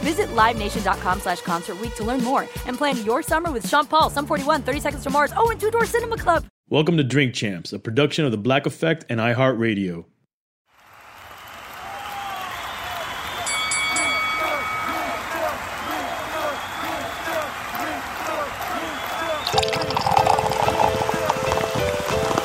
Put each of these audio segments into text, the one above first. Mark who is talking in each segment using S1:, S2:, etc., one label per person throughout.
S1: Visit LiveNation.com slash Concert Week to learn more and plan your summer with Sean Paul, Sum 41, 30 Seconds to Mars, oh, and Two Door Cinema Club.
S2: Welcome to Drink Champs, a production of The Black Effect and iHeartRadio.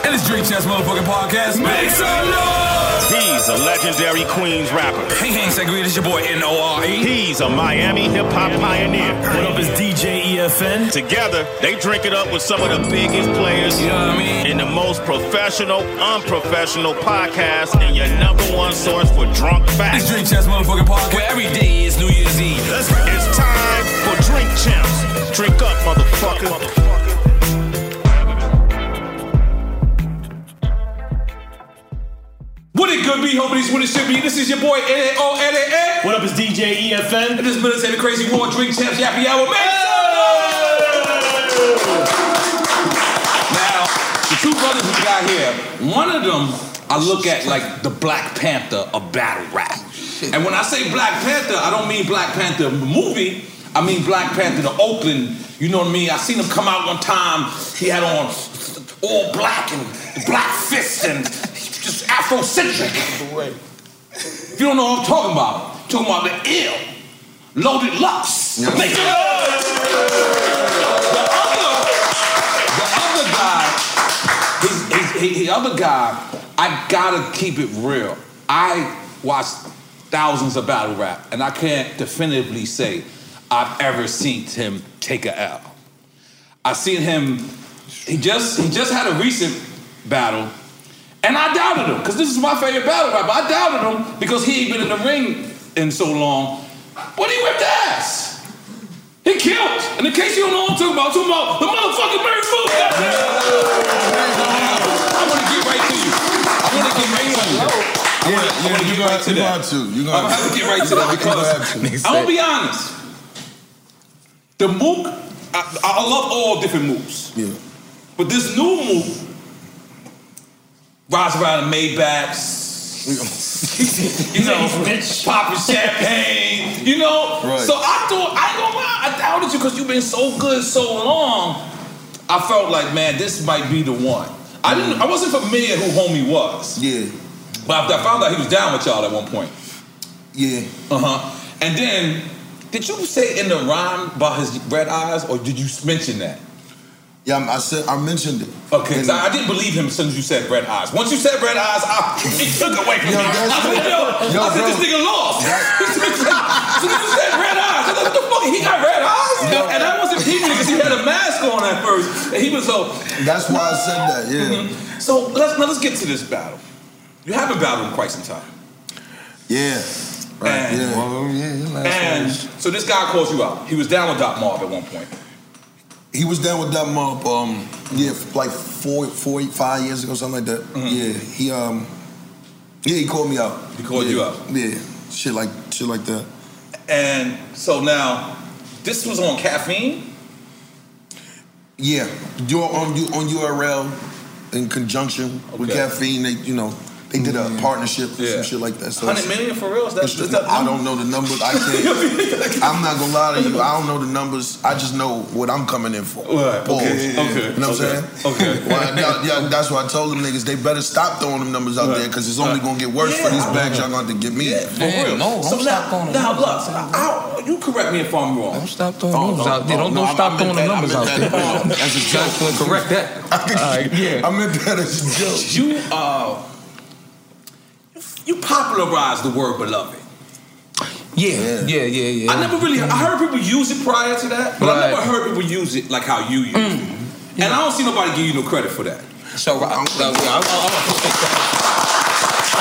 S3: And it's Drink Chess Motherfucking Podcast. Make some noise!
S4: He's a legendary Queens rapper.
S3: Hey, hey, Segreed, it's your boy N.O.R.E.
S4: He's a Miami hip hop pioneer.
S3: E. What up, is DJ EFN?
S4: Together, they drink it up with some of the biggest players
S3: You know what I mean?
S4: in the most professional, unprofessional podcast, and your number one source for drunk
S3: It's
S4: facts.
S3: Drink Chess Motherfucking Podcast, where every day is New Year's Eve. Let's go.
S4: It's time for Drink Champs. Drink up, motherfucker.
S3: What it could be, hoping it's what it should be. This is your boy N.O.R.E.
S4: What up, is DJ EFN?
S3: And this military crazy war drink champs happy hour. Make some noise! Now, the two brothers we got here, one of them I look at like the Black Panther of battle rap. And when I say Black Panther, I don't mean Black Panther the movie. I mean Black Panther the Oakland. You know what I mean? I seen him come out one time. He had on all black and black fists and just Afrocentric. If you don't know what I'm talking about, I'm talking about the ill, loaded lux. Make it up. The other, the other guy, his, his, his, the other guy, I gotta keep it real. I watch thousands of battle rap, and I can't definitively say I've ever seen him take a L. I seen him. He just he just had a recent battle, and I doubted him because this is my favorite battle rapper. I doubted him because he ain't been in the ring in so long, but he whipped ass. He killed. And in case you don't know what I'm talking about, I'm talking about the motherfucking Mary Food. I want to get right to you. I want to get right to you. I
S5: Yeah,
S3: wanna- I
S5: yeah,
S3: want to
S5: you
S3: get
S5: gonna,
S3: right to
S5: you
S3: that.
S5: gonna have to. You
S3: I'm
S5: gonna
S3: gonna have to get right to
S5: You
S3: that
S5: gonna- you gonna have to.
S3: because I'm gonna be honest. The Mook, I, I love all different moves,
S5: Yeah.
S3: but this new move, rides around in Maybachs, you know, popping champagne, you know.
S5: Right.
S3: So I thought I ain't gonna lie, I doubted you because you've been so good so long. I felt like, man, this might be the one. I didn't, I wasn't familiar who homie was,
S5: Yeah,
S3: but I found out he was down with y'all at one point.
S5: yeah.
S3: Uh huh. And then, did you say in the rhyme about his red eyes, or did you mention that?
S5: Yeah, I'm- I said I mentioned it.
S3: Okay, 'cause
S5: And-
S3: I, I didn't believe him as soon as you said red eyes. Once you said red eyes, I, it took away from
S5: Yo,
S3: me.
S5: that's-
S3: I said, yo,
S5: yo,
S3: I said,
S5: bro.
S3: this nigga lost. As soon as you said red eyes, I said, what the fuck? He got red eyes? No, and I wasn't peeping because he had a mask on at first. And he was so. Mm-hmm.
S5: That's why I said that. Yeah.
S3: So let's now let's get to this battle. You haven't battled in quite some time.
S5: Yeah. Right.
S3: And-
S5: yeah. Well, yeah. his last
S3: And
S5: one.
S3: so this guy calls you out. He was down with Doc Marv at one point.
S5: He was down with that mob, um, yeah, f- like four, four, five years ago, something like that. Yeah, he, um, yeah, he called me out.
S3: Mm-hmm. He called
S5: Yeah,
S3: you out.
S5: Yeah, shit like, shit like that.
S3: And so now, this was on caffeine.
S5: Yeah, you on you on URL in conjunction with
S3: Okay.
S5: caffeine. They, you know, they did a partnership or
S3: Yeah.
S5: some shit like that. So
S3: Hundred
S5: it's-
S3: million for real. That's,
S5: it's
S3: that's
S5: just- I don't know the numbers. I can't. I'm not gonna lie to you. I don't know the numbers. I just know what I'm coming in for.
S3: Right,
S5: Pause.
S3: okay, okay,
S5: You know what
S3: okay,
S5: I'm saying?
S3: okay.
S5: Well, y'all- y'all- that's why I told them niggas they better stop throwing them numbers out
S3: Right.
S5: there because it's only
S3: Right.
S5: gonna get worse for
S3: Yeah,
S5: these
S3: I-
S5: bags y'all gonna have to get me.
S3: Yeah, for real. so now, now, look, so I, I, you correct me if I'm wrong.
S6: Don't stop throwing
S5: Oh,
S6: numbers
S5: no,
S6: out there.
S5: oh,
S6: Don't,
S5: no,
S6: don't
S5: I- I
S6: stop
S5: meant
S6: throwing the
S5: that- I
S6: numbers out
S5: meant
S6: there.
S5: that. Um, as a
S6: Joshua,
S5: joke.
S6: correct that. All right, yeah.
S5: I meant that as a joke.
S3: You uh, you popularized the word beloved.
S6: Yeah, yeah, yeah, yeah.
S3: I never really I heard people use it prior to that, but I
S6: Right. Mm.
S3: never heard people use it like how you use it. And I don't see nobody give you no credit for that.
S6: So, I- I'm, I'm, I'm, I'm,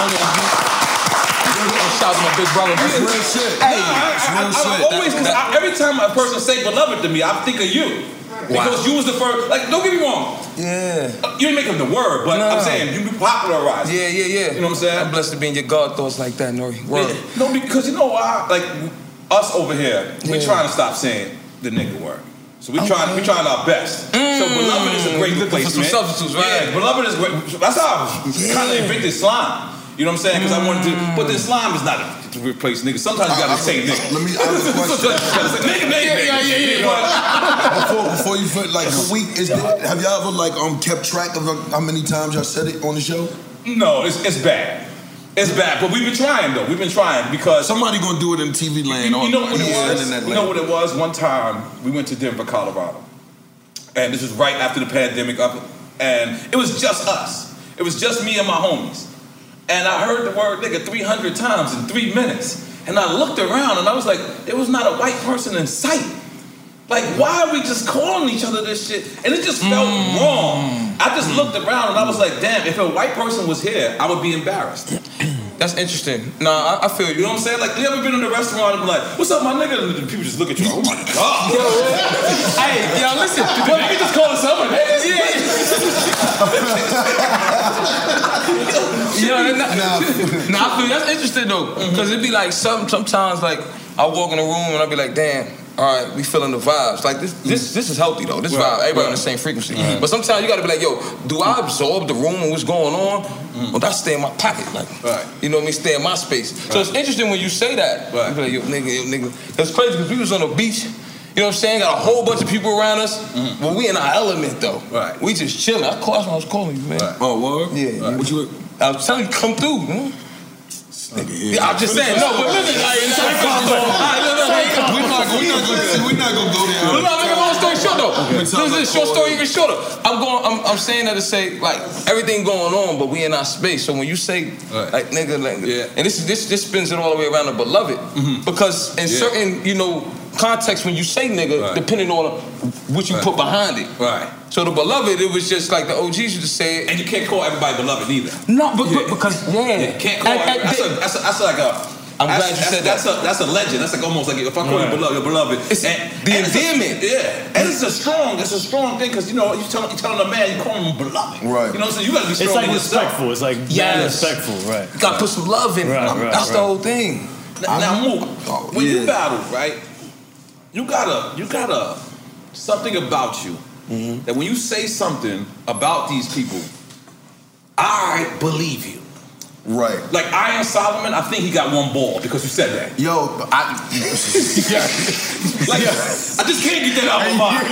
S6: Only you- you- I'm shouting my big brother.
S5: That's real shit.
S3: No, I,
S5: That's
S3: I,
S5: real
S3: I,
S5: shit.
S3: I always, because every time a person say beloved to me, I think of you. Because you was the first, like, don't get me wrong,
S6: Yeah.
S3: you didn't make up the word, but I'm
S6: No.
S3: saying you popularized. it.
S6: Yeah, yeah, yeah.
S3: You know what I'm saying?
S6: I'm blessed to be in your God thoughts like that, Nori. Word.
S3: No, because you know why? Like us over here, we're
S6: Yeah.
S3: trying to stop saying the nigga word. So we trying, we trying our best. So
S5: Mm.
S3: beloved is a great
S6: we Mm. looking for some
S3: replacement.
S6: substitutes, right.
S3: Yeah, beloved is great. That's how I kind of invented slime. You know what I'm saying? Because I wanted to, but then slime is not to replace nigga. Sometimes you
S5: Mm. I-
S3: gotta
S5: I-
S3: say nigga.
S5: Let me ask a question.
S3: Sometimes you gotta say nigga, nigga, nigga.
S6: yeah, yeah, yeah.
S3: You know what I mean?
S5: before, before you feel like a week, is there, have y'all ever like um kept track of um, how many times y'all said it on the show?
S3: No, it's, it's bad. It's bad, but we've been trying though. We've been trying because
S5: Somebody gonna do it in TV land.
S3: You, you
S5: on-
S3: know what it
S5: on the
S3: was?
S5: internet land.
S3: You know what it was? One time we went to Denver, Colorado, and this was right after the pandemic. Up, and it was just us. It was just me and my homies. And I heard the word nigga 300 times in three minutes. And I looked around and I was like, there was not a white person in sight. Like, why are we just calling each other this shit? And it just felt wrong. I just looked around and I was like, damn, if a white person was here, I would be embarrassed.
S6: That's interesting. Nah, I, I feel
S3: You
S6: you.
S3: know what I'm saying? Like, you ever been in a restaurant and be like, what's up, my nigga? And the people just look at you. Oh my God.
S6: Hey, yo, listen.
S3: The nigga just called someone nigga.
S6: Yeah, nah, nah, I feel that's interesting though, because it'd be like some sometimes like I walk in the room and I'd be like, damn. All right, we feeling the vibes. Like this, this, this is healthy though. This
S3: Right,
S6: vibe, everybody on
S3: right.
S6: the same frequency.
S3: Mm-hmm.
S6: But sometimes you got to be like, yo, do I absorb the room and what's going on? Or do I stay in my pocket? Like,
S3: Mm-hmm. Right.
S6: you know what I mean? Stay in my space. So it's interesting when you say that.
S3: Right.
S6: You be like, yo, nigga, yo, nigga. It's crazy because we was on the beach. You know what I'm saying? Got a whole bunch of people around us, but we in our element though.
S3: Mm-hmm. Right.
S6: We just chilling. I called. I was calling you, man.
S3: Right.
S5: Oh, word?
S6: Yeah, yeah.
S5: What you,
S6: I was telling you, come through. Man.
S5: nigga,
S6: Yeah, I'm just saying. No, but listen, like, it's like, Alright, no, no, like,
S5: We're not, we not gonna see, we're not gonna go there.
S6: but no, make a long story short though. This is a short story even shorter. I'm going. I'm, I'm saying that to say like everything going on, but we in our space. So when you say
S3: Right.
S6: like nigga, like,
S3: Yeah. Mm-hmm.
S6: and this is this this spins it all the way around to beloved because in
S3: Yeah.
S6: certain you know context when you say nigga,
S3: Right.
S6: depending on what you
S3: Right.
S6: put behind it.
S3: Right.
S6: So the beloved, it was just like the OGs used to say. it.
S3: And you can't call everybody beloved either.
S6: No, but, but because yeah,
S3: You can't call
S6: And- and
S3: everybody. That's, a,
S6: they-
S3: that's, a, that's like a.
S6: I'm glad
S3: that's,
S6: you
S3: that's,
S6: said
S3: that's
S6: that.
S3: A, that's a legend. That's like almost like if I call you beloved, you're beloved.
S6: It's the endearment.
S3: It's a, yeah, and it's a strong, it's a strong thing because you know you telling you telling a man you call him beloved.
S5: Right.
S3: You know what I'm saying? You gotta be strong.
S2: It's like
S3: in yourself.
S2: respectful. It's like yeah,
S6: Yes.
S2: respectful, right?
S6: You gotta put some love in it.
S2: Right, right,
S6: That's the
S2: right.
S6: whole thing.
S3: Now, now
S5: I'm-
S3: Mook,
S5: Oh,
S3: when you
S5: yeah.
S3: battle, right? You gotta, you gotta, something about you
S2: Mm-hmm.
S3: that when you say something about these people, I believe you.
S5: Right.
S3: Like Iron Solomon, I think he got one ball because you said that.
S5: Yo, but I.
S3: Like, I just can't get that out of my mind.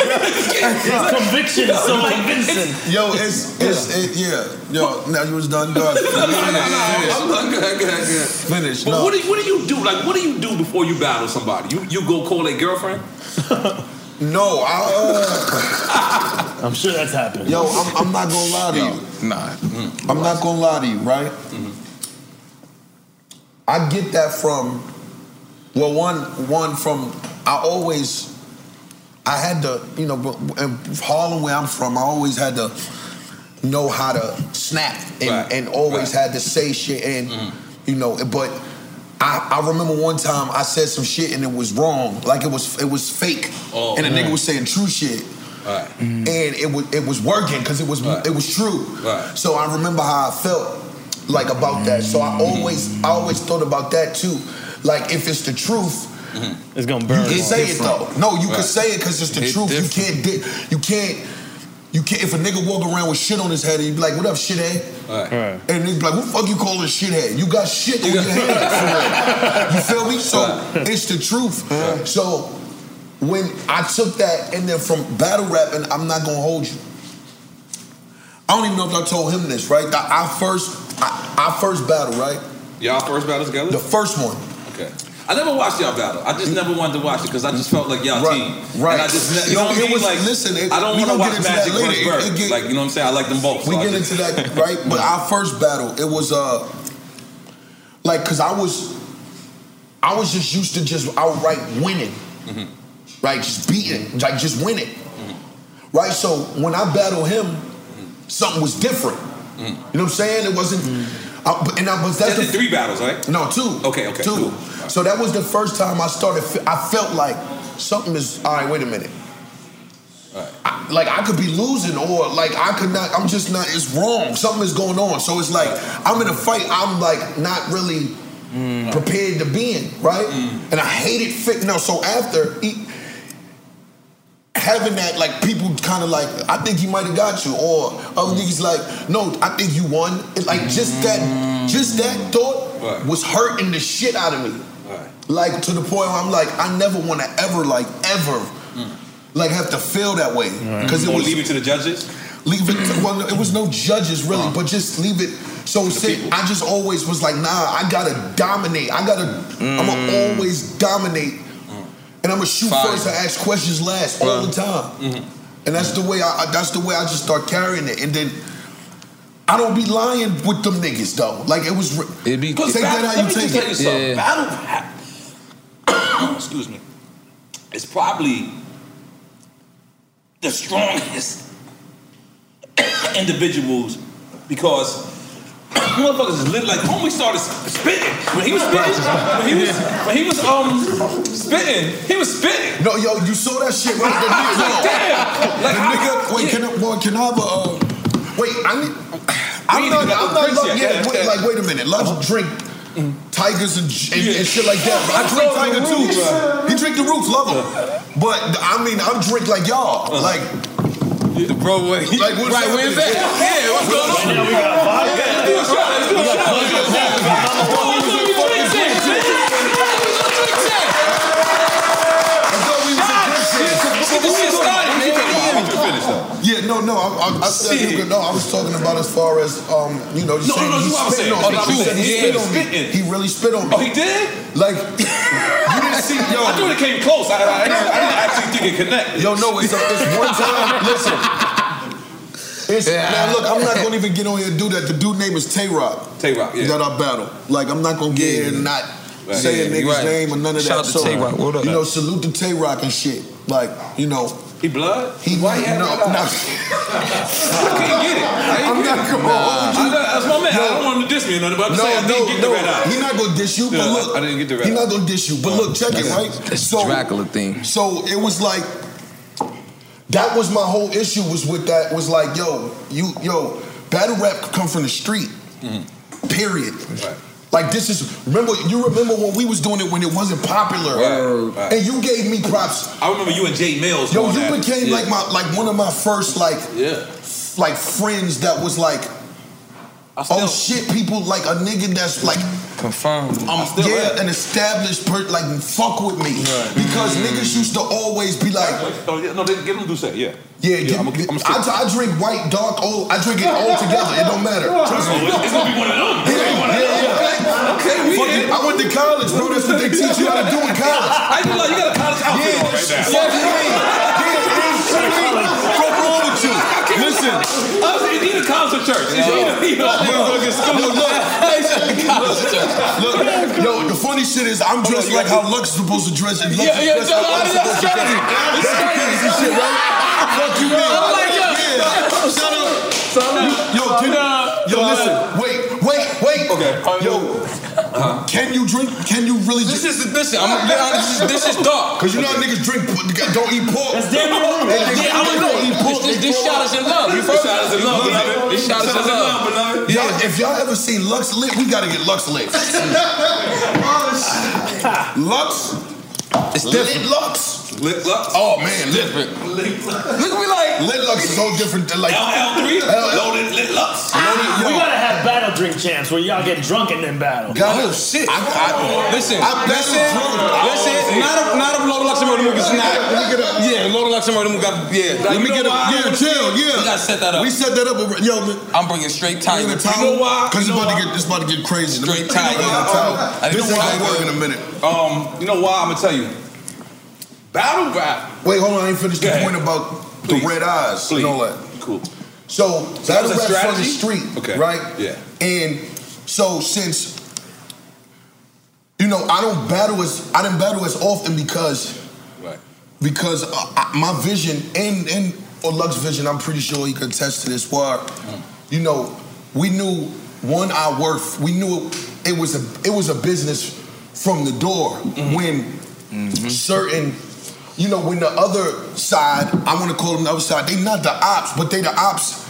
S2: His conviction is so
S3: Like,
S2: convincing.
S5: Yo, it's. it's it, yeah. Yo, now you was done, done.
S3: No, no, no, no,
S5: Finish.
S3: I'm done. Good, good, good.
S5: Finish.
S3: But
S5: No.
S3: what, do you, what do you do? Like, what do you do before you battle somebody? You you go call a girlfriend?
S5: No, I, uh,
S2: I'm sure that's happened.
S5: yo, I'm, I'm not gonna lie to you.
S6: Nah.
S5: I'm not gonna lie to you, right?
S3: Mm-hmm.
S5: I get that from well, one, one from I always I had to, you know, bro- in Harlem where I'm from, I always had to know how to snap and, and always had to say shit and
S3: Mm-hmm.
S5: you know, but I, I remember one time I said some shit and it was wrong, like it was it was fake,
S3: Oh,
S5: and the nigga
S3: right.
S5: was saying true shit.
S3: Right.
S5: And it was it was working because it was it was true.
S3: Right.
S5: So I remember how I felt like about that. So I always I always thought about that too. Like if it's the truth,
S2: It's gonna burn.
S5: you can say it though. No, you can
S2: Right.
S5: say it because it's the
S2: It's
S5: truth. You can't. Di- you can't. You can't. If a nigga walk around with shit on his head, he'd be like, "What up, eh?" shithead?"
S3: Right.
S5: And he'd be like, "Who the fuck you calling shithead? You got shit on your head. for real." You feel me? So it's the truth. So when I took that and then from battle rap, and I'm not gonna hold you. I don't even know if I told him this, right? I, I first, I, I first battle, right?
S3: Y'all first battle together? The
S5: first one.
S3: Okay. I never watched y'all battle. I just never wanted to watch it because I just felt like y'all team.
S5: right.
S3: And I just, ne- you
S5: No,
S3: know what
S5: it
S3: I mean?
S5: was-
S3: like,
S5: listen, it-
S3: I don't
S5: we
S3: want
S5: gonna get
S3: to watch
S5: into that
S3: Magic
S5: later.
S3: versus
S5: It-
S3: Bird.
S5: it get-
S3: like, you know what I'm saying? I like them both.
S5: we
S3: so I
S5: get
S3: just-
S5: into that, right? But our first battle, it was uh, like, cause I was, I was just used to just outright winning,
S3: mm-hmm.
S5: right? Just beating, like just winning, right? So when I battle him, something was different. You know what I'm saying? It wasn't. I, but- and I was that's the
S3: That's the three battles, right?
S5: No, two.
S3: Okay, okay.
S5: Two.
S3: cool.
S5: So that was the first time I started. fe- I felt like something is. All right, wait a minute. I- like I could be losing, or like I could not. I'm just not. It's wrong. Something is going on. So it's like I'm in a fight. I'm like not really prepared to be in, right?
S3: Mm.
S5: And I hated fit. No, so after he, having that, like people kind of like, I think he might have got you, or
S3: Mm.
S5: other niggas like, no, I think you won. It, like just
S3: Mm.
S5: that, just that thought was hurting the shit out of me. Like to the point where I'm like, I never want to ever, like ever, like have to feel that way because it
S3: Or
S5: was
S3: leave it to the judges?
S5: leave it. Well, it was no judges
S3: Uh-huh.
S5: really, but just leave it. So see, I just always was like, nah, I gotta dominate. I gotta.
S3: Mm.
S5: I'ma always dominate, and I'ma shoot first. I ask questions last all the time,
S3: Mm-hmm.
S5: and that's the way. I, I- that's the way I just start carrying it, and then. I don't be lying with them niggas though. Like it was. It be
S3: Because
S5: take
S3: battle,
S5: that how you
S3: let me
S5: take
S3: just tell you
S5: it.
S3: something. Battle rap, excuse me, is probably the strongest individuals because motherfuckers is lit. Like homie started spitting when he was spitting. When he was when he was um spitting, he was spitting.
S5: No, yo, you saw that shit right there.
S3: I was like,
S5: Hold on.
S3: damn. Like,
S5: The
S3: I-
S5: nigga, wait, can I, boy, can I have a? Uh, wait, I need. I'm
S3: ain't
S5: not.
S3: even got
S5: I'm
S3: no
S5: not.
S3: drinks
S5: Love,
S3: yet.
S5: yeah,
S3: Yeah,
S5: wait,
S3: yeah. Uh-huh.
S5: like, wait a minute. Let's drink. Tigers and, and, and shit like that. I drink
S3: Love the
S5: Tiger too.
S3: Roots.
S5: He drink the roots, love him. But I mean, I'm drink like y'all.
S3: Uh-huh.
S5: Like
S6: the bro way.
S5: Like what's
S6: Right, where's that? Yeah, what's going on?
S5: Right now we got vodka.
S6: Let's do a shot. Let's do a shot. Let's do a
S5: Ah! Yeah, no, no. I, I, I said you could, no. I was talking about as far as um, you know,
S3: No,
S5: saying
S3: no, no,
S5: he
S3: you what I was
S5: spit
S3: saying.
S5: on
S3: Oh,
S5: me.
S3: no, you
S5: He
S3: said
S5: said
S3: he
S5: he spit on
S3: is
S5: me.
S3: spitting.
S5: He really spit on me.
S3: Oh, he did?
S5: Like you didn't see, yo.
S3: I thought it came close. I, I, I, didn't, I didn't actually think it connected.
S5: Yo, no, it's, it's one time. Listen. It's, Now, look, I'm not going to even get on here and do that. The dude name is Tay Rock.
S3: Tay Rock, yeah.
S5: That I battle. Like, I'm not going to get here and not
S3: Right.
S5: say a
S3: Yeah, you
S5: nigga's
S3: right.
S5: name or none of
S3: Shout
S5: that.
S3: out to Tay Rock, what up?
S5: You know, salute to Tay Rock and shit. Like, you know.
S3: He blood?
S5: He, Why he no, no,
S3: I can't get it. I ain't
S5: I'm
S3: get
S5: not
S3: it.
S5: gonna hold you.
S3: I, that's my man. I don't want him to diss me or nothing, but I'm
S5: no,
S3: saying I
S5: no,
S3: didn't get
S5: no.
S3: the red eye.
S5: He not gonna diss you, but
S3: Yeah,
S5: look,
S3: I didn't get the red
S5: he
S3: eye.
S5: not gonna diss you, but look, check it,
S6: That's-
S5: right?
S6: that's Dracula thing.
S5: So it was like that was my whole issue was with that was like, yo, you, yo, battle rap come from the street,
S3: Mm-hmm.
S5: period. Like this is remember you remember when we was doing it when it wasn't popular,
S3: Right, right.
S5: and you gave me props.
S3: I remember you and Jay Mills.
S5: Yo,
S3: doing
S5: you
S3: that.
S5: became
S3: Yeah.
S5: like my like one of my first like
S3: yeah.
S5: like friends that was like, oh shit, people like a nigga that's like
S6: Confirmed.
S5: I'm still yeah, an established person. Like, fuck with me. Because niggas used to always be like,
S3: Oh, yeah, Mm-hmm. no, they, give him Douce, yeah.
S5: yeah, get-
S3: I'm a- I'm a
S5: I, I drink white, dark, old. I drink it all together. It don't matter. Trust me.
S3: It's gonna be one of them.
S5: Yeah, yeah, yeah.
S3: Okay, we
S5: Fuck it.
S3: in.
S5: I went to college, bro. That's what they teach you how to do in college.
S3: I ain't gonna lie, you got a college outfit
S5: Yeah,
S3: on right now.
S5: fuck me. Yeah, it is true. Fuck wrong with you. Listen.
S3: I was in either college or church. It's either, you know,
S5: Look, look, look, look, look, yo, the funny funny shit is I'm dressed like how Lux is supposed to dress. And Lux
S6: Yeah,
S5: is
S6: yeah,
S5: dressed how
S6: no,
S5: Lux is
S6: that's
S5: supposed to dress.
S6: crazy. That's
S5: That's
S6: crazy.
S5: crazy shit, right? Fuck you, man.
S6: I'm like, yo,
S5: Yeah. Shut up. Yo, can, yo, listen. Wait, wait, wait. Okay. Yo, can you drink? Can you really?
S6: This is listen. I'm gonna be honest. This is, this is dark.
S5: Cause you know how niggas drink, don't eat pork.
S2: That's damn near rude.
S5: They- they-
S6: Yeah, I'm
S5: they
S6: gonna
S5: don't eat pork,
S6: This,
S5: they
S6: this
S5: throw
S6: shot
S5: up.
S6: is in love. You
S3: This
S6: first
S3: shot is in love, beloved.
S6: This shot is in love.
S3: beloved.
S5: Y'all, if y'all ever seen Lux lit, we gotta get Lux lit. Lux,
S6: It's
S5: lit
S6: different.
S5: Lux.
S3: Lip Lux.
S5: Oh man, lit,
S6: Different.
S5: look, we like lit Lux is so different than like.
S3: LL3.
S5: LL.
S3: Loaded Lip Lux.
S5: Loaded,
S2: We
S5: yo,
S2: gotta have battle drink champs where y'all get drunk and then battle.
S5: gotta-
S6: Oh shit!
S5: I, I,
S6: listen,
S5: I
S6: listen,
S5: battled drunk.
S6: listen. Not a, not a Lord Luxembourg movie. It's not. Yeah, Lord Luxembourg movie got. Yeah,
S5: Let me get a
S6: why?
S5: yeah, chill, yeah.
S6: We gotta set that up.
S5: We set that up. already. Yo, man,
S6: I'm bringing straight time.
S5: bring the towel. Cause it's about to get it's about to get crazy.
S6: Straight
S5: Bring the towel.
S6: towel. I
S5: This ain't gonna
S6: didn't know why.
S5: work in a minute.
S3: Um, you know why? I'm gonna tell you. Battle rap.
S5: Wait, hold on. I ain't finished
S3: Go
S5: the
S3: ahead.
S5: point about
S3: Please.
S5: the red eyes
S3: Please.
S5: and all that.
S3: Cool.
S5: So
S3: that
S5: that
S3: was
S5: was
S3: a
S5: rap from the street,
S3: strategy? Okay.
S5: right?
S3: Yeah.
S5: And so since you know I don't battle as I didn't battle as often because
S3: Right.
S5: because uh, I, my vision and and or Lux vision, I'm pretty sure he could attest to this. Where you know we knew one our worth. We knew it, it was a it was a business from the door
S3: Mm-hmm.
S5: when certain. You know, when the other side, I want to call them the other side, they not the ops, but they the ops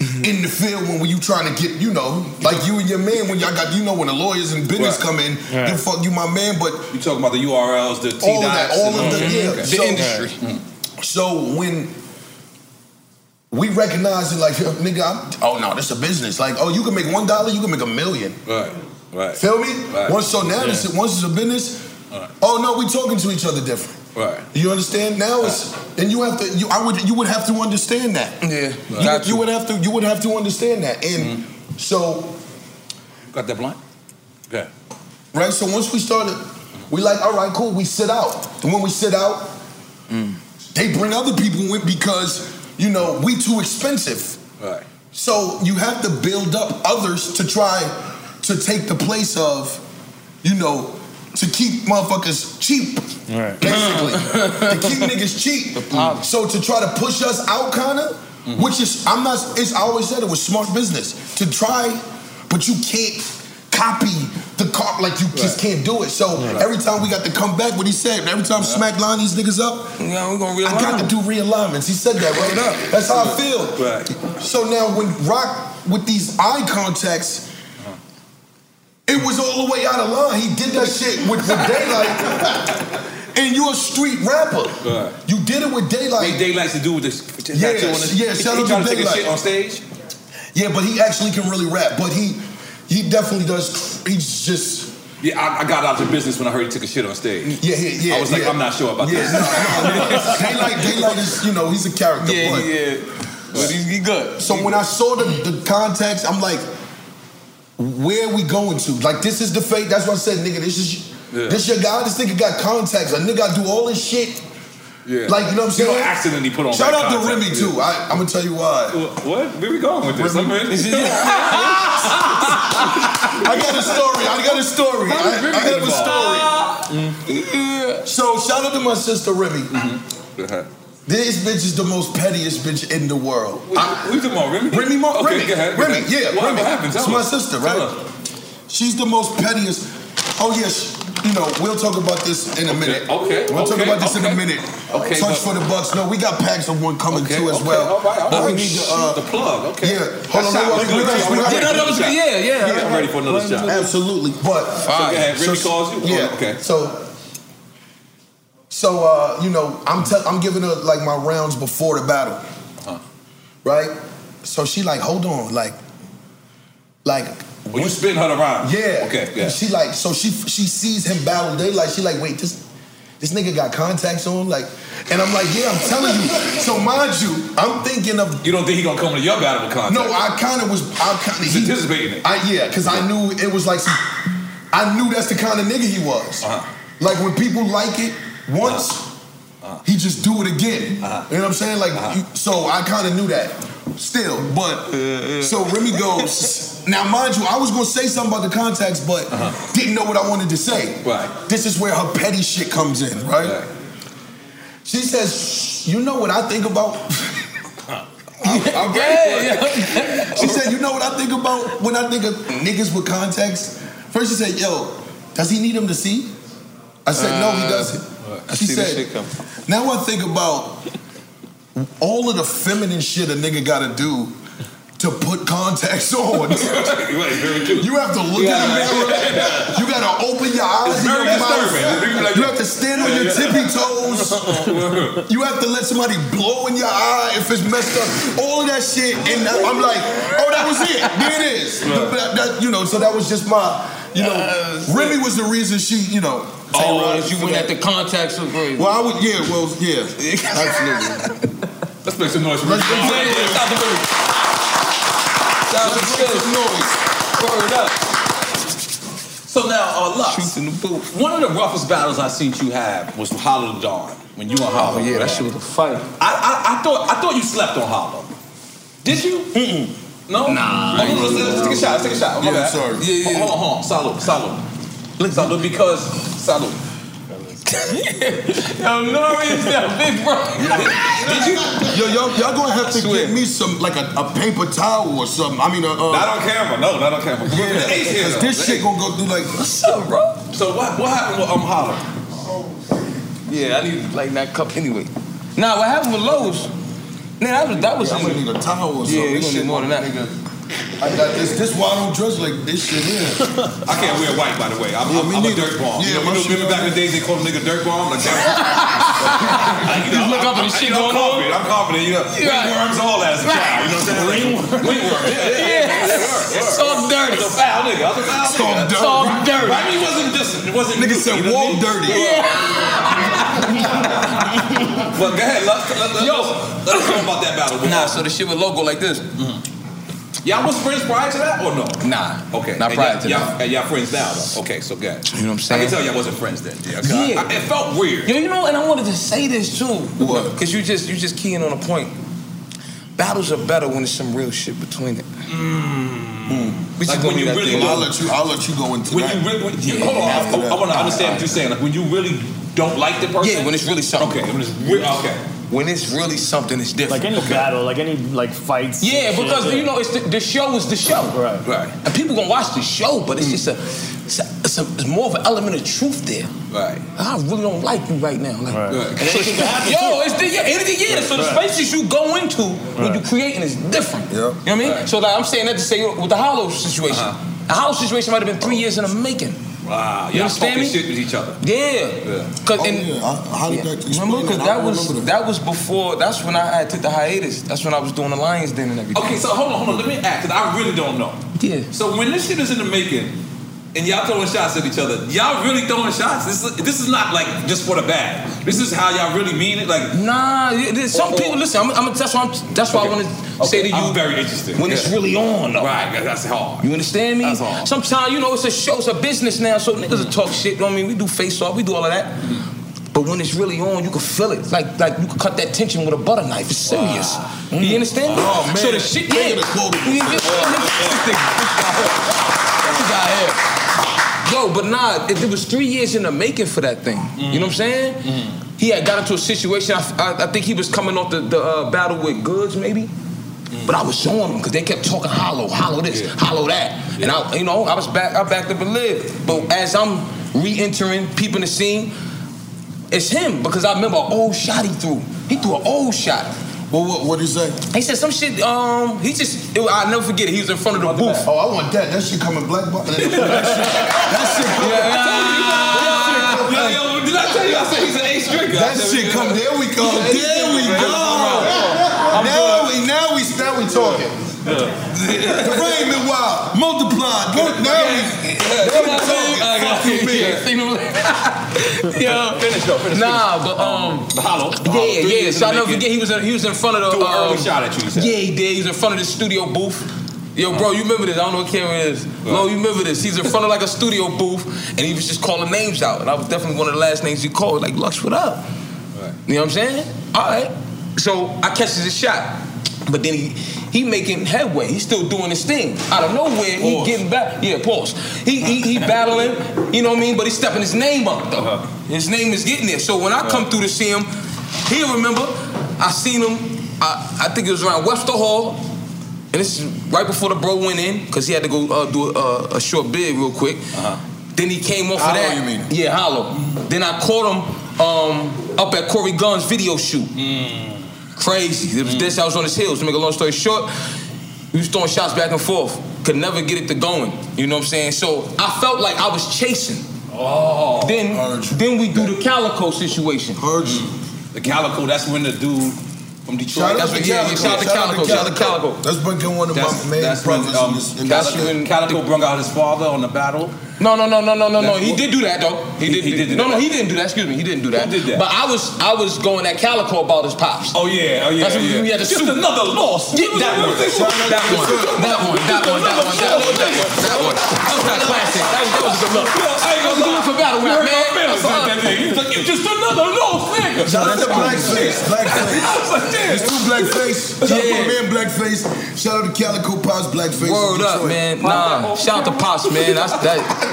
S3: Mm-hmm.
S5: in the field when, you trying to get, you know, like you and your man, when y'all got, you know, when the lawyers and business
S3: Right.
S5: come in,
S2: Right.
S5: then fuck you, my man, but
S3: You talking about the URLs, the T Mm-hmm.
S5: all of that,
S3: dots,
S5: all
S3: and
S5: of the, yeah.
S6: The
S5: So-
S6: industry.
S3: Mm.
S5: So when we recognize it, like, yo, nigga, I'm, oh no, this a business. Like, oh, you can make one dollar, you can make a million.
S3: Right. Right.
S5: Feel me?
S3: Right.
S5: Once so now, this, once it's a business, oh no, we talking to each other different.
S3: Right.
S5: You understand? Now it's and you have to. You, I would. You would have to understand that.
S6: Yeah,
S5: You,
S6: got
S5: you
S6: you.
S5: would have to. You would have to understand that. And so
S3: Mm-hmm. Got that blunt? Okay.
S5: right? So once we started, we like, all right, cool. We sit out, and when we sit out, they bring other people in because you know we too expensive.
S3: Right.
S5: So you have to build up others to try to take the place of, you know, to keep motherfuckers cheap,
S2: Right.
S5: basically, to keep niggas cheap. So to try to push us out, kinda, which is I'm not. It's I always said it was smart business to try, but you can't copy the cop like you just can't do it. So every time we got to come back, what he said, every time Smack line these niggas up,
S6: Yeah, we're gonna
S5: I got to
S6: realize.
S5: do realignments. He said that right up. That's how I feel.
S3: Right.
S5: So now when Rock with these eye contacts, it was all the way out of line. He did that shit with, with daylight. And you're a street rapper.
S3: Right.
S5: You did it with daylight.
S3: Wait, Daylight's to do with this. with this
S5: Yeah,
S3: tattoo on his-
S5: yeah,
S3: He-
S5: shout
S3: he
S5: out
S3: trying
S5: to
S3: take his
S5: Daylight.
S3: shit on stage.
S5: yeah, but he actually can really rap. But he he definitely does. He's just
S3: Yeah, I, I got out of the business when I heard he took a shit on stage.
S5: yeah yeah yeah.
S3: I was like,
S5: yeah.
S3: I'm not sure about
S5: yeah,
S3: this.
S5: no, no, no. Daylight, daylight is you know he's a character.
S6: Yeah,
S5: but-
S6: yeah. But he's he good.
S5: So when I saw the, the context, I'm like, where we going to? Like, this is the fate. That's what I said, nigga. This is
S3: Yeah.
S5: this your guy. This nigga got contacts. A nigga do all this shit.
S3: Yeah.
S5: Like, you know what I'm saying?
S3: You know, accidentally put on.
S5: Shout
S3: right
S5: out to
S3: contact.
S5: Remy too. I, I'm gonna tell you why.
S3: Wh- What? Where we going with this? I mean,
S5: I got a story. I got a story.
S3: How did
S5: I,
S3: Remy
S5: I have
S3: get
S5: a story. So shout out to my sister Remy.
S3: Mm-hmm. Uh-huh.
S5: This bitch is the most pettiest bitch in the world.
S3: We we talking about Remy?
S5: Remy Mo-
S3: Okay,
S5: Remy.
S3: go ahead, go
S5: Remy,
S3: ahead.
S5: yeah,
S3: What,
S5: Remy.
S3: what happened? Tell
S5: It's my
S3: us.
S5: sister,
S3: Tell
S5: right?
S3: us.
S5: She's the most pettiest. Oh yes, you know we'll talk about this in a minute.
S3: okay,
S5: we'll talk
S3: okay,
S5: about this in
S3: okay.
S5: a minute.
S3: Okay,
S5: touch for
S3: but-
S5: the bucks. No, we got packs of one coming
S3: Okay,
S5: too as
S3: okay,
S5: well.
S3: all right, all
S5: but we
S3: right.
S5: need to. Uh,
S3: The plug, okay.
S5: Yeah,
S3: That's
S5: hold on.
S3: how
S5: we
S3: it's gonna
S5: got-
S3: be.
S5: we got-
S6: Yeah, no, that was, yeah, yeah.
S3: Yeah, I'm ready for another shot.
S5: Absolutely, but
S3: So go ahead, Remy calls you?
S5: Yeah.
S3: Oh, okay.
S5: So, so uh, you know, I'm tell I'm giving her like my rounds before the battle, right? So she like, hold on, like, like,
S3: Well, you spin her around.
S5: yeah.
S3: Okay. Yeah.
S5: And She like, so she she sees him battle daylight. She like, wait, this this nigga got contacts on, like, and I'm like, yeah, I'm telling you. So mind you, I'm thinking of
S3: You don't think he gonna come to your battle with contact?
S5: no, I kind of was. I kind
S3: He's
S5: of.
S3: anticipating it.
S5: I yeah, because I knew it was like. Some, I knew that's the kind of nigga he was.
S3: Uh-huh.
S5: Like when people like it
S3: Uh-huh.
S5: once, he just do it again. You know what I'm saying? Like you- so, I kind of knew that. still. But so Remy goes. Now, mind you, I was gonna say something about the contacts, but
S3: Uh-huh.
S5: didn't know what I wanted to say. Right. This is where her petty shit comes in, right? She says, "You know what I think about." I'm She said, "You know what I think about when I think of niggas with contacts." First, she said, "Yo, does he need him to see?" I said, "No, he doesn't."
S6: I
S5: She
S6: uh, see this
S5: said-
S6: shit coming.
S5: Now I think about all of the feminine shit a nigga gotta do to put contacts on. You have to look
S3: Yeah.
S5: in the mirror. You gotta open your eyes
S3: It's
S5: and your
S3: very disturbing.
S5: mouth. You have to stand on your tippy toes. You have to let somebody blow in your eye if it's messed up. All of that shit, and I'm like, oh, that was it. There it is.
S3: Right.
S5: That- that- you know, so that was just my, you know, Remy was the reason she, you know.
S6: Oh, you went at the contacts with Remy.
S5: Well, I would, yeah, well, yeah, absolutely.
S3: Let's make some noise. for
S5: Let's
S3: Remy.
S5: make some
S3: Yeah, yeah, stop the Remy.
S6: Let's make some
S3: noise. Word up. So now, uh, Lux,
S6: Shoots in the booth.
S3: one of the roughest battles I seen you have was Hollow Dawn when you were Hollow.
S6: Oh yeah,
S3: Man.
S6: that shit was a
S3: I,
S6: fight.
S3: I, I thought I thought you slept on Hollow. Did you? Mm-mm. No. Nah. Oh, let's, let's take a shot. Let's take a shot. My
S5: Yeah, I'm
S3: bad.
S5: sorry.
S6: Yeah, yeah, yeah.
S3: Hold on, hold on. Salute, salute. Salute because salute.
S6: Yo, Nori is that big bro.
S5: Did you? Yo, y'all, y'all gonna have to get me some like a, a paper towel or something. I mean, a, uh,
S3: Not on camera. No, not on camera. The ace here,
S5: because
S3: though.
S5: this shit gonna go through like.
S6: What's up, bro?
S3: So what what happened with um Hollow?
S6: Yeah, I need to lighten that cup anyway. Nah, what happened with Lowe's? Man, that was that was.
S5: I'm gonna need a towel or
S6: Yeah,
S5: something. This
S6: we gonna need
S5: shit
S6: more than that.
S5: Nigga, I got this. This why I don't dress like this shit here.
S3: I can't wear white, by the way. I'm,
S5: Yeah,
S3: I'm,
S5: me
S3: I'm a
S5: neither.
S3: dirt bomb.
S5: Yeah,
S3: you know,
S5: my
S3: you know,
S5: shit
S3: remember back in the days they called a nigga dirt bomb? Like, that was,
S6: You look up and
S3: you
S6: shit
S3: know, I'm
S6: going on.
S3: confident. I'm confident. You know,
S6: Yeah.
S3: ringworms all as a child. You know what I'm saying? Ringworms. Ringworms. Yeah, yeah, yeah. yeah.
S6: It's all
S3: I
S6: dirty.
S3: was a foul nigga. I was a foul
S5: all
S3: nigga.
S5: dirty.
S6: It's all dirty.
S3: Right? He wasn't distant. It wasn't
S5: Nigga
S3: you,
S5: said
S3: you know
S5: walk
S3: what I mean?
S5: dirty.
S3: But go ahead. Let's, let, let, Yo. let's talk about that battle. Mm-hmm.
S6: Nah, so the shit with logo like this.
S3: Y'all was friends prior to that or no?
S6: Nah,
S3: Okay.
S6: not
S3: and
S6: prior
S3: y'all,
S6: to
S3: y'all,
S6: that.
S3: And y'all friends now, though. Okay, so good.
S6: You know what I'm
S3: I
S6: saying?
S3: can tell y'all wasn't friends then. Yeah. 'cause I-
S6: Yeah.
S3: I- it felt weird.
S6: Yo, you know, and I wanted to say this too.
S5: What?
S6: Cause you just you just keying on a point. Battles are better when there's some real shit between it. Mm. We
S3: Like
S6: just
S3: when
S6: gonna
S3: you
S6: do that
S3: really
S6: thing.
S3: go-
S5: I'll let you. I'll let you go into
S3: when
S5: that.
S3: you really, when,
S6: Yeah,
S3: hold on,
S6: after
S3: I,
S6: that.
S3: I want to understand
S6: Alright.
S3: what you're saying. Like when you really don't like the person.
S6: Yeah, when it's really something.
S3: okay, when it's re- okay.
S6: When it's really something, it's different.
S7: Like any battle, like any like fights. and
S6: yeah,
S7: shit,
S6: because you know it's the, the show is the show.
S7: Right.
S3: Right. Mm.
S6: And people gonna watch the show, but it's just a it's, a, it's, a, it's more of an element of truth there.
S3: Right.
S6: I really don't like you right now. Like,
S7: Right.
S3: Right.
S6: And so it's- yo, it's the, yeah, anything, yeah. So the
S7: Right.
S6: spaces you go into when
S7: Right.
S6: you're creating is different.
S5: Yeah.
S6: You know what I mean?
S3: Right.
S6: So like I'm saying that to say with the hollow situation. The hollow situation might have been three years in the making.
S3: Wow,
S6: You
S3: y'all
S6: understand
S3: talking
S6: me?
S3: shit with each other.
S6: Yeah.
S3: Yeah.
S6: Cause
S5: Oh,
S6: and
S5: yeah. I- how did that explain
S6: remember, cause
S5: that? I
S6: that
S5: don't
S6: was
S5: remember that.
S6: that was before. That's when I had took the hiatus. That's when I was doing the Lions Den and everything.
S3: Okay, so hold on, hold on. Let me ask, 'cause I really don't know.
S6: Yeah.
S3: So when this shit is in the making, and y'all throwing shots at each other, y'all really throwing shots. This is, this is not like just for the bag. This is how y'all really mean it. Like
S6: Nah, it- it- some
S3: Or-
S6: people listen. I'm, I'm, that's why. I'm, that's why
S3: Okay.
S6: I want to say to you
S3: I'm very interested.
S6: when it's
S3: Yeah.
S6: really on. Though.
S3: right, that- that's hard.
S6: You understand me?
S3: That's all.
S6: Sometimes you know it's a show, it's a business now, so niggas will talk shit. You know what I mean, we do face off, we do all of that. But when it's really on, you can feel it. Like like you can cut that tension with a butter knife. It's serious. You understand? me?
S5: Oh, man.
S6: So the shit,
S5: Man,
S6: yeah.
S5: the quote.
S6: You get- This guy here. Yo, but nah, it, it was three years in the making for that thing. You know what I'm saying? Mm. He had got into a situation. I, I, I think he was coming off the, the uh, battle with Goods, maybe. But I was showing them because they kept talking hollow, hollow this, hollow that, and I, you know, I was back, I backed up and lived. But as I'm re-entering, peeping the scene, it's him because I remember an old shot he threw. He threw an old shot.
S5: Well, what what he say?
S6: He said some shit. Um, he just, it, I'll never forget. it. He was in front of the booth.
S5: Oh, I want that. That shit coming black box. That shit. That shit.
S3: Yo,
S5: That shit.
S3: yo, did I tell you? I said he's an ace drinker.
S5: That
S3: I said-
S5: shit come. There we go. There we go. Now we now we now we talking. The rain been wild. Multiply. Go- Now we.
S6: Yo,
S3: Finish though. Finish.
S6: nah, but um,
S3: The hollow. The hollow.
S6: yeah,
S3: Three
S6: yeah.
S3: years in
S6: So I
S3: the
S6: never
S3: making.
S6: forget. He was in, he was in front of the
S3: Threw an early
S6: um,
S3: shot at you, he said.
S6: Yeah, he did. He was in front of the studio booth. Yo, bro, you remember this? I don't know what camera it is. Lo, you remember this? He's in front of like a studio booth, and he was just calling names out. And I was definitely one of the last names he called. Like, Lux, what up? You know what I'm saying? All right. So I catches his shot. But then he he making headway. He's still doing his thing. Out of nowhere, he getting back. Yeah, pause. He, he he battling. You know what I mean? But he's stepping his name up though. His name is getting there. So when I come through to see him, he remember I seen him. I, I think it was around Webster Hall, and this is right before the bro went in because he had to go uh, do a, a short bid real quick. Then he came off
S3: Hollow,
S6: of that.
S3: you mean?
S6: Yeah, hollow. Then I caught him um, up at Corey Gunn's video shoot.
S3: Mm.
S6: Crazy. It was this. I was on his heels. To make a long story short, we was throwing shots back and forth. Could never get it to going. You know what I'm saying? So I felt like I was chasing. Oh. Then then we do the calico situation.
S5: Heard
S3: The Calico, that's when the dude from Detroit.
S5: Shout out
S3: that's
S5: to
S3: when, yeah,
S5: Calico.
S3: shout out to Calico. Shout out to Calico.
S5: That's been going one of my man
S3: that's
S5: brothers.
S3: When, um,
S5: in this, in
S3: that's
S5: this-
S3: when Calico brung out his father on the battle.
S6: No, no, no, no, no, no, no.
S3: That's
S6: He
S3: what-
S6: did do that though. He, did, do
S3: did
S6: No,
S3: that.
S6: no, he didn't do that. Excuse me, he didn't do that.
S3: Who did that?
S6: But I was, I was going at Calico about his pops.
S3: Oh yeah, oh yeah,
S6: That's what
S3: yeah.
S6: we had to
S3: Just
S6: suit.
S3: another loss.
S6: Get that one.
S3: Just another-
S6: That one. That one. That one. That one. That one. That one. That one. That was not classic. That was, that was a good look. Let's do it for battle rap, man. That's all.
S3: Just another loss, nigga.
S5: Shout out to Blackface. Blackface. There's two Blackface. Shout out to my
S6: Yeah.
S5: man Blackface. Shout out to Calico Pops Blackface.
S6: Word up, man. Nah, shout out to Pops, man. That's that.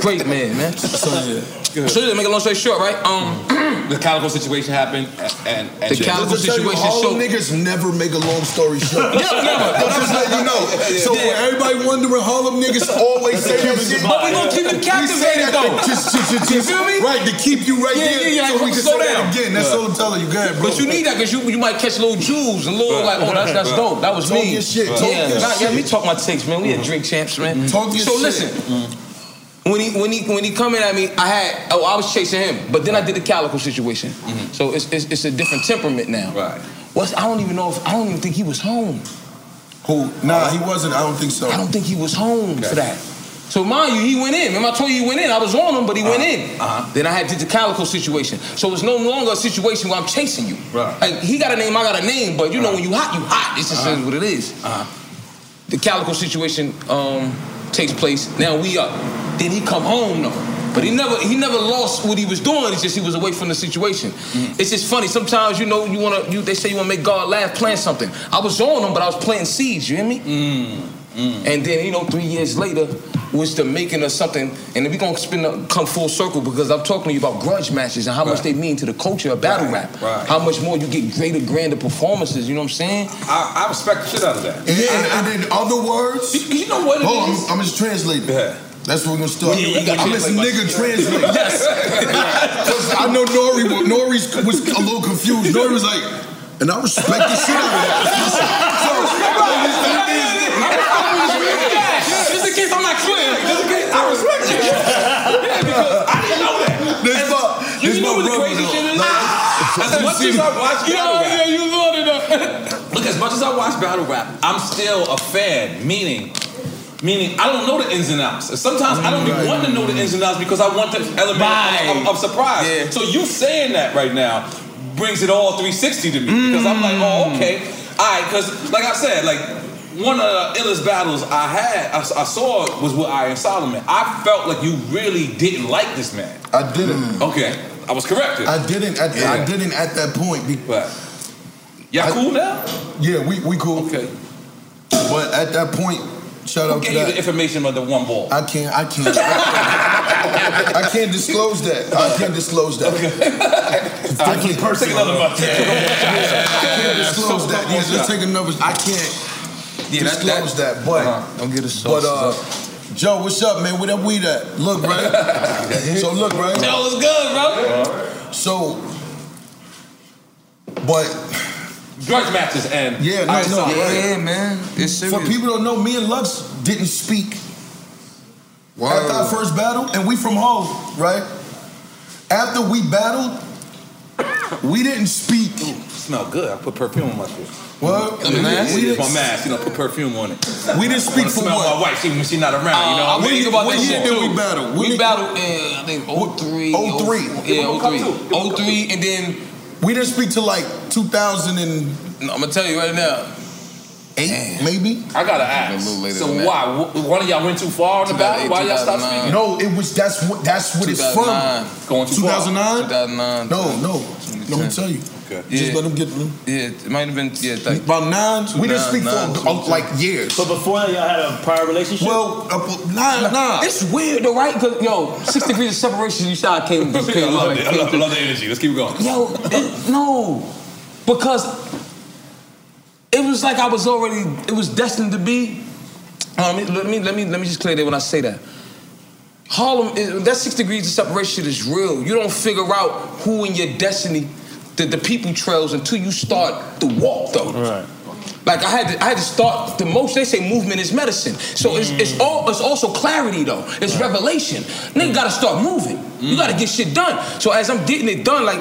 S6: Great man, man. So to make a long story short, right? Um,
S3: The Calico situation happened, and, and
S6: The Calico
S5: Just to tell you,
S6: situation
S5: all
S6: show-
S5: niggas never make a long story short.
S6: Yeah, never.
S5: I'm just letting you know. So when
S6: Yeah.
S5: everybody wondering, Harlem niggas always say that shit.
S6: But we gonna keep them
S5: We say
S6: captivated
S5: that
S6: though.
S5: to- Just, just, just,
S6: You feel me?
S5: Right, to keep you right
S6: Yeah,
S5: there.
S6: yeah, yeah,
S5: So we can
S6: slow
S5: say that
S6: down.
S5: again. That's all I'm telling you. Go ahead, bro.
S6: But you need that because you, you might catch little jewels and little like, oh, that's, that's dope. That was
S5: Talk
S6: me.
S5: your shit.
S6: Yeah,
S5: Talk your
S6: nah, yeah,
S5: shit. Mm-hmm.
S6: me talk my takes, man. We a drink champs, man.
S5: Talk your
S6: so
S5: shit.
S6: listen, when he when he when he coming at me, I had oh I was chasing him, but then I did the calico situation. So it's, it's it's a different temperament now.
S3: Mm-hmm. Right.
S6: What's I don't even know if I don't even think he was home.
S5: Who? Nah, he wasn't. I don't think so.
S6: I don't think he was home
S3: Okay.
S6: for that. So mind you, he went in. Remember I told you he went in. I was on him, but he went in.
S3: Uh-huh.
S6: Then I had did the calico situation. So it's no longer a situation where I'm chasing you.
S3: Right. Uh-huh.
S6: Like he got a name, I got a name, but you know when you hot, you hot. It's just is what it is. The calico situation um, takes place. Now we up. Then he come home though. But he never he never lost what he was doing. It's just he was away from the situation.
S3: Mm-hmm.
S6: It's just funny. Sometimes you know you wanna you they say you wanna make God laugh playing something. I was on him, but I was playing seeds. You hear me?
S3: Mm-hmm.
S6: And then, you know, three years later was the making of something. And we're going to spin up, come full circle because I'm talking to you about grudge matches and how much
S3: Right.
S6: they mean to the culture of battle
S3: Right,
S6: rap.
S3: right.
S6: How much more you get greater, grander performances, you know what I'm saying?
S3: I, I respect the shit out of that.
S5: And, and, and in other words,
S3: You, you know what it is?
S5: hold on, I'm, I'm just translating.
S3: Yeah.
S5: That's what we're gonna start.
S3: Yeah, you gotta
S5: I'm just
S3: translate.
S5: nigga translate. yes. Because I know Nori, wa- Nori's was a little confused. Nori was like, and I respect the shit out of that. Listen, so,
S3: Just in case I'm not clear, just in case I respect you. yeah, because I didn't know that.
S5: this is my- this
S3: You know
S5: my
S3: what the
S5: brother.
S3: crazy shit is?
S5: No,
S3: As much as I watch battle rap,
S6: you loaded up.
S3: look, as much as I watch battle rap, I'm still a fan. Meaning, meaning I don't know the ins and outs. And Sometimes I don't be wanting to know the ins and outs because I want the element of, of- of surprise.
S6: Yeah.
S3: So you saying that right now brings it all 360 to me because I'm like, oh, okay, all right. Because like I said, like. One of the illest battles I had, I, I saw, was with Iron Solomon. I felt like you really didn't like this man.
S5: I didn't.
S3: Okay, I was corrected.
S5: I didn't. At, I
S3: Yeah.
S5: didn't at that point. Be,
S3: but y'all
S5: I-
S3: cool now?
S5: yeah, we we cool.
S3: Okay.
S5: But at that point, shout out to
S3: Gave you
S5: that.
S3: the information about the one ball.
S5: I can't. I can't. I can't disclose that. I can't disclose that. I can't
S3: Take another month.
S5: I can't disclose that. Yeah, just take another. I can't
S3: Yeah, that- Uh-huh.
S5: disclose that. But
S6: Don't get us
S5: but uh, Joe, what's up, man? What up, we that? Look, right. so look, right.
S3: Yo, it's good, bro.
S5: So, but
S3: Grudge matches and
S5: Yeah, no,
S3: Iron
S5: no,
S3: Solomon.
S5: yeah.
S6: man. It's serious.
S5: For people don't know, me and Lux didn't speak after our first battle, and we from home, right? After we battled, we didn't speak.
S3: Smell good. I put perfume on my shit.
S5: What?
S3: I mean,
S5: We
S3: it's my
S5: didn't,
S3: mask. You know, put perfume on it.
S5: we didn't
S3: Wanna
S5: speak for
S3: smell my
S5: what?
S3: wife even when she's not around. You know,
S6: Uh,
S5: What
S6: I'm thinking
S5: year-
S6: about
S5: what
S6: this
S5: year
S6: shit
S5: did
S6: too.
S5: we battle? What
S6: We Oh
S5: did-
S6: battled in, I think, 03.
S5: 03.
S6: 04. Yeah, 03. 03, and then,
S5: We didn't speak till like 2008,
S6: no, I'm going to tell you right now.
S5: maybe.
S3: I gotta
S6: A
S3: ask.
S6: little later
S3: So
S6: than that.
S3: why? W- One of y'all went too far on the battle. Why y'all stopped
S6: 2008,
S3: speaking?
S5: No, it was that's what that's what it's
S6: 2009.
S5: from.
S3: Going too far.
S5: 2009.
S6: 2009.
S5: No, no. Let me tell you.
S3: Okay.
S5: Just let him get
S6: Yeah, it might have been yeah. Like,
S5: about nine. we didn't speak for uh, like years.
S6: But before that, y'all had a prior relationship.
S5: Well, nah, nah.
S6: It's weird though, right? Cause yo, six degrees of separation. You saw I came.
S3: I
S6: came
S3: love it. I
S6: came
S3: love, I
S6: through.
S3: love the energy. Let's keep going.
S6: Yo, it, no, because it was like I was already. It was destined to be. Uh, let, me, let me let me let me just clear that when I say that. Harlem, is, that six degrees of separation shit is real. You don't figure out who in your destiny, the, the people trails until you start the walk though. Right. Like I had to, I had to start the most. They say movement is medicine. So it's, it's all it's also clarity though. It's revelation. Nigga gotta start moving. You gotta get shit done. So as I'm getting it done, like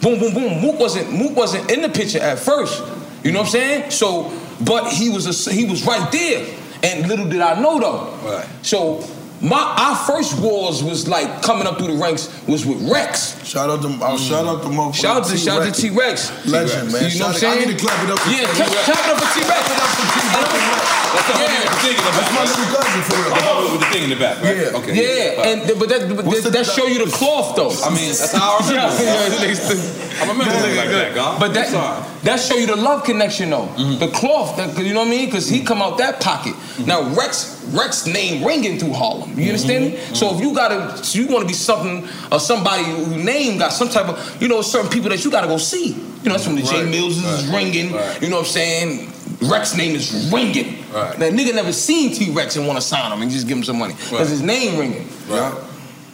S6: boom, boom, boom. Mook wasn't Mook wasn't in the picture at first. You know what I'm saying? So, but he was a, he was right there. And little did I know though. Right. So my our first wars was like coming up through the ranks was with Rex.
S5: Shout out to oh, shout out to motherfucker.
S6: Shout out to shout out to T Rex.
S5: Legend, man.
S6: You know what I'm
S5: Shout out- I
S6: saying?
S5: need to clap it up for
S6: Yeah,
S5: T-Rex.
S6: clap clap it up for T Rex.
S3: That's the
S6: Yeah.
S3: yeah. thing in the back.
S5: That's my little cousin for real.
S3: Oh, with the thing in the back, right? Yeah. Okay.
S6: Yeah,
S3: Fine.
S6: and but that but that, that show you the cloth though.
S3: I mean, that's how I remember.
S6: I
S3: remember looking like that, God. Mm-hmm.
S6: But that
S3: I'm sorry.
S6: that show you the love connection though. The cloth, that, you know what I mean? Because he come out that pocket.
S3: Mm-hmm.
S6: Now Rex Rex name ringing through Harlem. You understand me?
S3: Mm-hmm.
S6: So if you gotta, so you want to be something or somebody whose name got some type of, you know, certain people that you gotta go see. You know, that's when the J Mills is ringing. You know what I'm saying? Rex name is ringing.
S3: Right.
S6: That nigga never seen T Rex and want to sign him and just give him some money because
S3: Right.
S6: his name ringing.
S3: Right.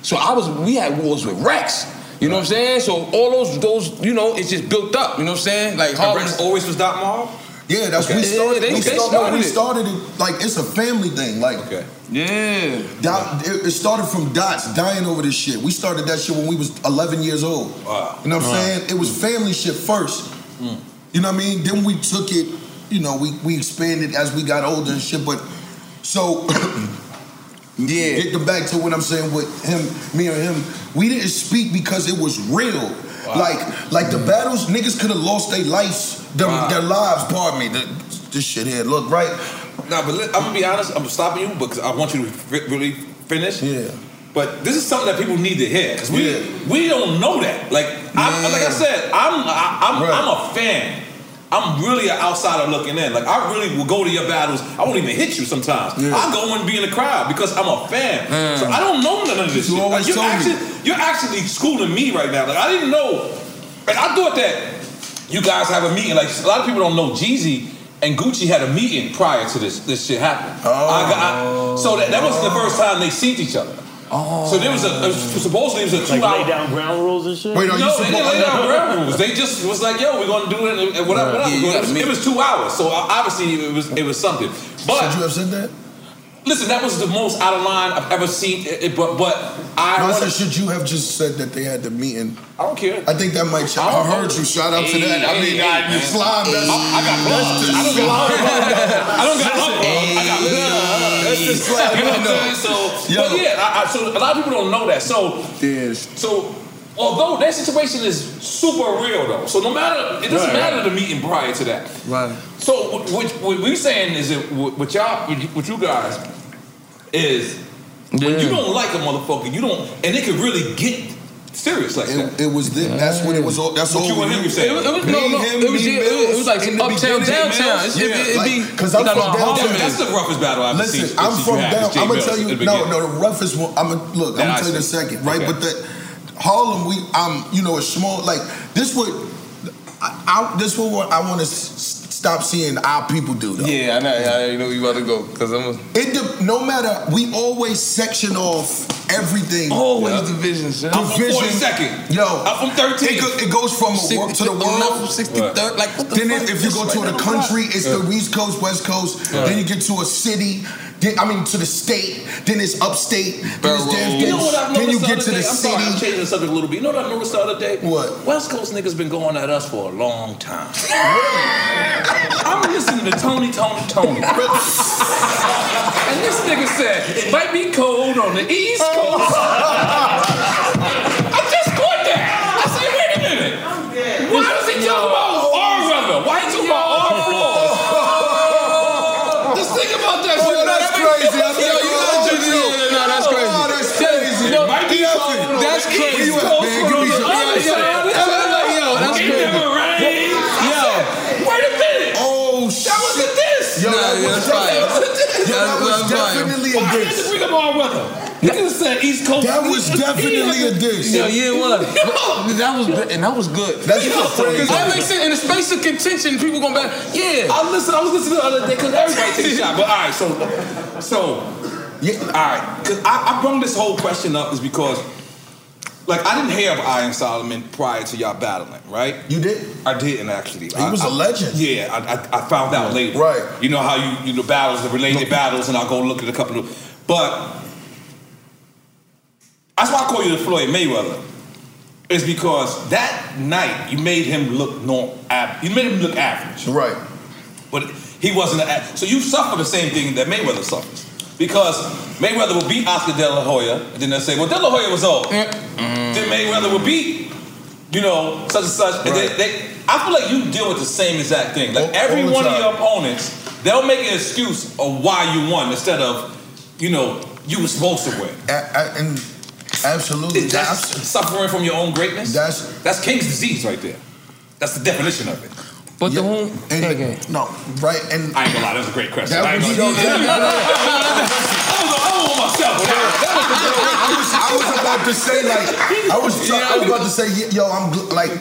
S6: So I was, we had wars with Rex. You know what I'm saying? So all those, those, you know, it's just built up. You know what I'm saying? Like
S3: And
S6: Harlem.
S3: Rex always was Doc Mall.
S5: Yeah, that's
S6: Okay.
S5: we
S6: Yeah,
S5: started.
S6: they-
S5: we,
S6: they
S5: started
S6: started
S5: we
S6: it.
S5: started it like it's a family thing. Like
S3: Okay.
S6: Yeah.
S5: Dot, it it started from dots dying over this shit. We started that shit when we was 11 years old.
S3: Wow.
S5: You know what I'm saying? It was family shit first.
S3: Mm.
S5: You know what I mean? Then we took it. You know, we we expanded as we got older and shit. But so
S6: Yeah.
S5: get back to what I'm saying with him, me and him. We didn't speak because it was real. Like, like the battles, niggas could have lost their lives, their, their lives. Pardon me, the, this shit here. Look, right?
S3: Nah, but let, I'm gonna be honest. I'm stopping you because I want you to fi- really finish.
S5: Yeah.
S3: But this is something that people need to hear 'cause we
S5: Yeah.
S3: we don't know that. Like I,
S5: Man.
S3: like I said, I'm I, I'm
S5: Right.
S3: I'm a fan. I'm really an outsider looking in. Like I really will go to your battles. I won't even hit you sometimes.
S5: Yeah.
S3: I'll go and be in the crowd because I'm a fan. So I don't know none of this
S5: You
S3: shit. Like,
S5: always
S3: you're,
S5: told me.
S3: actually, you're actually schooling me right now. Like I didn't know. And I thought that you guys have a meeting. Like a lot of people don't know Jeezy and Gucci had a meeting prior to this this shit happened.
S5: Oh.
S3: I got, I, so that, that wasn't the
S7: Oh.
S3: first time they seen each other. So there was a, a supposedly it was a two
S7: Like lay
S3: hour.
S7: down ground rules and shit.
S5: Wait, are you
S3: No, they
S5: supposed
S3: didn't lay down ground rules. They just was like, "Yo, we're gonna do it," and whatever. whatever.
S6: Yeah, you
S3: it,
S6: gotta
S3: was,
S6: meet.
S3: it was two hours, so uh, obviously it was it was something.
S5: Should you
S3: But
S5: have said that?
S3: listen, that was the most out of line I've ever seen. It, it- but but I,
S5: No, I
S3: wanna-
S5: said, should you have just said that they had the meeting?
S3: I don't care.
S5: I think that might. Ch- I heard you. Shout out to that. I mean, I, you slime. That's,
S3: Oh, I got blood. I don't got I don't got blood. I got blood. That's just like, you know what I'm saying? So,
S5: Yo.
S3: but yeah, I, I, so a lot of people don't know that. So, so although that situation is super real though, so no matter it doesn't
S7: Right.
S3: matter the meeting prior to that.
S6: Right.
S3: So what, what, what we're saying is that what what y'all, what you- what you guys, is when you don't like a motherfucker, you don't, and it can really get serious like that.
S5: It, it was. The, that's what it was. all- That's all.
S3: What you and
S5: we
S3: him
S5: knew.
S3: said.
S6: It was, it was, no, no, it was, yeah, it was, it was like
S5: In the
S6: uptown,
S5: beginning,
S6: downtown. It's- It,
S5: yeah,
S6: it, it'd be,
S5: like, 'cause I'm
S6: no, no,
S5: from
S6: Harlem
S5: downtown.
S6: is-
S3: That's the roughest battle I've
S5: Listen,
S3: seen.
S5: I'm from
S3: down.
S5: down. I'm gonna tell you. No, no, the rough is. Well, I'm gonna look.
S3: That
S5: I'm
S3: I
S5: gonna tell you in a
S3: see.
S5: second, right?
S3: Okay.
S5: But that Harlem, we, I'm, you know, a small like this. Would I, I this what what I want to s- s- stop seeing our people do though.
S6: Yeah, I know. I already know you about to go because I'm a,
S5: It de- no matter. We always section off everything.
S6: always division. son.
S3: I'm from
S5: Division.
S3: 42nd.
S5: Yo,
S3: I'm from 13th.
S5: It, go- it goes from a work to the world.
S6: Sixty-third, like what the
S5: Then
S6: fuck?
S5: if, if you
S6: It's
S5: go
S6: like-
S5: to the country, it's the East Coast, West Coast. Then you get to a city. Then, I mean, to the state. Then it's upstate. Then it's
S6: Borough.
S5: downstate.
S3: You know what I've noticed
S5: then you
S3: the
S5: get
S3: other
S5: to the
S3: day? I'm sorry, I'm
S5: city.
S3: changing the subject a little bit. You know what I noticed the other day?
S5: What?
S3: West Coast niggas been going at us for a long time. I'm listening to Tony, Tony, Tony. and this nigga said, it might be cold on the East Coast. I just caught that. I said, wait a minute. Why does he talk about our weather? Why he talk about our floors? Just think about that.
S5: Oh, that's crazy. I
S6: Yo, you gotta
S5: think-
S6: do- yeah, yeah, no, that's crazy.
S5: Oh, that's crazy.
S6: No,
S3: Might be cold on the
S6: that's
S3: East
S6: crazy.
S3: Coast,
S5: Man,
S3: but
S5: give
S3: on
S5: me
S3: the
S5: some-
S3: other side
S6: Yeah, yeah.
S3: of the
S6: That's what I'm like, yo,
S3: town,
S6: that's
S3: it
S6: crazy.
S3: never rains. Oh,
S5: shit. That
S3: was a diss.
S5: Yo,
S3: Nah,
S5: that
S3: yeah,
S5: was
S3: that's
S5: definitely,
S3: fire.
S5: yo, that
S3: That's-
S5: was
S3: that's fire.
S5: definitely
S3: Why
S5: a
S3: did
S5: diss.
S3: you bring up all weather? You could have said East Coast.
S5: That was definitely a diss.
S6: Yeah, yeah, it was. But that was good, and that was good.
S5: That's crazy.
S6: That makes sense. In the space of contention, people going back. Yeah,
S3: I listen. I was listening the other day because everybody takes a shot. But all right, so so yeah, all right. Because I, I brung this whole question up is because like I didn't hear of Iron Solomon prior to y'all battling, right?
S5: You did?
S3: I didn't actually. He
S5: was
S3: a
S5: a legend.
S3: Yeah, I, I, I found out later. Right. You know how you you the battles, the related battles, and I'll go look at a couple of. But that's why I call you the Floyd Mayweather. Is because that night you made him look normal. You made him look average.
S5: Right.
S3: But he wasn't. A, so you suffer the same thing that Mayweather suffers. Because Mayweather will beat Oscar De La Hoya, and then they'll say, well, De La Hoya was old. Mm-hmm. Then Mayweather will beat, you know, such and such. And they, they, I feel like you deal with the same exact thing. Like every
S5: all the
S3: one of
S5: time.
S3: your opponents, they'll make an excuse of why you won instead of, you know, you were supposed to win.
S5: A- a- and absolutely,
S3: That's suffering from your own greatness. That's that's King's disease right there. That's the definition of it.
S6: But the whole
S5: and, no right and
S3: I ain't gonna lie, that was a great question.
S5: That
S3: I ain't
S5: was-
S3: gonna lie.
S5: yeah, yeah,
S3: I was I was on myself. with that. That was a good
S5: I was, I was about to say like I was,
S3: You
S5: I was about to say y- yo I'm gl- like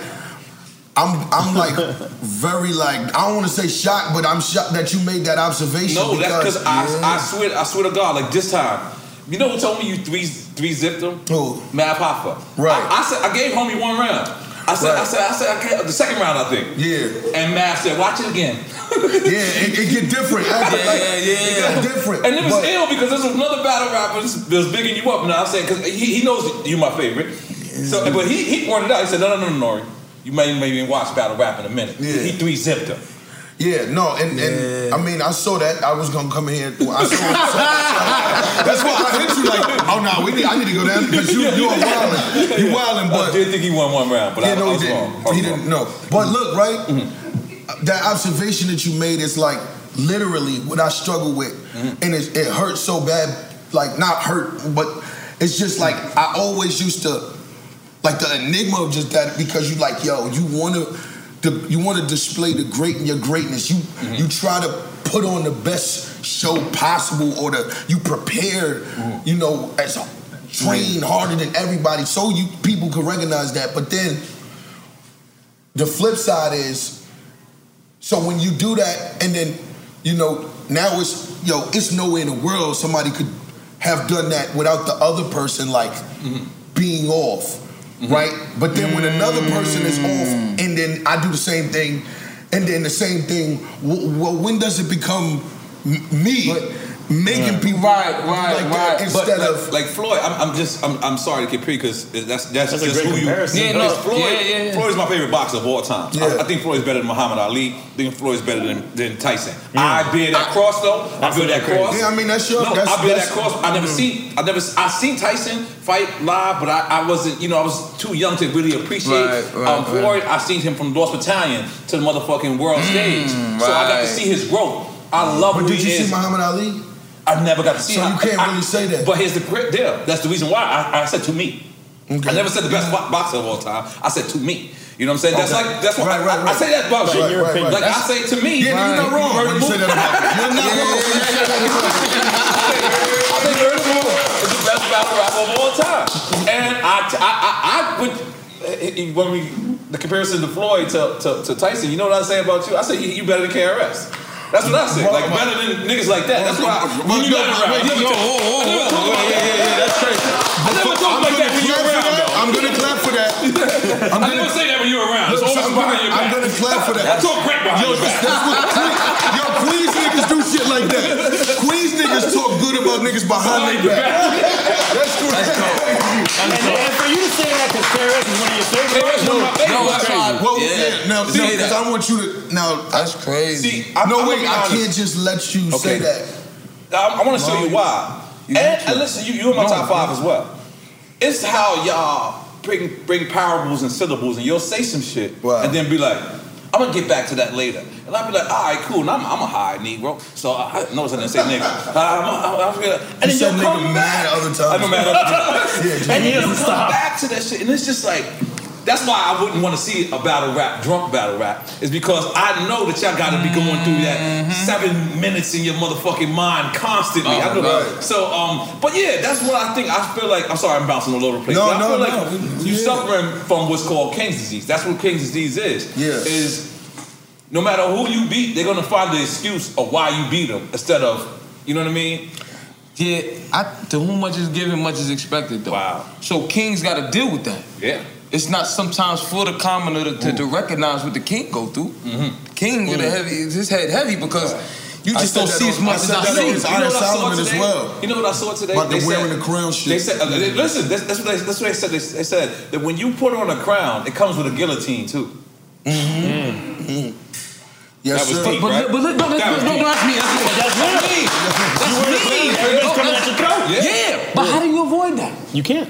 S5: I'm I'm like very like I don't want to say shocked but I'm shocked that you made that observation.
S3: No, that's because I,
S5: Yeah.
S3: I swear I swear to God, like this time, you know who told me you three three zipped him?
S5: Who?
S3: Mad Papa.
S5: Right.
S3: I, I said I gave homie one round. I said I said I said I gave, the second round I think.
S5: Yeah.
S3: And Mav said, watch it again.
S5: yeah, it, it get different. After, like, It got different.
S3: And it was
S5: but-
S3: ill because this was another battle rapper that's that's bigging you up. Now I'm saying because he, he knows you my favorite. So, but he, he pointed out. He said, no, no, no, no, Nori. You may maybe watch battle rap in a minute. He three zipped him.
S5: Yeah, no, and, and I mean, I saw that. I was gonna come here. Well, I saw, saw- that's why I hit you like, oh no, we need, I need to go down because you you are wilding, you wilding. But
S3: I did think he won one round, but I,
S5: yeah, no,
S3: I was
S5: he didn't.
S3: wrong. Mm-hmm. I was
S5: he
S3: wrong.
S5: didn't. No, but look, right, that observation that you made is like literally what I struggle with, and it, it hurts so bad. Like not hurt, but it's just like I always used to like the enigma of just that because you like yo you want to the, you want to display the great in your greatness you you try to put on the best show possible or the you prepare you know as a train harder than everybody so you people can recognize that but then the flip side is so when you do that and then you know now it's yo it's nowhere in the world somebody could have done that without the other person like
S3: Mm-hmm.
S5: being off, right? But then when another person is
S3: Mm.
S5: off, and then I do the same thing, and then the same thing. w- Well, when does it become m- me making people
S6: right, right,
S5: like
S6: right?
S5: that instead
S3: like,
S5: of
S3: like Floyd, I'm, I'm just I'm, I'm sorry to Capri because that's that's,
S7: That's a
S3: just
S7: great
S3: who you.
S7: comparison.
S6: Yeah, no,
S3: Because Floyd,
S6: yeah, yeah, yeah.
S3: Floyd's my favorite boxer of all time. I-
S5: Yeah.
S3: I, think Floyd's better than Muhammad Ali. I think Floyd's better than, than Tyson. I bear that cross though. I
S7: Mm. That's
S3: bear that
S7: not crazy.
S3: cross.
S5: yeah, I mean that's your
S3: no,
S5: that's,
S3: I bear
S5: that's-
S3: that cross. I never seen I never s- I seen Tyson fight live, but I, I wasn't you know I was too young to really appreciate.
S6: Right, right,
S3: um,
S6: right.
S3: Floyd, I seen him from Lost Battalion to the motherfucking world stage, so I got to
S6: right.
S3: see his growth. I love
S5: But
S3: who
S5: did
S3: he
S5: you
S3: is.
S5: see Muhammad Ali?
S3: I never got to see
S5: So
S3: how-
S5: you can't
S3: I-
S5: really say that.
S3: But here's the great deal. That's the reason why I, I said to me. I never said the best bo- boxer of all time. I said to me. You know what I'm saying? That's
S5: Okay.
S3: like that's what
S5: Right,
S3: I-
S5: right,
S3: I, I
S5: right.
S3: say that about
S5: Right,
S3: you.
S5: right, right, right.
S3: Like I
S5: That's-
S3: say to me.
S5: Yeah, you're not wrong when you say that about me. You're not wrong when you say that about me.
S3: I think Earth Moon is the best battle rapper of all time. And I, I, I, I would, eh, eh, when we, the comparison to Floyd to, to, to Tyson, you know what I say about you? I say you, you better than KRS. That's what I say. Like better than niggas like that. That's why when you got around. I never talk- I never talk about that. I never talk
S5: I'm
S3: like
S5: gonna
S3: that when you're
S5: clap for
S3: around.
S5: that.
S3: though.
S5: I'm gonna clap for that. I'm
S3: I
S5: gonna-
S3: never say that when you're around. It's
S5: Look,
S3: always
S5: so I'm
S3: behind
S5: gonna-
S3: your
S5: I'm
S3: back.
S5: gonna clap for that.
S3: I talk crap behind
S5: Yo,
S3: your
S5: that's,
S3: back.
S5: that's what Queen- yo, Queens niggas do shit like that. Queens niggas talk good about niggas behind their back. That's crazy.
S7: And, and for you to say that because KRS is one of your favorite.
S3: KRS is one of my
S6: No,
S3: favorites.
S6: that's why.
S5: Well,
S6: yeah.
S5: yeah. Now,
S6: Say
S5: see, because
S6: that.
S5: I want you to now.
S6: That's crazy.
S3: See, I'm,
S5: no,
S3: I'm
S5: wait.
S3: gonna be
S5: I
S3: honest.
S5: can't just let you say
S3: Okay.
S5: that.
S3: I, I want to show you why. And, and listen, you you in my top five as well. It's how y'all bring bring parables and syllables, and you'll say some shit,
S5: Wow.
S3: and then be like, "I'm gonna get back to that later," and I'll be like, "All right, cool." And I'm, I'm a high negro, so I, I notice I didn't say nigga. I'm, I'm, I'm, gonna- and
S5: You
S3: then
S5: said
S3: you'll
S5: nigga
S3: come
S5: mad
S3: back.
S5: other times.
S3: I'm mad other times.
S5: Yeah, just-
S3: and then
S7: He
S3: you'll
S7: doesn't
S3: come
S7: stop.
S3: back to that shit, and it's just like. That's why I wouldn't want to see a battle rap, drunk battle rap, is because I know that y'all got to be going through that seven minutes in your motherfucking mind constantly.
S5: Oh,
S3: I know.
S5: right.
S3: So, um, but yeah, that's what I think. I feel like I'm sorry, I'm bouncing all over the place.
S5: No,
S3: but I
S5: no,
S3: feel
S5: no.
S3: like you suffering from what's called King's disease. That's what King's disease is. Yeah, is no matter who you beat, they're gonna find the excuse of why you beat them instead of you know what I mean.
S6: Yeah, I, to whom much is given, much is expected, though. Wow. So kings got to deal with that.
S3: Yeah.
S6: It's not sometimes for the commoner to, to, to recognize what the king go through. The King with a
S3: Mhm.
S6: heavy, his head heavy because you
S3: I
S6: just
S3: said
S6: don't
S3: that
S6: see
S3: on-
S6: as much
S3: I
S6: as
S3: said
S6: I
S3: that
S6: see.
S3: on
S6: You know
S3: Iron
S6: what I saw
S3: Solomon as
S6: today?
S3: well. You know what I saw today?
S6: About the
S3: They
S6: wearing
S3: said-
S6: the crown shit.
S3: They said, uh, they- listen, that's, that's what they, that's what they said. They, they said that when you put on a crown, it comes with a guillotine too. Mm-hmm.
S6: Yes,
S3: that was
S6: sir.
S3: deep,
S6: But- but-
S3: right?
S6: but look- don't-
S3: That was
S6: don't-
S3: deep.
S6: don't ask me, that's me. That's me. That's
S3: You were the
S6: me.
S3: first. Everybody's coming at your throat.
S6: Yeah. But how do you avoid that?
S8: You can't.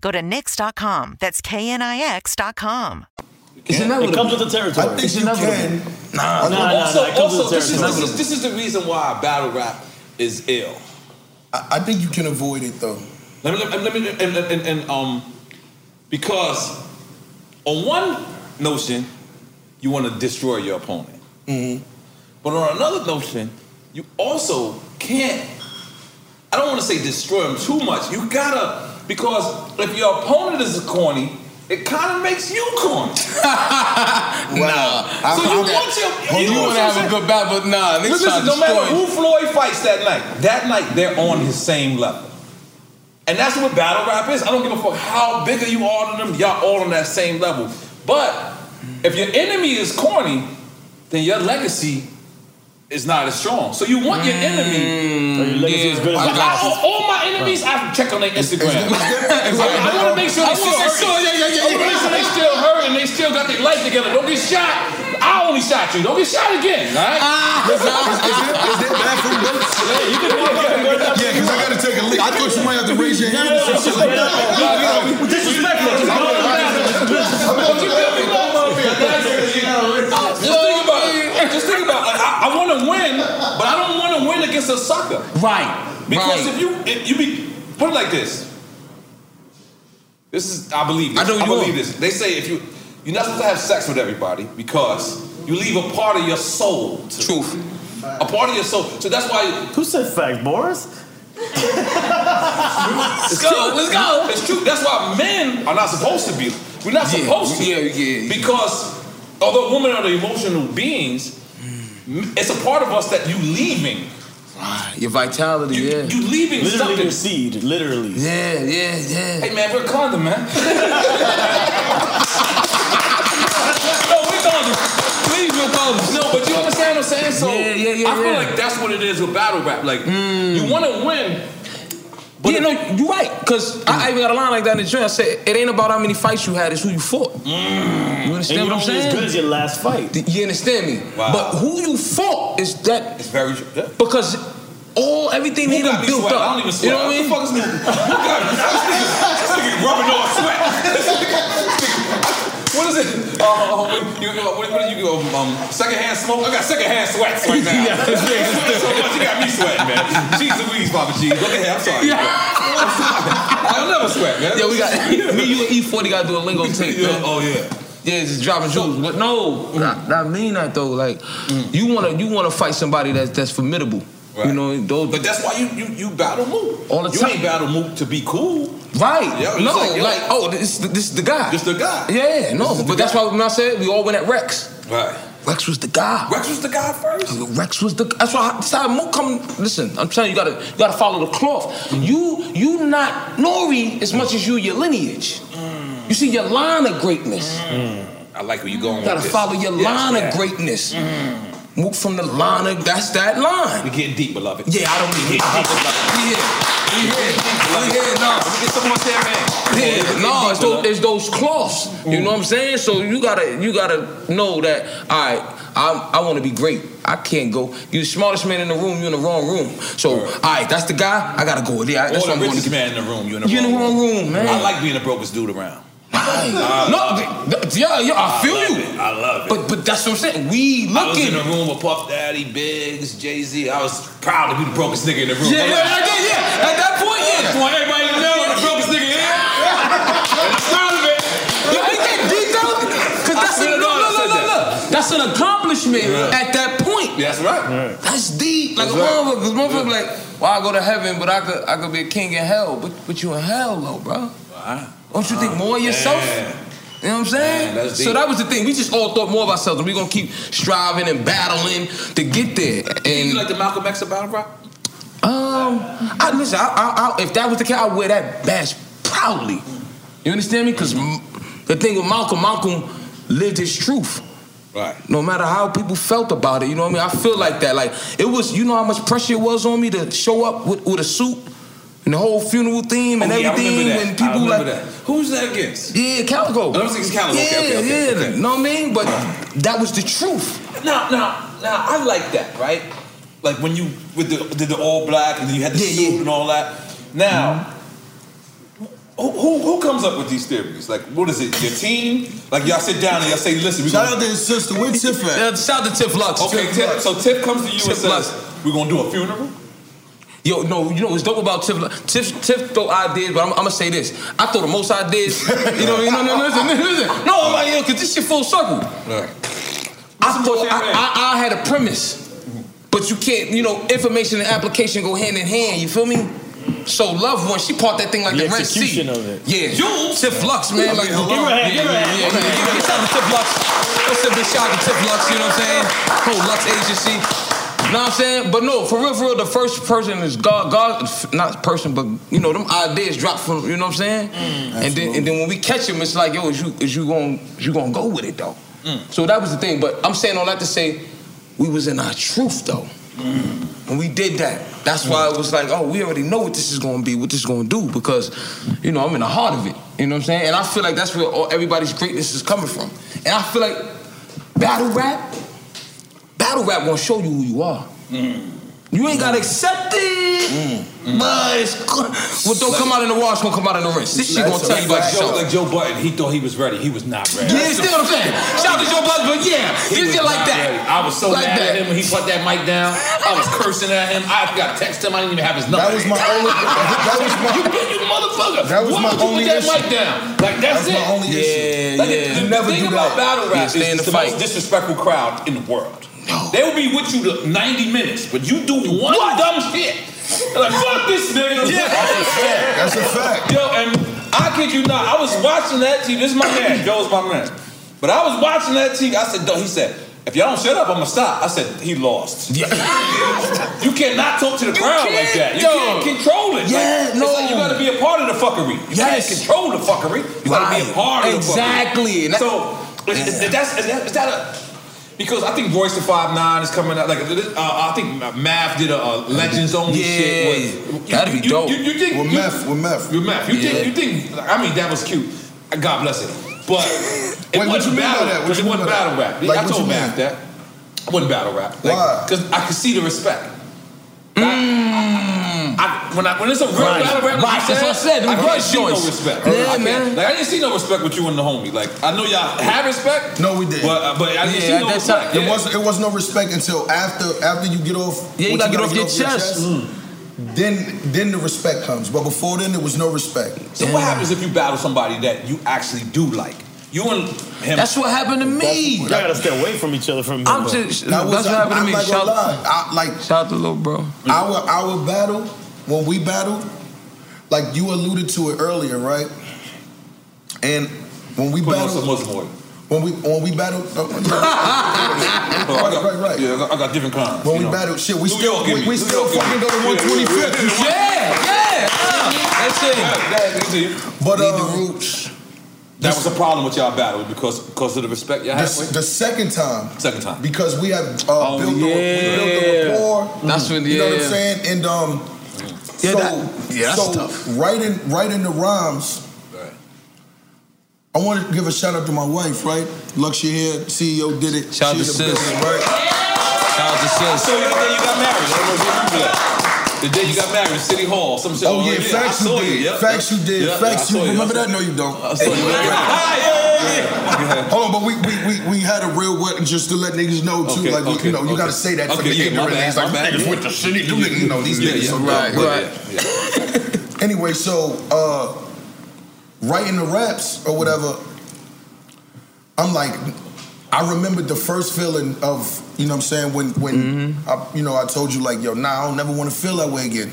S9: Go to NYX.com. That's KNIX.com.
S6: It's inevitable.
S2: It comes with the territory.
S6: I think It's you inevitable. can.
S2: Nah, nah, nah.
S3: also,
S2: it comes with
S3: also
S2: the
S3: this, is,
S2: territory.
S3: this, is, this is the reason why battle rap is ill.
S5: I, I think you can avoid it though.
S3: Let me, let me, let me- and, and, and, um, because on one notion, you want to destroy your opponent,
S6: Mm-hmm.
S3: but on another notion, you also can't. I don't want to say destroy him too much. You gotta because if your opponent is corny, it kind of makes you corny.
S6: Nah.
S3: So you want your- you
S6: you
S3: know
S6: want
S3: what I'm
S6: to have a
S3: saying?
S6: good battle, but nah, niggas
S3: Listen,
S6: trying to
S3: no matter
S6: destroy
S3: who Floyd fights that night, that night they're on his same level. And that's what battle rap is. I don't give a fuck how bigger you are than them, y'all all on that same level. But if your enemy is corny, then your legacy is not as strong. So you want your enemy.
S2: So your legacy is good as
S3: Like,
S2: your
S3: I-
S2: legacy.
S3: all, all my enemies, I check on their Instagram. I, want to make sure
S2: I wanna
S3: they still
S2: make sure-
S3: hurting.
S2: yeah, yeah, yeah,
S3: I wanna make sure they still hurt and they still got their life together. Don't get shot. I only shot you. Don't get shot again. All right.
S2: Ah.
S5: Listen, is, is there, is there bathroom breaks?
S3: you can do
S5: Yeah, because I gotta take a leak. I thought you might have to raise your hand or something like that.
S3: Disrespectful. Just think about it. Just think about it. Like, I, I want to win, but I don't want to win against a sucker. Right. Because if you if you be put it like this, this is I believe this. I, believe this. They say if you you're not supposed to have sex with everybody because you leave a part of your soul. To Truth. A part of your soul. So that's why. Who said fact, Boris? Let's go. Let's go. It's true. That's why men are not supposed to be. We're not supposed to. Yeah, yeah. Because although women are the emotional beings, m- it's a part of us that you leaving.
S6: Your vitality, yeah.
S3: You leaving
S6: Literally
S3: something.
S6: your
S3: seed, literally.
S6: Yeah, yeah, yeah.
S3: Hey man, we're condom, man. no, we're condom. Please, we're condom. No, but you understand what I'm saying? So yeah, yeah, yeah, Mm. I feel like that's what it is with battle rap. Like you want to win.
S6: But yeah, no, you're right. Cause I, I even got a line like that in the joint. I said, it ain't about how many fights you had, it's who you fought. You
S2: And
S6: understand
S2: you
S6: what
S2: don't
S6: I'm
S2: be as
S6: saying?
S2: good as your
S6: last fight. You understand me? But who you fought is that
S3: It's very
S6: because all everything they done built
S3: sweat?
S6: up.
S3: I don't even
S6: You know
S3: sweat.
S6: what I mean?
S3: What the fuck is new? Who got me? This nigga- this nigga rubbing off sweat. This nigga- What is it? Uh, uh, you, you- what, what do you go? Um, secondhand smoke? I got secondhand sweats right now.
S2: Yeah, it's big, it's
S3: Sweat so much, you got me sweating, man. Jeez Louise, Papa G. Look at here. I'm sorry. I'm sorry. I'll never sweat, man.
S6: Yeah, we got me, you, and E forty got to do a lingo tape. Man.
S3: Oh yeah. Mm.
S6: Yeah, just dropping jewels, but no, I, I mean that though. Like, you wanna you wanna fight somebody that's that's formidable. You know, those,
S3: But that's why you you, you battle Mook
S6: all the
S3: You
S6: time.
S3: ain't battle Mook to be cool,
S6: right?
S3: Yeah, it's
S6: no,
S3: like,
S6: like,
S3: yo.
S6: oh, this this is the guy. This
S3: the guy.
S6: Yeah, no, but that's why when I said we all went at Rex.
S3: Right.
S6: Rex was the guy.
S3: Rex was the guy first.
S6: Rex was the. That's why. That's how Mook come. Listen, I'm telling you, you gotta you gotta follow the cloth.
S3: Mm.
S6: You you not Nori as much as you your lineage.
S3: Mm.
S6: You see your line of greatness.
S3: I like where you going.
S6: You gotta
S3: with this.
S6: follow your
S3: Yes,
S6: line
S3: yeah.
S6: of greatness. Move from the line of that's that line. We
S3: getting deep, beloved.
S6: Yeah, I don't need
S3: getting
S6: deep. We here. We here. We here. No. Yeah, no, it's those, it's those cloths. You know what I'm saying? So you gotta you gotta know that. All right, I I want to be great. I can't go. You the smartest man in the room. You in the wrong room. So all right, that's the guy. I gotta go. Yeah, that's
S3: Or
S6: what I'm
S3: the
S6: going to
S3: richest
S6: do.
S3: man in the room. You in the,
S6: You in the wrong room, Oh, man.
S3: I like being the brokest dude around.
S6: no, th- th- yeah, yeah, I feel
S3: love
S6: you.
S3: It. I love it.
S6: But but that's what I'm saying. We
S3: I was in
S6: looking.
S3: the room with Puff Daddy, Biggs, Jay Z. I was proud to be the brokest nigga in the room.
S6: Yeah,
S3: I'm
S6: yeah,
S3: like,
S6: yeah, yeah. At that point, yeah.
S3: I just want everybody to know I'm the brokest nigga here. And I'm proud of it.
S6: You think that deep down? Cause
S3: I
S6: that's a,
S3: swear
S6: no,
S3: to
S6: no,
S3: God, I
S6: no,
S3: said
S6: no, no. That's an accomplishment
S3: Yeah.
S6: at that point.
S3: That's right.
S6: That's deep. Like
S3: That's
S6: a
S3: right.
S6: motherfucker. 'Cause motherfucker be like, well, I go to heaven, but I could, I could be a king in hell. But, but you in hell
S3: Oh,
S6: though, bro. Don't you think more of yourself? You know what I'm saying?
S3: Man, that's
S6: so
S3: deep.
S6: that was the thing. We just all thought more of ourselves, and we're gonna keep striving and battling to get there. And
S3: You like the Malcolm X of battle rap?
S6: um, I listen. I, I, I, if that was the case, I would wear that badge proudly. You understand me? Because the thing with Malcolm, Malcolm lived his truth.
S3: Right.
S6: No matter how people felt about it, you know what I mean. I feel like that. Like it was, you know how much pressure it was on me to show up with, with a suit and the whole funeral theme and
S3: Oh, yeah, I
S6: everything.
S3: remember that.
S6: When people
S3: I remember
S6: like,
S3: that. who's that against?
S6: Yeah, Calico.
S3: Oh, that was against Calico.
S6: Yeah,
S3: Okay, okay, okay,
S6: yeah.
S3: okay.
S6: Know what I mean? But that was the truth.
S3: Now, now, now, I like that, right? Like when you with the did the all black and then you had the suit and all that. Now, who, who who comes up with these theories? Like, what is it? Your team? Like y'all sit down and y'all say, "Listen, we shout out to his sister. Where's Tiff at?
S6: Yeah, Uh, shout out to Tiff Lux.
S3: Okay,
S6: Tiff
S3: Tiff,
S6: Lux.
S3: so Tiff comes to you and
S6: Tiff
S3: says,
S6: Lux.
S3: "We're gonna do a funeral."
S6: Yo, no, you know what's dope about Tiff? Tiff, Tiff throw ideas, but I'm, I'm gonna say this: I throw the most ideas. You know, what I mean? no, no, no, listen, listen, listen. No, I'm like, yo, cause this shit full circle. I thought I, I, I had a premise, but you can't. You know, information and application go hand in hand. You feel me? So love one, she part that thing like
S2: The
S6: the, Red Sea.
S2: execution of it.
S6: Yeah,
S2: You-
S6: Tiff Lux, man.
S2: Give
S6: Like,
S2: her a hand, give her a hand, give her
S6: yeah,
S2: a
S6: yeah,
S2: hand.
S6: yeah, yeah, yeah. Shout out to Tiff Lux. What's up, big shout out to Tiff Lux? You know what I'm saying? Whole Lux agency. Know what I'm saying? But no, for real, for real, the first person is God. God, not person, but you know, them ideas drop from. You know what I'm saying? and then, and then when we catch them, it's like, yo, is you is you gonna is you gonna go with it though? So that was the thing. But I'm saying all that to say, we was in our truth though. When we did that, that's why it was like, oh, we already know what this is gonna be, what this is gonna do, because, you know, I'm in the heart of it. You know what I'm saying? And I feel like that's where all, everybody's greatness is coming from. And I feel like battle rap, battle rap gonna show you who you are.
S3: Mm.
S6: You ain't gotta accept it, but it's, what don't come out in the wash gonna come out in the rinse. This shit gonna tell you about
S3: Like Joe-
S6: yourself.
S3: Like Joe Button, he thought he was ready. He was not ready.
S6: Yeah, still what I'm saying. Shout out to Joe Button, but yeah,
S3: He
S6: he
S3: was
S6: just like
S3: not ready.
S6: that.
S3: I was so
S6: Like
S3: mad
S6: that.
S3: at him when he put that mic down. I was cursing at him. I got to text him. I didn't even have his number.
S5: That was my only- that was my-
S3: you, you motherfucker.
S5: That was
S3: Why
S5: my
S3: would you
S5: only
S3: put
S5: issue.
S3: that mic down? Like that's,
S5: That's
S3: it.
S5: my only Yeah, issue.
S3: Like, the-
S5: yeah.
S3: The, the
S5: Never do
S3: thing about
S5: that.
S3: battle
S5: Yeah,
S3: rap
S5: stay in the
S3: is it's the
S5: fight.
S3: most disrespectful crowd in the world. They will be with you to 90 minutes, but you do one dumb shit. They're Like, fuck this nigga.
S5: Yeah. That's a fact.
S3: Yo, and I kid you not, I was watching that TV. This is my man. Joe's my man. But I was watching that TV. I said, "Dog," he said, if y'all don't shut up, I'm gonna stop. I said, he lost. you cannot talk to the crowd like that. You
S6: dog.
S3: can't control it. Like,
S6: Yeah,
S3: it's
S6: no.
S3: like you gotta be a part of the fuckery. You
S6: Yes.
S3: can't control the fuckery. You gotta be a
S6: Right.
S3: part of the fuckery.
S6: Exactly. And that-
S3: So is, is- is that's, is, that, is that a because I think Royce the Five Nine is coming out. Like uh, I think Math did a, uh Legends Only
S6: Yeah.
S3: shit. with-
S6: That'd be
S3: you,
S6: dope.
S3: You, you think
S5: With
S3: you-
S5: meth, with meth.
S3: With meth. You
S5: Yeah.
S3: think you think? Like, I mean, that was cute. God bless it. But it
S5: Wait, what you
S3: wasn't
S5: mean by
S3: battle
S5: that? What
S3: because
S5: you
S3: it
S5: mean
S3: wasn't
S5: by that?
S3: battle rap.
S5: Like,
S3: I
S5: what
S3: told
S5: you mean?
S3: Math that it wasn't battle rap. Like,
S5: Why?
S3: Because I could see the respect. Like, I, I, when, I, when it's a real
S6: Mm. Right.
S3: battle rap,
S6: Right,
S3: like you
S6: that's what I said, them
S3: I
S6: grudge
S3: can't see
S6: joints.
S3: no respect.
S6: Yeah,
S3: I can't-
S6: man.
S3: Like I didn't see no respect with you and the homie. Like I know y'all had respect.
S5: No, we didn't.
S3: But, uh, but I didn't see no respect.
S5: It
S3: Yeah.
S5: wasn't. It was no respect until after after you get off.
S6: Yeah, you
S5: what
S6: gotta get off your chest.
S5: Then then the respect comes, but before then there was no respect.
S3: So what happens if you battle somebody that you actually do like? You and him.
S6: That's what happened to me.
S2: Y'all gotta stay away from each other for a minute.
S6: I'm just, that's what happened to
S5: I'm
S6: me.
S5: not gonna
S6: Shout
S5: lie. I, like
S6: shout out to little bro.
S5: our our battle when we battled, like you alluded to it earlier, right? And when we
S3: Put on
S5: battled,
S3: some Muslim oil.
S5: when we when we battled,
S3: Oh, I got,
S5: right, right.
S3: Yeah, I got, I got different kinds.
S5: When
S3: you
S5: we
S3: know.
S5: battled, shit, we
S3: New
S5: still
S3: York in
S5: we,
S3: me.
S5: we
S3: New
S5: still
S3: York in
S5: fucking go
S3: me.
S5: to
S3: Yeah, yeah,
S5: 125th.
S3: yeah, yeah.
S6: That's it.
S3: That's it.
S5: But uh,
S3: That was a problem with y'all battle because because of the respect y'all
S5: the,
S3: had.
S5: the second time,
S3: Second time.
S5: because we have uh, built, the, we built
S6: Oh, yeah.
S5: the rapport.
S6: That's what-
S5: you know what
S6: yeah.
S5: I'm saying. And um,
S6: Yeah,
S5: so
S6: that- yeah, that's
S5: so
S6: tough.
S5: writing writing the rhymes. I want to give a shout out to my wife, right? Luck Shahir, CEO, E did it.
S6: Shout out
S5: She
S6: to
S5: in the
S6: sis.
S5: building, right?
S6: Shout out to sis.
S3: So the day you got married, I don't know if you remember that. The day you got married, City Hall, some shit.
S5: Oh yeah, facts
S3: I
S5: you
S3: saw
S5: did.
S3: Yep.
S5: Facts you did.
S3: Yeah, I
S5: facts
S3: saw
S5: you.
S3: I
S5: Remember
S3: saw
S5: that? No, you don't.
S3: I saw you. Ah, yeah, yeah, yeah, yeah.
S5: Hold on, but we we, we we had a real wedding just to let niggas know too.
S3: Okay,
S5: like we,
S3: okay,
S5: you know, you
S3: okay.
S5: gotta say that for
S3: Okay,
S5: the
S3: yeah,
S5: ignorant
S3: my bad,
S5: niggas. Like
S3: my bad.
S5: niggas with the city, you niggas, you know these
S3: Yeah,
S5: niggas. so
S3: yeah, right,
S5: dumb.
S3: right. Yeah,
S5: But Anyway, so uh, writing the raps or whatever, I'm like, I remembered the first feeling of you know what I'm saying when when
S3: Mm-hmm.
S5: I, you know I told you like yo nah I don't never want to feel that way again.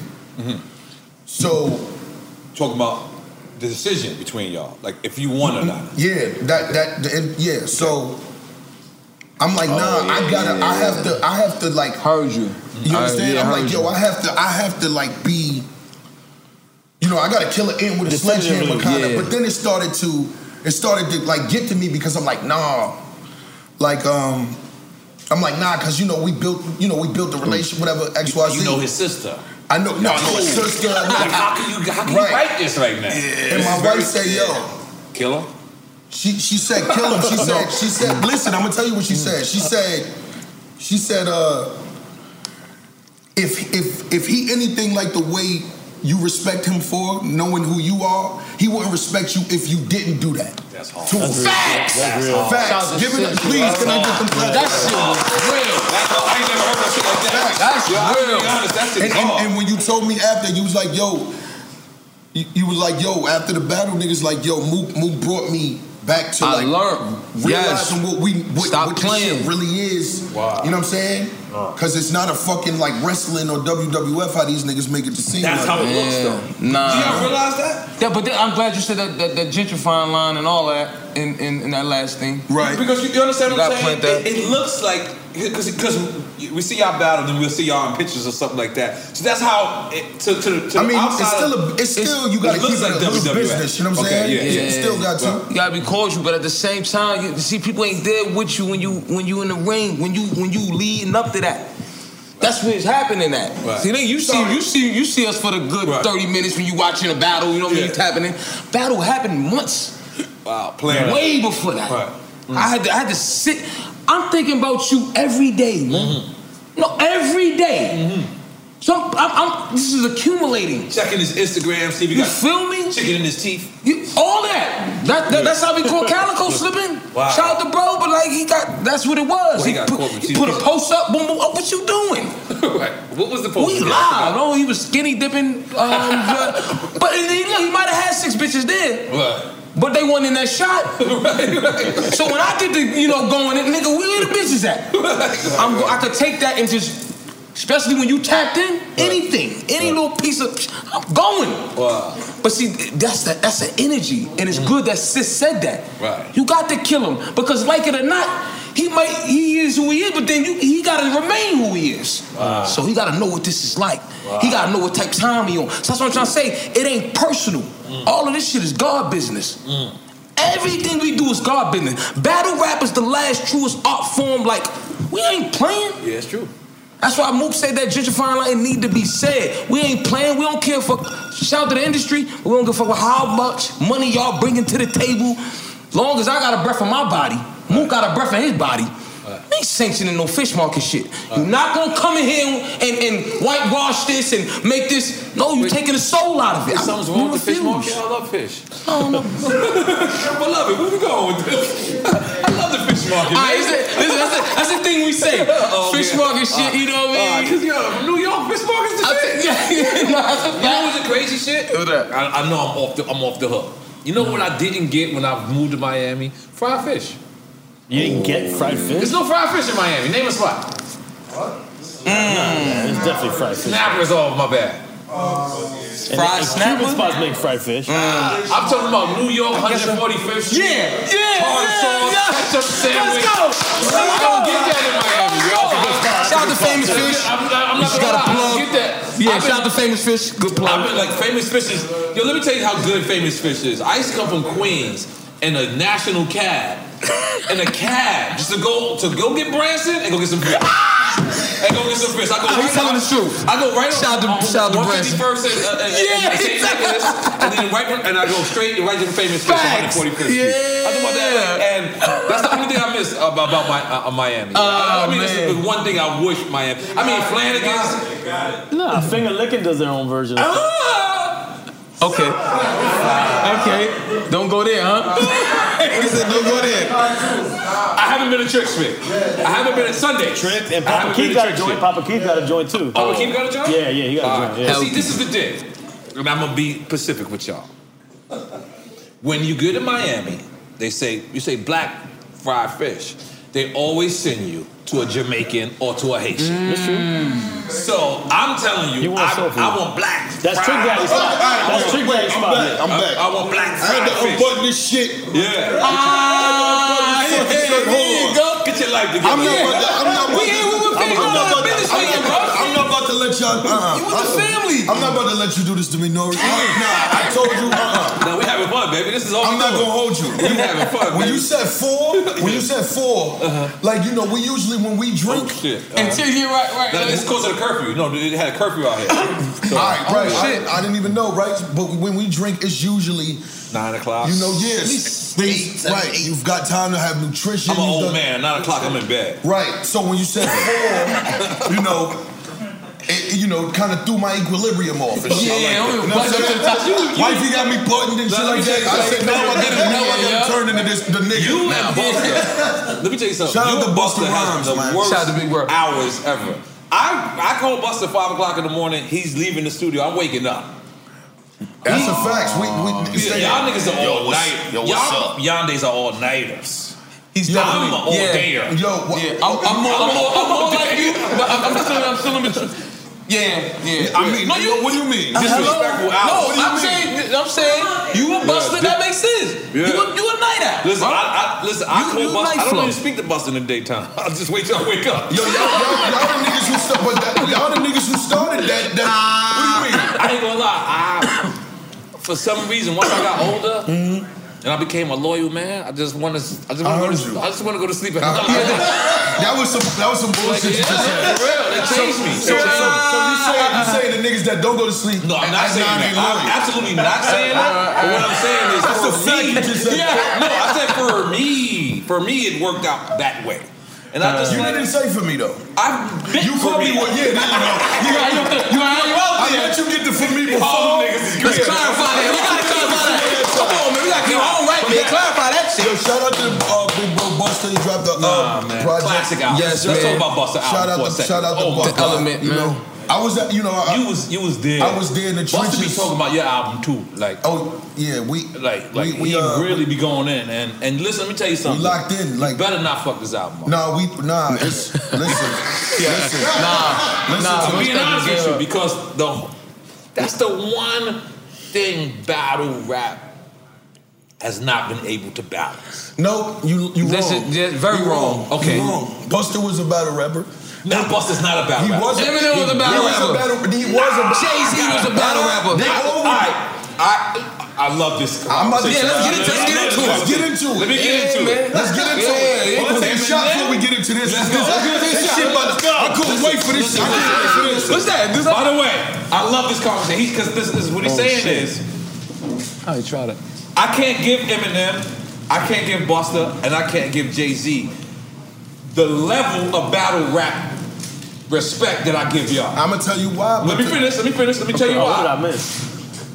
S5: So
S3: Talking about the decision between y'all, like if you won or not.
S5: Yeah, that that the- and- yeah. So I'm
S3: Oh,
S5: like, nah, I gotta, I have to, I have to like,
S6: Heard you.
S5: you
S6: Uh,
S5: understand?
S6: yeah,
S5: I'm
S6: heard
S5: like, yo,
S6: you.
S5: I have to, I have to like be, you know, I gotta kill it in with a
S2: Definitively,
S5: sledgehammer kind of.
S6: yeah.
S5: But then it started to, it started to like get to me because I'm like, nah, like um. I'm like nah, cause you know we built, you know we built the relationship, whatever X Y Z.
S3: Mm. You know his sister.
S5: I know, no, I know his
S3: Cool.
S5: sister. I know-
S3: Like, how can you how can
S5: Right.
S3: you write this right now?
S5: and my wife say, yo,
S3: Killer.
S5: She she said kill him. She said she said listen. I'm gonna tell you what she said. She said she said uh, if if if he anything like the way you respect him for knowing who you are, he wouldn't respect you if you didn't do that.
S3: That's hard.
S5: To him. facts, facts. Give it, please. Can I get some
S6: That
S5: facts?
S6: shit was real.
S3: That's all- I ain't never heard that shit like that.
S6: That's
S3: Yo, I'm gonna
S6: real.
S3: be honest, that shit's
S5: And,
S3: hard.
S5: and, and when you told me after, you was like, yo, you, you was like, yo, after the battle, niggas like, yo, Mook, Mook brought me back to
S6: I
S5: like
S6: learned.
S5: realizing
S6: Yes.
S5: what we what,
S6: Stop
S5: what this
S6: playing.
S5: shit really is.
S3: Wow.
S5: You know what I'm saying? Because it's not a fucking like wrestling or WWF how these niggas make it to seem.
S3: That's
S5: like.
S3: how it looks
S6: Yeah,
S3: though. Do y'all
S6: nah.
S3: realize that?
S6: Yeah, but then, I'm glad you said that, that that gentrifying line and all that in, in, in that last thing.
S5: Right.
S3: Because you, you understand
S6: You
S3: what I'm
S6: gotta
S3: saying?
S6: plant that.
S3: It, it looks like because we see y'all battle, then we'll see y'all in pictures or something like that. So that's how it, to to, to
S5: I mean, it's
S3: outside
S5: still
S3: of-
S5: a, it's still you gotta
S3: it
S5: keep
S3: looks
S5: it a little
S3: WWF.
S5: business. You know what I'm saying?
S6: Okay, yeah,
S5: You
S6: yeah,
S5: still got to.
S6: You gotta be cautious, but at the same time, you see people ain't there with you when you when you in the ring when you when you leading up to that. That's where it's happening at.
S3: Right.
S6: See, then you see you see you see us for the good thirty minutes when you watching a battle. You know what I mean? It's happening. Battle happened months.
S3: Wow, playing
S6: way before that. I had to, I had to sit. I'm thinking about you every day, man.
S3: Mm-hmm.
S6: No, every day. So I'm, I'm, I'm- this is accumulating.
S3: Checking his Instagram, see if he
S6: you
S3: got
S6: feel me?
S3: chicken in his teeth.
S6: You, all that. That, that- That's how we caught Calico slipping.
S3: Wow.
S6: Shout out to bro, but like he got. That's what it was.
S3: Well, he got
S6: put,
S3: caught with
S6: he
S3: cheese.
S6: put a post up. Boom, boom. Oh, what you doing?
S3: What was the post?
S6: We live. Oh, he was skinny dipping. Um, but, but he, look, he might have had six bitches there. But they won in that shot. So when I did the, you know, going in, nigga, where the bitches at? I'm, go- I could take that and just, especially when you tapped in, anything, any little piece of, I'm going. But see, that's the, that's the energy, and it's good that Sis said that.
S3: Right.
S6: You got to kill him because, like it or not, he might he is who he is, but then you, he got to remain who he is.
S3: Wow.
S6: So he got to know what this is like. He got to know what type of time he on. So that's what I'm trying to say. It ain't personal. All of this shit is God business. Everything we do is God business. Battle rap is the last truest art form. Like we ain't playing.
S3: Yeah, it's true.
S6: That's why Mook said that gentrifying line need to be said. We ain't playing. We don't care for shout out to the industry. but We don't give a fuck how much money y'all bringing to the table. Long as I got a breath in my body, Mook got a breath in his body. We ain't sanctioning no fish market shit. You're not gonna come in here and, and whitewash this and make this. No, you're taking the soul out of it.
S3: Something's wrong with the fish market. I love fish.
S6: Oh,
S3: I love it. Where we going with this? I love the fish market. Man.
S6: All right, that's, the, that's, the, that's the thing we say.
S3: Oh,
S6: fish
S3: man.
S6: market shit, you know what I mean?
S3: Because yo, New York fish market's the
S6: I
S3: shit.
S6: think- yeah, no, that's a
S3: you know what's the crazy shit? I, I know I'm off the I'm off the hook. You know what I didn't get when I moved to Miami? Fried fish.
S2: You didn't get fried fish?
S3: There's no fried fish in Miami. Name a spot.
S2: It's definitely fried fish.
S3: Snapper is all my bad.
S2: And
S3: Fried
S2: the- the
S3: snapper?
S2: Cuban spots make fried
S6: Mm.
S2: fish.
S3: I'm talking about New York 145th Street. Yeah, yeah, sauce, ketchup sandwich.
S6: Let's go.
S3: I don't get that in Miami, yo.
S6: Shout out to Famous Fish.
S3: I'm not, I'm
S6: You
S3: not
S6: just
S3: gonna
S6: gotta
S3: lie. I don't
S6: plug.
S3: get that.
S6: Yeah,
S3: I've been-
S6: shout out to Famous Fish. Good plug.
S3: I've been like famous fish is. Yo, let me tell you how good famous fish is. I used to come from Queens in a national cab, in a cab, just to go to go get Branson and go get some fish. And go get some fish. I go.
S6: He's telling the truth.
S3: I go right
S6: Shout
S3: on,
S6: out to- shout out to Branson.
S3: 151st and, uh, and,
S6: Yeah,
S3: and St.
S6: exactly.
S3: Nicholas, and then right and I go straight right to the famous fish,
S6: Facts.
S3: 145th Street. I thought about that, and that's the only thing I miss about, about my uh, uh, Miami. I,
S6: Oh,
S3: I mean, this is the one thing I wish Miami. I mean, Flanagan's.
S2: Nah, Finger Licking does their own version.
S3: Ah!
S2: Of
S6: Okay. Okay. Don't go there, huh? He said, don't go there.
S3: Uh, I haven't been a church fit. I haven't been a Sunday.
S2: Trent and
S3: I
S2: Papa
S3: haven't been
S2: Keith
S3: to
S2: got a
S3: church
S2: joint.
S3: yet.
S2: Papa Keith got a joint too.
S3: Papa Keith got a joint?
S2: Yeah, yeah, he got a joint.
S3: But
S2: Yeah.
S3: See, this is the thing, and I'm gonna be Pacific with y'all. When you go to Miami, they say you say black fried fish. They always send you to a Jamaican or to a Haitian.
S2: Mm. That's true.
S3: So I'm telling you,
S2: You want
S3: I,
S2: soul food.
S3: I want black.
S2: That's Trick
S3: fried-
S2: Daddy's
S5: All
S2: spot.
S5: right, all right,
S2: That's Trick Daddy's
S5: I'm
S2: spot.
S5: back. I'm
S3: I-
S5: back.
S3: I want black
S5: I had to
S3: fried fish.
S5: unbutton this shit.
S3: Yeah.
S6: Ah,
S5: I had to unbutton this fucking
S6: yeah,
S5: shirt. Hold
S6: there
S5: on.
S6: you go.
S3: Get your life together.
S5: I'm not about to. I'm not
S6: We
S5: about
S6: here with
S5: to.
S6: the
S5: I'm-
S6: family.
S5: I'm not
S6: Y'all
S5: about to-
S6: business
S5: I'm
S6: right
S5: not-
S6: now, bro.
S5: I'm not about to let y'all. Uh-uh.
S6: You with the
S5: Uh-uh.
S6: family.
S5: I'm not about to let you do this to me, Nori. Nah, I told you. Uh-uh.
S3: Now Ah. we having fun, baby. This is all
S5: I'm
S3: we
S5: not
S3: doing.
S5: gonna hold you.
S3: We having fun.
S5: When
S3: baby. Uh-huh.
S5: you said four, when you said 4 like you know, we usually when we drink,
S3: oh, shit. Uh,
S6: And t- yeah, right, right.
S3: now,
S6: right.
S3: this is because of the curfew. No, it had a curfew out here. So,
S5: all right, right?
S3: oh, shit.
S5: I, I didn't even know, right? But when we drink, it's usually
S3: Nine o'clock.
S5: you know, yes, things, right? you You've got time to have nutrition.
S3: I'm an
S5: you've
S3: old
S5: done-
S3: man. Nine o'clock. I'm in bed.
S5: Right. So when you said four, you know, it, you know, kind of threw my equilibrium off. And shit.
S6: Yeah,
S5: I like that.
S6: I'm
S5: You know what
S6: buttoned up to the top.
S5: I'm saying?
S6: You-
S5: Wifey got me buttoned and
S3: Now,
S5: shit
S3: let me
S5: like
S3: tell
S5: that.
S3: you
S5: I
S3: something.
S5: said, now I gotta, now I
S6: Yeah,
S5: gotta turn into this the nigga.
S3: You
S5: now.
S3: and Buster. Let me tell you something.
S5: Shout out
S3: you
S5: to
S3: and
S5: Busta
S3: Buster has
S5: Rhymes,
S3: the
S5: man.
S3: worst
S6: Shout out to Big Work.
S3: hours ever. I I call Buster five o'clock in the morning. He's leaving the studio. I'm waking up.
S5: That's a fact. We, we,
S3: Yeah, y'all niggas are all
S4: what's-
S3: night.
S4: yo, what's
S3: y'all Yande's are all nighters.
S6: He's
S3: Yo, I'm an all
S6: yeah.
S3: dayer.
S5: Yo, what,
S6: Yeah, I'm, I'm, more, I'm, more, I'm more like you, but I'm, I'm still, I'm still in between.
S3: Yeah, yeah.
S5: I mean, no, you, what do you mean?
S3: Disrespectful hours.
S6: No,
S3: What do you
S6: I'm
S3: mean?
S6: saying, I'm saying, you a buster.
S3: Yeah.
S6: that makes sense.
S3: Yeah.
S6: You, a, you a night out.
S3: Listen,
S6: bro.
S3: I, I, listen, I
S6: You-
S3: call
S6: you
S3: Busta-
S6: night
S3: I don't
S6: flow.
S3: even speak to Busta in the daytime. I'll just wait till I wake up.
S5: Yo, y'all, y'all, y'all the niggas who sta- but that, y'all the niggas who started that. that what do you mean?
S3: I ain't gonna lie. I, for some reason, once I got older and I became a loyal man, I just want to. I just
S5: Mm-hmm. I
S3: want
S5: heard
S3: to.
S5: you.
S3: I just want to go to sleep. At
S5: Uh, yeah, that, that was some that was some bullshit you just said.
S3: for real, that changed me.
S5: So, so, so, so you saying you saying the niggas that don't go to sleep? No,
S3: I'm not saying that. I'm absolutely not saying that. But what I'm saying is,
S5: That's
S3: for
S5: a fact
S3: me,
S5: you just said.
S3: yeah, no, I said for me, for me, it worked out that way, and I just
S5: Uh, you
S3: like,
S5: didn't say for me though.
S3: I've been
S5: you for me.
S3: oh,
S5: What, yeah, there you go. You got you, you,
S3: out
S5: I
S3: there.
S5: let you get the for me before.
S3: All niggas is
S5: Let's
S6: clarify that. We gotta clarify that. Come on, man. We gotta get on right, man. Clarify that shit.
S5: Oh, Yo, shout out to uh, Big Bro Buster. He dropped the uh,
S3: man.
S5: project.
S3: Classic album.
S5: Yes,
S3: Let's
S5: man.
S3: talk about Busta album
S5: Shout out
S3: for a
S5: to
S3: second.
S5: shout out to
S3: Oh, my
S5: Busta.
S3: God. Element,
S5: you
S3: man.
S5: know, I was at you know I,
S3: you was you was there.
S5: I was there in the
S3: Busta be
S5: trenches.
S3: talking about your album too, like
S5: oh yeah, we
S3: like
S5: we,
S3: like
S5: we,
S3: he
S5: uh,
S3: really be going in and and listen. Let me tell you something.
S5: locked in, like
S3: you better not fuck this album. up.
S5: Nah, we nah. It's, listen, listen,
S3: nah,
S5: listen
S3: nah.
S5: to
S3: I'm
S5: me.
S3: being honest with you because the that's the one thing battle rap has not been able to balance.
S5: No, you you
S3: This
S5: wrong.
S3: is- yeah, very
S5: You
S3: wrong. Okay.
S5: you wrong. Buster was a battle rapper.
S3: Now Busta's not a battle
S5: He
S3: rapper.
S5: was.
S6: Eminem was a
S5: he
S6: battle rapper.
S5: battle- he was a
S6: Jay-Z was a battle rapper.
S5: They
S6: Nah,
S5: all
S3: All right. I I love this.
S5: I'm about to
S3: conversation.
S6: Yeah, let's get into- let's get into it.
S5: Let's get into it.
S3: Let me get into it.
S5: Let's get into
S3: Yeah,
S5: it.
S3: yeah,
S5: Let's
S3: yeah.
S5: take a shot before we get into this.
S3: Let's
S5: This-
S3: go.
S5: this- this shit about to- I couldn't wait for this shit. I couldn't wait for this shit.
S3: What's that? By the way, I love this conversation because this, this is what he's saying is
S6: I try to.
S3: I can't give Eminem, I can't give Buster, and I can't give Jay Z the level of battle rap respect that I give y'all.
S5: I'm gonna tell you why.
S3: Let me
S5: but-
S3: finish. Let me finish. Let me tell you why. What I miss?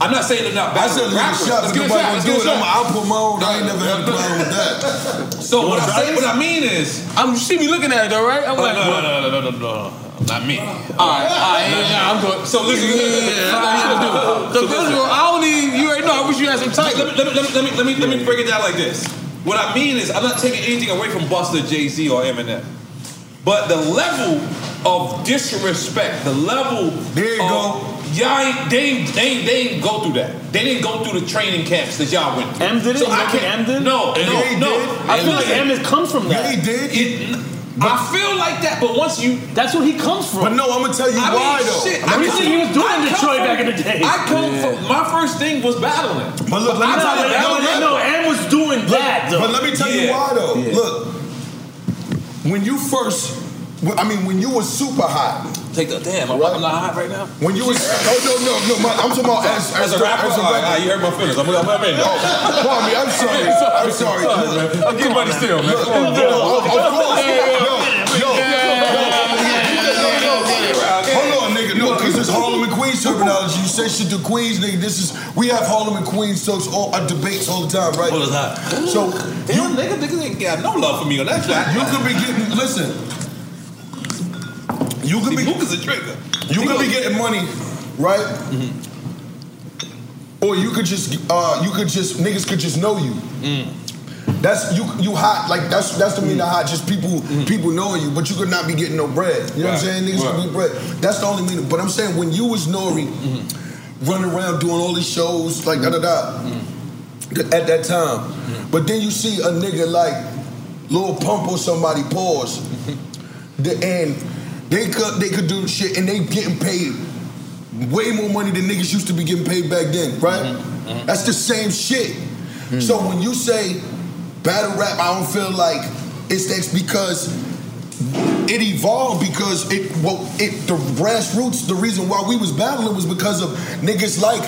S3: I'm not saying they're not
S5: I said
S3: battle
S5: leave a
S3: rappers.
S5: shot,
S3: Let's
S5: but
S3: get a
S5: nobody
S3: shot. Let's
S5: gonna do
S3: get
S5: it.
S3: a
S5: I'ma
S3: shot.
S5: output my own. I ain't never had a problem with that.
S3: So what
S5: You
S3: I
S5: wanna
S3: say,
S5: try
S3: what
S5: this?
S3: I mean is,
S6: I'm, you see me looking at it, though, right? I'm
S3: Oh, no,
S6: like,
S3: no,
S6: all right,
S3: no, no, no, no, no, no, not me.
S6: all right, yeah, yeah, I'm good.
S3: So listen,
S6: yeah, yeah, yeah, that's what you should do.
S3: So
S6: So first of all, I don't even, you already know, I wish you had some
S3: Let
S6: time.
S3: me, let, me, let, me, let, me, let, me, let me break it down like this. What I mean is, I'm not taking anything away from Buster, Jay Z, or Eminem. But the level of disrespect, the level
S5: There you
S3: of,
S5: go.
S3: Y'all ain't, they, ain't, they, ain't, they ain't go through that. They didn't go through the training camps that y'all went through.
S7: M did it?
S3: So
S7: You
S3: I
S7: don't think
S3: can't-
S7: M did?
S3: No,
S5: Yeah,
S3: no,
S5: he
S3: no.
S5: did.
S7: I feel like
S3: listen,
S7: M is comes from
S5: Yeah,
S7: that.
S5: he did.
S3: it- I feel like that, but once you
S7: That's where he comes from.
S5: But no, I'm gonna tell you
S3: I
S5: why
S3: mean,
S5: though.
S3: shit,
S5: Let
S7: I
S5: me
S7: mean,
S5: tell
S7: shit, he was doing
S3: I
S7: in
S3: come
S7: Detroit
S3: from-
S7: back in the day.
S3: I come from my first thing was battling.
S5: But look, let me
S3: I'm
S5: tell
S3: not
S5: you-
S3: a
S7: No,
S3: battle
S7: no,
S3: rapper.
S7: no, M was doing that though.
S5: But let me tell you
S3: Yeah.
S5: why though. Look, when you first, when- I mean, when you was super hot,
S3: Take the damn. I'm, I'm not hot right now.
S5: when you was, no, no, no, no, my, I'm talking about as,
S3: As a
S5: the-
S3: rapper,
S5: as a
S3: All right, all
S5: rapper.
S3: right, you hurt my feelings. I'm, I'm, I'm in.
S5: Oh, pardon me, I'm sorry. I'm sorry. Look,
S3: man. I'm getting money still, man.
S5: look, no, of- of course. Yo, yo, yo, yo, yo, yo. Hold on, nigga. No, because this Harlem and Queens terminology. You say shit to Queens, nigga. This is we have Harlem and Queens talks all our debates all the time, right?
S3: Well, it's hot.
S5: So
S3: You nigga, niggas ain't got no love for me on that track.
S5: you could be getting listen. You could be
S3: Mook is a trigger.
S5: You
S3: He
S5: could
S3: go-
S5: be getting money, right?
S3: Mm-hmm.
S5: Or you could just uh, you could just niggas could just know you.
S3: Mm.
S5: That's you you hot like that's that's the meaning of hot just people people knowing you but you could not be getting no bread you know what I'm saying
S3: Mm-hmm. Right,
S5: niggas
S3: right.
S5: could be bread that's the only meaning but I'm saying when you was Nori
S3: Mm-hmm.
S5: running around doing all these shows like da da da
S3: Mm-hmm.
S5: at that time but then you see a nigga like Lil Pump or somebody pause
S3: Mm-hmm.
S5: the, and they could they could do shit and they getting paid way more money than niggas used to be getting paid back then, right?
S3: Mm-hmm.
S5: That's the same shit.
S3: Mm.
S5: So when you say battle rap, I don't feel like it's that's because it evolved because it well it the grassroots the reason why we was battling was because of niggas like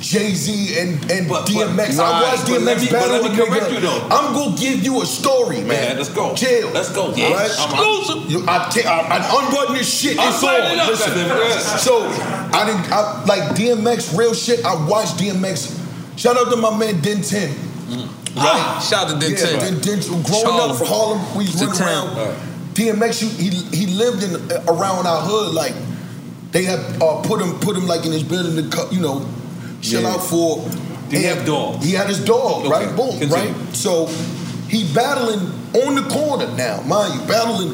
S5: Jay Z and and
S3: But- but-
S5: DMX.
S3: right,
S5: I watched
S3: but let me-
S5: DMX
S3: but
S5: battle
S3: let me
S5: a
S3: correct
S5: nigga.
S3: you, though.
S5: I'm gonna give you a story, man.
S3: Man, let's go.
S5: Chill.
S3: Let's go.
S5: All right?
S3: Exclusive.
S5: You, I, ta- I, I unbutton this shit. It's
S3: Unbutton it
S5: on.
S3: up,
S5: Listen.
S3: goddamn it.
S5: So I didn't I, like DMX. Real shit. I watched DMX. Shout out to my man Den Ten.
S6: Right. Ah, Shout out to
S5: Yeah,
S6: Denton.
S5: Den, Den, growing up
S6: Charlotte.
S5: from Harlem, we
S6: The
S5: went
S6: town.
S5: around. DMX, you, he he lived in uh, around our hood. Like they have uh, put him put him like in his building to cut, you know chill out for.
S3: Did he
S5: and
S3: have dog?
S5: He had his dog,
S3: Okay,
S5: right? Boom,
S3: continue.
S5: right? So he battling on the corner now, mind you, battling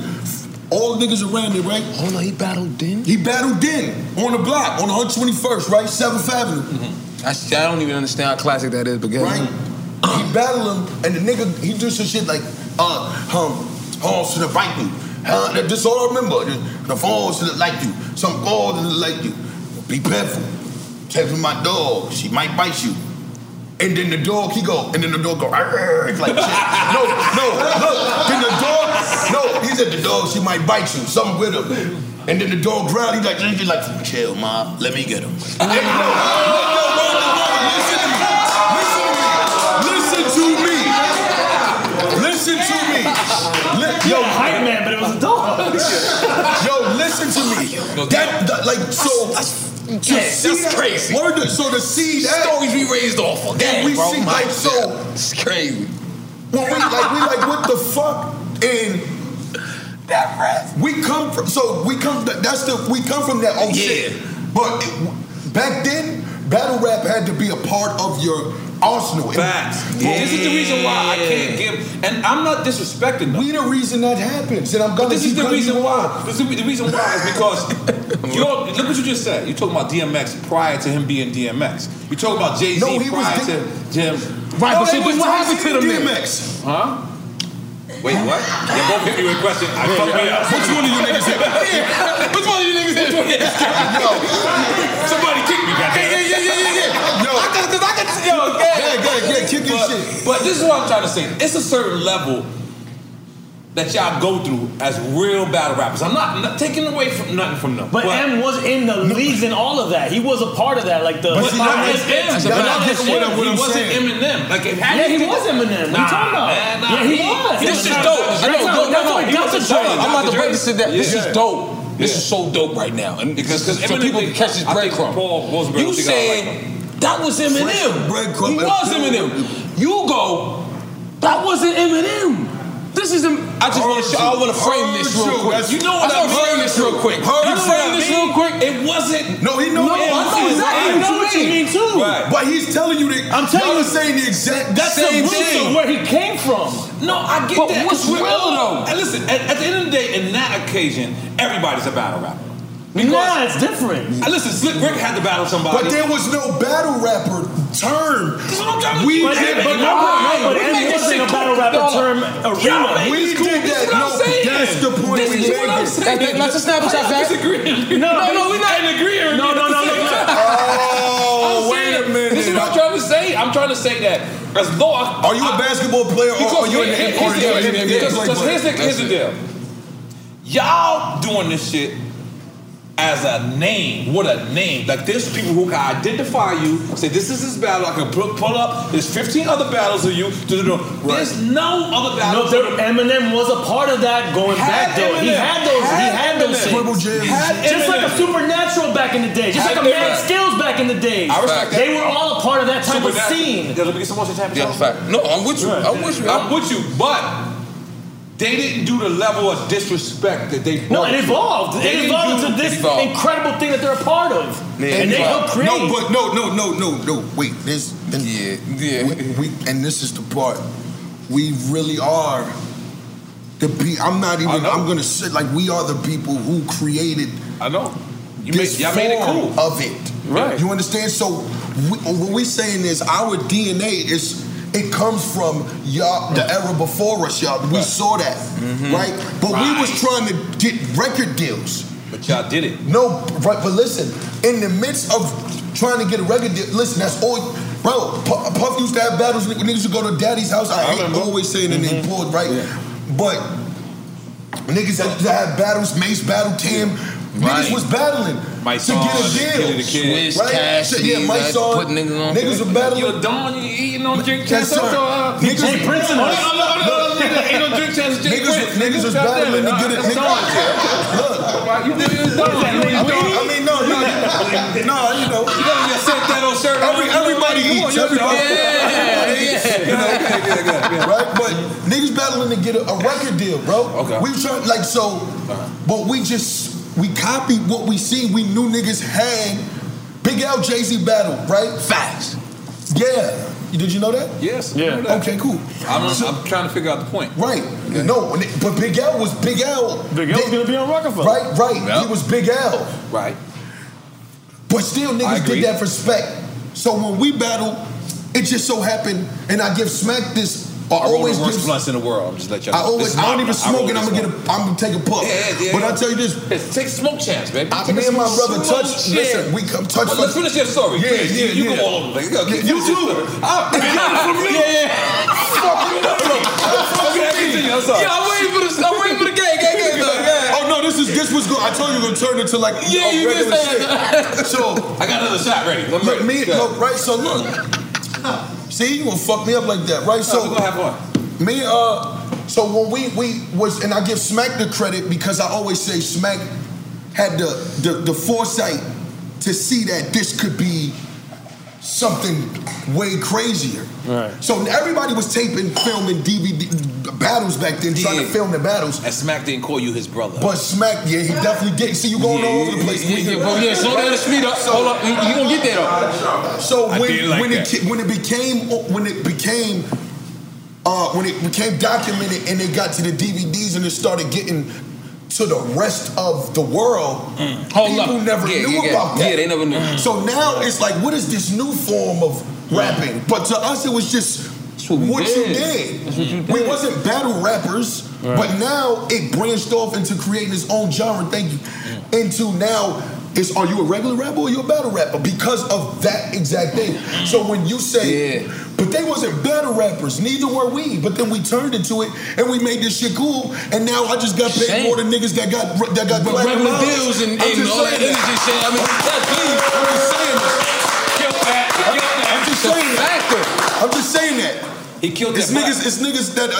S5: all the niggas around me, right?
S6: Hold on, he battled Den?
S5: He battled Den. on the block, on 121st, right? 7th Avenue.
S6: Mm-hmm. I, I don't even understand how classic that is, but guess
S5: Right? He battle him, and the nigga, he do some shit like, uh, um, horns to the right you. Uh, that- this all I remember. The, the horns to the like you. Some gold to the like you. Be careful. Texting my dog, she might bite you. And then the dog, he go, and then the dog go, "Arr," it's like, shit. no, no, look, then the dog, no, he said the dog, she might bite you, something with him. And then the dog growl, he like, he like, chill, mom, let me get him. And then, no, no, no, no, no, no, listen to me, listen to me, listen to me, listen to me. Li- yo, hype man, but it was a dog. yo, listen to me. That, that like, so.
S6: Yeah, that's crazy.
S5: Word to- so the seed
S6: Stories we raised off of.
S5: And
S6: Dang,
S5: we
S6: bro,
S5: see
S6: my
S5: like so.
S6: It's crazy.
S5: When we like we like what the fuck and that rap. We come from so we come that's the we come from that oh shit. But it- back then, battle rap had to be a part of your arsenal.
S3: Facts. This is the reason why I can't give, and I'm not disrespecting them.
S5: We the reason that happens, and I'm gonna.
S3: But this is
S5: keep
S3: the
S5: cutting
S3: reason
S5: you off.
S3: why. This is the reason why is because you don't, look what you just said. You talking about DMX prior to him being DMX. You talking about Jay Z
S5: No, he was
S3: prior
S5: D-
S3: to Jim.
S5: Right, but
S3: No,
S5: see,
S3: they was
S5: what
S3: Jay-Z
S5: happened to
S3: and
S5: them
S3: DMX? Huh? Wait, what? Yeah, both hit me with questions. I fucked me up.
S5: Which one of you niggas hit?
S3: Which one of you niggas hit?
S5: Yo.
S3: Somebody kick me, goddamn.
S5: Yeah, yeah, yeah, yeah, yeah. Yo.
S3: I could, cause I could, yo, yeah,
S5: yeah, yeah, kick your
S3: but, shit. But this is what I'm trying to say. It's a certain level that y'all go through as real battle rappers. I'm not, not taking away from nothing from them.
S7: But M was in the leads in all of that. He was a part of that. Like the.
S3: But see,
S7: not
S3: that was
S7: as
S3: M.
S7: as-
S3: But
S7: not
S3: that
S7: as
S3: was what I-
S7: M.
S3: what
S7: He
S3: I'm
S7: wasn't
S3: saying. Eminem. Like, if had
S7: yeah,
S3: he
S7: he
S3: did-
S7: was Eminem. What are you talking about?
S3: Nah, man, nah,
S7: yeah, he,
S3: he was.
S7: was.
S6: This is
S7: Eminem.
S6: dope.
S7: That's
S6: I
S7: what-
S6: know, dope,
S7: that's
S6: no,
S7: what
S6: no,
S7: Dr.
S6: this is
S7: Dre-
S6: dope. I'm about to break this down. This
S3: Yeah.
S6: is dope. This is so dope right now, and because
S3: Because
S6: so
S3: Eminem
S6: people can
S3: think-
S6: catch this
S3: I think
S6: breadcrumb.
S3: Paul Rosenberg
S6: You
S3: would think I like
S6: saying that was Eminem?
S5: Breadcrumb.
S6: He was Eminem. You go. That wasn't Eminem. This is. Em- I just want to. I want to frame this
S5: Heard
S6: real
S5: you.
S6: quick.
S5: That's-
S6: You know what
S5: I
S6: I am
S5: heard
S6: frame this
S5: you.
S6: real quick. You
S5: Heard
S6: know
S5: you.
S6: frame this real quick. It wasn't.
S5: No, he know.
S6: No, I know exactly
S5: I
S6: what you mean,
S7: too.
S5: Right. But he's telling you that.
S7: I'm telling you-
S5: y'all are saying the exact
S7: That's the
S5: same
S7: roots
S5: thing.
S7: of where he came from.
S3: No, I get
S7: But
S3: that.
S7: what's
S3: 'cause we're
S7: real,
S3: all-
S7: though?
S3: And listen, at, at the end of the day, in that occasion, everybody's a battle rapper.
S7: Nah, it's different.
S3: And listen, Slick Rick had to battle somebody.
S5: But there was no battle rapper term.
S3: This is what I'm trying to
S5: We
S3: say.
S5: did,
S7: but
S5: but
S7: no,
S5: why?
S7: no, but
S5: We
S7: it
S5: made this
S7: wasn't a
S5: shit
S7: battle
S5: cool,
S7: rapper
S5: dog.
S7: term
S5: Y'all
S7: arena.
S5: made this cool. This is what I'm saying. This is what I'm saying.
S6: That's a snapshot fact.
S7: No,
S6: No, no, we're not in agreement.
S7: No, no, no, no, no.
S5: Oh,
S3: I'm
S5: wait
S3: saying,
S5: a minute.
S3: This is what I'm trying to say. I'm trying to say that as though I,
S5: Are you a basketball player or are
S6: Oh,
S3: Because
S5: you an
S3: here-
S5: NBA
S3: here's the-
S5: player?
S3: here's the- because here's the- here's the deal. Y'all doing this shit as a name. What a name. Like there's people who can identify you, say this is this battle, I can pull, pull up, there's 15 other battles of you. Do, do, do. There's no other
S7: No,
S3: battles.
S7: there, Eminem was a part of that going
S3: Had
S7: back though. He
S3: Eminem.
S7: had those.
S3: Had
S7: he had those
S3: Eminem.
S7: things.
S5: Purple Jam.
S3: Had
S7: Just like
S3: Eminem.
S7: a supernatural back in the day. Just
S3: Had
S7: like a mad
S3: Eminem.
S7: skills back in the days.
S3: I respect
S7: They
S3: that.
S7: were all a part of that type of
S3: Supernatural.
S7: scene.
S3: Yeah, let me get some more shit happening.
S6: Yeah, fact. No, I'm with you. I'm with you.
S3: I'm with you, but they didn't do the level of disrespect that they
S7: No,
S3: brought
S7: it
S3: to
S7: evolved.
S3: They
S7: It
S3: didn't
S7: evolved
S3: do-
S7: into this
S3: it evolved.
S7: incredible thing that they're a part of. And they helped create.
S5: uh, No, but no, no, no, no, no. Wait, this. And
S6: Yeah, yeah.
S5: we, we, and this is the part. We really are the people. I'm not even. I'm gonna sit like we are the people who created
S3: I know. You
S5: this
S3: made, y'all made it
S5: form
S3: cool.
S5: of it.
S3: Right.
S5: You understand? So we, what we're saying is our DNA is it comes from y'all the era before us, y'all. We saw that,
S10: 嗯 Mm-hmm.
S5: right? But we was trying to get record deals.
S3: But y'all did it.
S5: No, right, but listen, in the midst of trying to get a record deal, listen, that's all. Bro, Puff, Puff used to have battles with niggas who go to daddy's house. I, hate always saying the name Paul, right? But niggas had to have battles, Mace battled Tim.
S6: Right.
S5: Niggas was battling
S3: Mike
S5: to get
S3: Saunders,
S5: a deal.
S3: Billy the Kid.
S6: Swiss
S5: right?
S6: Cassidy,
S5: yeah, Mike
S6: like,
S5: Saunders.
S6: put niggas on
S5: Niggas
S6: game.
S5: were battling.
S3: You're done. You eating on drink
S5: Yes,
S3: chance.
S5: sir. Niggas-
S7: Hey, Prince and
S3: Oh, no,
S7: us.
S3: no, no, no, no, niggas ain't no drink chance. Jay
S5: Niggas-
S3: Prince.
S5: niggas was
S3: Goddamn
S5: battling to
S3: it.
S5: get it.
S3: That's
S5: Niggas-
S3: done, Jay. Right, You did it. It's done. You
S5: I
S3: ain't
S5: mean,
S3: done.
S5: I mean, no, no, no, you know.
S3: You done just set that old shirt on.
S5: Every, everybody
S3: Come on,
S5: eats.
S3: you
S5: Everybody,
S3: done.
S5: everybody eats. You know? Right? But niggas battling to get a, a record deal, bro.
S3: Okay. Uh-huh.
S5: We try like so, but we just we copied what we seen. We knew niggas had Big L Jay Z battle, right? Facts. Yeah. Did you know that?
S3: Yes.
S7: Yeah.
S3: I know that.
S5: Okay, cool.
S3: I'm,
S5: So-
S3: I'm trying to figure out the point.
S5: Right. No, when it- but Big L was Big L.
S7: Big L was
S5: They-
S7: gonna be on Rockefeller.
S5: Right, right.
S3: Yeah.
S5: He was Big L.
S3: Right.
S5: But still, niggas did that for spec. So when we battle, it just so happened, and I give Smack this. I,
S3: I roll
S5: always
S3: the worst
S5: give.
S3: blunts in the world. I'm just let you know.
S5: I
S3: This
S5: always.
S3: is
S5: I
S3: my
S5: don't even
S3: blunt. I roll
S5: smoke, and I'm
S3: this
S5: gonna get. A, I'm gonna take a puff.
S3: yeah,
S5: but
S3: yeah.
S5: I tell you this,
S6: Take smoke chance, baby.
S5: I, me and my brother touch.
S6: shit.
S5: Listen, we come touch.
S6: Well, let's
S5: first.
S6: finish your story,
S5: Yeah,
S6: please.
S5: yeah,
S6: You- you
S5: yeah.
S6: go all over the place. Okay,
S5: you
S6: finish your
S5: too.
S6: story. I- you got it from me. Fuck it up. Fuck it up. Yeah, I'm waiting for the- I'm waiting for the gang, gang, gang, gang, gang.
S5: Oh no, this is this was good. I told you it was gonna turn into like
S6: Yeah,
S5: a
S6: you did
S5: regular
S6: say that.
S5: shit. So
S3: I got another shot ready. I'm
S5: look, me, look, right. So look, see, you gonna fuck me up like that, right? So
S3: Oh, we're gonna have one.
S5: Me, uh, so when we we was, and I give Smack the credit because I always say Smack had the the, the foresight to see that this could be something way crazier.
S2: Right.
S5: So everybody was taping, filming DVD battles back then, trying to film the battles.
S3: And Smack didn't call you his brother.
S5: But Smack, yeah, he definitely did. See, you going all over the place.
S6: yeah, yeah, well, yeah, slow down the speed up. Hold up, you- you gonna get there, though.
S5: So
S6: I
S5: when
S6: did like
S5: when it
S6: that.
S5: it when it became when it became uh, when it became documented and it got to the DVDs and it started getting to the rest of the world,
S6: Mm. Hold
S5: people
S6: up.
S5: never
S6: Yeah,
S5: knew
S6: yeah, yeah.
S5: about that.
S6: Yeah, they never knew. Mm.
S5: So now it's like, what is this new form of rapping? But to us, it was just what, you
S6: did.
S5: did. We wasn't battle rappers,
S6: Right.
S5: but now it branched off into creating its own genre. Thank you. Into now. Is are you a regular rapper or you a battle rapper? Because of that exact thing. So when you say, but they wasn't battle rappers, neither were we. But then we turned into it and we made this shit cool. And now I just got paid
S6: Shame.
S5: more than niggas that got that got
S6: But
S5: platinum
S6: regular
S5: albums.
S6: deals and,
S5: I'm
S6: and
S5: just
S6: all that
S5: saying
S6: energy shit. I mean, that please. I'm just saying that.
S5: I'm just saying that. I'm just saying that.
S3: He killed
S5: it's
S3: that
S5: niggas. It's niggas that I,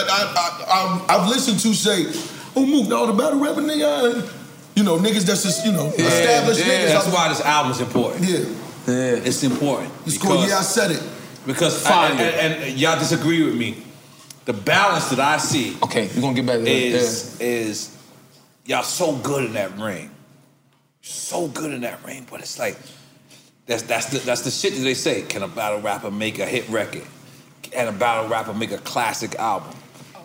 S5: I, I, I, I've listened to say, "Oh, move all the battle rapper nigga." uh," You know, niggas that's just you know established
S3: yeah,
S5: niggas.
S3: That's
S5: I-
S3: why this album's important.
S5: Yeah.
S3: It's important.
S5: It's called Yeah, I Said It.
S3: Because
S5: Fire.
S3: and, and- and y'all disagree with me. The balance that I see.
S6: Okay, we're gonna get back to that.
S3: Is is y'all so good in that ring, so good in that ring, but it's like that's that's the that's the shit that they say. Can a battle rapper make a hit record? Can a battle rapper make a classic album?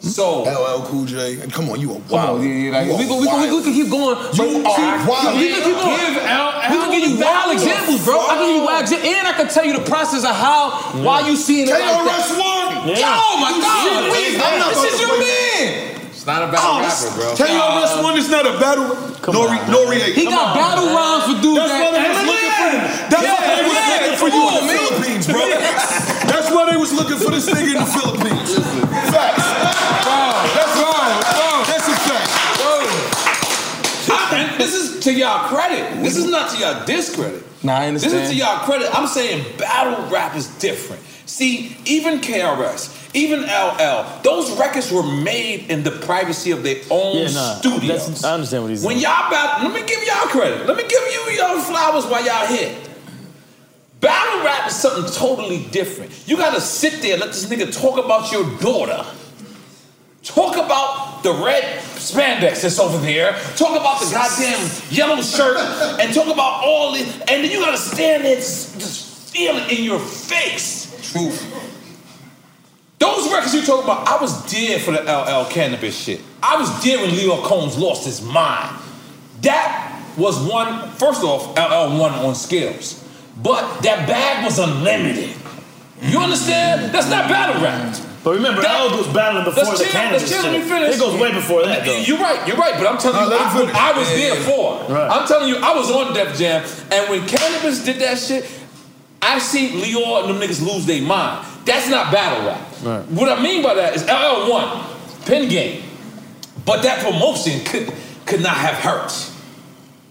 S3: So
S5: LL Cool J, and come on, you a wild.
S6: Come on, yeah, yeah, like,
S5: you a
S6: we, go, we, go, we, go, we can keep going. but
S5: You are
S6: see,
S5: wild.
S6: We can keep going.
S5: Give
S2: Al-
S6: we can
S2: Al
S6: give you
S2: the
S6: wild
S2: balance.
S6: examples, bro. I can give you wild examples, and I can tell you the process of how why you seeing it like that.
S5: KRS One.
S6: Oh my God, please,
S5: I'm not
S6: this is your
S5: fucking-
S6: man.
S3: It's not a
S6: battle
S5: rapper, bro. KRS One is not a battle. Nori, Nori,
S6: He
S5: come
S6: got
S5: on,
S6: battle
S5: man.
S6: rhymes for dudes
S5: That's
S6: that-
S5: what they was looking for. That's
S6: Yeah,
S5: what they was
S6: yeah,
S5: looking for
S6: come
S5: you
S6: on,
S5: in the
S6: man.
S5: Philippines, bro. That's why they was looking for this nigga in the Philippines. Facts. That's right. That's a fact.
S3: I- this is to y'all credit. This is not to y'all discredit.
S6: Nah, I
S3: This
S6: understand.
S3: is to y'all credit. I'm saying battle rap is different. See, even KRS, even LL, those records were made in the privacy of their own
S2: Yeah, nah,
S3: studios.
S2: that's- I understand what he's
S3: When
S2: saying.
S3: y'all battle, let me give y'all credit. Let me give you y'all flowers while y'all here. Battle rap is something totally different. You gotta sit there and let this nigga talk about your daughter. Talk about the red spandex that's over there. Talk about the goddamn yellow shirt, and talk about all this. And then you gotta stand there and just, just feel it in your face. Truth. Those records you talking about, I was dead for the LL cannabis shit. I was dead when Leo Combs lost his mind. That was one. First off, LL won on scales, but that bag was unlimited. You understand? That's not battle rap.
S2: But remember,
S3: That-
S2: Al was battling before
S3: Let's
S2: the
S3: chill,
S2: cannabis
S3: let's chill,
S2: shit.
S3: let me finish.
S2: It goes way before that, though.
S3: You're right, you're right, but I'm telling
S2: Nah,
S3: you,
S2: let him
S3: I,
S2: finish.
S3: I was there for.
S2: Right.
S3: I'm telling you, I was on Def Jam, and when Cannabis did that shit, I see Leo and them niggas lose their mind. That's not battle rap.
S2: Right.
S3: What I mean by that is LL won, pin game, but that promotion could could not have hurt.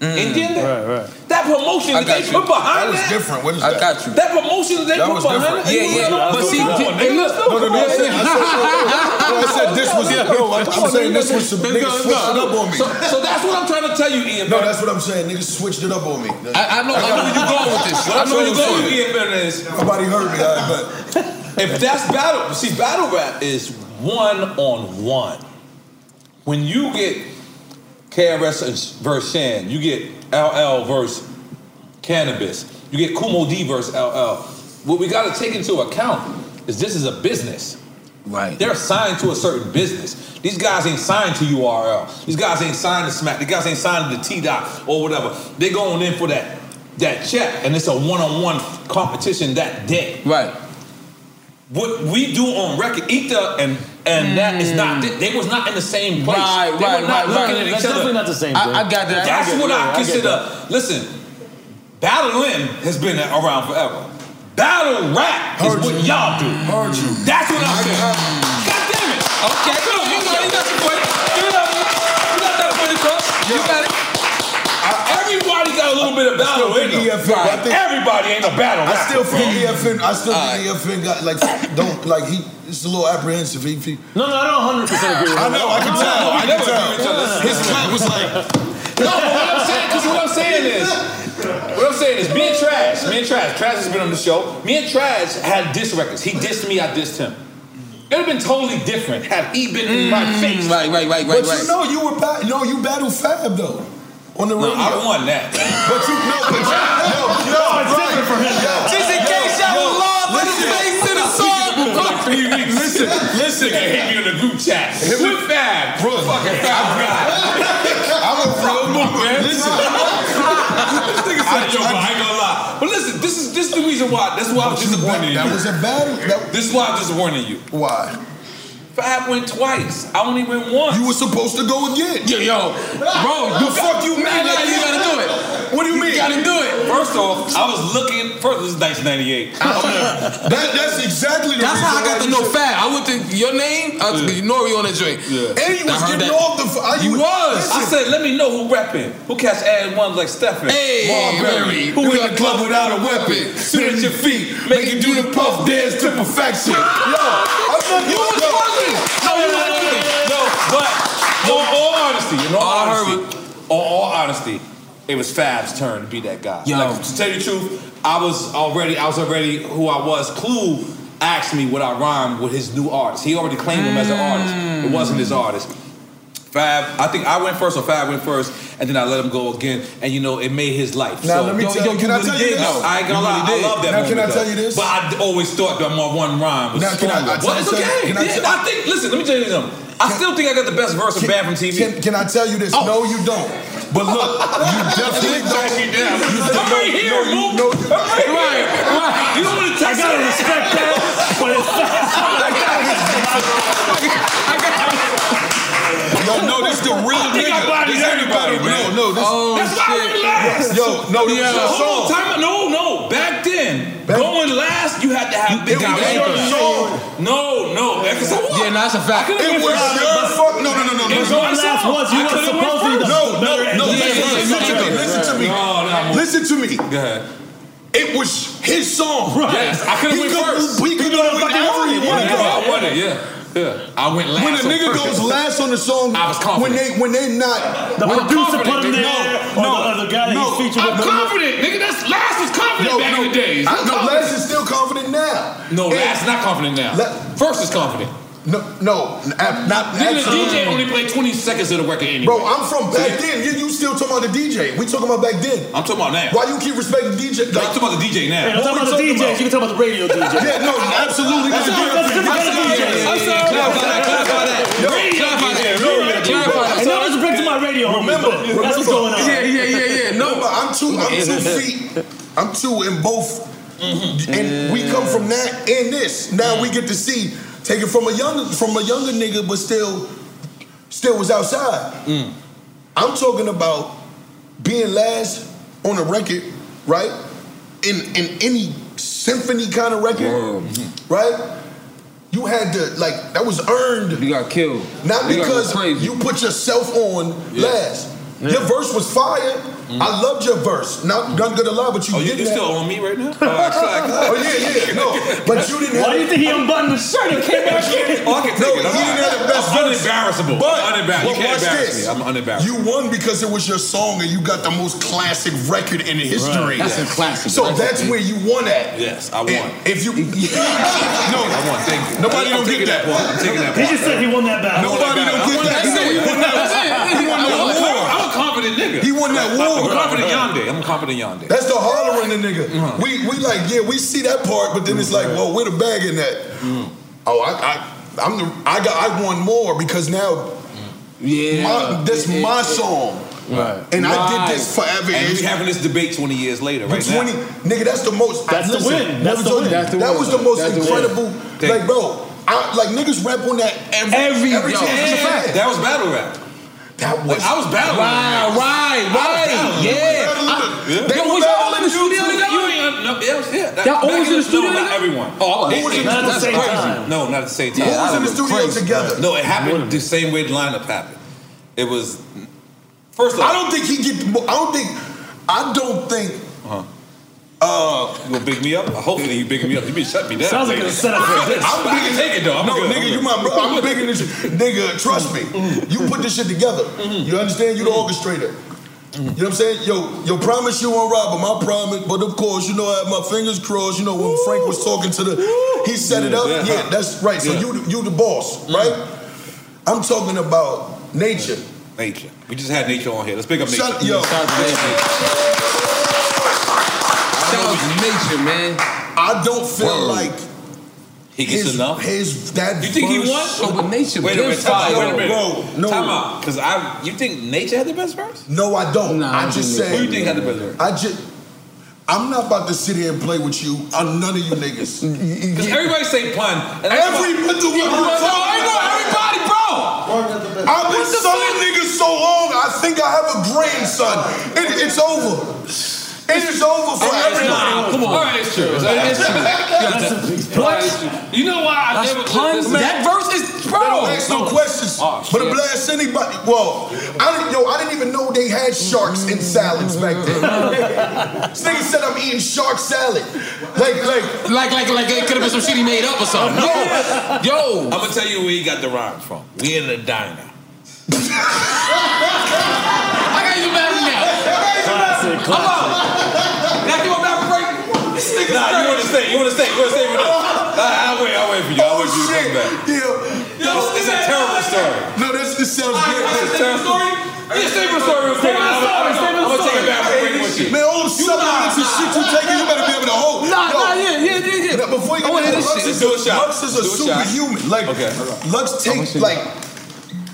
S3: And then that, that promotion that they put
S5: That
S3: behind
S5: was different. What is that? I
S6: got you.
S3: That promotion that they
S5: That
S3: put
S5: was
S3: behind
S5: different. Yeah,
S3: it, it was
S5: yeah.
S3: not-
S5: But see,
S3: come on,
S5: th-
S3: nigga, let's
S5: no, no, no, I said- I said- I said this was- no, I'm- I'm saying this was some-
S3: Let's go,
S5: niggas
S3: let's
S5: switched
S3: go.
S5: it up on me.
S3: So, so that's what I'm trying to tell you, Ian.
S5: No,
S3: Bennett.
S5: that's what I'm saying. Niggas switched it up on me.
S6: I, I know, I know where you going with this.
S3: What
S6: I
S3: I'm
S6: know where
S3: trying to
S6: you
S3: tell
S6: going.
S3: you, Ian Bennett, is
S5: Nobody heard me, all right, but
S3: if that's battle, see, battle rap is one on one. When you get KRS versus Shan, you get LL versus Cannabis, you get Kumo D versus LL. What we got to take into account is this is a business.
S6: Right.
S3: They're signed to a certain business. These guys ain't signed to URL. These guys ain't signed to Smack. These guys ain't signed to T Dot or whatever. They going in for that that check, and it's a one-on-one competition that day.
S6: Right.
S3: What we do on record, Ether and and that is not. They, they was not in the same place.
S6: Right,
S3: they
S6: right,
S3: were not
S6: right,
S3: looking
S6: right.
S3: at each
S6: That's
S3: other.
S6: definitely not the same I- thing. I got that.
S3: That's
S6: I get-
S3: what
S6: yeah, I
S3: I
S6: get
S3: consider.
S6: that.
S3: Listen, battle in has been around forever. Battle rap is what y'all do. Heard you. That's what I'm saying. God damn it. Okay. Come on, you got- you got the point. You got it. You got that point across. You got it. Uh, Everybody got a little bit of battle in them. But Everybody ain't a battle rapper.
S5: I still feel
S3: bro.
S5: EFN. I still think EFN got like don't like he. It's a little apprehensive. He, he,
S2: No, no, I don't 100 percent agree with
S5: I know. I can
S2: No,
S5: tell.
S2: no,
S5: I
S2: we
S5: can
S2: never agree with each
S5: tell.
S2: other.
S5: His clap was like.
S3: No, but what I'm saying, because what I'm saying is, what I'm saying is, me and Trash, me and Trash, Trash has been on the show. Me and Trash had diss records. He dissed me, I dissed him. It would have been totally different had he been in my face. Mm, Right, right, right,
S5: but you know you were bat- no you battled Fab though on the
S3: No,
S5: radio.
S3: I won that.
S5: But you know, but you, yo, yo, right. Yo,
S3: Just in
S5: yo,
S3: case y'all
S5: yo,
S3: were lost, let us
S5: listen.
S3: face to the song. Like three weeks. Listen, listen, and hit me in the group chat. Flip Fab, bro, fucking Fab guy.
S5: I'm a
S3: bro, man. Listen, this nigga
S5: I-
S3: said, yo, bro, I ain't gonna lie. But listen, this is this is the reason why. That's why I'm disappointed in you.
S5: That was a battle. That,
S3: This is why I'm disappointed in you.
S5: Why?
S3: Fab went twice. I only went once.
S5: You were supposed to go again.
S6: Yo, yo, bro, the fuck you mean? Like, you gotta do it.
S5: What do you, mean?
S6: gotta do it.
S3: First off, I was looking. First, this is 1998.
S5: that, that's exactly the
S6: That's
S5: reason
S6: how I
S5: why
S6: got to
S5: you
S6: know
S5: should-
S6: Fab. I went to your name, uh, Nori on that joint.
S5: And he
S6: I
S5: was
S6: heard
S5: getting
S6: that.
S5: off the. f- I-
S6: You was.
S3: I said, let me know who rapping. Who catch ad ones like Stephen?
S6: Hey, Marbury.
S3: Who in the club without a weapon? Sit at your feet, make you do the puff dance to perfection.
S5: Yo, I'm not
S3: You was fucking. No, no, no, no, no. But in all honesty, in all honesty, in all honesty, it was Fab's turn to be that guy.
S6: Yo.
S3: Like, to tell you the truth, I was already, I was already who I was. Clue asked me would I rhyme with his new artist. He already claimed him as
S6: Mm.
S3: an artist. It wasn't his artist. Fab, I think I went first or Fab went first, and then I let him go again, and you know it made his life.
S5: Now
S3: so,
S5: let me tell you. Can I tell you this?
S3: I ain't gonna
S5: You
S3: lie,
S5: really did.
S3: I love that.
S5: Now,
S3: moment,
S5: can I
S3: though.
S5: tell you this?
S3: But I always thought that my one rhyme was
S5: Now, can I-
S3: stronger.
S5: I tell
S3: Well, it's
S5: you-
S3: okay.
S5: can I
S3: Yeah,
S5: tell-
S3: I think. Listen, let me tell you something. I still think I got the best verse of Bad from Oh. TV.
S5: Can, can I tell you this? No, you don't. But look, you definitely don't. You
S3: I'm right here, Mook. I'm right here. You don't want to text I gotta respect that, but it's
S5: No, no, this the real
S3: think I
S5: nigga.
S3: bodied
S5: This everybody.
S3: everybody, man. Oh,
S5: No, no, this.
S3: That's why I went last.
S5: Yo, no, this is your
S3: Hold on,
S5: song.
S3: time out. No, no. Back then, going last, you had to have
S5: It
S3: the guy.
S5: was
S3: It
S5: your
S3: was song. No, no. Yeah, that's a fact.
S5: It was your fuck. No, no, no, no, no.
S3: It was my song. I could've went first.
S5: No, no, no.
S3: Yeah,
S5: Listen
S3: yeah,
S5: listen to
S3: yeah,
S5: me.
S3: yeah.
S5: Listen to me.
S3: No, no.
S5: Listen to me.
S3: Oh, Go ahead.
S5: It was his song.
S3: Right. Yes, I could've
S5: He
S3: went
S5: could-
S3: first.
S5: We could have went every one.
S3: Yeah, I won it, yeah. Yeah. I went last.
S5: When a
S3: on
S5: nigga
S3: purpose.
S5: goes last on the song,
S3: I was confident.
S5: when they when they not
S3: The
S5: when-
S3: producer put him
S5: No,
S3: there,
S5: No,
S3: or the- or the guy that
S5: no,
S3: he's featured with. I'm confident, nigga. That's- Last was confident back in the days.
S5: I,
S3: I'm
S5: no,
S3: confident.
S5: Last is still confident now.
S3: No,
S5: And-
S3: last not confident now. First is confident.
S5: No, no, ab- not
S3: Nigga, the DJ
S5: absolutely.
S3: only played 20 seconds of the record anyway.
S5: Bro, I'm from back then. You, you still talking about the DJ? We talking about back then?
S3: I'm talking about now.
S5: Why you keep respecting DJ?
S3: No, I'm talking about the DJ now.
S5: Hey, don't
S3: What
S5: talk
S3: we
S5: about the DJs. You can
S2: talk about the radio DJ.
S5: yeah, no, absolutely.
S3: That's
S5: not
S3: all-
S5: the DJ. I'm
S3: that's different than the
S5: sorry.
S3: DJ. I'm sorry. Clarify that, clarify that.
S5: Yo,
S3: Radio
S5: clarify
S3: DJ,
S5: that.
S3: radio
S5: Remember-
S3: DJ.
S2: And now let's bring to my radio homies,
S5: Remember,
S2: but
S5: remember,
S2: that's what's going on.
S6: Yeah, yeah, yeah, yeah. No.
S5: Remember, I'm two. I'm two feet. I'm two in both, and we come from that and this. Now we get to see take it from a younger from a younger nigga, but still, still was outside. I'm talking about being last on a record, right? In in any symphony kind of record, Mm-hmm. right? You had to like that was earned.
S6: You got killed.
S5: Not
S6: You gotta go
S5: because
S6: crazy.
S5: you put yourself on
S6: Yeah.
S5: last.
S6: Yeah. Mm.
S5: Your verse was fire. I loved your verse. Not not gonna lie, but you
S3: Oh, you,
S5: didn't. have-
S3: you still on me right now?
S5: oh yeah, yeah, no. But you didn't.
S2: Why
S5: have-
S2: do you think he unbuttoned the shirt and came back in?
S3: Oh, I can take
S5: No,
S3: it. I'm
S5: he didn't
S3: not-
S5: have the best
S3: I'm
S5: verse.
S3: unembarrassable.
S5: But,
S3: I'm unembarrassed. You
S5: but
S3: can't
S5: watch
S3: embarrass
S5: this.
S3: me. I'm unembarrassed.
S5: You won because it was your song and you got the most classic record in history.
S3: Right. That's a classic
S5: So
S3: record,
S5: that's
S3: dude.
S5: where you won at.
S3: Yes, I won.
S5: And If you no,
S3: I won. Thank you.
S5: Nobody don't
S3: I'm taking
S5: get that.
S3: point. I'm taking that
S2: He
S3: point.
S2: just said he won that battle.
S5: Nobody don't get that.
S3: That's
S5: He
S3: it.
S5: won that. He won
S3: I'm
S5: that
S3: a-
S5: war. He won that war.
S3: I'm a confident nigga. I'm a confident Yonde. I'm a confident Yonde.
S5: That's the holler in the nigga.
S3: Uh-huh.
S5: We we like yeah, we see that part, but then it's like, well, where the bag in that?
S3: Mm.
S5: Oh, I, I I'm the I got I won more because now,
S6: Yeah.
S5: my, that's my song.
S3: Right.
S5: And I did this forever.
S3: And
S5: It's-
S3: we having this debate 20 years later, right? now.
S5: 20, nigga, that's the most.
S3: That's the
S5: listen,
S3: win.
S5: never
S3: That's the
S5: told you-
S3: win. That's the
S5: that
S3: win.
S5: was the most
S3: That's the win.
S5: incredible.
S3: Thank
S5: like, bro, I, like niggas rap on that every every,
S3: Yo,
S5: chance. That's a
S3: yeah,
S5: fact.
S3: That was battle rap.
S5: That was.
S3: I was battle
S6: Right,
S3: rap. I
S6: right,
S3: was battle rap.
S6: right. Yeah.
S3: I-
S6: I-
S3: They
S6: Yo,
S3: were
S6: was y'all all in
S3: battling
S6: the studio
S3: you
S6: together?
S3: too. You ain't- no, yeah, was- yeah. That-
S6: Y'all
S3: back
S6: always in the
S3: no,
S6: studio
S3: not
S6: together?
S3: Everyone. Oh,
S6: Who
S3: they-
S6: was
S3: they-
S6: in the- Not at the
S3: that's
S6: same
S3: crazy.
S6: time.
S3: No, not at the same
S6: Yeah,
S3: time.
S6: Who was in the that studio was crazy. together?
S3: No, it happened the same way the lineup happened. It was first. Off,
S5: I don't think he get. I don't think. I don't think.
S3: Uh-huh. Uh, you gonna big me up? Hopefully you bigging me up. You been shut me down.
S5: Sounds like a setup for this.
S3: I'm, I can take it though. I'm
S5: no,
S3: good. I'm
S5: nigga,
S3: good.
S5: you my bro. I'm bigger than you. Nigga, trust me. You put this shit together.
S3: Mm-hmm.
S5: You understand? You the orchestrator. You know what I'm saying? Yo, yo, promise you won't rob him. I promise. But of course, you know, I have my fingers crossed. You know, when Frank was talking to the, he set it
S3: Yeah,
S5: up.
S3: that,
S5: Yeah,
S3: huh?
S5: that's right. So
S3: Yeah. Mm.
S5: you, the- you the boss, right? I'm talking about nature.
S3: Nature. We just had nature on here. Let's pick up nature.
S5: Shut- yo.
S3: Shout out to Nature.
S6: Shout out to Nature, man.
S5: I don't feel like
S3: He gets
S5: his,
S3: enough?
S5: His that
S3: You think he
S5: verse-
S3: won? Wait a minute. Time, out, wait a minute. Time out. Because I, you think nature had the best verse?
S5: No, I don't.
S3: I
S5: I
S3: don't
S5: just
S3: think
S5: said.
S3: Who you think had the best verse?
S5: I just. I'm not about to sit here and play with you. I'm none of you niggas.
S3: Because everybody say pun. And
S5: Every but the
S3: You know,
S5: what-
S3: I know everybody, bro.
S5: I've been selling niggas so long. I think I have a grandson. It, it's over. It is over for
S3: Alright, it's
S5: everybody.
S3: not. Come on. Alright, it's true. It's- it's true. What? You know why I
S5: That's
S3: never
S5: puns.
S3: listen,
S5: That verse is- bro.
S3: That
S5: Ask no questions.
S3: Oh,
S5: But to blast anybody, well, I didn't, yo, I didn't even know they had sharks in salads back then. this nigga said I'm eating shark salad. Like, like,
S6: Like, like, like it could have been some shit he made up or something. No. Yo.
S3: I'm gonna tell you where he got the rhyme from. We in the diner.
S6: I got you back now.
S3: Classic,
S6: Now you a back break.
S3: Nah, you wanna stay. You wanna stay. You wanna stay with us. Nah, I'll wait. I'll wait for you. I'll wait for you to come back.
S5: Oh, Yeah.
S3: Yo, it's, it's a terrible story.
S5: No, this, this sounds good.
S3: It's a terrible story. It's a terrible story. real quick. I'm I'm- I'm gonna take it back for a break with you.
S5: Man, all the supplements and shit you taking, you better be able to hold.
S6: Nah,
S5: Yo,
S6: nah, yeah, yeah, yeah, yeah.
S5: now, Before you
S6: I wanna
S5: get
S6: hear
S5: that, Lux
S6: this shit.
S5: is
S6: Do
S5: a,
S6: a shot.
S5: Lux is a
S6: Do a shot.
S5: superhuman. Like, Lux take, like,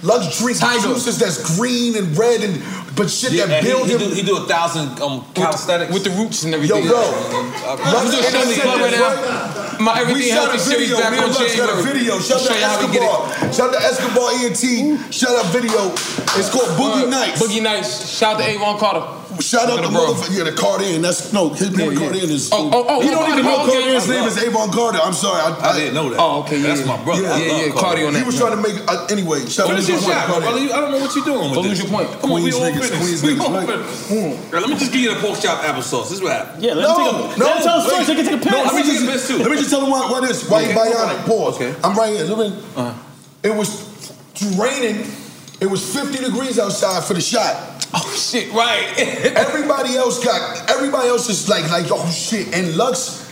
S5: Lux drinks juices that's green and red and, but shit
S3: Yeah,
S5: that
S3: and he-
S5: build
S3: he
S5: him.
S3: do- he do a thousand um, calisthenics
S6: with the roots and
S5: Yo,
S6: everything. Uh,
S5: bro.
S6: I'm
S5: and
S6: doing
S5: I
S6: Shut Me
S5: said
S6: Plug right
S5: this,
S6: now. My
S5: we
S6: everything
S5: shot
S6: healthy
S5: a
S6: series
S5: video.
S6: back
S5: Me and
S6: on
S5: Lux got a
S6: January.
S5: video.
S6: I'll
S5: Shout out
S6: show
S5: to
S6: you how we get it.
S5: Escobar. Shout out to Escobar ENT. Shout out video. It's called Boogie Nights.
S6: Boogie Nights. Shout out to Avon Carter.
S5: Shout out the
S6: Look at the bro.
S5: motherfucker. Yeah, the Cardian. That's no. His name Cardian is.
S6: Oh, oh, oh,
S5: He don't
S6: oh,
S5: even
S6: oh,
S5: know
S6: okay.
S5: Cardian's name is Avon Carter. I'm sorry. I,
S3: I didn't know that. Oh, okay, That's my brother. I love Cardi.
S5: He was trying to make. Uh, anyway, shout out to
S3: Finish your shot,
S5: Cardi.
S3: bro, brother. You- I don't know what you're doing with
S6: Don't
S3: this.
S6: lose your point.
S3: Come on, we
S5: Queens
S3: all
S5: niggas,
S3: finished.
S5: Queens
S3: We
S5: niggas,
S3: all
S5: right?
S3: finished. Girl, Let me just give you the pork chop applesauce. This is what happened.
S5: Yeah, let him No, take a- let him no, tell a story so he can take a piss. no, let
S3: Let me
S5: me
S3: take a
S5: just-
S3: piss too.
S5: let me just tell him why- why this- why he bionic. Pause. Uh-huh. I'm right here. Let me- It was raining. It was 50 degrees outside for the shot.
S6: Oh shit! Right.
S5: everybody else got. Everybody else is like, like, oh shit. And Lux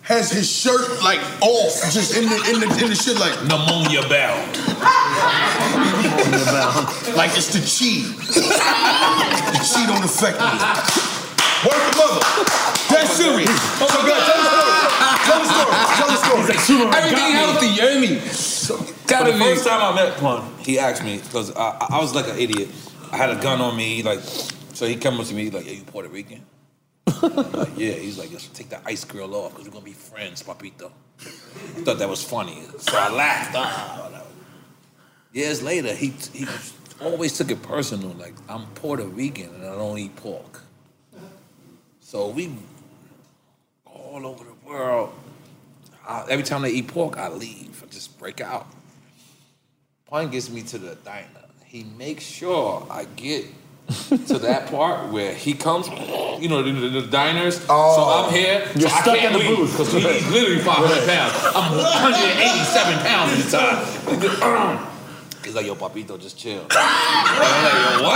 S5: has his shirt like off, just in the in the in the shit like
S3: pneumonia bound.
S5: like it's the cheat. the cheat don't affect me. Word for mother. That's serious. Oh my God, tell the story. Tell the story. Tell the story.
S6: Everything healthy, you hear me?
S3: For
S6: Gotta
S3: the
S6: be.
S3: first time I met Plum, he asked me because I, I- I was like an idiot. I had a gun on me, like so. He come up to me like, "Yeah, you Puerto Rican?" I'm like, yeah. He's like, "Yes, take the ice grill off because we're gonna be friends, papito." I thought that was funny, so I laughed. Ah, whatever. Years later, he he always took it personal, like I'm Puerto Rican and I don't eat pork. So we all over the world. I, every time they eat pork, I leave. I just break out. Pun gets me to the diner. He makes sure I get to that part where he comes, you know, the, the- the diners. so I'm here.
S7: Oh. You're
S3: so
S7: stuck
S3: I can't
S7: in the
S3: leave,
S7: booth.
S3: 'cause we eat literally 500
S7: Right.
S3: pounds. I'm 187 pounds at the time. He's like, yo, Papito, just chill. And I'm like, yo,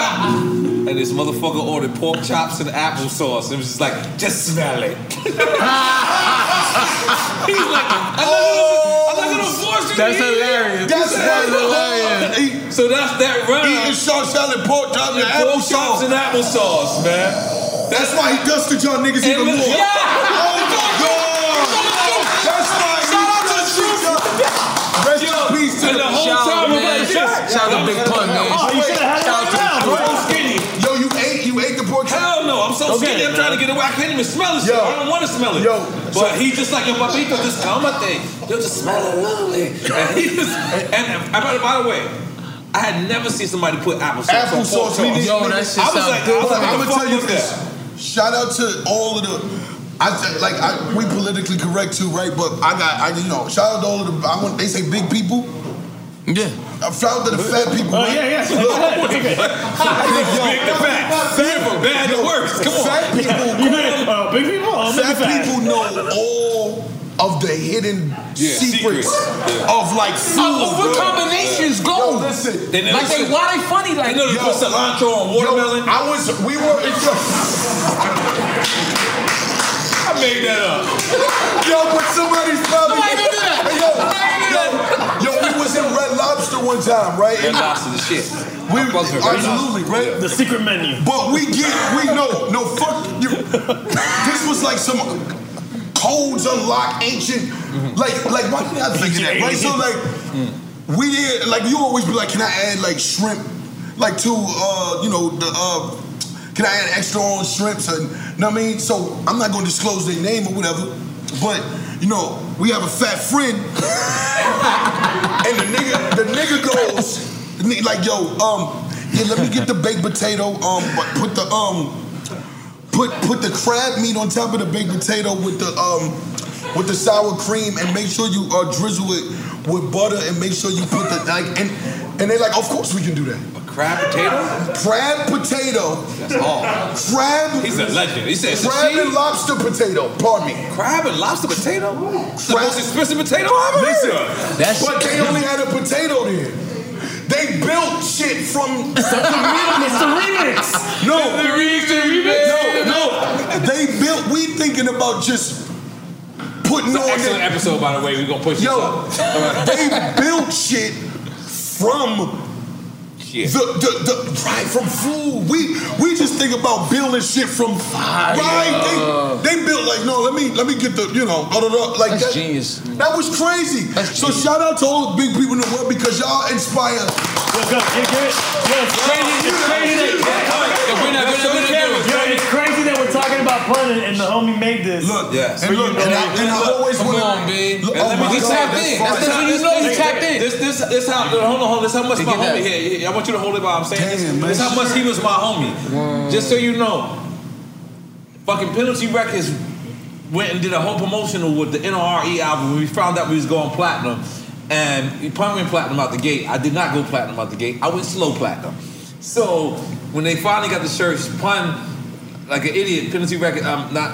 S3: what? And this motherfucker ordered pork chops and applesauce. It was just like, just smell it. He's like, I'm not gonna, I'm not gonna force you.
S6: That's
S3: to eat it."
S6: hilarious.
S5: That's
S6: hilarious.
S3: So that's that run.
S5: Eating shark salad, pork chops, and
S3: Pork
S5: applesauce.
S3: chops and applesauce, man.
S5: That's why he dusted y'all niggas
S3: And
S5: even
S3: look-
S5: more.
S3: Yeah.
S5: Oh my God. That's why Shout out to Rest in peace to
S3: and the whole
S6: Shout
S3: time
S6: out,
S3: I'm
S6: man.
S3: like, shit.
S6: Shout out to Big Pun, man.
S3: Oh, you should've had it
S6: Shout out to
S3: right now,
S6: Big Pun.
S3: bro.
S5: Yo,
S3: Skinny. skinny. I'm trying to get away. I can't even smell this shit. I don't want to smell it. Yo, but
S5: so-
S3: he's just like, yo, papito, just tell my thing. Yo, just smell it lovely. And he just, and, and by, the- by the way, I had never seen somebody put applesauce on pork
S5: Applesauce,
S3: chops.
S5: niggas, niggas.
S3: I was like, I was like,
S5: I'm gonna
S3: what the
S5: tell
S3: fuck
S5: you
S3: was
S5: this.
S3: that?
S5: Shout out to all of the. I th- like I, we politically correct too, right? But I got I you know shout out to all of the. I want they say big people.
S6: Yeah.
S5: I found to the fat people.
S7: Oh,
S5: right?
S7: yeah, yeah.
S5: Look.
S7: Big,
S5: Yo,
S7: the fat. Big from bad to
S5: yo,
S7: worse. Come on.
S5: Fat people.
S7: Yeah. You mean, uh, big people? Oh, maybe
S5: fat,
S7: fat.
S5: people know all of the hidden secrets of like food.
S6: Over
S5: bro.
S6: combinations go.
S5: Yo, listen.
S6: They never Like, they- put- why they funny like- they never
S5: Yo,
S6: put cilantro on watermelon.
S5: Yo, I was. We were.
S3: I made that up.
S5: Yo, but somebody's probably.
S7: Somebody did that.
S5: Hey, Yo, yo, yo, we was in Red Lobster one time, right?
S3: Red Lobster the shit.
S5: We,
S3: fuck with Red
S5: absolutely, right?
S7: The secret menu.
S5: But we get, we know, no, fuck you. This was like some codes unlocked ancient,
S3: Mm-hmm.
S5: like, like why did I think of that, right? So
S3: Mm.
S5: like, we did, like you always be like, can I add like shrimp, like to, uh, you know, the, uh, can I add extra on shrimps and, you know what I mean? So I'm not gonna disclose their name or whatever, but you know, we have a fat friend and the nigga, the nigga goes, the nigga like, yo, um, yeah, let me get the baked potato, um, but put the um, put put the crab meat on top of the baked potato with the um, with the sour cream, and make sure you uh, drizzle it with butter, and make sure you put the like, and and they like, of course we can do that. A
S3: crab potato?
S5: Crab potato.
S3: That's all.
S5: Crab.
S3: He's a legend. He said
S5: crab
S3: sashimi?
S5: and lobster potato. Pardon me.
S3: Crab and lobster potato? It's the most expensive potato I've ever
S5: Listen,
S3: heard of.
S5: but they only had a potato there. They built shit from
S7: It's the remix.
S5: No,
S7: It's the remix, the remix.
S5: No, no. They built. We thinking about just putting
S3: It's an
S5: on.
S3: excellent
S5: that-
S3: episode, by the way. We're gonna push this
S5: Yo,
S3: up.
S5: they built shit from. The, the the right from food. We we just think about building shit from fire. Right? They, they built like no. Let me let me get the you know da, da, da, like
S6: That's
S5: that.
S6: genius.
S5: That was crazy. so shout out to all the big people in the world because y'all inspire. Let's
S7: go. Get, get it. crazy. It's crazy that- Yo, it's crazy that we're talking about punning and the homie made this. Look,
S3: yes.
S7: For
S3: And
S7: you,
S3: look,
S7: know,
S3: and I- and I
S7: look,
S3: always
S7: come
S3: wanna-
S7: on, man.
S3: And let me
S7: my
S3: just
S7: God,
S3: tap
S7: that's fine.
S3: in. That's- that's when you know you tapped in. This, this, this how. Hold on, hold on. This how much
S7: They
S3: my
S7: get that.
S3: homie here. Yeah, I want you to hold it while I'm saying this. This how much he was my homie. Just so you know, fucking penalty records went and did a whole promotional with the NRE album. When we found out we was going platinum, and we probably went platinum out the gate. I did not go platinum out the gate. I went slow platinum. So when they finally got the shirts, pun like an idiot. Penalty record. I'm not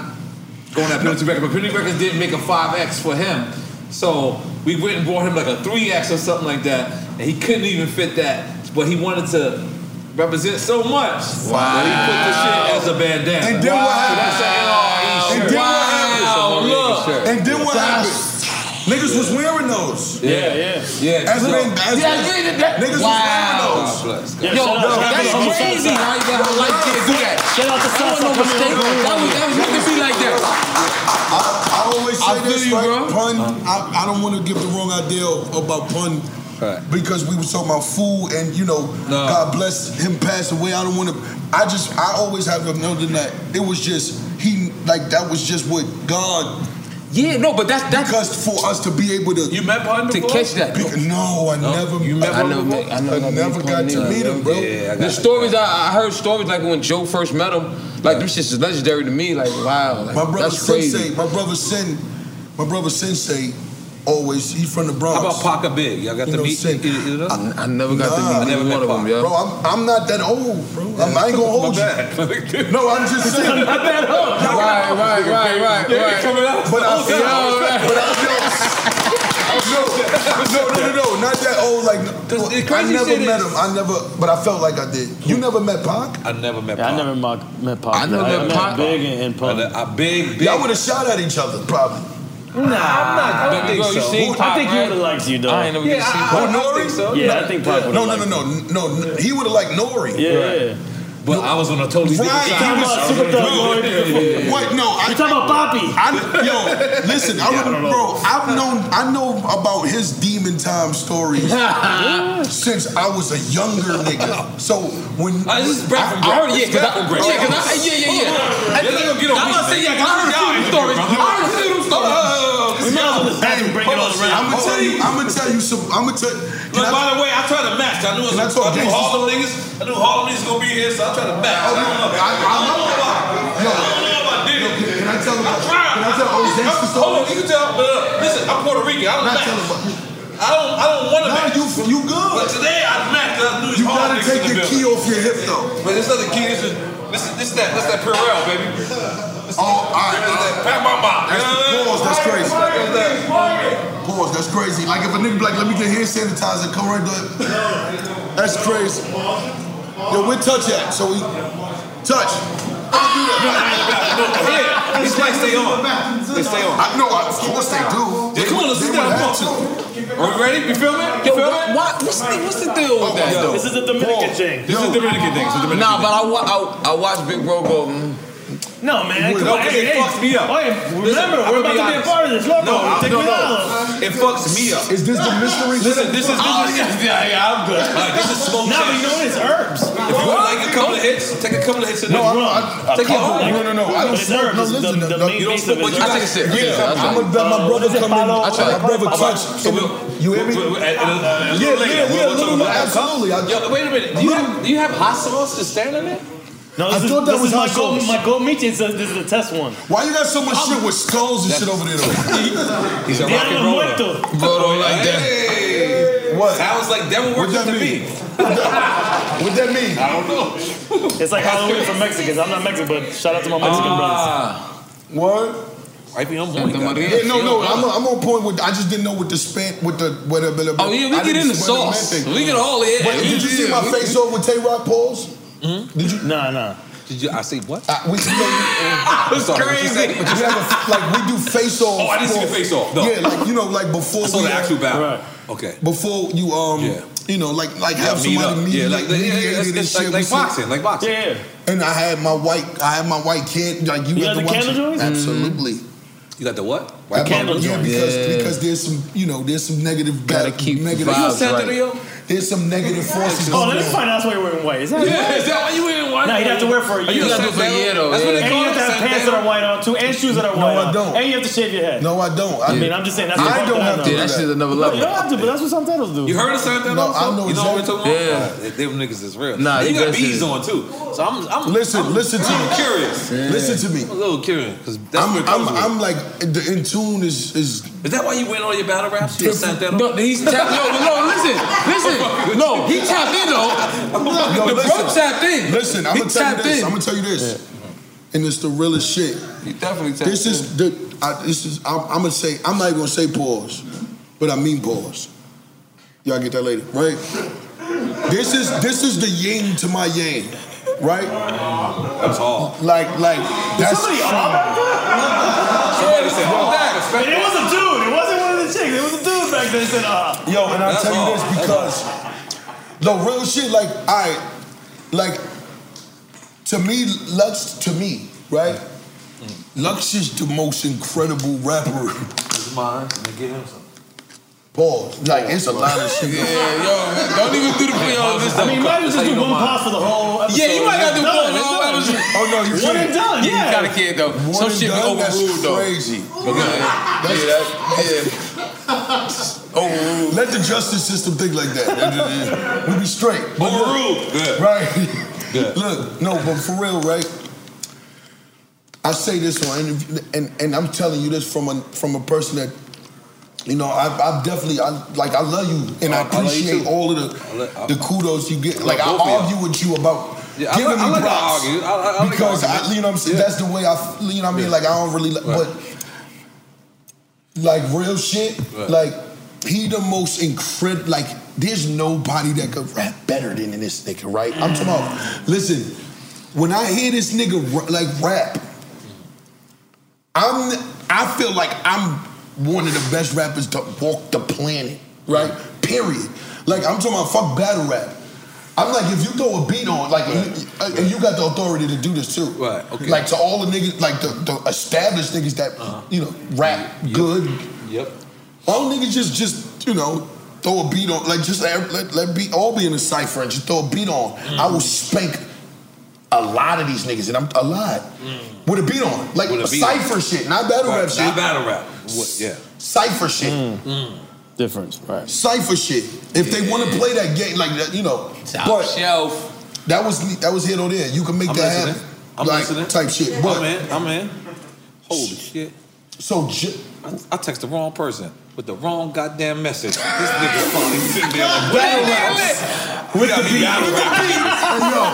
S3: going at penalty record, but penalty records didn't make a five x for him. So we went and bought him like a three x or something like that, and he couldn't even fit that. But he wanted to represent so much that he put the shit as a bandana.
S5: And then
S3: wow.
S5: what
S3: So that's an NRE E
S5: And then what happened?
S3: shirt. Wow, look.
S5: And then what happened? Niggas was wearing those.
S3: Yeah,
S7: yeah.
S3: Yeah,
S5: As been, as
S7: Yeah, I did that.
S5: Niggas
S7: Wow.
S5: was wearing those.
S7: Yeah, Yo, shout out to that's Travis Scott. crazy how you got a light kid do that. Shout out to That wasn't no Southside mistake. Community. That was- that was meant to be like that.
S5: I, I always say
S7: I feel
S5: this,
S7: you,
S5: right?
S7: bro.
S5: Pun, I, I don't want to give the wrong idea about pun. Because we was talking about food, and you know, God bless him pass away. I don't want to. I just, I always have him noting that it was just he, like that was just what God.
S6: Yeah, no, but that's that's
S5: because for us to be able to
S3: you met pun
S6: to catch that.
S5: no, I never. You
S6: I never, met, I never,
S5: I never got to meet him, bro.
S6: the stories I, I heard stories like when Joe first met him, like them shits is legendary to me. Like wow, like,
S5: my brother
S6: that's crazy.
S5: Sensei, my brother Sin, my brother Sensei, always he from the Bronx.
S3: How about Paca Big? Y'all got
S5: You
S3: to
S5: know,
S3: meet
S5: Sin.
S6: I, I never got
S5: Nah.
S6: to meet neither one of them, yo.
S5: Bro, I'm, I'm not that old, bro. I'm, I ain't gonna hold you. no, I'm just saying.
S7: I'm not that old.
S5: No,
S7: Right, right, right, right,
S5: Yeah,
S7: right.
S5: coming up. But I'm
S7: Yeah, all right.
S5: but I'm no, no, no, no, no, not that old. Like, well, I
S7: crazy
S5: never
S7: shit
S5: met
S7: is-
S5: him. I never, but I felt like I did. You never met Pac?
S3: I never met.
S7: Yeah, I never met, met Pac.
S5: I never met Pac.
S7: Big and, and Pun.
S3: big,
S5: Y'all would have shot at each other, probably.
S7: Nah, I'm not. I don't
S5: Big
S7: think
S5: bro, you
S7: so.
S5: seen
S7: Who-
S5: Pac,
S7: I think you
S5: right?
S7: would have liked you, though.
S5: I ain't never Yeah, seen I- Pac. I- I
S7: Who,
S5: think so. Yeah, I think Pac
S7: would've
S5: No, no,
S7: liked
S5: no, no, no, no. He would have liked Nori.
S7: Yeah.
S3: But I was on a totally different
S5: Right.
S3: side.
S5: You talking about Super Thug Lloyd? What? No, I-
S3: You talking about Poppy?
S5: I, yo, listen, I
S3: Yeah, I don't
S5: remember,
S3: know.
S5: bro. I've known, I know about his demon time stories since I was a younger nigga. So when
S6: Ah, this is Bradford Gray. Yeah, 'cause I- yeah, 'cause I- yeah, yeah, yeah. I- I'm about to say, yeah, 'cause I heard a few of them stories.
S3: Oh,
S6: I heard a few of them stories.
S5: I'm gonna tell you. I'm gonna tell you some. I'm gonna tell.
S3: Look, by the way, I tried to match. I knew it was,
S5: Can I
S3: I,
S5: talk Oh,
S3: knew
S5: gangsta?
S3: Harlem niggas. I knew Harlem niggas gonna be here, so I tried to match. I don't know. I, don't know why. I don't know if I did it.
S5: Can I tell?
S3: I tried. Can I tell old gangster story? Hold on, you can tell. But uh, listen, I'm Puerto Rican. I don't match. I don't. I don't want to match. you
S5: you good?
S3: But today I matched. I knew
S5: You gotta take
S3: the
S5: the key off your hip though.
S3: But this other key, this is this is this that that's that Purell, baby. This,
S5: oh, all right.
S3: Pack my mom.
S5: That's pause. That's crazy. Pause. That's crazy. Like if a nigga be like, let me get hand sanitizer, come right there. That's crazy. Yo, where touch at? So we touch. Don't do that.
S3: Yeah, these mics stay on. They stay on.
S5: I know. Of course they do.
S3: Come on, let's sit down. Come on. Are we ready? You feel me? You feel me?
S6: what's, the, what's the deal with that? though?
S3: This is a Dominican thing. This is a Dominican thing. It's a Dominican
S6: Nah,
S3: thing.
S6: but I, wa- I, I watched Big Bro go. mm.
S2: No, man.
S6: No,
S2: come on.
S6: 'cause
S2: Hey,
S6: it
S2: hey.
S6: fucks me up.
S2: Oh, yeah, remember,
S6: Listen, I'm
S2: we're
S6: gonna
S2: about to be a
S6: be honest.
S2: part of this. Loco,
S3: No, I'm-
S2: take
S3: no,
S2: me
S3: no.
S2: down.
S3: It fucks me up.
S5: Is this the mystery?
S3: Listen, this is.
S2: Oh,
S3: this is- yeah, yeah, I'm good. All right, this is smoke.
S2: Now
S3: check.
S2: you know it's herbs.
S3: If you want like a couple of hits, take a couple of hits and
S5: No, I-
S3: then run.
S5: I- I-
S3: take it
S5: couple-
S3: all.
S5: no, no, no, I don't
S3: It's
S5: smoke.
S3: herb.
S5: No,
S3: It's
S5: listen,
S3: the-
S5: the-
S3: the
S5: the
S3: you don't
S5: main thing
S3: smoke, but
S5: is
S3: you
S5: herb.
S3: got-
S5: I take a sip.
S3: you
S5: Yeah,
S3: got-
S5: I'm gonna-
S3: Uh,
S5: my brother
S3: what is it,
S5: come in-
S3: Palo
S5: I try- my
S3: Alto?
S5: brother
S3: All
S5: touch.
S3: right, So we'll,
S5: You hear me?
S3: we'll- we'll- at- at- at- a
S5: Yeah,
S3: little
S5: yeah,
S3: later, we'll-
S5: yeah,
S3: we'll talk
S5: little-
S3: about that.
S5: absolutely. I-
S3: Yo, wait a minute. Do you have, do you have hot sauce to stand on it?
S2: No, this
S5: I
S2: is,
S5: thought that
S2: this
S5: was
S2: is my
S5: hot
S2: goat.
S5: sauce.
S2: My goat meat is a, this is a test one.
S5: Why you got so much shit with skulls and shit over there though?
S3: He's a rock and roller.
S6: Bro, like that.
S3: Hey.
S5: What?
S3: Sounds like devil
S5: What
S3: worshipped
S5: that
S3: to
S5: mean?
S3: me.
S5: What that mean?
S3: I don't know.
S2: It's like Halloween for Mexicans. I'm not Mexican, but shout out to my Mexican
S3: Ah.
S5: What?
S3: brothers. Right beyond point.
S6: Santa Maria.
S3: goddamn.
S5: Yeah, no, no, I'm, I'm on point with. I just didn't know what the span, with the what the. what the-
S6: Oh, yeah, we
S5: I
S6: get
S5: didn't
S6: in the
S5: swear the
S6: sauce.
S5: man thing.
S6: We get all in.
S5: Wait, did you see my
S6: Yeah, we- Hmm?
S5: face off with Tay Rock Pauls?
S2: Nah, nah.
S3: Did you? I say what?
S5: Uh, we, you know,
S3: That was
S6: crazy.
S5: we have a, like we do face off.
S3: Oh, I didn't see the
S5: for-
S3: face off. No.
S5: Yeah, like you know, like before
S3: I saw
S5: we
S3: the
S5: had-
S3: actual battle.
S2: Right.
S3: Okay.
S5: before you um,
S3: Yeah.
S5: you know, like like have
S3: meet
S5: somebody
S3: up.
S5: meet,
S3: Yeah, like, yeah, yeah,
S5: mediated
S3: it's-
S5: and
S3: it's
S5: shit
S3: like,
S5: with
S3: like
S5: some-
S3: boxing, like boxing.
S2: Yeah.
S5: And I had my white, I had my white kid. Like you,
S2: You
S5: had
S2: had
S5: to
S2: the
S5: watch
S2: candle
S5: it.
S2: joints?
S5: Absolutely.
S3: You got the
S5: I
S3: what?
S5: had my-
S2: candle
S5: yeah,
S2: joints.
S5: because
S6: Yeah.
S5: because there's some you know there's some negative
S6: Gotta
S5: bad-
S6: keep the
S5: negative
S6: vibes
S5: forces.
S6: right.
S5: There's some negative forces.
S2: Oh, let
S5: going
S2: me
S5: on.
S2: find out why you're wearing white. Is that
S3: Yeah, is that why you in white?
S2: Nah, you'd have to wear for a
S3: Are
S2: year.
S3: a
S6: You gotta do it for a
S3: Santana?
S6: year, though,
S3: That's what
S6: yeah.
S3: they
S2: And you
S3: call
S2: have to
S3: it,
S2: have pants
S3: Santana?
S2: that are white on too, and shoes that are white
S5: I
S2: on.
S5: don't.
S2: And you have to shave your head.
S5: No, I don't. I
S2: I mean,
S5: mean,
S2: I'm just saying that's
S5: I
S2: the fuck
S5: don't
S2: that
S5: have to
S2: know.
S5: do
S6: Yeah, that
S5: that.
S6: shit is
S2: No,
S6: another
S2: you
S6: level.
S2: don't have to, but that's what some titles do.
S3: You heard of Santana?
S5: No,
S3: also?
S5: I know
S3: You know what I'm
S5: exactly-
S3: talking about?
S6: Yeah.
S3: All right, Them niggas is real.
S6: Nah,
S3: And
S6: you
S3: you got
S6: got
S3: bees
S6: shit.
S3: on too. So I'm, I'm
S5: Listen,
S3: I'm,
S5: listen to
S3: I'm
S5: me.
S3: curious.
S5: Listen to me.
S3: I'm a little curious because that's
S5: I'm,
S3: where it comes
S5: I'm,
S3: with.
S5: I'm like the in tune is is
S3: Is that why you win all your battle raps? You're a Santana.
S6: No, he's tapped. Yo, no, listen, listen. No, he tapped in though.
S5: Yo,
S6: the bro
S5: listen.
S6: tapped in.
S5: Listen, I'm
S6: he
S5: gonna tell you
S6: tapped
S5: this.
S6: in.
S5: I'm gonna tell you this, and it's the realest shit.
S6: he definitely tapped
S5: This is the I, this is I'm, I'm gonna say I'm not even gonna say pause, but I mean pause. Y'all get that later, right? This is this is the yin to my yang, right?
S3: That's all.
S5: Like like that's
S2: Somebody off?
S3: Somebody said, "Oh, that."
S2: And it was a dude. It wasn't one of the chicks. It was a dude back there said, ah.
S5: yo, and I
S3: That's
S5: tell you
S3: all.
S5: this because the real shit. Like I like to me Lux to me right. Lux is the most incredible rapper.
S3: This is mine. Let me get him some.
S5: Pause. Like it's a lot of shit.
S6: Yeah, yo, don't even do the play on this.
S2: I mean, you might as well just do one pause for the whole episode.
S6: Yeah, you might gotta do
S2: It's done, it's
S6: one whole
S2: done.
S6: episode.
S5: Oh no, you
S2: One
S5: can't.
S2: and done,
S6: You
S2: yeah.
S6: gotta kid though.
S5: One
S6: Some
S5: and
S6: shit be
S5: done, that's
S6: overruled though.
S5: Crazy.
S6: Okay. Yeah, that, yeah. Overruled.
S5: Let the justice system think like that. we be straight. But look,
S3: Overruled. Good.
S5: Right.
S3: Yeah.
S5: Look, no, but for real, right? I say this on interview, and and I'm telling you this from a from a person that, you know, I I definitely I like I love you
S6: Oh,
S5: and I
S3: I- I love you
S5: appreciate
S3: too.
S5: all of the
S3: I lo- I-
S5: the kudos you get. Like I
S3: both of y'all.
S5: argue with you about.
S3: Yeah, I
S5: giving
S3: like- I
S5: me
S3: like to
S5: props
S3: argue. I- I- I like to
S5: because
S3: argue.
S5: I, you know what I'm saying.
S3: Yeah.
S5: That's the way I, f- you know what I mean.
S3: Yeah.
S5: Like I don't really, li-
S3: Right.
S5: but like real shit.
S3: Right.
S5: Like he the most incredible. Like there's nobody that could rap better than this nigga, right? I'm talking about. Listen, when I hear this nigga ra- like rap, I'm I feel like I'm one of the best rappers to walk the planet, right? Period. Like I'm talking about fuck battle rap. I'm like, if you throw a beat on, like, uh, and you got the authority to do this too. Right. Okay. Like to all the niggas, like the, the established niggas that you know rap good. Yep. All niggas just just you know throw a beat on, like just let let, let be all be in the cipher and just throw a beat on. I will spank a lot of these niggas, and I'm a lot with a beat on, like
S3: With
S5: a
S3: a beat
S5: cipher
S3: on.
S5: shit, not battle
S3: Right,
S5: rap shit,
S3: Not battle rap. What, yeah.
S5: cipher shit.
S11: Hmm.
S2: Difference, Mm. right?
S5: Cipher shit. If they want to play that game, like that, you know,
S2: Top
S5: but shelf. That was that was hit or there. You can make
S3: I'm
S5: that
S3: listening.
S5: happen.
S3: I'm
S5: like,
S3: listening.
S5: Type shit. But
S3: I'm in. I'm in. Holy shit.
S5: So
S3: I, I text the wrong person with the wrong goddamn message. This nigga finally sitting there like
S5: Battle
S3: battle
S5: raps.
S3: raps. With the beat. Battle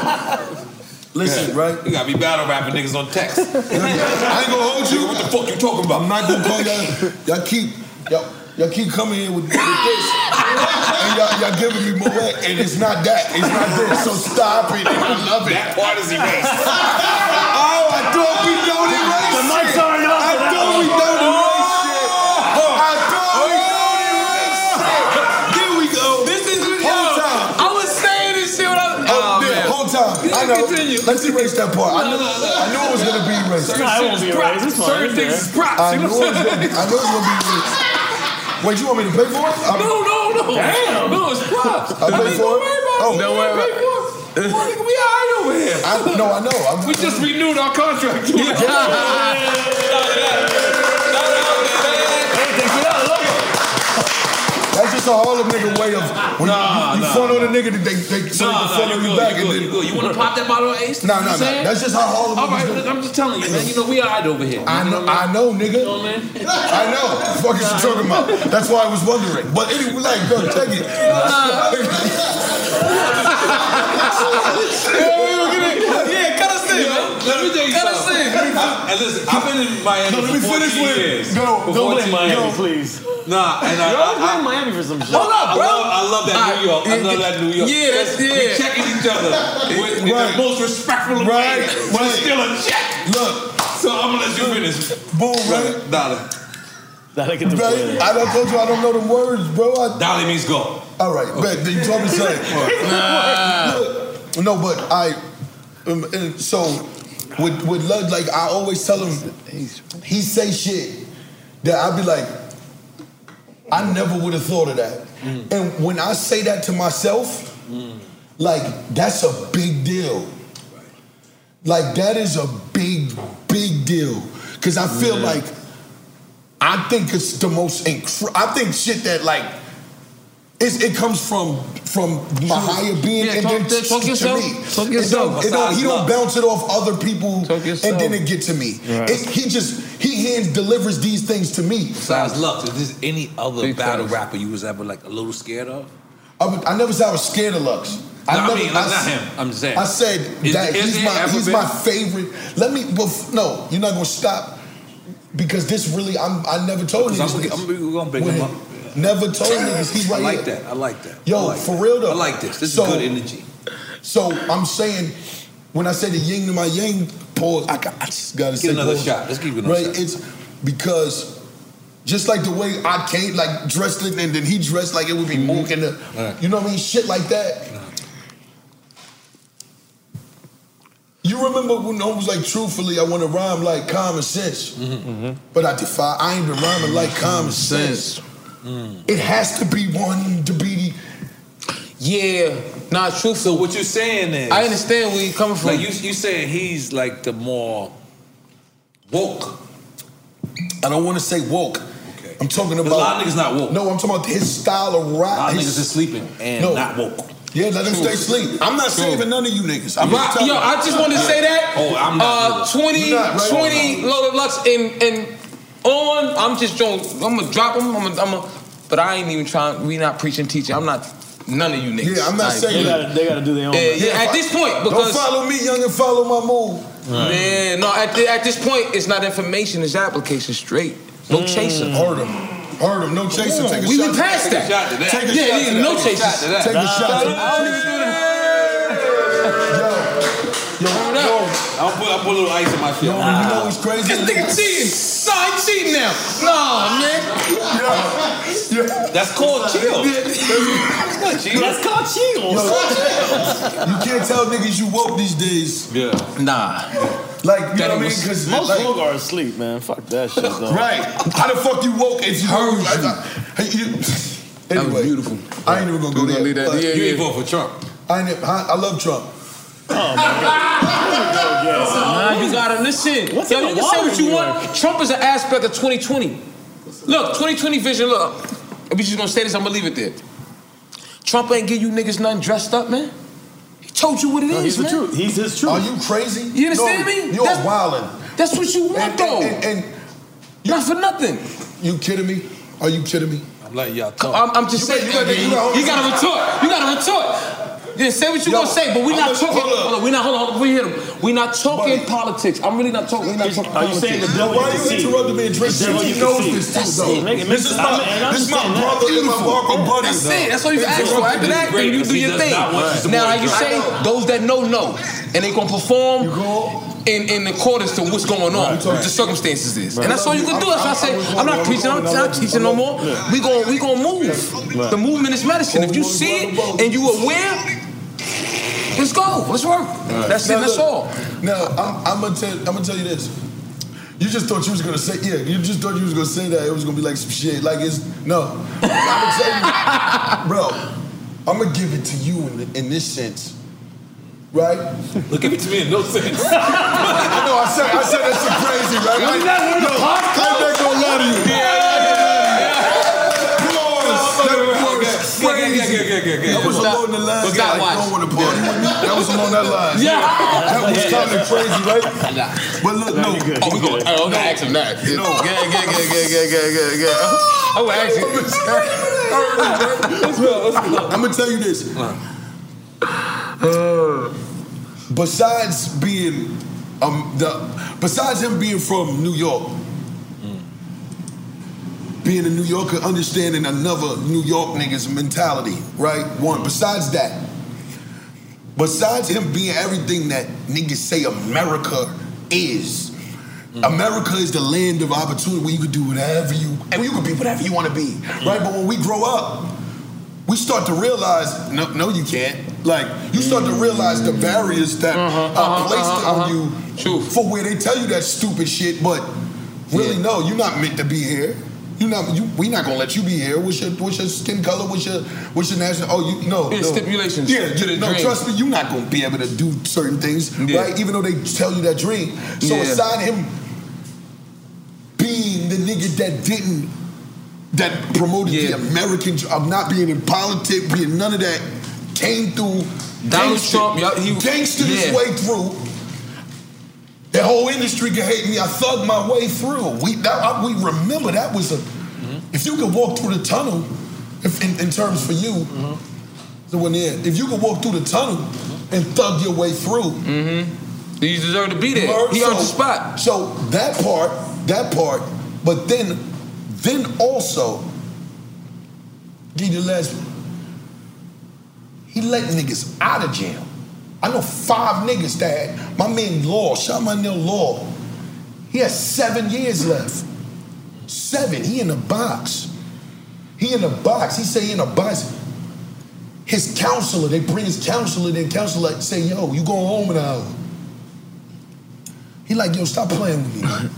S5: rap. Listen, right?
S3: You gotta be battle rapping niggas on text.
S5: I ain't gonna hold you. What
S3: the fuck you talking about?
S5: I'm not gonna call y'all. Y'all keep y'all, y'all keep coming here with, with this, and y'all, y'all giving me more, and it's not that. It's not this. So stop it. And I love it. That
S3: part is erased.
S5: oh, I thought we don't erase. The mics
S7: aren't up
S5: I
S7: for that one.
S5: thought we don't erase shit.
S6: Oh,
S5: I thought we don't erase shit. Here we go.
S6: This is what
S5: whole
S6: yo,
S5: time.
S6: I was saying this shit when I was.
S5: Oh, man. Whole time. I know. Let's erase that part. I,
S6: No,
S5: knew,
S6: no, no.
S5: I knew it was gonna be erased.
S6: No, it won't be erased. It's fine. Certain things is props,
S5: I
S6: you
S5: knew
S6: know
S5: it
S6: what
S5: was
S6: I'm
S5: gonna be. I knew it was gonna be erased. Wait, you want me to pay for it? I'm,
S6: No, no, no.
S5: Damn.
S6: No, it's props.
S5: I pay for it. Oh, don't worry about it.
S6: Boy, nigga, we all right over here.
S5: I, no, I know. I'm,
S6: we just renewed our contract.
S5: That's just a Harlem nigga way of when
S6: Nah,
S5: you, you
S6: nah.
S5: front on a nigga, they they, they, so
S6: Nah,
S5: they can front
S6: nah, you
S5: on you
S6: good,
S5: back
S6: you
S5: and
S6: good,
S5: then
S6: you good. You wanna pop that bottle of Ace?
S5: No,
S6: You
S5: no, no.
S6: saying?
S5: That's just how Harlem.
S6: All
S5: niggas
S6: right,
S5: do it.
S6: I'm just telling you, man. You know we all right over here.
S5: I know, I know, nigga. I know. The fuck is you talking about? That's why I was wondering. But anyway, like, go check it.
S6: Yeah, cut us in, man.
S3: Let me tell you
S6: Cut us
S3: something.
S6: in. Let me-
S3: I- I- listen, I've been in Miami
S6: No, let
S3: for
S6: me
S3: 14
S6: finish with-
S3: years.
S6: Go,
S3: For
S6: go
S3: 14
S6: in Miami,
S3: years.
S2: please.
S3: Nah, and I,
S2: You're always
S3: I, I
S2: in Miami for some shit.
S6: Hold up, bro.
S3: I love, I love that New York. I love that New York.
S6: Yeah, that's- yeah.
S3: We checking each other with, in
S6: Right.
S3: the most respectful
S6: Right,
S3: way. But it's still a check.
S5: Look.
S3: So I'm gonna let you finish.
S5: Boom, right?
S3: Dollar.
S2: Dollar get
S5: Right? I done told you I don't know them words, bro. I,
S3: Dolly means go.
S5: all right, bet. Then you told me something.
S3: Nah.
S5: Look, no, but I. Um, and so with with Lud, like I always tell him, he say shit that I be like, I never would have thought of that.
S3: Mm.
S5: And when I say that to myself, like that's a big deal. Like that is a big, big deal. Cause I feel
S7: Yeah.
S5: like I think it's the most incre- I think shit that like it's, it comes from from my higher being
S6: Yeah,
S5: and
S6: talk-
S5: then to-
S6: talk
S5: to
S6: yourself-
S5: me.
S6: talk
S5: It
S6: yourself.
S5: don't- it don't- he don't
S6: Besides
S5: bounce it off other people and then it get to me.
S3: Right.
S5: It, he just he hands delivers these things to me.
S3: Besides love, is there any other battle rapper you was ever like a little scared of?
S5: I, would- I never said I was scared of Lux.
S3: No, I
S5: never-
S3: mean, not
S5: s-
S3: him. I'm just saying.
S5: I said
S3: Is-
S5: that
S3: is
S5: he's
S3: there
S5: my
S3: ever
S5: he's
S3: been-
S5: my favorite. Let me. Bef- no, you're not gonna stop because this really. I'm. I never told
S3: Because
S5: you.
S3: I'm, gonna- I'm gonna- we're gonna bring him up.
S5: Never told niggas he's right
S3: I like
S5: here.
S3: that. I like that.
S5: Yo,
S3: I like
S5: for
S3: that.
S5: real though.
S3: I like this. This
S5: So-
S3: is good energy.
S5: So I'm saying, when I say the yin to my yang, pause. I, got, I just gotta
S3: Get
S5: say
S3: another
S5: pause.
S3: shot. Let's keep another
S5: right?
S3: shot.
S5: It's because just like the way I came, like dressed it, and then he dressed like it would be
S3: Mm-hmm.
S5: Mook and the, you know what I mean, shit like that. You remember when I was like, truthfully, I want to rhyme like common sense,
S3: Mm-hmm,
S5: but I defy. I ain't been rhyming like common sense.
S6: Mm.
S5: It has to be one to be.
S6: Yeah, not truthful.
S3: So what you're saying is,
S6: I understand where you're coming from.
S3: Like you, you saying he's like the more woke.
S5: I don't want to say woke. I'm talking about
S3: a lot of niggas not woke.
S5: No, I'm talking about his style of
S3: A lot
S5: rap.
S3: of
S5: his-
S3: niggas is sleeping and
S5: No.
S3: not woke.
S5: Yeah, let him
S3: True.
S5: stay asleep. I'm not
S3: True.
S5: saving none of you niggas. I'm
S6: Right,
S5: just telling
S6: yo,
S5: you.
S6: I just wanted to say that.
S3: Oh, I'm
S6: uh,
S3: not either.
S6: 20,
S3: You're not, right?
S6: 20 loaded lux and and on. I'm just going. I'm gonna drop them. I'm gonna. I'm gonna but I ain't even trying. We not preaching, teaching. I'm not. None of you niggas.
S5: Yeah, I'm not
S6: Like,
S5: saying
S6: yeah.
S5: that.
S2: They gotta do their own.
S6: Yeah, yeah, at this point,
S5: don't
S6: because-
S5: follow me, young, and follow my move.
S6: Yeah, no. At, thi- at this point, it's not information. It's application. Straight. No
S3: Mm.
S6: chaser.
S5: Heard him. Heard him. No chaser. Take a
S6: we
S5: shot.
S6: went past
S5: Take a
S6: that.
S5: shot to that. Take a
S6: yeah,
S5: shot
S6: yeah,
S5: to that.
S6: no
S5: Take a
S6: chasers.
S5: shot to that. Take a shot to Yo, yo,
S3: I'll put, I'll put a little ice in my shit.
S5: you know what's crazy?
S6: This nigga cheating. No, he cheating
S5: now. Nah, man.
S3: That's called chill.
S5: That's
S3: not chill. That's called chill.
S5: Yo, you can't tell niggas you woke these days.
S3: Yeah.
S5: Nah. Like,
S7: That
S5: you know
S7: it
S5: what I mean?
S7: was-
S5: 'Cause,
S7: most
S5: like,
S7: woke
S2: are asleep, man. Fuck that shit, though.
S5: Right. How the fuck you woke if you heard like, I- hey, you- Anyway, beautiful. I ain't even gonna go there.
S6: leave that-
S5: but-
S6: yeah, You ain't yeah. vote
S3: for Trump.
S5: I, ain't, I, I love Trump.
S7: Oh my God.
S6: Nah, you gotta listen.
S7: What's
S6: Yo,
S7: in
S6: you
S7: the
S6: can say
S7: water
S6: what
S7: in
S6: you
S7: New
S6: want. Trump is an aspect of 2020. Look, 2020 vision. Look, if you just gonna say this, I'm gonna leave it there. Trump ain't give you niggas nothing dressed up, man. He told you what it is,
S5: No, he's the
S6: man.
S5: truth.
S2: He's his truth.
S5: Are you crazy?
S6: You understand
S5: No,
S6: me?
S5: You're
S6: That's-
S5: wildin'.
S6: That's what you want, though.
S5: And, and,
S6: not for nothing.
S5: You kidding me? Are you kidding me?
S3: I'm letting y'all talk.
S6: I'm, I'm just saying, you gotta, you gotta, retort. You gotta retort. Yeah, say what you gonna say, but we're not talking. Hold on, we're not. Hold on, hold on, we hit him. We're not talking politics. I'm really not talking. We're not talking
S5: Are you
S6: politics.
S5: saying the devil Why you you can see? interrupting me and Drake? The devil He you knows can see. this too,
S6: That's
S5: though.
S6: it.
S5: Make it- This is my- I'm- and I'm this is my understanding that. brother and my barber buddy,
S6: That's
S5: though.
S6: it. That's all you
S5: It's
S6: ask for.
S5: interrupting
S6: After
S5: me.
S6: that, then you
S5: Because
S6: do
S5: he
S6: your
S5: does
S6: thing.
S5: not want you to
S6: Now,
S5: support
S6: like you
S5: him.
S6: say, those that know know, and they gonna perform in in accordance to what's going on, the circumstances is, and that's all you can do. That's why I say I'm not preaching. I'm not teaching no more. We going we gonna move. The movement is medicine. If you see it and you aware, let's go. Let's work. That's it.
S5: Now,
S6: That's
S5: look,
S6: all.
S5: Now I'm, I'm gonna tell I'm gonna tell you this. You just thought you was gonna say yeah. You just thought you was gonna say that it was gonna be like some shit. Like it's no. I'm gonna tell you, bro. I'm gonna give it to you in, in this sense, right?
S3: Look, give it to me in no sense.
S5: I know I said I said that's so crazy, right?
S3: Isn't that where the
S5: yo,
S3: pop
S5: I'm not gonna lie to you. That was along the lines that I don't want to party with me. That was along that line.
S6: Yeah.
S5: That was
S6: Yeah.
S5: kind of crazy, right? But look, no.
S6: Oh, we going. Oh, I'm gonna ask him that. No. Yeah, yeah, yeah, yeah, yeah, yeah, yeah, yeah. I'm gonna ask him.
S5: I'm gonna tell you this. Uh, besides being um, the, besides him being from New York, being a New Yorker, understanding another New York nigga's mentality, right? One. Besides that, besides him being everything that niggas say America is. America is the land of opportunity where you can do whatever you and you can be whatever you want to be, right? But when we grow up, we start to realize no, no, you can't. Like you start to realize the barriers that are placed on you for where they tell you that stupid shit, but really, no, you're not meant to be here. You not, you, we not gonna let you be here. What's your, what's your skin color? What's your, what's your national? Oh, you no,
S6: Yeah,
S5: no.
S6: stipulations
S5: Yeah,
S6: to the
S5: no,
S6: dream.
S5: trust me, you're not gonna be able to do certain things,
S6: Yeah.
S5: right? Even though they tell you that dream. So
S6: Yeah.
S5: aside him being the nigga that didn't that promoted the American dr- of not being in politics, being none of that, came through
S6: Donald
S5: gangster,
S6: Trump, yeah, he-
S5: gangstered
S6: yeah.
S5: his way through. The whole industry could hate me. I thugged my way through. We that, I, we remember that was a.
S6: Mm-hmm.
S5: If you could walk through the tunnel, if, in, in terms for you, the one there. If you could walk through the tunnel and thug your way through,
S6: Do Mm-hmm. you deserve to be there?
S5: Word,
S6: He
S5: so-
S6: earned the spot.
S5: So that part, that part, but then, then also, G. the last he let niggas out of jail. I know five niggas that had, my man Law, shout my nigga Law, he has seven years left. Seven, he in the box. He in the box, he say he in the box. His counselor, they bring his counselor, their counselor say, yo, you going home in an hour. He like, yo, stop playing with me. man.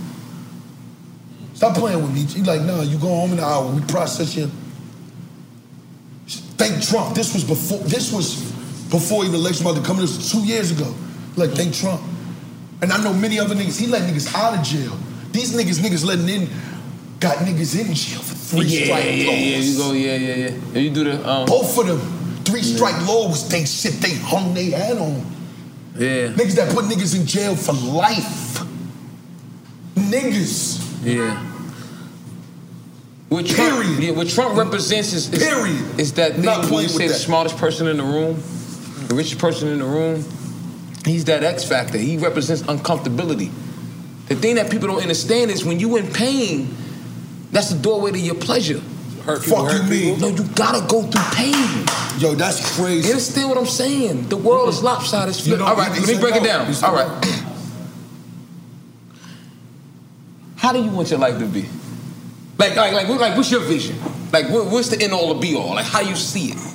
S5: stop playing with me. He like, nah, you go home in an hour. We process you. Thank Trump. This was before. This was before even election about to come. This was two years ago. Like, thank Trump. And I know many other niggas. He let niggas out of jail. These niggas, niggas letting in, got niggas in jail for three
S6: yeah,
S5: strike
S6: yeah, yeah, yeah,
S5: laws.
S6: you go, yeah, yeah, yeah. If you do the, um,
S5: Both of them, three strike law was they shit they hung they had on.
S6: yeah,
S5: Niggas that put niggas in jail for life. Niggas.
S6: yeah. What Trump, Period. Yeah, what Trump represents is, is period. Is that thing
S5: Not
S6: when
S5: playing
S6: you
S5: with
S6: say the
S5: that.
S6: smartest person in the room, the richest person in the room. He's that X factor. He represents uncomfortability. The thing that people don't understand is when you in pain, that's the doorway to your pleasure. Hurt
S5: people, Fuck you hurt mean?
S6: No, you gotta go through pain.
S5: Yo, that's crazy.
S6: You understand what I'm saying? The world is lopsided. It's
S5: You
S6: flipped.
S5: don't-
S6: All right,
S5: you- you
S6: let me
S5: said
S6: break it
S5: no.
S6: down.
S5: You said
S6: All right. How do you want your life to be? Like, like, like, what- like what's your vision? Like, what, what's the end all, the be all? Like, how you see it?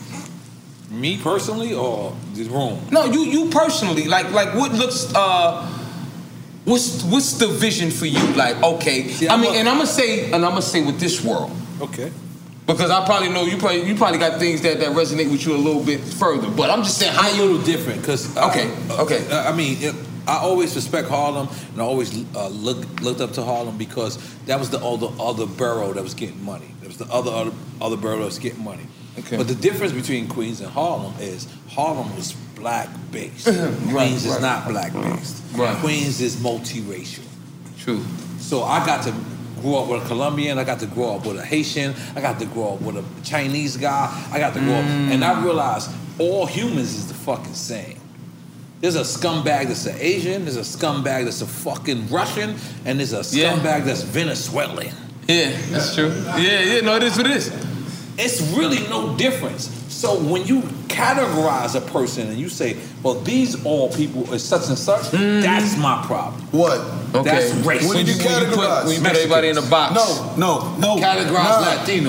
S3: Me personally or the room?
S6: No, you, you personally. Like, like, what looks, uh, what's, what's the vision for you? Like, okay, I mean, and I'm gonna say, and I'm gonna say with this world.
S3: Okay.
S6: Because I probably know you probably you probably got things that, that resonate with you a little bit further, but I'm just saying how
S3: a little different because
S6: okay,
S3: okay. Uh, I mean, it, I always respect Harlem, and I always uh, look looked up to Harlem because that was the other other borough that was getting money. That was the other other, other borough that was getting money. Okay. But the difference between Queens and Harlem is Harlem was black based. Queens is
S6: right.
S3: not black based.
S6: Right.
S3: Queens is multiracial.
S6: True.
S3: So I got to grow up with a Colombian. I got to grow up with a Haitian. I got to grow up with a Chinese guy. I got to grow up,
S6: Mm.
S3: and I realized all humans is the fucking same. There's a scumbag that's an Asian. There's a scumbag that's a fucking Russian, and there's a scumbag that's Venezuelan.
S6: Yeah, that's true. Yeah, yeah, no, it is what it is.
S3: It's really no difference. So when you categorize a person and you say, "Well, these all people are such and such," that's my problem.
S5: What?
S3: That's race.
S5: When you categorize, No, no, no. Nah. As- nah, he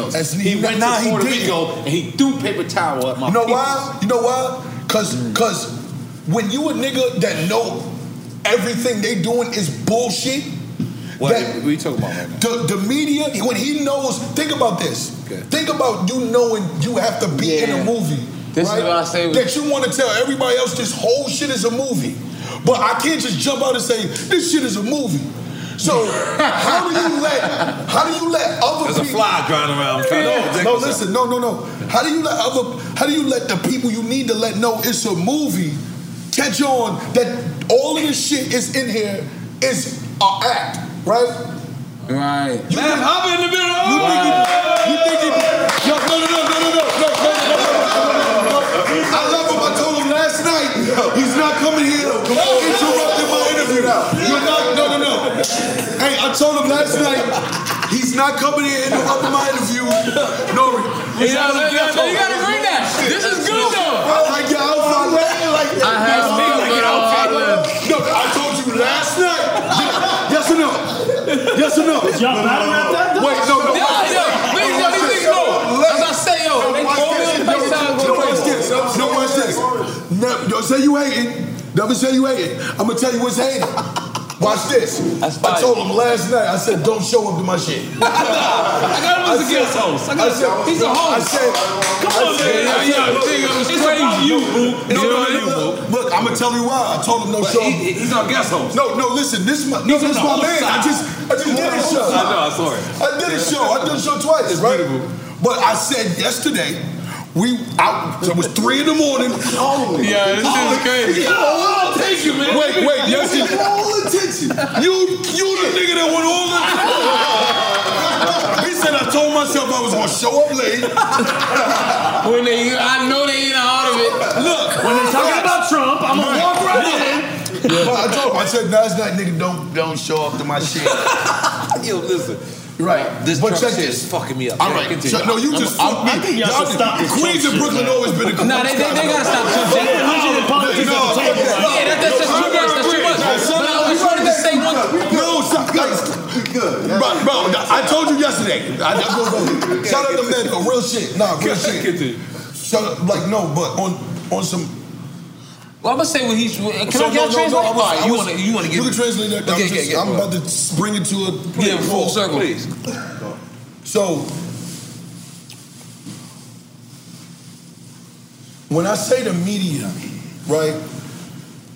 S5: didn't.
S3: and he threw paper towel at
S5: You know why? You know why? Cause, cause when you a nigga that know everything they doing is bullshit.
S3: What
S5: that-
S3: we talking about right now?
S5: the, the media when he knows think about this think about you knowing you have to be in a movie
S6: This is
S5: right?
S6: what I say with-
S5: that you want to tell everybody else this whole shit is a movie but i can't just jump out and say this shit is a movie so how do you let how do you let other
S3: There's a
S5: people
S3: fly driving around. Try to
S5: no,
S3: take
S5: no,
S3: us out.
S5: listen, no, no, no. How do you let other? How do you let the people you need to let know it's a movie catch on that all of this shit is in here is an act, right?
S6: Right.
S5: You Man,
S3: hop in the middle. You
S5: think you, you think you, yo, no, no, no, no, no, no, no, no, no, no, no, no, no. I love him. I told him last night he's not coming here interrupting my interview. You're not. No, no, no. Hey, I told him last night he's not coming here interrupting my interview. No,
S7: You gotta- you gotta- you gotta bring that. This is good, though.
S5: I like your outfit. man. Like
S7: I have
S5: no,
S7: seen
S5: like
S7: it,
S5: your
S7: but,
S5: outfit.
S7: uh,
S5: No, I told you last night. Yes or no? Yes or no?
S7: Y'all battle rap that, though?
S5: Wait, no, no.
S7: Yeah, yeah. Please, yo, these niggas know. As I say, yo,
S5: No,
S7: they
S5: watch
S7: call me on
S5: this. No,
S7: FaceTime,
S5: no,
S7: go
S5: watch
S7: crazy.
S5: this. No, watch this. Never, don't say you hating. Never say you hating. I'm gonna tell you what's hating. Watch this. I told him last night. I said, "Don't show up to my shit."
S7: I got him as a
S5: said-
S7: guest host. I got him-
S5: said-
S7: he's a host.
S5: I said,
S7: Come on,
S5: I said-
S7: man.
S5: I said-
S7: Yo, yo, nigga, it's It's crazy. about you, boo.
S5: No,
S7: It's
S5: no,
S7: about
S5: no,
S7: you,
S5: look, Look, I'm gonna tell you why. I told him no
S3: But
S5: show.
S3: he- he's our guest host.
S5: No, no. Listen, this is my, no,
S3: He's on
S5: this is
S3: the
S5: my
S3: host
S5: man. I
S3: side.
S5: just, I just did a show.
S3: I know, I saw it.
S5: I did a show. I did a show twice, right? But I said yesterday, we out. It was three in the morning. Oh,
S7: Yeah, this
S5: oh,
S7: is crazy.
S5: yeah, oh, I'll take you, man. Wait, wait.
S7: You
S5: Yesterday,
S7: get
S5: all attention. You, you the nigga that went all the. he said I told myself I was gonna show up late.
S6: when they, I know they ain't out of it.
S5: Look,
S6: when they
S7: talking about Trump, I'ma walk right in.
S5: But I told him, I said last night, nigga, don't don't show up to my shit.
S3: Yo, listen.
S5: Right.
S3: This
S5: but
S3: Trump
S5: check
S3: shit
S5: this.
S3: is fucking me up.
S5: All
S3: Yeah,
S5: right.
S3: continue.
S5: Chuck, no, you
S3: I'm-
S5: just
S3: I'm-
S5: fucked me.
S3: I think y'all should
S5: did-
S3: stop this
S5: Queens
S3: Trump
S5: and
S3: shit,
S5: Brooklyn
S3: man.
S5: always been a
S6: Nah, they- they- they gotta stop Trump shit. Religion and politics at the table, right? Yeah, that- that's- that's too much, that's too much. But I always wanted to say one-
S5: No, stop. Like, good. Bro, bro, I told you yesterday. I, I go, go. Shout out to Mendo. Real shit. Nah, real shit. Shut up. Like, no, but on on some
S6: Well, I'm gonna say what he's. Can
S5: So,
S6: I, can I translate?
S5: I was-
S6: All right,
S5: I
S6: you
S5: was-
S6: wanna, you wanna get?
S5: You can translate that.
S6: Okay,
S5: I'm,
S6: okay,
S5: just-
S6: okay.
S5: I'm about to s- bring it to a
S6: Yeah, full
S5: Whoa,
S6: circle.
S5: please. So, when I say the media, right?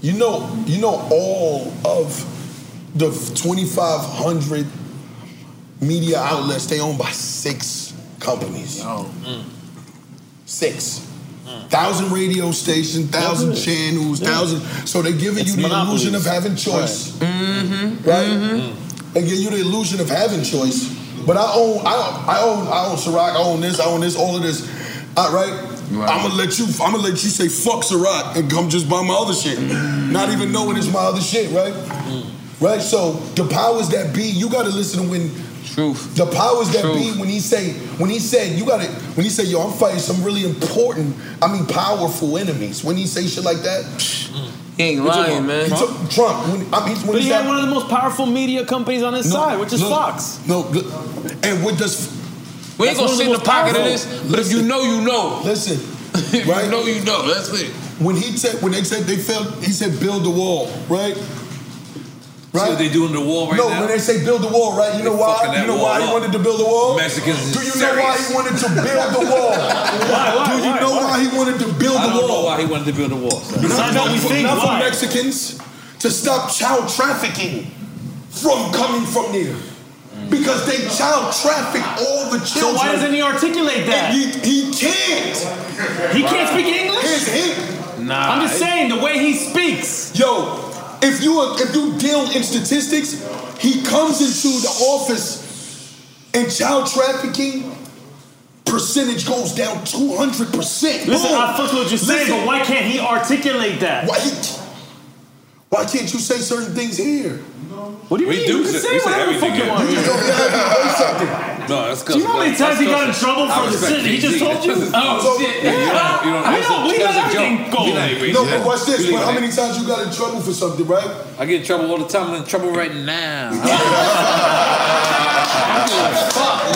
S5: You know, you know all of the 2,500 media outlets. They owned by six companies. Six. Thousand radio stations, thousand channels, thousand. So they giving
S3: It's
S5: you the
S3: monopolies.
S5: illusion of having choice, right? Mm-hmm. They give you the illusion of having choice. But I own, I, I own, I own Ciroc. I own this. I own this. All of this. All right. I'm gonna let you. I'm gonna let you say fuck Ciroc and come just buy my other shit. Not even knowing it's my other shit, right? Right. So the powers that be, you gotta listen to when
S6: Truth.
S5: the powers that
S6: True.
S5: be when he say when he said you gotta when he said yo I'm fighting some really important I mean powerful enemies when he say shit like that
S6: He ain't
S11: What you
S6: lying,
S11: want?
S6: man.
S11: He
S5: took Trump. When, I mean, when
S11: But he
S5: that-
S11: had one of the most powerful media companies on his side, which is
S5: no,
S11: Fox.
S5: No, look, and what does?
S11: We
S6: We ain't gonna sit in the pocket of this, but if you know, you know.
S5: Listen, right? you know,
S6: you know. That's it.
S5: When he said, when they said they failed, he said build the wall, right? Right?
S3: what they doing to the wall right
S5: no,
S3: now?
S5: when they say build the wall, right? You know why?
S3: fucking
S5: You know
S3: that
S5: why
S3: wall
S5: he
S3: up.
S5: wanted to build the wall?
S3: Mexicans is
S5: Do you know why
S3: serious.
S5: he wanted to build the wall?
S3: Why, why,
S5: Do you
S3: why,
S5: know
S3: why?
S5: why he wanted to build the
S3: I
S5: wall?
S3: don't know why he wanted to build a wall. son.
S5: Not, not for, not for Mexicans to stop child trafficking from coming from there. Because they child traffic all the
S11: So
S5: children.
S11: why doesn't he articulate that?
S5: And He, he can't.
S11: He can't speak English?
S5: Here's him.
S11: Nah. I'm just saying, the way he
S5: speaks. Yo, if you are- if you deal in statistics, he comes into the office and child trafficking percentage goes down 200%.
S11: Listen,
S5: Boom.
S11: I fuck with what you're saying,
S5: Listen.
S11: but why can't he articulate that?
S5: Why, he- why can't you say certain things here?
S11: What do you
S5: We
S11: mean?
S5: do
S11: you can
S5: say-
S11: say
S5: we say
S11: whatever the fuck
S5: everything
S11: you want.
S5: here. You just don't have to say something.
S3: No, that's
S11: Do you know how many times he got in trouble for the decision he just told
S3: Oh,
S11: you?
S5: So-
S11: Yeah. We don't- we let everything go.
S5: No, but watch this. But how many times you got in trouble for something, right?
S3: I get in trouble all the time. I'm in trouble right now.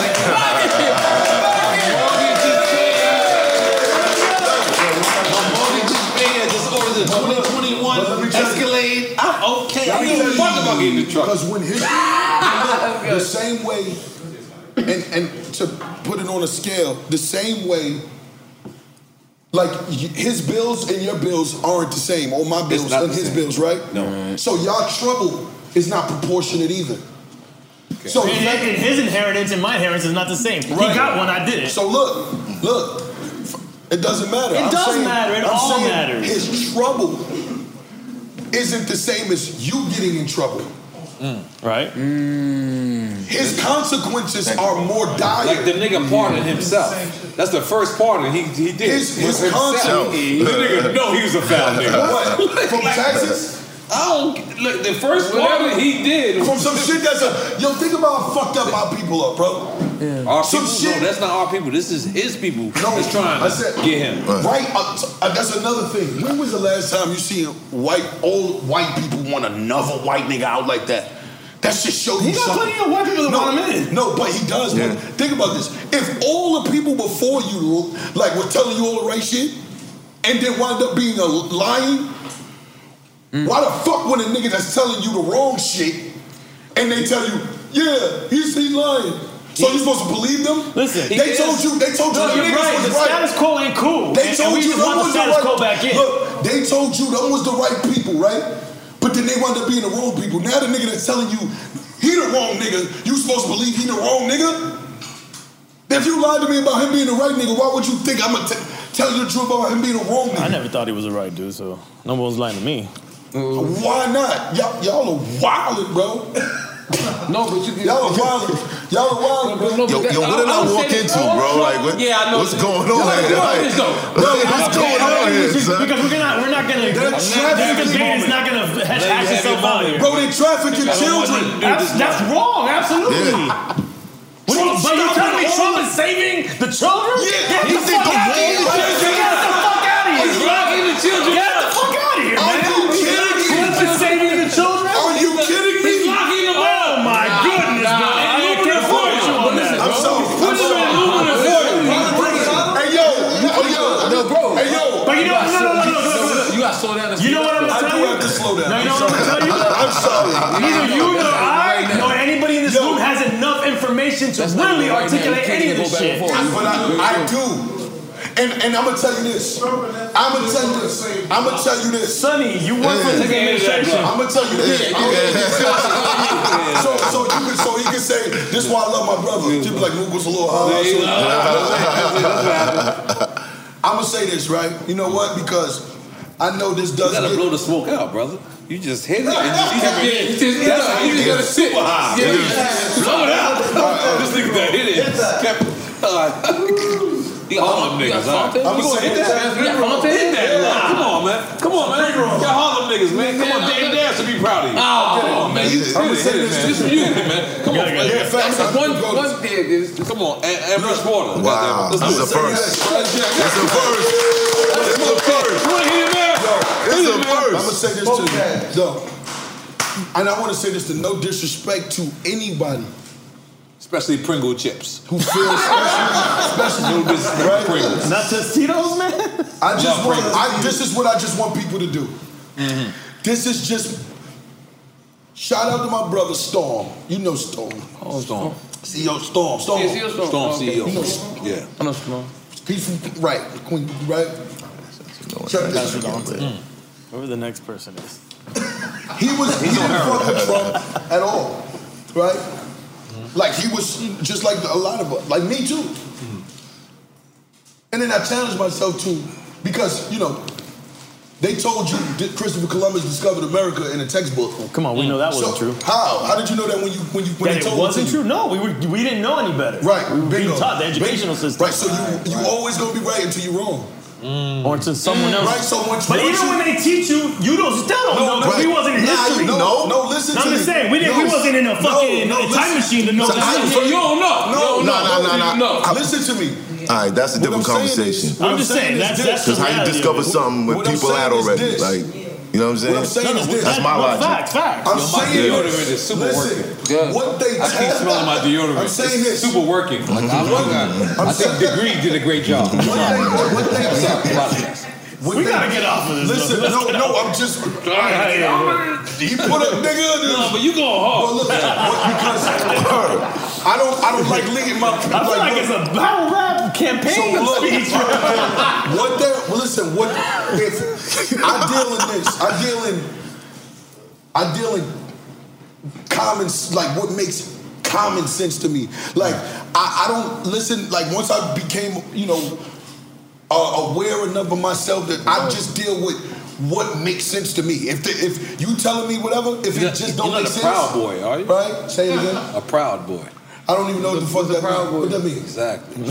S3: Escalade.
S5: Ah,
S3: I'm okay. I don't give a fuck about getting in trouble.
S5: Because when his the same way, and and to put it on a scale, the same way. Like y- his bills and your bills aren't the same, or my bills
S3: not
S5: and
S3: the
S5: his
S3: same.
S5: bills, right?
S3: No.
S5: So y'all trouble is not proportionate either. So
S11: and, and his inheritance and my inheritance is not the same. He got one, I didn't.
S5: So look, look, it doesn't matter.
S11: It
S5: I'm
S11: does
S5: saying-
S11: matter. It
S5: I'm
S11: all
S5: saying
S11: matters.
S5: His trouble isn't the same as you getting in trouble.
S11: Mm, Right?
S5: His consequences are more dire.
S3: Like the nigga pardoned himself. That's the first pardon he he did.
S5: His, his
S3: Was himself.
S5: consequences.
S3: The nigga know he was a foul nigga.
S5: What? From taxes?
S3: I don't look the first pardon he did
S5: From some shit that's a yo. Think about how fucked up our people are, bro.
S3: Our people, no, that's not our people. This is his people. that's trying to
S5: I said,
S3: get him.
S5: Right. uh, t- uh, that's another thing. When was the last time you seen white old white people want another white nigga out like that? That shit show
S11: He
S5: you
S11: got
S5: something.
S11: plenty of white people that
S5: no,
S11: want him in.
S5: No, but he does. man. Think about this. If all the people before you like were telling you all the right shit, and then wind up being a lying,
S11: Mm.
S5: why the fuck would a nigga that's telling you the wrong shit, and they tell you, yeah, he's he lying. So you supposed to believe them?
S11: Listen,
S5: they told you. They told you
S11: No,
S5: the
S11: you're
S5: niggas
S11: right.
S5: was
S11: The status quo ain't cool.
S5: They
S11: And- and
S5: told
S11: we just
S5: you them
S11: want the
S5: was
S11: status
S5: right,
S11: quo back in.
S5: Look, they told you them was the right people, right? But then they wound up being the wrong people. Now the nigga that's telling you he the wrong nigga, you supposed to believe he the wrong nigga? If you lied to me about him being the right nigga, why would you think I'm gonna t- tell you the truth about him being the wrong
S11: I
S5: nigga?
S11: never thought he was the right dude, so no one was lying to me.
S6: Mm-hmm.
S5: Why not? Y'all, y'all are wildin', bro.
S6: no, but you
S5: y'all are wildin'. Y'all are wildin', bro.
S12: Yo, yo, what did I, walk into, bro? Like, what, what's going on here? Like, what's going on here, son?
S11: Because we're not, we're not gonna.
S5: They're
S11: This
S5: trafficking
S11: debate is not gonna
S5: Let me
S11: hash
S5: have
S11: itself
S5: your
S11: out.
S5: moment. Bro, they trafficking
S11: That's-
S5: children.
S11: That's, that's wrong. Absolutely.
S5: Yeah.
S11: What do you-
S5: Trump
S11: but you're
S5: stopped
S11: telling me
S5: all-
S11: Trump is saving the children?
S5: Yeah,
S11: Get
S5: he
S11: the
S5: said
S11: fuck
S5: the
S11: out of
S5: wall
S11: here.
S5: is
S11: Get the fuck out of here.
S3: He's
S11: bro.
S3: locking the children
S11: Get the
S3: up.
S11: fuck out of here,
S3: Are
S11: man.
S3: you kidding me?
S11: Trump is saving the children?
S5: Are you kidding me?
S11: He's locking them up. Oh my goodness,
S3: nah,
S11: bro.
S3: I ain't
S11: Illumina for
S3: gonna
S11: you on
S3: fuck with you.
S11: that,
S5: I'm
S11: bro.
S5: sorry.
S11: Put them
S5: I'm
S11: in
S5: sorry.
S11: Illumina
S5: I'm
S11: for you.
S5: sorry. Hey yo, oh, hey yo, no bro. Hey yo.
S11: But you know what? No, no, no, no, no, no, no.
S6: You gotta slow down. and
S11: You know what I'm
S5: I
S11: gonna
S5: do
S11: tell you?
S5: have to slow down.
S11: No, you know what I'm gonna tell you?
S5: I'm sorry.
S11: Neither you nor I nor anybody in this
S5: Yo.
S11: room has enough information to really articulate any of this shit.
S5: But I, I do. And and I'm gonna tell you this. I'm gonna tell you this. I'm gonna tell you this.
S11: Sonny, you work for this administration.
S5: I'm gonna tell you this.
S12: Yeah,
S5: I'm gonna
S12: yeah.
S5: tell you this. so so you can so he can say this is why I love my brother. Just be like, Google's a little hard.
S3: Yeah, he
S5: I'm gonna say this right. You know what? Because I know this
S3: You
S5: does.
S3: gotta
S5: get-
S3: blow the smoke out, brother. You just hit it. And you just, you just, that's how you
S5: Yeah.
S3: get super high.
S5: Yeah.
S3: Blow it out. this nigga that hit it. Kept, uh, you Harlem niggas, huh? You
S5: I'm
S3: gonna
S5: saying
S3: hit that?
S5: that.
S3: You gonna hit that? Nah, Come on, man. Come on, man. Y'all Harlem niggas, man. Come on, Dave Dash should be proud of you.
S6: Oh, man.
S3: You
S5: I'm gonna
S3: hit
S5: say
S3: it,
S5: this.
S3: man. This is you, man. Come on, man.
S5: Yeah, facts. I'm
S6: One,
S5: gonna go-
S6: one thing is,
S3: Come on, a- average quarter.
S12: Wow,
S5: Ah.
S3: Goddamn it.
S12: that's a
S3: Let's do it.
S12: first.
S5: Yeah, yeah, yeah.
S12: That's a first. That's a first.
S3: You wanna hear it, man?
S5: Yo, It's a verse. I'm gonna say this to you, though, and I want to say this to no disrespect to anybody
S3: Especially Pringle chips.
S5: who feels special,
S3: No disrespect to Pringles.
S5: special.
S3: Not
S5: Tostitos, man. I just
S3: Love
S5: want.
S3: Pringles.
S5: I, this is what I just want people to do. This is just. Shout out to my brother Storm. You know Storm. Oh, Storm. CEO Storm. Storm.
S6: Yeah, CEO E Storm. Storm, Okay. CEO.
S5: You know Storm.
S3: Yeah.
S6: I know Storm.
S5: He's from, right, Queen, right? Check this
S11: Mm. Whoever the next person is.
S5: He was he didn't fuck with Trump at all, right? Like he was just like a lot of us, like me too. And then I challenged myself to because you know they told you that Christopher Columbus discovered America in a textbook.
S11: come on, we know that
S5: So
S11: wasn't true.
S5: How? How did you know that when you when you when
S11: That
S5: they
S11: it
S5: told
S11: wasn't
S5: it to you?
S11: true? No, we were- we didn't know any better.
S5: Right,
S11: We were being
S5: bingo.
S11: taught, the educational
S5: Bingo.
S11: system.
S5: Right, so you you always gonna be right until you're wrong.
S11: Mm. Or until someone else.
S5: Right, so once
S11: but
S5: once
S11: even
S5: you-
S11: when they teach you, you don't still don't know that
S5: right.
S11: we wasn't in
S5: Nah,
S11: history.
S5: you- No, no, listen
S11: No,
S5: to
S11: I'm just
S5: me.
S11: saying, we didn't- we wasn't in a fucking, uh, time machine to know that. So you don't know. You
S5: No,
S11: don't
S5: no,
S11: know.
S5: no, no, no,
S11: No.
S5: Listen to me.
S13: All right, that's a different conversation.
S5: what I'm I'm just saying saying is that's- this. that's the
S13: Because how you
S5: reality
S13: discover
S5: of it.
S13: something when
S5: What I'm
S13: people out
S5: saying is
S13: already.
S5: this.
S13: Like, you know what I'm saying?
S5: What I'm saying is this.
S13: That's my logic.
S5: I'm
S3: Yo, my
S5: saying
S3: deodorant
S5: this.
S3: is super
S5: Listen,
S3: working.
S5: What they
S3: I keep smelling my deodorant.
S5: I'm saying
S3: It's
S5: this.
S3: Super working. Mm-hmm. Like, I, love that. I think Degree did a great job. I'm sorry.
S5: What they- Listen,
S3: though. Let's
S5: no,
S3: get
S5: no,
S3: out.
S5: I'm just.
S3: yeah, yeah.
S5: He put up, nigga.
S3: No, but you going hard.
S5: Well, look, what- because I don't, I don't like leading my. I
S11: feel like it's a battle rap campaign
S5: So look,
S11: speech.
S5: what that? Well, listen, what if I deal in this? I deal in, I deal in common, s- like what makes common sense to me. Like I, I don't listen. Like once I became, you know, uh, aware enough of myself that I just deal with what makes sense to me. If the, if you telling me whatever, if
S3: You're
S5: it
S3: not-
S5: just
S3: you're
S5: don't
S3: not
S5: make
S3: a
S5: sense,
S3: Proud Boy, are you?
S5: Right? Say it again.
S3: A proud boy.
S5: I don't even know what the fuck that means. What that means?
S3: Exactly.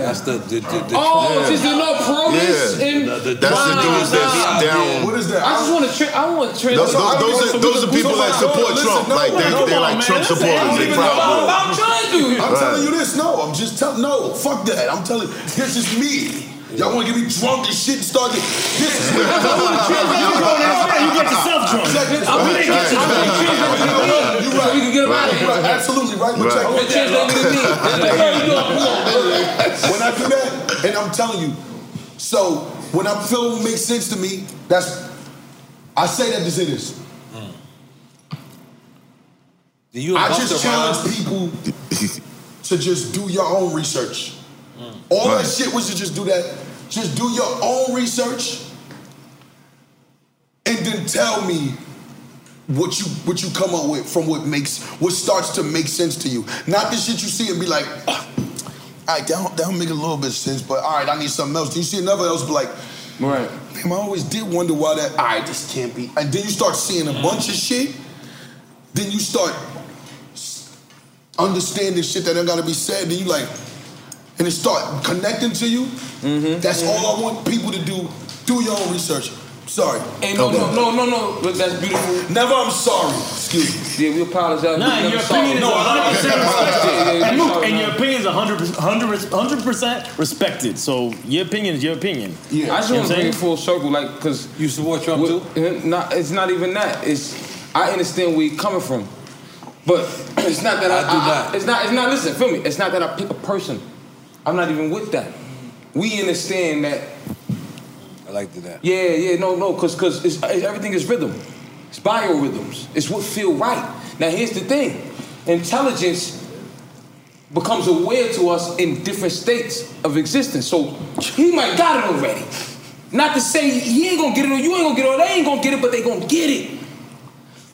S3: That's the. the, the, the
S5: Oh,
S3: yeah.
S5: she's in no promise
S13: Yeah.
S3: The- the-
S13: That's the dudes that's
S3: Yeah.
S13: down.
S5: What is that?
S7: I just want to. Tra- I want to trans.
S13: Those, those, those, are, those are people that support Trump. like they, they're like Trump supporters. They
S5: I'm
S13: proud.
S5: trying to. I'm
S13: Right.
S5: telling you this. No, I'm just telling. No, fuck that. I'm telling. This is me. Y'all want to get me drunk and shit and start getting. This is me.
S7: That's what the trans people do on that shit. You get yourself drunk. I'm gonna get you- I'm gonna get you-
S5: You right.
S7: We can get 'em out of here.
S5: Right. Absolutely right.
S7: Right.
S5: Check
S7: I'm gonna
S5: that.
S7: change that nigga to me.
S5: When I do that, and I'm telling you, so when I feel it makes sense to me, that's I say that to say this.
S3: Do you
S5: I
S3: and
S5: just
S3: Busta
S5: challenge
S3: rhyme?
S5: people to just do your own research.
S3: Mm.
S5: All
S3: Right.
S5: that shit was to just do that. Just do your own research, and then tell me what you what you come up with from what makes what starts to make sense to you. Not the shit you see and be like, "Ah, all right, that don't, that don't make a little bit of sense, but all right, I need something else. Do you see another else? Be like, right. Damn, I always did wonder why that. All right, this can't be. And then you start seeing a bunch of shit. Then you start s- understanding shit that ain't gotta be said. Then you like, and it start connecting to you.
S6: Mm-hmm.
S5: That's all I want people to do. Do your own research. Sorry.
S6: Hey, no, no, no, no, no. But that's beautiful.
S5: Never. I'm sorry. Excuse
S6: me. Yeah, we apologize.
S11: Nah,
S6: We
S11: your
S6: never saw
S11: opinion
S6: it.
S11: is
S6: No, I-
S11: 100%
S6: Yeah,
S11: respected.
S6: yeah,
S11: And
S6: we
S11: look,
S6: saw it.
S11: and your opinion is 100%, 100% respected. So your opinion is your opinion.
S6: Yeah, I just
S11: You know what
S6: want to
S11: I'm
S6: bring
S11: saying?
S6: it full circle, like, because you support Trump too. Not, it's not even that. It's I understand where you're coming from, but it's not that I,
S3: I do
S6: I-
S3: that.
S6: It's not. It's not. Listen, feel me. It's not that I pick a person. I'm not even with that. We understand that.
S3: I liked that.
S6: Yeah, yeah, no, no, because cause it's, it's- everything is rhythm. It's biorhythms. It's what feel right. Now here's the thing: intelligence becomes aware to us in different states of existence. So he might got it already. Not to say he ain't gonna get it or you ain't gonna get it or they ain't gonna get it, but they gonna get it.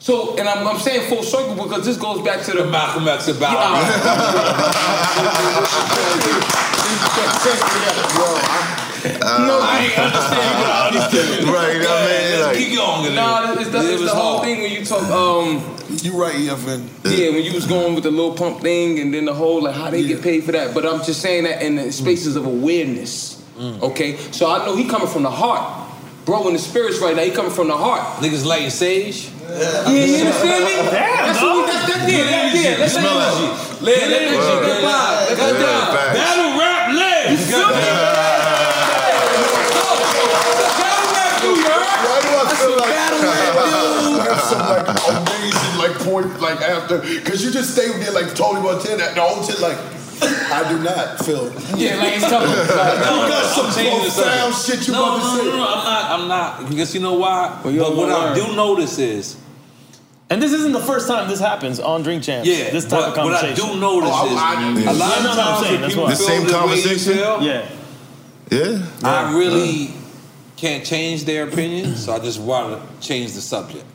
S6: So, and I'm, I'm saying full circle because this goes back to the
S3: Malcolm X about.
S6: no, I ain't
S13: understand. Right, I mean, like,
S6: Nah, it's, the- it's the whole thing when you talk. Um,
S5: you right, E EFN.
S6: Yeah, when you was going with the little pump thing, and then the whole like how they get paid for that. But I'm just saying that in the spaces of awareness.
S3: Mm. Oh,
S6: Okay, so I know he coming from the heart, bro. In the spirits right now, he coming from the heart.
S3: Niggas lighting sage.
S6: Yeah, you understand me? that's what we, that's, that's, yeah, that's, yeah, that's
S3: Smell
S6: that energy. Let that energy go by. Let that die.
S3: Battle rap live.
S6: You feel me? Battle rap, you heard?
S5: Why do I feel like That's some like amazing like point like after because you just stay there like Tony Montana the whole shit like I do not feel.
S6: Yeah, like it's coming. Like,
S5: you got some
S6: I'm changing the
S5: profound
S6: subject.
S5: shit you
S6: No,
S5: about to
S6: no,
S5: say.
S6: no, no,
S3: I'm not. I'm not because you know why.
S6: Well, you
S3: but
S6: don't
S3: what
S6: know
S3: I
S6: where.
S3: do notice is,
S11: And this isn't the first time this happens on Drink Champs.
S3: yeah,
S11: this type
S3: but
S11: of
S3: what I
S11: conversation.
S3: do notice
S5: Oh,
S3: is a lot
S11: Yeah, no,
S3: of
S11: no, I'm
S3: times
S11: saying,
S3: when
S11: that's
S3: people
S11: why.
S3: feel way they feel,
S11: Yeah.
S5: Yeah.
S3: I really can't change their opinion, so I just want to change the subject.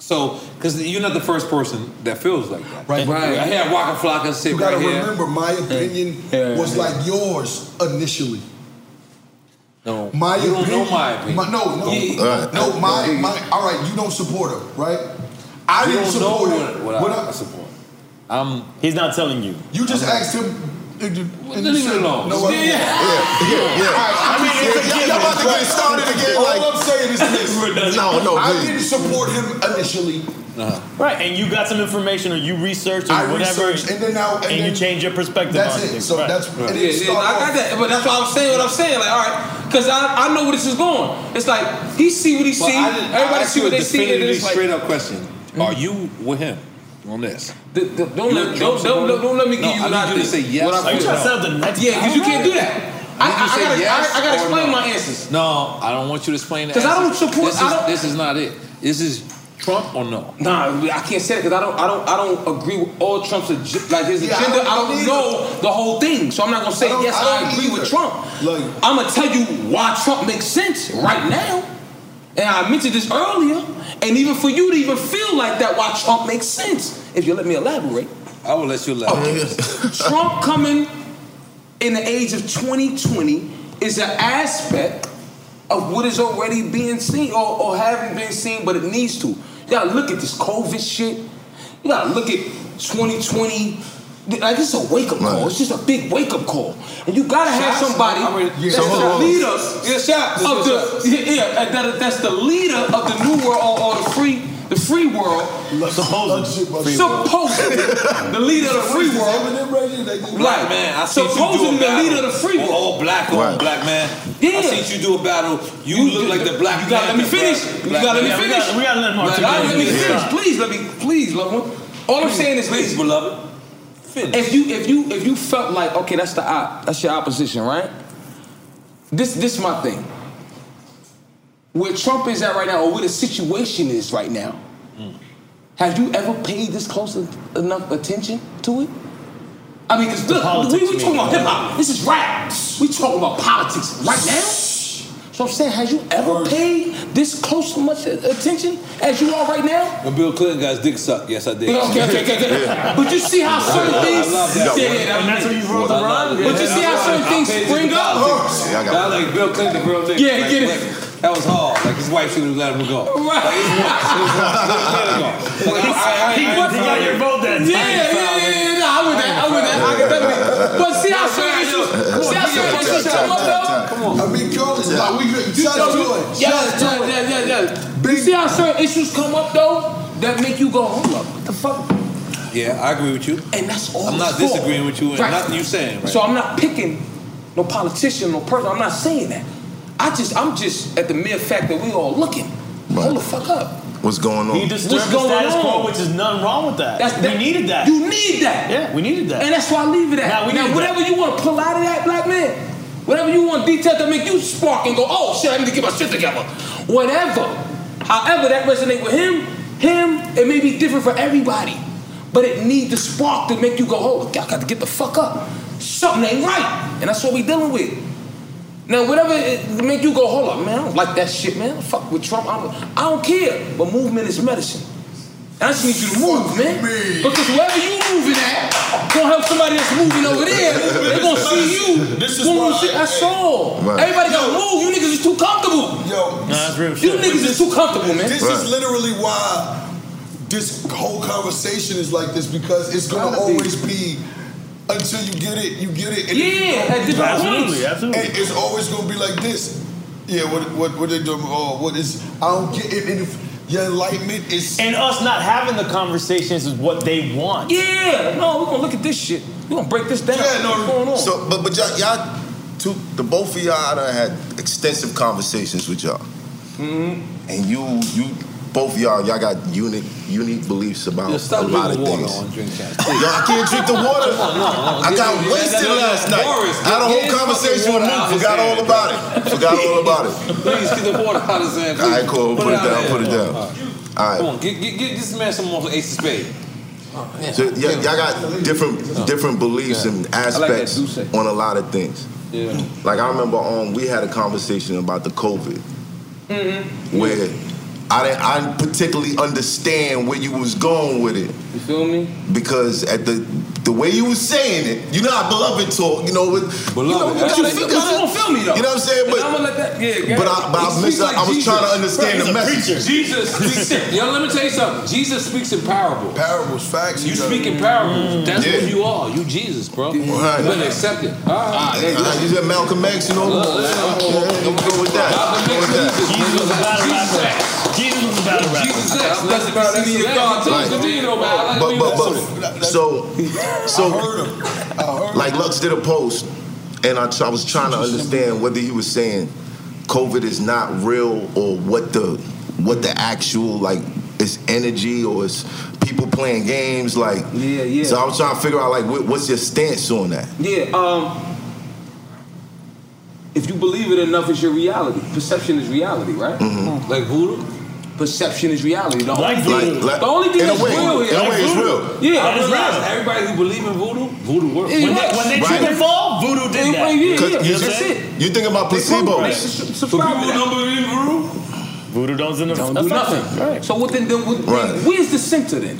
S3: So, because you're not the first person that feels like that.
S5: Right, right.
S3: I had Waka Flocka sit
S5: You gotta
S3: right here.
S5: remember, my opinion
S3: Yeah.
S5: was like yours initially.
S3: No,
S5: My
S3: you
S5: opinion,
S3: don't know my opinion.
S5: no, no,
S3: Yeah.
S5: no. My,
S3: Alright.
S5: my. All right, you don't support her, right? I
S3: You
S5: didn't
S3: don't know
S5: support
S3: what,
S5: her.
S3: what,
S5: When
S3: I, support. Um,
S11: He's not telling you.
S5: You just
S3: I'm not-
S5: asked him. uh, and you- and you
S3: Leave it
S5: said-
S3: alone.
S5: No, I-
S3: Yeah.
S5: yeah, yeah, yeah.
S3: I mean, it's a
S5: Y'all-
S3: given,
S5: Y'all about to
S3: right?
S5: get started again.
S3: All
S5: like,
S3: I'm saying is this.
S5: We're done.
S11: No, no,
S5: I
S11: please.
S5: didn't support him initially.
S11: Right, and you got some information or you researched or
S5: I
S11: whatever,
S5: researched, and then now- and then-
S11: you change your perspective
S5: That's
S11: on
S5: it.
S11: things.
S5: So
S11: right.
S5: that's-
S11: right.
S5: it
S3: Yeah, yeah, I got that, but that's why I'm saying what I'm saying. Like, all right, because I, I know where this is going. It's like he see what he
S6: But
S3: see.
S6: I didn't- I
S3: Everybody
S6: asked
S3: see
S6: you
S3: what
S6: a
S3: they see. And
S6: definitive,
S3: it's like, Mm-hmm.
S6: straight
S3: up question: Are you with him on this?
S6: don't let- don't- don't- don't- don't let me give you
S3: I
S6: what I
S3: need you to
S6: think.
S3: say yes.
S6: What I feel.
S3: or no.
S6: Sound the next
S3: Yeah, because you can't do that. I,
S6: Did you
S3: I, I
S6: say
S3: gotta,
S6: yes
S3: I, I gotta
S6: or
S3: explain
S6: no?
S3: my answers. No, I don't want you to explain
S6: the
S3: Because I don't
S6: answers.
S3: support.
S6: This
S3: I
S6: is-
S3: don't,
S6: this
S3: is not it. This is Trump or no?
S6: Nah, I can't say that because I don't, I don't, I don't agree with all Trump's ag- like his
S3: Yeah, I
S6: agenda. I
S3: don't
S6: don't,
S3: either.
S6: know the whole thing, so I'm not gonna say
S3: I don't-
S6: yes.
S3: I
S6: I,
S3: don't
S6: agree
S3: either.
S6: with Trump. I'm gonna tell you why Trump makes sense right now, and I mentioned this earlier. And even for you to even feel like that, why Trump makes sense, if you let me elaborate.
S3: I will let you elaborate.
S6: Trump coming in the age of 2020 is an aspect of what is already being seen or, or haven't been seen, but it needs to. You gotta look at this COVID shit. You gotta look at 2020. Like it's a wake up call. It's just a big wake up call, and you gotta have
S3: Shots?
S6: somebody
S3: I'm ready.
S6: that's
S3: So hold
S6: the
S3: on.
S6: leader
S3: Yeah, shots.
S6: of the
S3: Shots.
S6: yeah, yeah, that- that's the leader of the new world or, or the free the free world.
S5: Supposedly,
S6: supposedly the leader of the free world.
S3: Black man, I see you
S6: Supposedly
S3: do a
S6: the
S3: battle.
S6: leader of the free
S3: Oh,
S6: world.
S3: oh, black on
S6: Right.
S3: black man.
S6: Yeah.
S3: I see you do a battle. You, look like the black.
S6: You gotta let me finish. You gotta let me finish. You gotta let me finish. Please let me. Please, loved one. All I'm saying is, please, beloved. If you if you if you felt like okay, that's the op, that's your opposition, right? This this my thing. Where Trump is at right now, or where the situation is right now.
S3: Hmm.
S6: Have you ever paid this close en- enough attention to it? I mean, because look, we, we talking about hip hop. This is rap. We talking about politics right now. So I'm saying, has you ever paid this close much attention as you are right now?
S3: When Bill Clinton got his dick sucked, yes I did.
S6: Okay, okay, okay, okay. But you see how certain things. Yeah, yeah, that-
S3: I love that.
S6: But you see how certain
S3: I
S6: things
S3: paid
S6: spring
S3: you
S6: up.
S3: dollars.
S6: Yeah, I got
S3: That like Bill Clinton, real nigga.
S6: Yeah,
S3: Like,
S6: get it.
S3: like, That was hard. Like his wife should have let him go. Right. Like, it's once. It's once. Let him go. Like, I- I- I- I-
S6: Yeah, yeah, yeah, yeah, yeah. Nah, I would that. I would that. I could definitely. But see how certain issues. See how certain issues come up though.
S5: Come on. I mean, Curtis,
S6: Yeah.
S5: like we
S6: You
S5: shout out
S6: know,
S5: to
S6: you-
S5: it.
S6: Yeah,
S5: Shout out to
S6: yeah,
S5: it.
S6: yeah, yeah, yeah. You see how certain issues come up though that make you go, hold up, what the fuck?
S3: Yeah, I agree with you.
S6: And that's all.
S3: I'm
S6: it's
S3: not
S6: for.
S3: disagreeing with you and
S6: Right.
S3: nothing you saying. Right?
S6: So I'm not picking no politician, no person. I'm not saying that. I just, I'm just at the mere fact that we all looking. Hold the fuck up.
S5: What's going
S11: You disturb the status quo, which is nothing wrong with that.
S6: That's-
S11: we needed that.
S6: You need that.
S11: Yeah, we needed that.
S6: And that's why I leave it at.
S11: Nah, we
S6: now,
S11: need
S6: whatever
S11: that.
S6: you want to pull out of that, black man, whatever you want detail to make you spark and go, oh shit, I need to get my shit together. Whatever. However that resonate with him, him, it may be different for everybody. But it needs the spark to make you go, oh, I got to get the fuck up. Something ain't right. And that's what we dealing with. Now, whatever it make you go, hold up, man, I don't like that shit, man. Fuck with Trump. I don't, I don't care. But movement is medicine. I just need you to move, man. Because wherever you moving at, gonna help somebody that's moving over there. They're gonna see you. This is why, see, that's all.
S5: Right.
S6: Everybody gotta move. You niggas is too comfortable.
S5: Yo,
S6: you niggas is too comfortable, man.
S5: This is literally why this whole conversation is like this because it's gonna always be. until you get it, you get it.
S6: Yeah, at different Absolutely, points. absolutely.
S5: And it's always gonna be like this. Yeah, what what what they doing? Oh, what is? I don't get it. And if your enlightenment is
S11: and us not having the conversations is what they want.
S6: Yeah, no, we're gonna look at this shit. We're gonna break this down.
S5: Yeah, no,
S6: What's going on?
S5: So,
S12: but but y'all, y'all two, the both of y'all done had extensive conversations with y'all. Mm-hmm. and you you both y'all y'all got unique unique beliefs about
S3: Yo, stop
S12: a lot of
S3: drinking water
S12: things.
S3: on drink champs.
S12: Yo, I can't drink the water.
S3: Come on, no,
S12: I
S3: get-
S12: got
S3: get-
S12: wasted
S3: get-
S12: last night.
S3: Boris,
S12: had a
S3: get-
S12: whole
S3: get
S12: conversation
S3: fucking
S12: with Luke.
S3: water out his
S12: Forgot
S3: hand,
S12: all about it. Forgot all about it.
S3: Please get the water out of his hand.
S12: All right, cool. Put,
S3: Put it
S12: it
S3: out
S12: down.
S3: there.
S12: Put it down. All right.
S3: Come on, get, get, get this man some more ace of spades.
S12: So, yeah, y'all got different different beliefs and
S3: I like that
S12: aspects on a lot of things.
S3: Yeah.
S12: Like I remember, um, we had a conversation about the COVID,
S6: Mm-hmm.
S12: where I didn't, I didn't particularly understand where you was going with it.
S6: You feel me?
S12: Because at the the way you was saying it, you know how beloved talk, you know, with, you know
S6: Beloved,
S12: what you
S6: that's-
S12: feel-
S6: but you won't feel me,
S12: You
S6: though.
S12: know what I'm saying?
S6: And
S12: But
S6: I'ma let that- yeah, yeah.
S12: but I, but I,
S6: He
S12: missed,
S6: speaks
S12: I,
S6: like
S12: was trying to
S6: Jesus.
S12: understand the
S6: He's a
S12: message.
S6: preacher.
S3: Jesus speaks in, yo, let me tell you something. Jesus speaks in parables.
S5: Parables, facts. he
S3: You
S5: does.
S3: speak in parables. That's
S5: Yeah.
S3: who you are. You Jesus,
S5: Right.
S3: bro. You Ah. better accept it. All right.
S12: All right, you said Malcolm X, you know? Don't go with that. Go with that.
S3: Jesus was a battle rapper. Jesus X. Let's see the God. Tell us the deed, though, man. I like
S12: But
S3: the
S12: but
S3: way you
S12: but so so like Lux did a post, and I, I was trying to understand whether he was saying COVID is not real or what the what the actual like it's energy or it's people playing games like yeah yeah. So I was trying to figure out like what, what's your stance on that?
S6: Yeah. Um. If you believe it enough, it's your reality. Perception is reality, right?
S3: Mm-hmm.
S6: Like voodoo. Perception is reality. The
S3: Like
S6: only
S3: voodoo.
S6: thing-
S3: Like-
S6: the only thing
S3: in a
S6: that's
S3: way-
S6: real here.
S3: in a way, it's real.
S6: Yeah,
S3: It's real.
S6: Everybody who believe in voodoo, voodoo works.
S3: When they- when they trip and fall, voodoo did that.
S6: Yeah,
S3: 'Cause
S6: yeah,
S3: you-
S6: that's it.
S12: You think about placebos?
S6: So people who don't believe in voodoo,
S11: Voodoo don't,
S6: don't do nothing. So what then? then what, Where's the center then?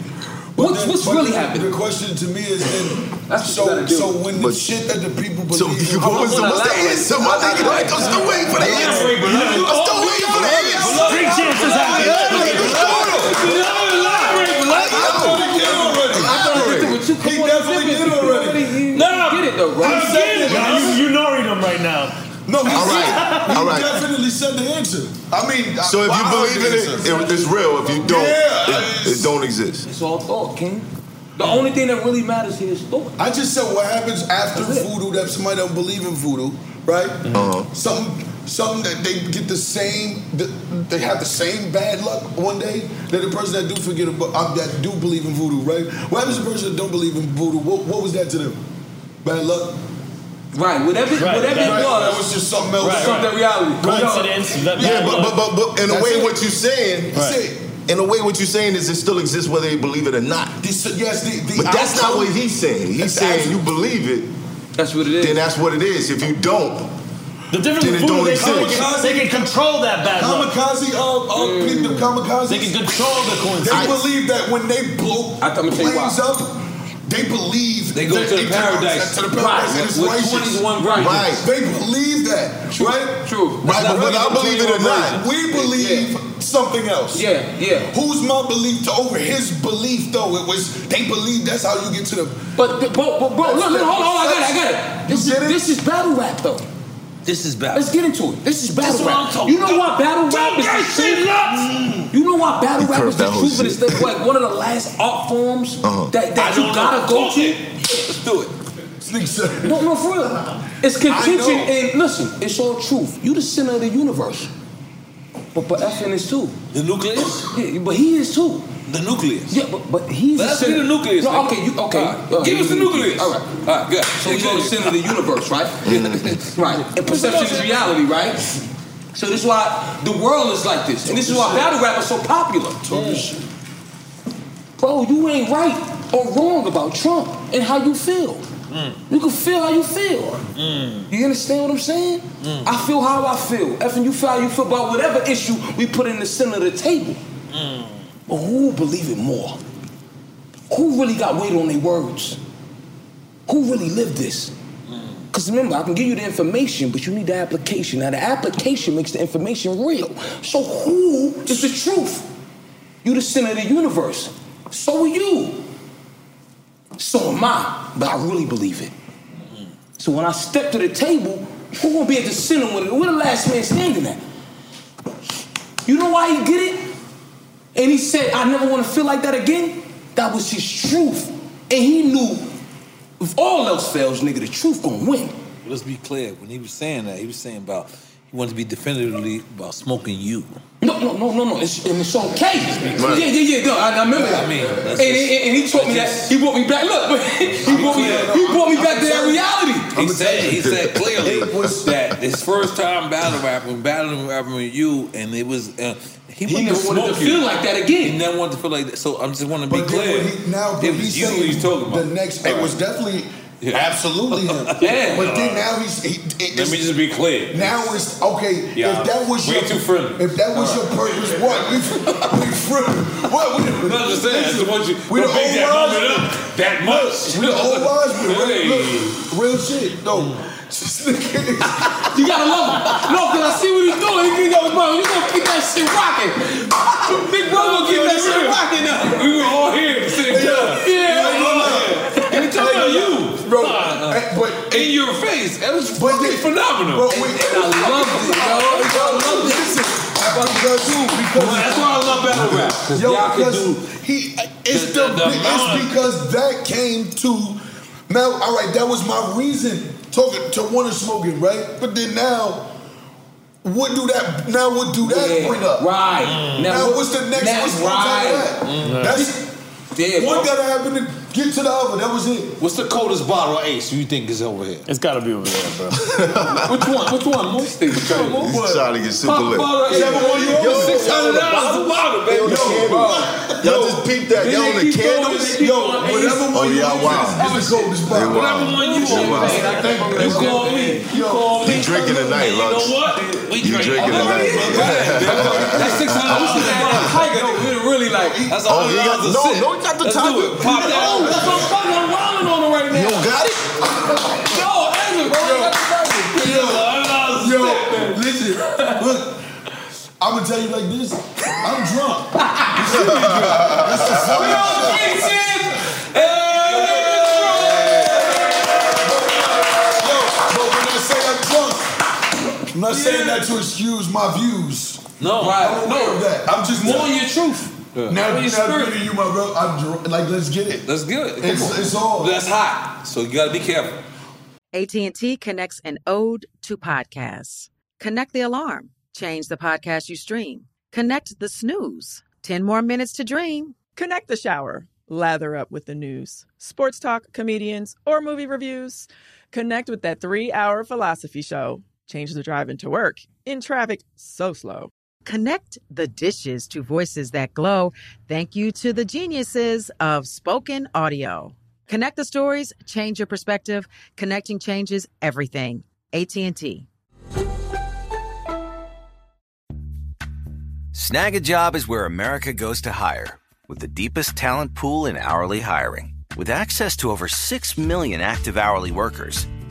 S6: What's what's really happening?
S5: The question to me is then.
S6: That's what
S5: so,
S6: you gotta do.
S5: so when the shit that the people believe.
S6: So you
S5: I'm
S6: want
S5: gonna
S6: someone to
S5: elaborate.
S6: answer, my nigga, like, I'm still waiting for the
S5: Elaborate,
S6: answer.
S5: beloved.
S6: I'm still
S5: Oh,
S6: waiting for the
S5: beloved,
S6: answer.
S5: beloved.
S6: Three chances happened.
S5: Elaborate, beloved.
S6: I thought he did it with you. Come on,
S5: definitely
S6: did it already. No, get it though, bro.
S5: I'm saying it.
S11: you, you knowing him right now.
S5: No, he
S12: All right,
S5: said- he
S12: all right.
S5: definitely said the answer. I mean, uh,
S12: So if you believe in it, it, it's real. If you don't, it, it don't exist.
S6: It's all thought, King. The only thing that really matters here is thought.
S5: I just said what happens after voodoo that somebody don't believe in voodoo, right?
S12: Uh-huh.
S5: Something, something that they get the same, th- they have the same bad luck one day that the person that do forget about uh, that do believe in voodoo, right? What happens to the person that don't believe in voodoo? What, what was that to them? Bad luck.
S6: Right. Whatever,
S12: whatever it was.
S5: That was just something else.
S12: Right,
S5: something
S12: right.
S5: reality.
S12: Yeah, but, but but but in a
S5: That's
S12: way,
S5: it.
S12: what you're saying,
S5: That's it.
S12: in a way, what you're saying is it still exists whether they believe it or not.
S5: yes, the,
S12: but that's not what he's saying. He's saying you believe it.
S6: That's what it is.
S12: Then that's what it is. If you don't,
S11: the difference
S12: then it
S11: with voodoo,
S12: don't
S11: they can-
S12: exist.
S11: they can control that bad luck.
S5: Kamikaze, uh, uh,
S6: Mm.
S5: people, kamikaze. They
S11: can control the coincidence.
S5: They
S11: I-
S5: believe that when they blow
S6: I- I'ma tell you why.
S5: planes up, they believe
S6: They go
S5: that
S6: to the
S5: come
S6: paradise.
S5: To the
S6: Right,
S5: paradise and it's
S6: with
S5: righteous.
S6: 21 virgins.
S5: Right. They believe that. True. Right.
S6: True.
S5: Right.
S6: That's
S5: But whether
S6: not
S5: I believe it or
S6: 21
S5: not,
S6: virgins.
S5: we believe something else.
S6: Yeah. Yeah.
S5: Who's my belief to over his belief though? It was they believe that's how you get to the.
S6: But the, but, but bro, look, look, hold on, I got it, I got it. This is this is battle rap though.
S3: This is battle.
S6: Let's get into it. This is
S3: That's
S6: battle
S3: what I'm
S6: rap.
S3: talking
S6: You know why battle
S3: Don't
S6: rap is
S3: get
S6: the
S3: shit
S6: truth? You know why battle
S3: He
S6: rap is
S3: curved
S6: the
S3: that whole
S6: truth and it's
S3: shit.
S6: the- like one of the last art forms
S3: Uh-huh.
S6: that, that
S3: I
S6: you
S3: don't know.
S6: gotta go
S3: Talk
S6: to.
S3: it.
S6: Let's do it. No, no, for real. It's
S3: I
S6: contention
S3: know.
S6: and listen, it's all truth. You the center of the universe. But but FN is too.
S3: The nucleus?
S6: Yeah, but he is too.
S3: The nucleus.
S6: Yeah, but but he's
S3: Let's
S6: the
S3: see
S6: center-
S3: the nucleus.
S6: No,
S3: nigga.
S6: okay, you okay.
S3: All right. Give us the nucleus.
S6: All right.
S3: All right, good.
S6: So we go to the center of the universe, right? right. And perception is reality, right? So this is why the world is like this. And this is why battle rap is so popular. Bro, you ain't right or wrong about Trump and how you feel. You can feel how you feel. You understand what I'm saying? I feel how I feel. F and you feel how you feel about whatever issue we put in the center of the table. But who believe it more? Who really got weight on their words? Who really lived this? Because remember, I can give you the information, but you need the application. Now, the application makes the information real. So, who is the truth? You the center of the universe. So are you. So am I, but I really believe it. So when I step to the table, who gonna be at the center with it? We're the last man standing at. You know why he did it? And he said, I never want to feel like that again. That was his truth. And he knew if all else fails, nigga, the truth gonna win.
S3: Let's be clear. When he was saying that, he was saying about He wants to be definitively about smoking you.
S6: No, no, no, no, no. It's, and it's okay.
S3: Right.
S6: Yeah, yeah, yeah. No, I, I remember that.
S3: I mean,
S6: and,
S3: that's
S6: and, and he taught me that. He brought me back. Look, he
S3: Oh,
S6: brought me. He brought me back to that reality.
S3: He said, he said clearly that his first time battle rapping, battling rapping with you, and it was. Uh, he,
S6: He
S3: wanted
S6: never wanted
S3: smoke
S6: to
S3: you.
S6: feel like that again.
S3: He never wanted to feel like that. So I just want to be
S5: But then
S3: clear.
S5: when he- now, but
S3: it
S5: he's
S3: was you
S5: saying
S3: he's talking about.
S5: the next. It was definitely
S3: Yeah.
S5: absolutely him.
S3: Yeah.
S5: But then now he's. He, it-
S3: Let me just be clear.
S5: Now it's okay.
S3: Yeah.
S5: If that was
S3: Way
S5: your,
S3: too friendly.
S5: If that was
S3: All
S5: your purpose, what we, we friendly? What we?
S3: No, I'm just saying. I just want you.
S5: We
S3: don't
S5: the
S3: make that
S5: old
S3: moment
S5: Raj-
S3: up that
S5: Look,
S3: much.
S5: We the old Raj- look,
S3: Hey.
S5: look, real shit. No,
S6: You gotta love him. No, cause I see what he's doing. He think that was brother. He's gonna keep that shit rocking. Big brother gonna keep that shit rocking now.
S3: We were all here at the same time.
S6: Yeah,
S3: Like, look.
S6: And it's talking about you.
S5: Bro, eh,
S3: but in your face, that was fucking phenomenal.
S5: Bro, we,
S3: and I loved it, yo. I loved it. that's why I love battle rap. 'cause
S5: Yo,
S3: y'all can
S5: because
S3: do
S5: he it's
S3: the-
S5: the,
S3: the amount
S5: it's because that came to now. All right, that was my reason talking to want to smoke it, right? But then now. What do that now? What do that
S6: Yeah,
S5: bring up?
S6: right.
S5: Now,
S3: Mm.
S6: Now what-
S5: what's the next?
S6: now-
S5: what's the right.
S6: right.
S5: that?
S6: Mm.
S5: That's one gotta happen to get to the other. That was it.
S3: What's the coldest bottle of Ace you think is over here? It's got to be over there, bro.
S6: Which one? Which one? Mo?
S12: He's trying to get super lit.
S5: Yo, bro.
S12: Y'all just peeped that. Y'all on the candles.
S5: Yo, whatever one
S12: Oh
S5: you
S12: yeah,
S5: want
S12: wow.
S5: is the coldest
S12: Hey,
S5: bottle.
S12: wow. Hey, wow.
S5: You call me. You call
S12: You drinking tonight, Lux. You drinking tonight.
S6: That's six hundred dollars. Tiger, though, really like that's a
S12: Oh, he got-
S6: hundred dollars.
S12: no, no, he got the
S6: Let's
S12: Tiger.
S6: do it. Pop that.
S12: No.
S6: that's what I'm fucking. I'm wilding on him right now.
S12: You don't got it?
S6: No, Ezra, bro, I got the Tiger.
S5: Yo, listen, look. I'm gonna tell you like this. I'm drunk. You see me drunk. That's the funny shit. Yo, but when I say I'm drunk, I'm not saying that to excuse my views.
S3: No,
S5: I don't
S6: no.
S5: know that. I'm just
S6: More
S5: telling
S6: your truth.
S5: Now,
S6: More
S5: now,
S6: your
S5: now,
S6: spirit.
S5: you, my bro. I'm drunk. Like, let's get it.
S3: Let's get it. Come
S5: It's-
S3: on.
S5: it's all-
S3: That's hot. So you got to be careful.
S14: AT&T connects an ode to podcasts. Connect the alarm. Change the podcast you stream. Connect the snooze. 10 more minutes to dream.
S15: Connect the shower. Lather up with the news, sports talk, comedians, or movie reviews. Connect with that three hour philosophy show. Change the drive into work in traffic so slow.
S14: Connect the dishes to voices that glow. Thank you to the geniuses of spoken audio. Connect the stories, change your perspective. Connecting changes everything. AT&T.
S10: Snag a job is where America goes to hire, with the deepest talent pool in hourly hiring. With access to over 6 million active hourly workers,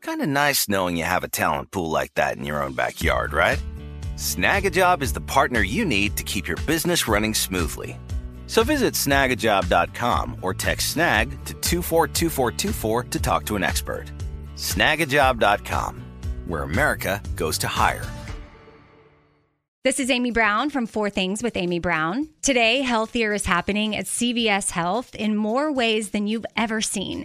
S10: Kind of nice knowing you have a talent pool like that in your own backyard, right? Snagajob is the partner you need to keep your business running smoothly. So visit snagajob.com or text snag to 242424 to talk to an expert. Snagajob.com, where America goes to hire.
S16: This is Amy Brown from Four Things with Amy Brown. Today, Healthier is happening at CVS Health in more ways than you've ever seen.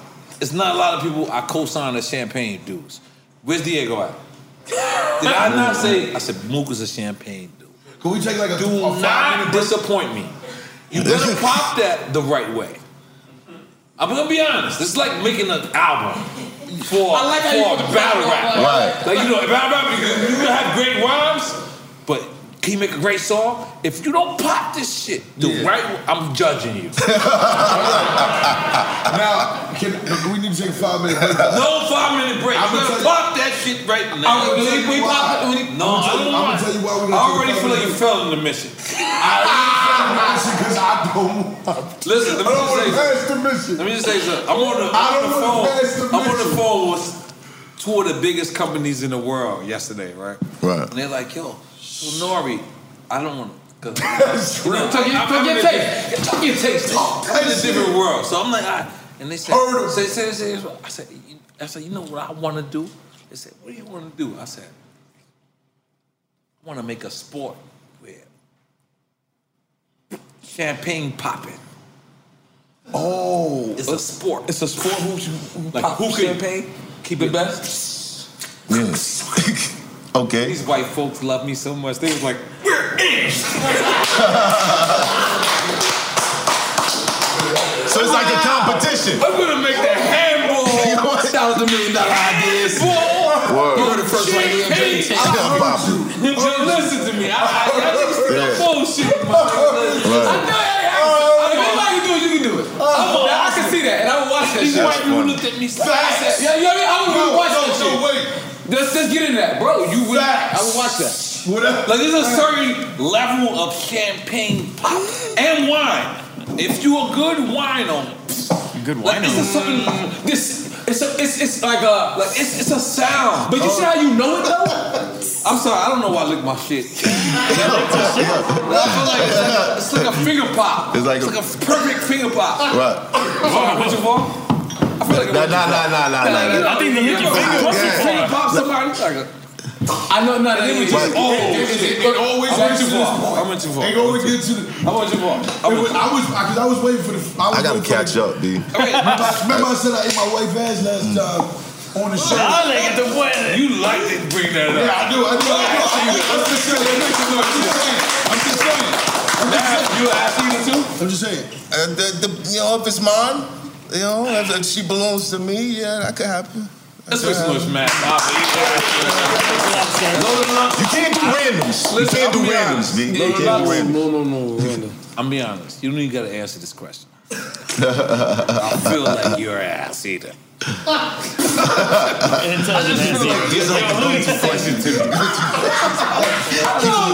S3: It's not a lot of people I co-sign as champagne dudes. Where's Diego at? Did I not say? I said Mook is a champagne dude.
S5: Mm-hmm. Can we take like a
S3: do not disappoint me? You better pop that the right way. I'm gonna be honest. It's like making an album for,
S6: I like how you
S3: for
S6: put
S3: a
S6: the
S3: battle
S6: pressure
S3: rap.
S6: on, like-
S3: Like you know, battle rap. You, you can have great rhymes, but can you make a great song? If you don't pop this shit the right, way, I'm judging you.
S5: now, can, we need to take five minutes.
S3: No five minute break.
S5: I'm
S3: I'm
S5: gonna
S3: gonna
S5: tell
S3: pop that shit right now.
S5: I'm gonna tell you
S3: We
S5: why.
S3: pop it when he-
S5: I'm
S3: no,
S5: gonna
S3: I
S5: tell you-
S3: don't
S5: I'm gonna
S3: want.
S5: tell you why we're gonna
S3: I
S5: take
S3: already
S5: five
S3: feel like you
S5: minutes.
S3: fell in the mission.
S5: because I don't want.
S3: Listen, let me
S5: I don't
S3: just
S5: want to pass the
S3: say something.
S5: mission.
S3: Let me just say something. I'm on the,
S5: I
S3: I'm on
S5: don't wanna pass
S3: the
S5: the
S3: phone. I'm on
S5: mission.
S3: the phone with two of the biggest companies in the world yesterday, right?
S12: Right.
S3: And they're like, yo, so Nori, I don't want to. Cause, you know,
S6: Talk your-
S3: I'm-
S6: talk
S3: I'm
S6: your
S3: in a
S6: taste.
S3: different- Talk your taste. I'm in a different world. So I'm like, I, and they said, say, say, say, say, I said, you- I said, you know what I want to do? They said, what do you want to do? I said, I want to make a sport where champagne popping.
S6: Oh,
S3: it's a sport.
S6: It's a sport who, who
S3: Like
S6: pop
S3: who can
S6: champagne.
S3: keep it best?
S12: okay.
S3: These white folks love me so much. They was like,
S12: So it's like a competition.
S3: I'm gonna make that handball.
S6: That was the million dollar idea.
S12: Word.
S6: You were the first one to
S3: Champagne.
S6: drink.
S3: I heard you. Just listen to me. I, I, I just think I'm
S6: Yeah.
S3: bullshit. my nigga. I know. hey, I- I- If anybody can do it, you can do it. I'm a- I can see that, and I would watch that
S6: These
S3: shit.
S6: Oh, white people looked
S3: at me.
S6: Facts.
S3: Yeah, you know what I mean? I would
S6: No,
S3: watch
S6: no,
S3: that
S6: no,
S3: shit.
S6: wait.
S3: Let's just get in that, bro. You would. I would watch that. Like there's a certain level of champagne pop and wine. If you a good wine on, good wine like, it's a certain this. It's a, it's it's like a like it's it's a sound. But you see how you know it though. I'm sorry, I don't know why I lick my shit. I feel like it's like a, it's like a finger pop.
S12: It's like
S3: it's
S12: a-
S3: like a perfect finger pop.
S12: Right.
S3: Sorry, what you for? I feel like
S12: Nah, nah, nah, nah, nah, nah.
S3: I think the licking finger. Once you finger pop somebody, it's like a- I know, no,
S6: it
S3: it
S6: was
S3: was
S6: just-
S3: oh,
S6: it- it- it- it always
S3: I
S6: gets
S3: went too
S6: to this
S3: far.
S6: point.
S3: I went too far.
S6: It
S5: always gets to.
S3: I went too far.
S5: It
S3: I
S5: was-
S3: went too far.
S5: I was because I was waiting for the. I,
S12: I
S5: was
S12: gotta
S5: waiting for
S12: catch up, B.
S5: the- Remember, I- remember I said I ate my wife ass last time on the show.
S3: I like it the way- You like to bring that up.
S5: Yeah, I do. I do. I do. I do. I'm just saying. I'm just saying. I'm just saying. I'm just saying.
S3: You asking me too?
S5: I'm just saying.
S12: Uh, the, the, you know, if it's mine, you know, if, if she belongs to me, yeah, that could happen.
S3: Let's make some more smash. You
S12: can't do randoms. You can't do randoms, B. You can't do randoms.
S3: No, no, no, I'm be honest. You don't even got to answer this question. I feel like you're an ass eater. I just feel like
S12: These are like the go-to questions too.
S3: No,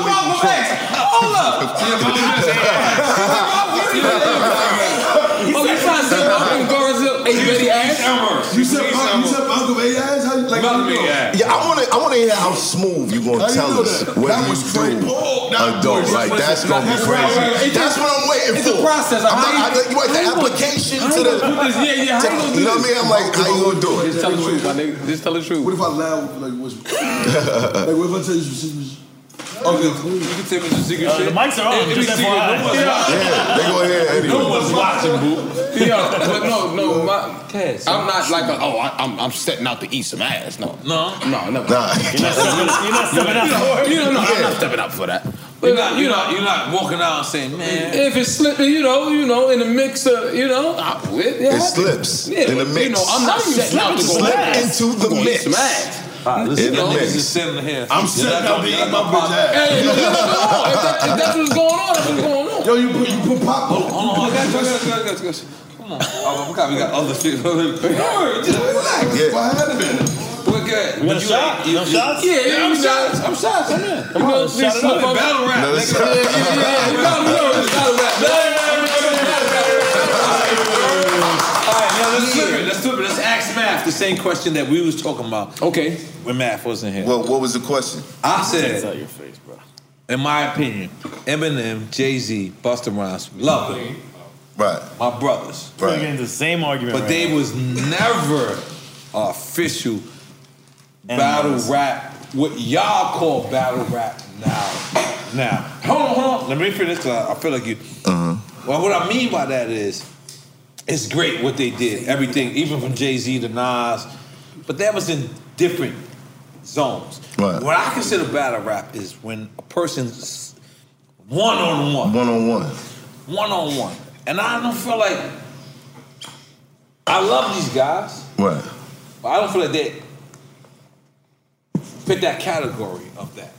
S3: Rob, relax. Hold up. Yeah, Rob, relax. Hey, Rob, what are you doing? Oh, you trying to say Malcolm Gore's little baby ass?
S5: You said Uncle- you said Uncle A ass. How you like? how you know?
S12: Yeah, I want to. I want to hear how smooth you gonna
S5: How you
S12: tell
S5: know
S12: us
S5: that?
S12: what
S5: That
S12: you
S5: was
S12: do,
S5: crazy. Oh, that
S12: adult.
S5: was-
S12: like that's
S5: listen,
S12: gonna be
S5: that's
S12: crazy.
S5: right, right, right. It's
S12: That's
S5: a-
S12: what I'm waiting
S5: it's a
S12: for.
S5: process.
S12: I'm
S5: How
S12: not,
S5: you-
S12: I, like, wait,
S5: how
S12: the
S5: you gonna-
S12: application
S5: how
S12: to
S5: you
S12: the.
S5: gonna do this? Yeah, yeah, how you gonna do
S12: You know what I mean?
S5: this?
S12: I'm like, how you gonna do it?
S5: Just tell the truth, my
S3: nigga. Just tell the truth.
S5: What if I loud? Like, what's, like what if I tell you some secrets? Okay, you
S3: can tell me some secret
S5: shit. The mics are on.
S6: just FYI.
S12: Yeah, they go ahead anyway.
S6: No one's watching,
S3: boo.
S6: Yeah, but no, no, my, I'm not like a, oh, I, I'm, I'm setting out to eat some ass. No,
S3: no,
S6: no, no.
S12: Nah.
S6: You're
S12: not stepping- you're not stepping up for it.
S6: You know, no, I'm not stepping up for that.
S3: You're not, you're not, you're not walking out and saying, man.
S6: If it's slipping, you know, you know, in the mix of, you know, I,
S12: It
S6: it, happens.
S12: slips in the
S6: You
S12: mix.
S6: know, I'm not
S12: How you
S6: setting out to
S12: slip
S6: go
S12: into
S6: back.
S12: the
S6: I'm gonna get
S12: mix?
S6: smacked.
S12: listen,
S6: You know,
S12: y'all niggas
S6: it's-
S12: is
S3: sitting here.
S5: I'm sitting out to eat my bitch ass.
S6: Hey, no, no, no, no. If that- if that's what's going on, that's what's going on.
S5: Yo, you put you put oh, popcorn. Hold
S3: on, hold on. I got you, I got you, I got you, I got you. Come on. Oh, we got, we got other shit. Hurry, just relax.
S5: What happened?
S3: We're good.
S5: We got a
S3: But you
S5: shot?
S3: ain't- you-
S5: No
S3: you-
S5: shots?
S3: Yeah, yeah,
S5: Yeah,
S3: I'm
S5: we got-
S3: shots. I'm shots. I'm in.
S5: Come on, shut it up.
S3: Battle rap.
S5: No,
S3: nigga.
S5: let's-
S3: Yeah, yeah, yeah, yeah. Battle rap. it's Battle rap. All right, now let's flip it. Let's flip it. Let's ask Math the same question that we was talking about.
S6: Okay.
S3: When Math wasn't here.
S12: Well, what was the question?
S3: I said, in my opinion, Eminem, Jay Z, Busta Rhymes, love them.
S12: Right.
S3: My brothers.
S11: We're getting into the same argument.
S3: But
S11: right
S3: they
S11: now.
S3: was never official battle
S11: Animals.
S3: rap. What y'all call battle rap now? Now, hold on, hold on. Let me finish. 'cause I I feel like you. Well, what I mean by that is, it's great what they did. Everything, even from Jay Z to Nas, but that was in different zones.
S12: Right.
S3: What I consider battle rap is when a person's one on one,
S12: One on one.
S3: one on one, and I don't feel like I love these guys.
S12: Right.
S3: But I don't feel like they fit that category of that.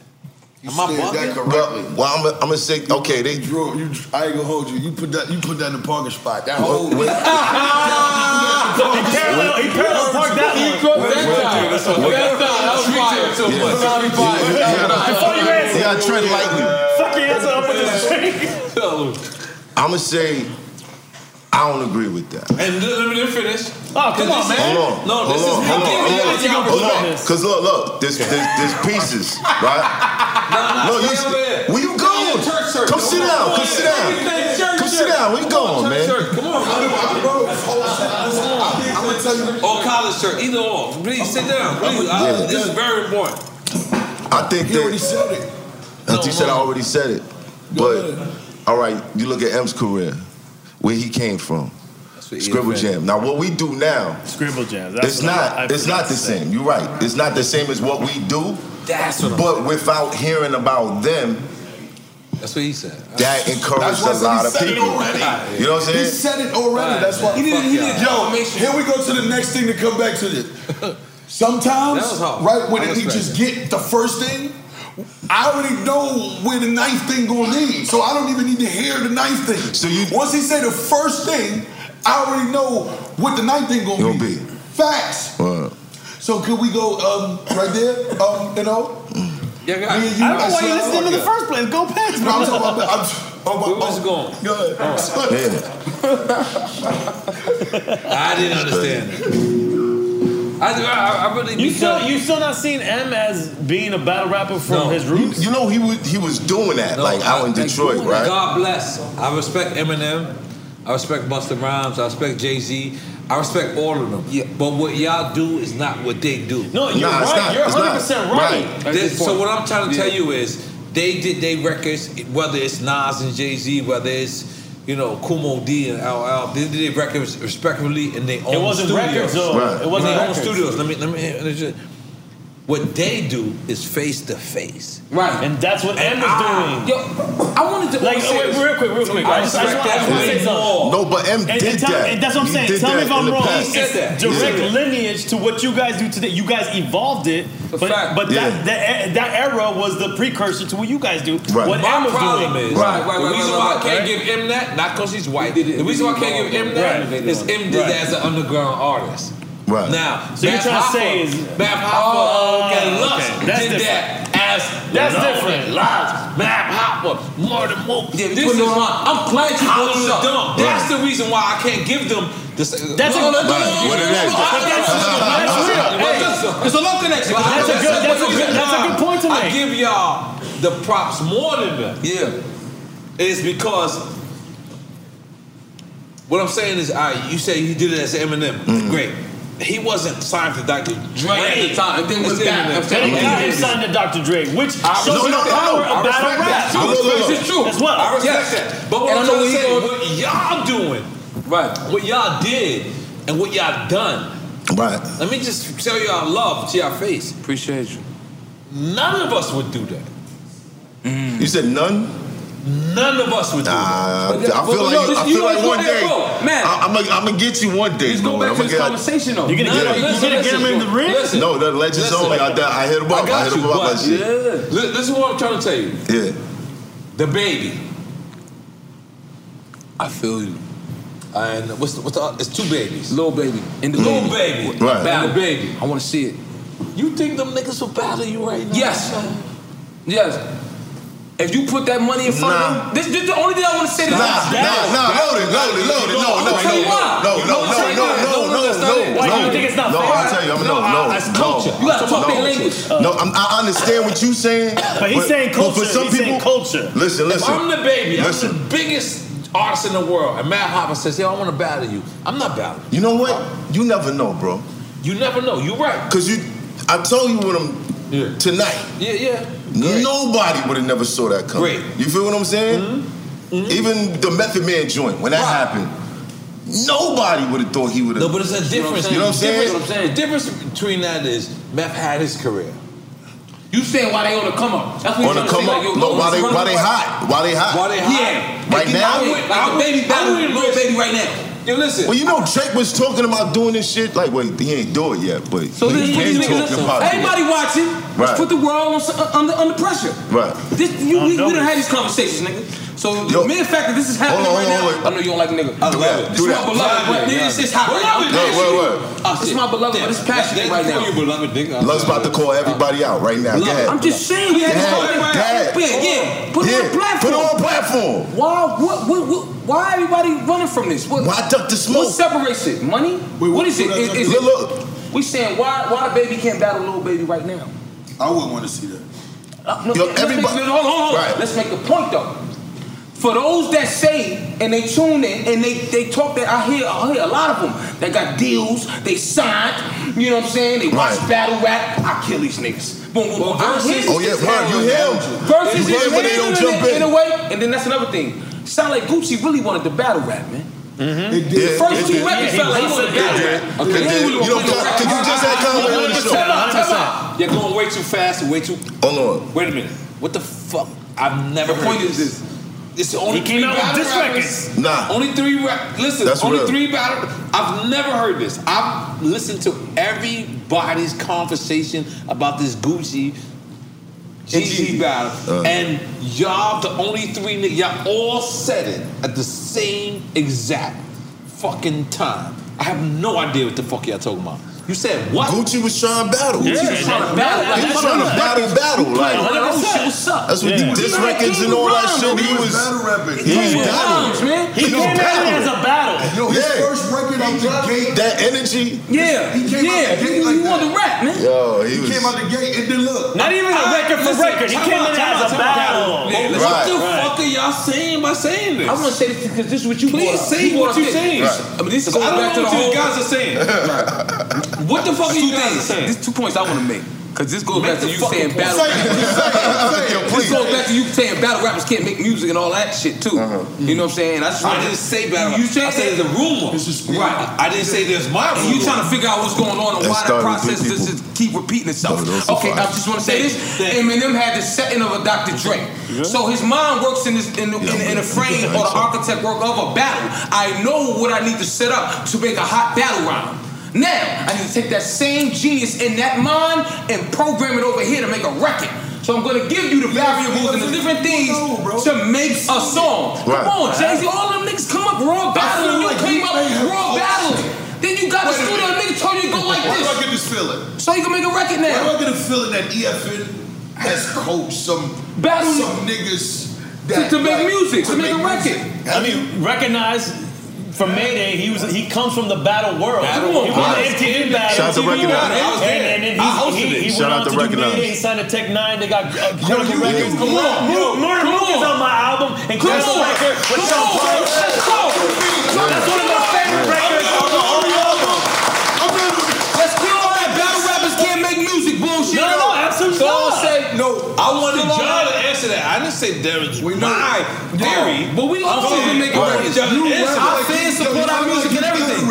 S3: Am I bugging?
S12: Well, well, I'm, I'm gonna say okay. They
S5: drew you. I ain't gonna hold you. You put that. You put that in the parking spot. That whole.
S12: When-
S5: he parallel parked that
S6: He cooked that time. That time, that was fire. That time, fire.
S11: Before you answer,
S12: yeah, tread lightly.
S11: Fuck your answer up with this
S12: I'm gonna say I don't agree with that.
S3: And let me let me finish.
S11: Oh,
S3: come on, man.
S12: Hold on.
S3: No,
S12: hold
S3: this
S12: on,
S3: is
S12: hold on,
S3: give
S12: hold
S3: me that
S12: on,
S3: example.
S12: hold on. Cause look, look, there's there's, there's pieces, right?
S3: No, no,
S12: Look,
S3: stay over there.
S12: where you going?
S3: Church, church.
S12: Come sit
S3: Come
S12: down.
S3: on, come
S12: Come sit
S3: on, everything,
S12: down.
S3: church,
S12: Come sit
S3: church.
S12: down. Where you
S3: Come
S12: going,
S3: on, church,
S12: man?
S3: church. Come on. I'm gonna tell you. Or college shirt, either or. Please sit down. Please, I-
S12: Yeah.
S3: this is very important.
S12: I think that already
S5: said it.
S12: Auntie said I already said it. But all right, you look at M's career, where he came from.
S3: what he
S12: Scribble
S3: invented.
S12: Jam. Now what we do now,
S11: Scribble jams. That's
S12: it's
S11: what I-
S12: not
S11: I
S12: it's not the same. You're right. It's not the same as what we do.
S3: That's what I'm
S12: But without hearing about them,
S3: That's what he said.
S12: that encouraged
S5: That's
S12: a
S5: what
S12: lot of
S5: he said it
S12: people.
S5: already.
S12: You know what I'm
S5: He
S12: sayid?
S5: said it already. That's why.
S3: He didn't- he didn't-
S5: Yo, here we go to the next thing to come back to this. Sometimes,
S3: That was hard.
S5: right when
S3: I
S5: he
S3: respect
S5: just get the first thing, I already know where the ninth thing gonna lead, so I don't even need to hear the ninth thing. So you once he say the first thing, I already know what the ninth thing gonna be. Facts.
S12: Well,
S5: So could we go um, right there? Um, you know.
S3: Yeah,
S5: Me and you,
S11: I don't know why you
S5: said-
S11: listened to the first place. Go past
S5: No, I'm talking about. I'm, oh, my- oh,
S3: going?
S5: Good.
S3: I didn't understand that. I, I, I really
S11: You still you still not seen M as being a battle rapper from his roots?
S12: You, you know he was he was doing that
S3: No,
S12: like out in
S3: I-
S12: Detroit, right?
S3: God bless. I respect Eminem. I respect Busta Rhymes. I respect Jay Z. I respect all of them. Yeah. But what y'all do is not what they do.
S11: No, you're Nah, it's right. not. You're It's not. 100% right. Right. That's
S3: This-
S11: the
S3: so
S11: point.
S3: what I'm trying to tell
S11: Yeah.
S3: you is they did their records, whether it's Nas and Jay Z, whether it's you know Kumo D and LL, they did their records respectively in their own
S11: wasn't
S3: studios.
S11: records, though. Right. It wasn't
S3: in their own
S11: records.
S3: studios. Let me let me. let me just- What they do is face to face.
S6: Right.
S11: And that's what M was doing.
S6: Yo, I wanted to oh,
S11: Like,
S6: say
S11: wait,
S6: this.
S11: real quick, real quick. I just- I just- I just wanna say something.
S12: No, but M
S11: And- and
S12: did
S11: tell-
S12: that.
S11: and that's what I'm
S12: He
S11: saying.
S12: did
S11: Tell me
S12: that
S11: if
S12: in
S11: I'm
S12: the
S11: wrong.
S12: past.
S11: It's direct lineage to what you guys do today. You guys evolved it, but, but that, that that era was the precursor to what you guys do. What
S3: My
S11: M was
S3: problem
S11: doing.
S3: is
S11: Right,
S3: the reason why I can't give M that, not because she's white. The reason why I can't give M that
S11: Right.
S3: is M did that as an underground artist.
S12: Right.
S3: Now,
S11: So you're
S3: Bap
S11: trying to
S3: Hopper-
S11: say is-
S3: Bap Hopper
S11: Oh,
S3: and Lux
S11: okay. That's
S3: did that as
S11: That's
S3: Love
S11: different.
S3: and Lux, Bap Hopper, Martin Mook. Yeah, this is
S6: putting on-
S3: why I'm glad you
S6: brought this up.
S3: Dumb. That's the reason why I can't give them. This,
S6: That's a- Right. What it is.
S3: It's a love connection.
S6: But that's a good- that's a good- that's a good point to
S3: I
S6: make.
S3: give y'all the props more than them. Yeah, is because what I'm saying is, all right, you say you did it as Eminem,
S6: Mm-hmm.
S3: great. He wasn't signed to Dr. Dre
S6: Right. And then was that-
S3: Eminem.
S6: Then he
S11: Then he got him signed to Dr. Dre, which shows you the power
S3: I
S11: of battle
S3: respect
S11: rap.
S3: that. I respect it's true.
S11: As well.
S3: I respect
S11: Yes.
S3: that. But what
S11: And
S3: I'm
S11: I know
S3: trying to
S11: where
S3: say,
S11: he
S3: what y'all doing, right? What y'all did and what y'all done.
S12: Right.
S3: Let me just tell y'all love to your face.
S6: Appreciate you.
S3: None of us would do that.
S12: You said none.
S3: None of us would do
S12: nah,
S3: that.
S12: I feel
S3: But
S12: like
S3: no, this-
S12: I
S3: you
S12: feel like
S3: always
S12: one
S3: go there,
S12: day
S3: bro. Man.
S12: I, am gonna I'm gonna get you one day. Let's
S3: go back to this conversation, though. You gonna get him- you gonna get him in the ring? Listen.
S12: No, the legends
S3: Listen.
S12: only. I, I hit him
S3: I
S12: up. I,
S3: got
S12: hit him
S3: you,
S12: up. I
S3: but-
S12: shit.
S3: yeah.
S12: Li-
S3: This is what I'm trying to tell you.
S12: Yeah.
S3: The baby.
S6: I feel you. And what's the, what's the, it's two babies. Little baby. And the
S12: Mm.
S3: Lil
S6: baby.
S3: Baby. Right.
S6: Battle baby. I want to see it.
S3: You think them niggas will battle you right now?
S6: Yes. Yes. If you put that money in front of them, this, this the only thing I want to say to
S12: Nah,
S6: that.
S12: nah, nah, load it, load it, load it. No,
S6: I'm
S12: no,
S6: gonna tell you
S12: no,
S6: why.
S12: no, no,
S6: I'm gonna
S12: no,
S6: tell you
S12: no,
S6: why.
S12: no, no,
S6: that's
S12: no,
S6: not it.
S12: Why, you no. think it's not No, fair? I'll tell you, I'm- no, no,
S6: as
S12: no,
S6: culture. You gotta talk
S12: no.
S6: their language.
S12: No, I'm, I understand what you saying.
S6: But he's saying
S12: But for
S6: culture,
S12: some
S6: he's
S12: people,
S6: saying
S12: culture. Listen,
S3: If
S12: listen.
S3: I'm the baby,
S12: Listen.
S3: I'm the biggest artist in the world, and Matt Hopper says, "Yo, I want to battle you." I'm not battling.
S12: You know what? You never know, bro.
S3: You never know. You're right.
S12: Cause you, I told you what I'm tonight.
S3: Yeah, yeah.
S12: Nobody would have never saw that coming. You feel what I'm saying?
S6: Mm-hmm.
S12: Even the Method Man joint when that happened, nobody would have thought he would have.
S3: No, but it's a difference.
S12: You know what I'm saying?
S3: Difference- The difference between that is Meth had his career.
S6: You saying why they on the come up? That's what
S12: On
S6: you're
S12: the come
S6: trying to say,
S12: up.
S6: like, yo,
S12: No,
S6: yo,
S12: why
S6: this
S12: they-
S6: one
S12: why
S6: of
S12: they
S6: the-
S12: hot? Why they hot?
S6: Why they hot?
S3: Yeah.
S12: Right
S6: Like,
S12: now?
S6: I would- I would baby battle little baby right now.
S3: Yo, listen.
S12: Well, you know Drake was talking about doing this shit. Like, wait, he ain't do it yet, but
S6: So
S12: he
S6: this
S12: been
S6: is what
S12: talking
S6: you
S12: about
S6: niggas. Everybody
S12: it.
S6: watching.
S12: Right.
S6: Let's put the world on, some- under under pressure.
S12: Right.
S6: This you, we, we done had these conversations, nigga. So the mere fact that this is happening
S12: Hold on,
S6: right
S12: hold on,
S6: now, I know you don't like nigga. I
S12: Do
S6: love
S12: that,
S6: it.
S12: do
S6: This is
S12: that.
S6: my
S12: Beloved,
S6: beloved, but
S12: yeah.
S6: this is happening.
S12: Beloved, Wait, wait, wait.
S6: Uh, This is my beloved, but it's passionate right now.
S12: Lux about to call everybody out right now. Go ahead.
S6: I'm just saying we had this
S12: Yeah,
S6: conversation.
S12: yeah.
S6: Yeah, yeah. Put it on
S12: Yeah,
S6: a platform.
S12: put it on a platform.
S6: Why? What? What? what why everybody running from this? What,
S12: why duck the smoke?
S6: What separates it? Money? what is it?
S5: what
S6: Is,
S5: I
S6: is
S5: duck
S6: it?
S5: the-
S12: Look,
S6: we saying why? Why the baby can't battle little baby right now?
S5: I wouldn't want to see that.
S6: Uh, no,
S5: Yo,
S6: let's
S5: everybody-
S6: make, hold on, hold on.
S5: Right.
S6: Let's make a point though. For those that say and they tune in and they, they talk that I hear I hear a lot of them that got deals, they signed, you know what I'm saying? They watch battle rap, I kill these niggas. Boom, boom, boom. I hear
S12: Oh, yeah,
S6: this
S12: word,
S6: hell
S12: you
S6: yeah.
S12: hear 'em.
S6: Versus
S12: You hear
S6: is
S12: when they don't
S6: in,
S12: jump
S6: a-
S12: in.
S6: in a way, and then that's another thing. Sound like Gucci really wanted to battle rap, man.
S3: Mm-hmm.
S12: It
S6: The
S12: did,
S6: first
S12: it
S6: two
S12: did.
S6: records felt like he wanted to battle
S12: It
S6: rap.
S12: did.
S6: Okay.
S12: It
S6: Then
S12: did.
S6: we
S12: You know,
S6: gonna play
S12: Con-
S6: rap.
S12: could you just had Conway on the show?
S3: Time out, time
S12: 100%.
S3: out. You're going way too fast and way too.
S12: Hold on.
S3: Wait a minute. What the fuck? I've never. The point is this. It's the only
S12: He came
S3: three
S12: out with
S3: battle
S12: diss
S3: rappers.
S12: records. Nah.
S3: Only three rap. Listen.
S12: That's
S3: only
S12: real.
S3: three battle. I've never heard this. I've listened to everybody's conversation about this Gucci. GG battle.
S12: Uh.
S3: and y'all, the only three niggas, y'all all said it at the same exact fucking time. I have no idea what the fuck y'all talking about. You said what?
S12: Gucci was trying to battle.
S3: Yeah,
S12: Gucci was trying to battle.
S3: Like,
S12: He was
S3: what
S12: trying to
S3: the fuck?
S12: battle, battle,
S3: You
S12: like- oh,
S3: playing with us?
S12: That's
S3: What's up?
S12: That's what
S3: Yeah.
S12: he
S3: He
S12: disc
S3: was
S12: records and
S3: King
S12: all that
S3: Rhymes,
S12: shit.
S3: man.
S12: He
S3: He
S12: was
S3: was battle
S12: rapping.
S3: He
S12: He was
S3: was Rhymes, man.
S12: battling.
S3: He came at it as a battle.
S5: Yo, his first record out the gate.
S12: That energy.
S6: Yeah,
S5: he came
S6: yeah,
S5: out the gate like
S6: you
S5: that.
S6: want to rap, man.
S12: Yo, he
S5: he
S12: was.
S5: came out the gate and then look.
S6: Not even a
S5: I-
S6: record for
S5: listen,
S6: record. He
S5: time
S6: came
S5: out,
S6: in
S5: time out,
S6: as a
S5: time out.
S6: battle.
S5: Yeah, listen,
S3: What
S5: what
S3: the
S5: the
S3: fuck are y'all saying by saying this?
S6: I want to say this because this is what you
S3: Please
S6: brought up.
S3: say
S6: You
S3: what
S6: brought
S3: you're
S6: up this.
S3: saying.
S6: Right. I mean, this is
S3: I don't
S6: going back
S3: know
S6: to the
S3: what you
S6: whole
S3: guys are saying.
S6: what the fuck are you guys saying? These two points I want to make. Cause this goes back to you saying battle.
S3: Say it, say it, say it.
S6: This goes back to you saying battle rappers can't make music and all that shit too. You know what I'm saying? I, just
S3: Uh-huh. I
S6: wanna-
S3: didn't say battle
S6: You
S3: rap.
S6: said
S3: I said
S6: that-
S3: it's a rumor.
S6: Right.
S3: I didn't say there's my
S6: And you
S3: rumor.
S6: trying to figure out what's going on and
S3: That
S6: why that
S3: started with
S6: process
S3: three
S6: just,
S3: people.
S6: just keep repeating itself.
S3: are
S6: okay, I
S3: five.
S6: just want to say this. Eminem had the setting of a Dr. Dre.
S3: Yeah.
S6: So his mind works in, this, in, the- in, the- in the frame or the architect work of a battle. I know what I need to set up to make a hot battle round. Now, I need to take that same genius in that mind and program it over here to make a record. So I'm gonna give you the variables and the different things to make a song.
S3: Right.
S6: Come on, Jay Z, all them niggas come up raw
S5: I
S6: battling.
S5: feel
S6: You
S5: like
S6: came
S5: he
S6: up
S5: may have
S6: raw
S5: coached
S6: battling. Then you got the
S5: Wait a
S6: studio
S5: minute.
S6: nigga told you to go like
S5: Why do I
S6: this.
S5: get this feeling?
S6: So you can make a record now.
S5: Why do I get a feeling that EFN has coached some
S6: Battle-
S5: some niggas
S6: To-
S5: that
S6: to make
S5: like,
S6: music, to make a
S5: music.
S6: record.
S11: I mean, recognize from Mayday, he was he comes from the battle world.
S5: Battle
S11: he
S5: world.
S11: won the
S5: Right.
S11: MTV battle.
S12: Shout out to
S11: MTV
S12: Recognize.
S11: battle.
S12: I was
S11: And,
S12: there.
S11: and then
S12: I
S11: he's-
S12: hosted
S11: he,
S12: it.
S11: he
S12: Shout
S11: went on
S12: out to
S11: to do
S12: Recognize.
S11: Mayday. He signed a Tech Nine. They got uh, critical
S12: you-
S11: records.
S12: come
S11: Mook-
S12: on,
S11: Mook- Mook- Mook is on my album. And Chris
S6: on.
S11: Record with
S6: Come
S11: Sean Paul.
S6: on, bro. Let's go.
S11: That's one of my favorite records on the whole album.
S6: Let's kill all that battle rappers can't make music bullshit.
S11: No, no, absolutely
S6: So I'll
S11: not.
S6: say no.
S3: I wanted
S6: Come on,
S3: John to
S6: man.
S3: answer that. I didn't say there was my theory.
S6: But we
S3: I'm
S6: all
S3: saying
S6: to make
S3: I
S6: a
S3: wanted
S6: record.
S3: John to answer that.
S6: Our fans support our music and everything.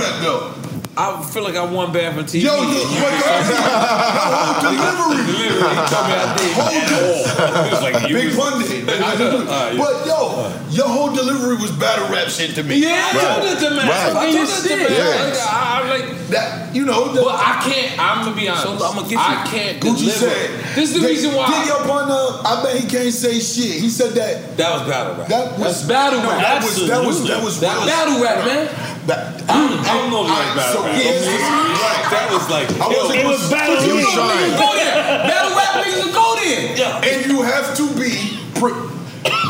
S3: I feel like I won bad for TV.
S5: Yo, yo, but yo, yo, yo, delivery.
S3: Delivery. Delivery. Tell me I did at all. was like, you
S5: Big
S3: was-
S5: pundit.
S3: I know, uh, yeah.
S5: But yo, your whole delivery was battle rap shit to me.
S3: Yeah, I told Right. it to Matt. Right.
S5: I
S3: Fucking
S5: told it to
S3: shit.
S5: Matt.
S3: Yeah.
S5: Like, I- I'm like that. You know. The,
S3: But I can't- I'm gonna be honest.
S5: So I'ma get
S3: I can't
S5: Gucci
S3: deliver.
S5: said.
S3: This is the
S5: they-
S3: reason why-
S5: Diddy up on the. I bet he can't say shit. He said that.
S3: That was battle rap.
S5: That was
S3: That's battle
S5: no,
S3: rap.
S5: That was that was
S3: Absolutely.
S5: that was
S3: That
S5: real.
S3: battle rap, man.
S5: That,
S3: I don't know if that was battle rap.
S5: here's the-
S3: Right, that was like
S5: I
S3: yo,
S5: wasn't gonna- You
S3: But you know
S5: trying.
S3: niggas go there. Battle rap niggas will go there.
S5: And you have to be. Pre-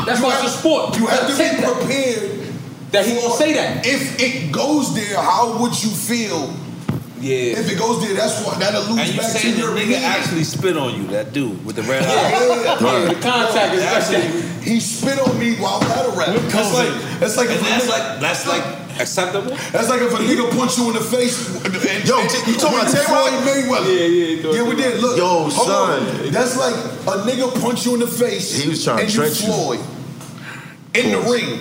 S17: That's
S5: you
S17: why
S5: have-
S17: it's a sport.
S5: You have to be
S17: Take that.
S5: prepared
S17: That he won't say that.
S5: If it goes there, how would you feel?
S3: Yeah.
S5: If it goes there, that's why that'll lose
S3: And you
S5: back to
S3: saying the
S5: your
S3: nigga
S5: meaning.
S3: actually spit on you, that dude with the red
S5: Yeah,
S3: eye.
S5: yeah. He spit on me while battle rap. That's like that's like
S3: And
S5: if a
S3: that's
S5: nigga-
S3: like that's like acceptable.
S5: That's like if a nigga punch you in the face. And,
S12: Yo,
S5: and-
S12: t- you talking about
S5: when
S12: Tay-Rock?
S5: fought Mayweather?
S12: Yeah, yeah, he thought
S5: Yeah, we
S12: that.
S5: did. Look,
S12: Yo,
S5: hold
S12: son.
S5: on. that's like a nigga punch you in the face.
S12: He was trying to
S5: and
S12: trench
S5: you
S12: you.
S5: Floyd in the
S3: Pause.
S5: ring,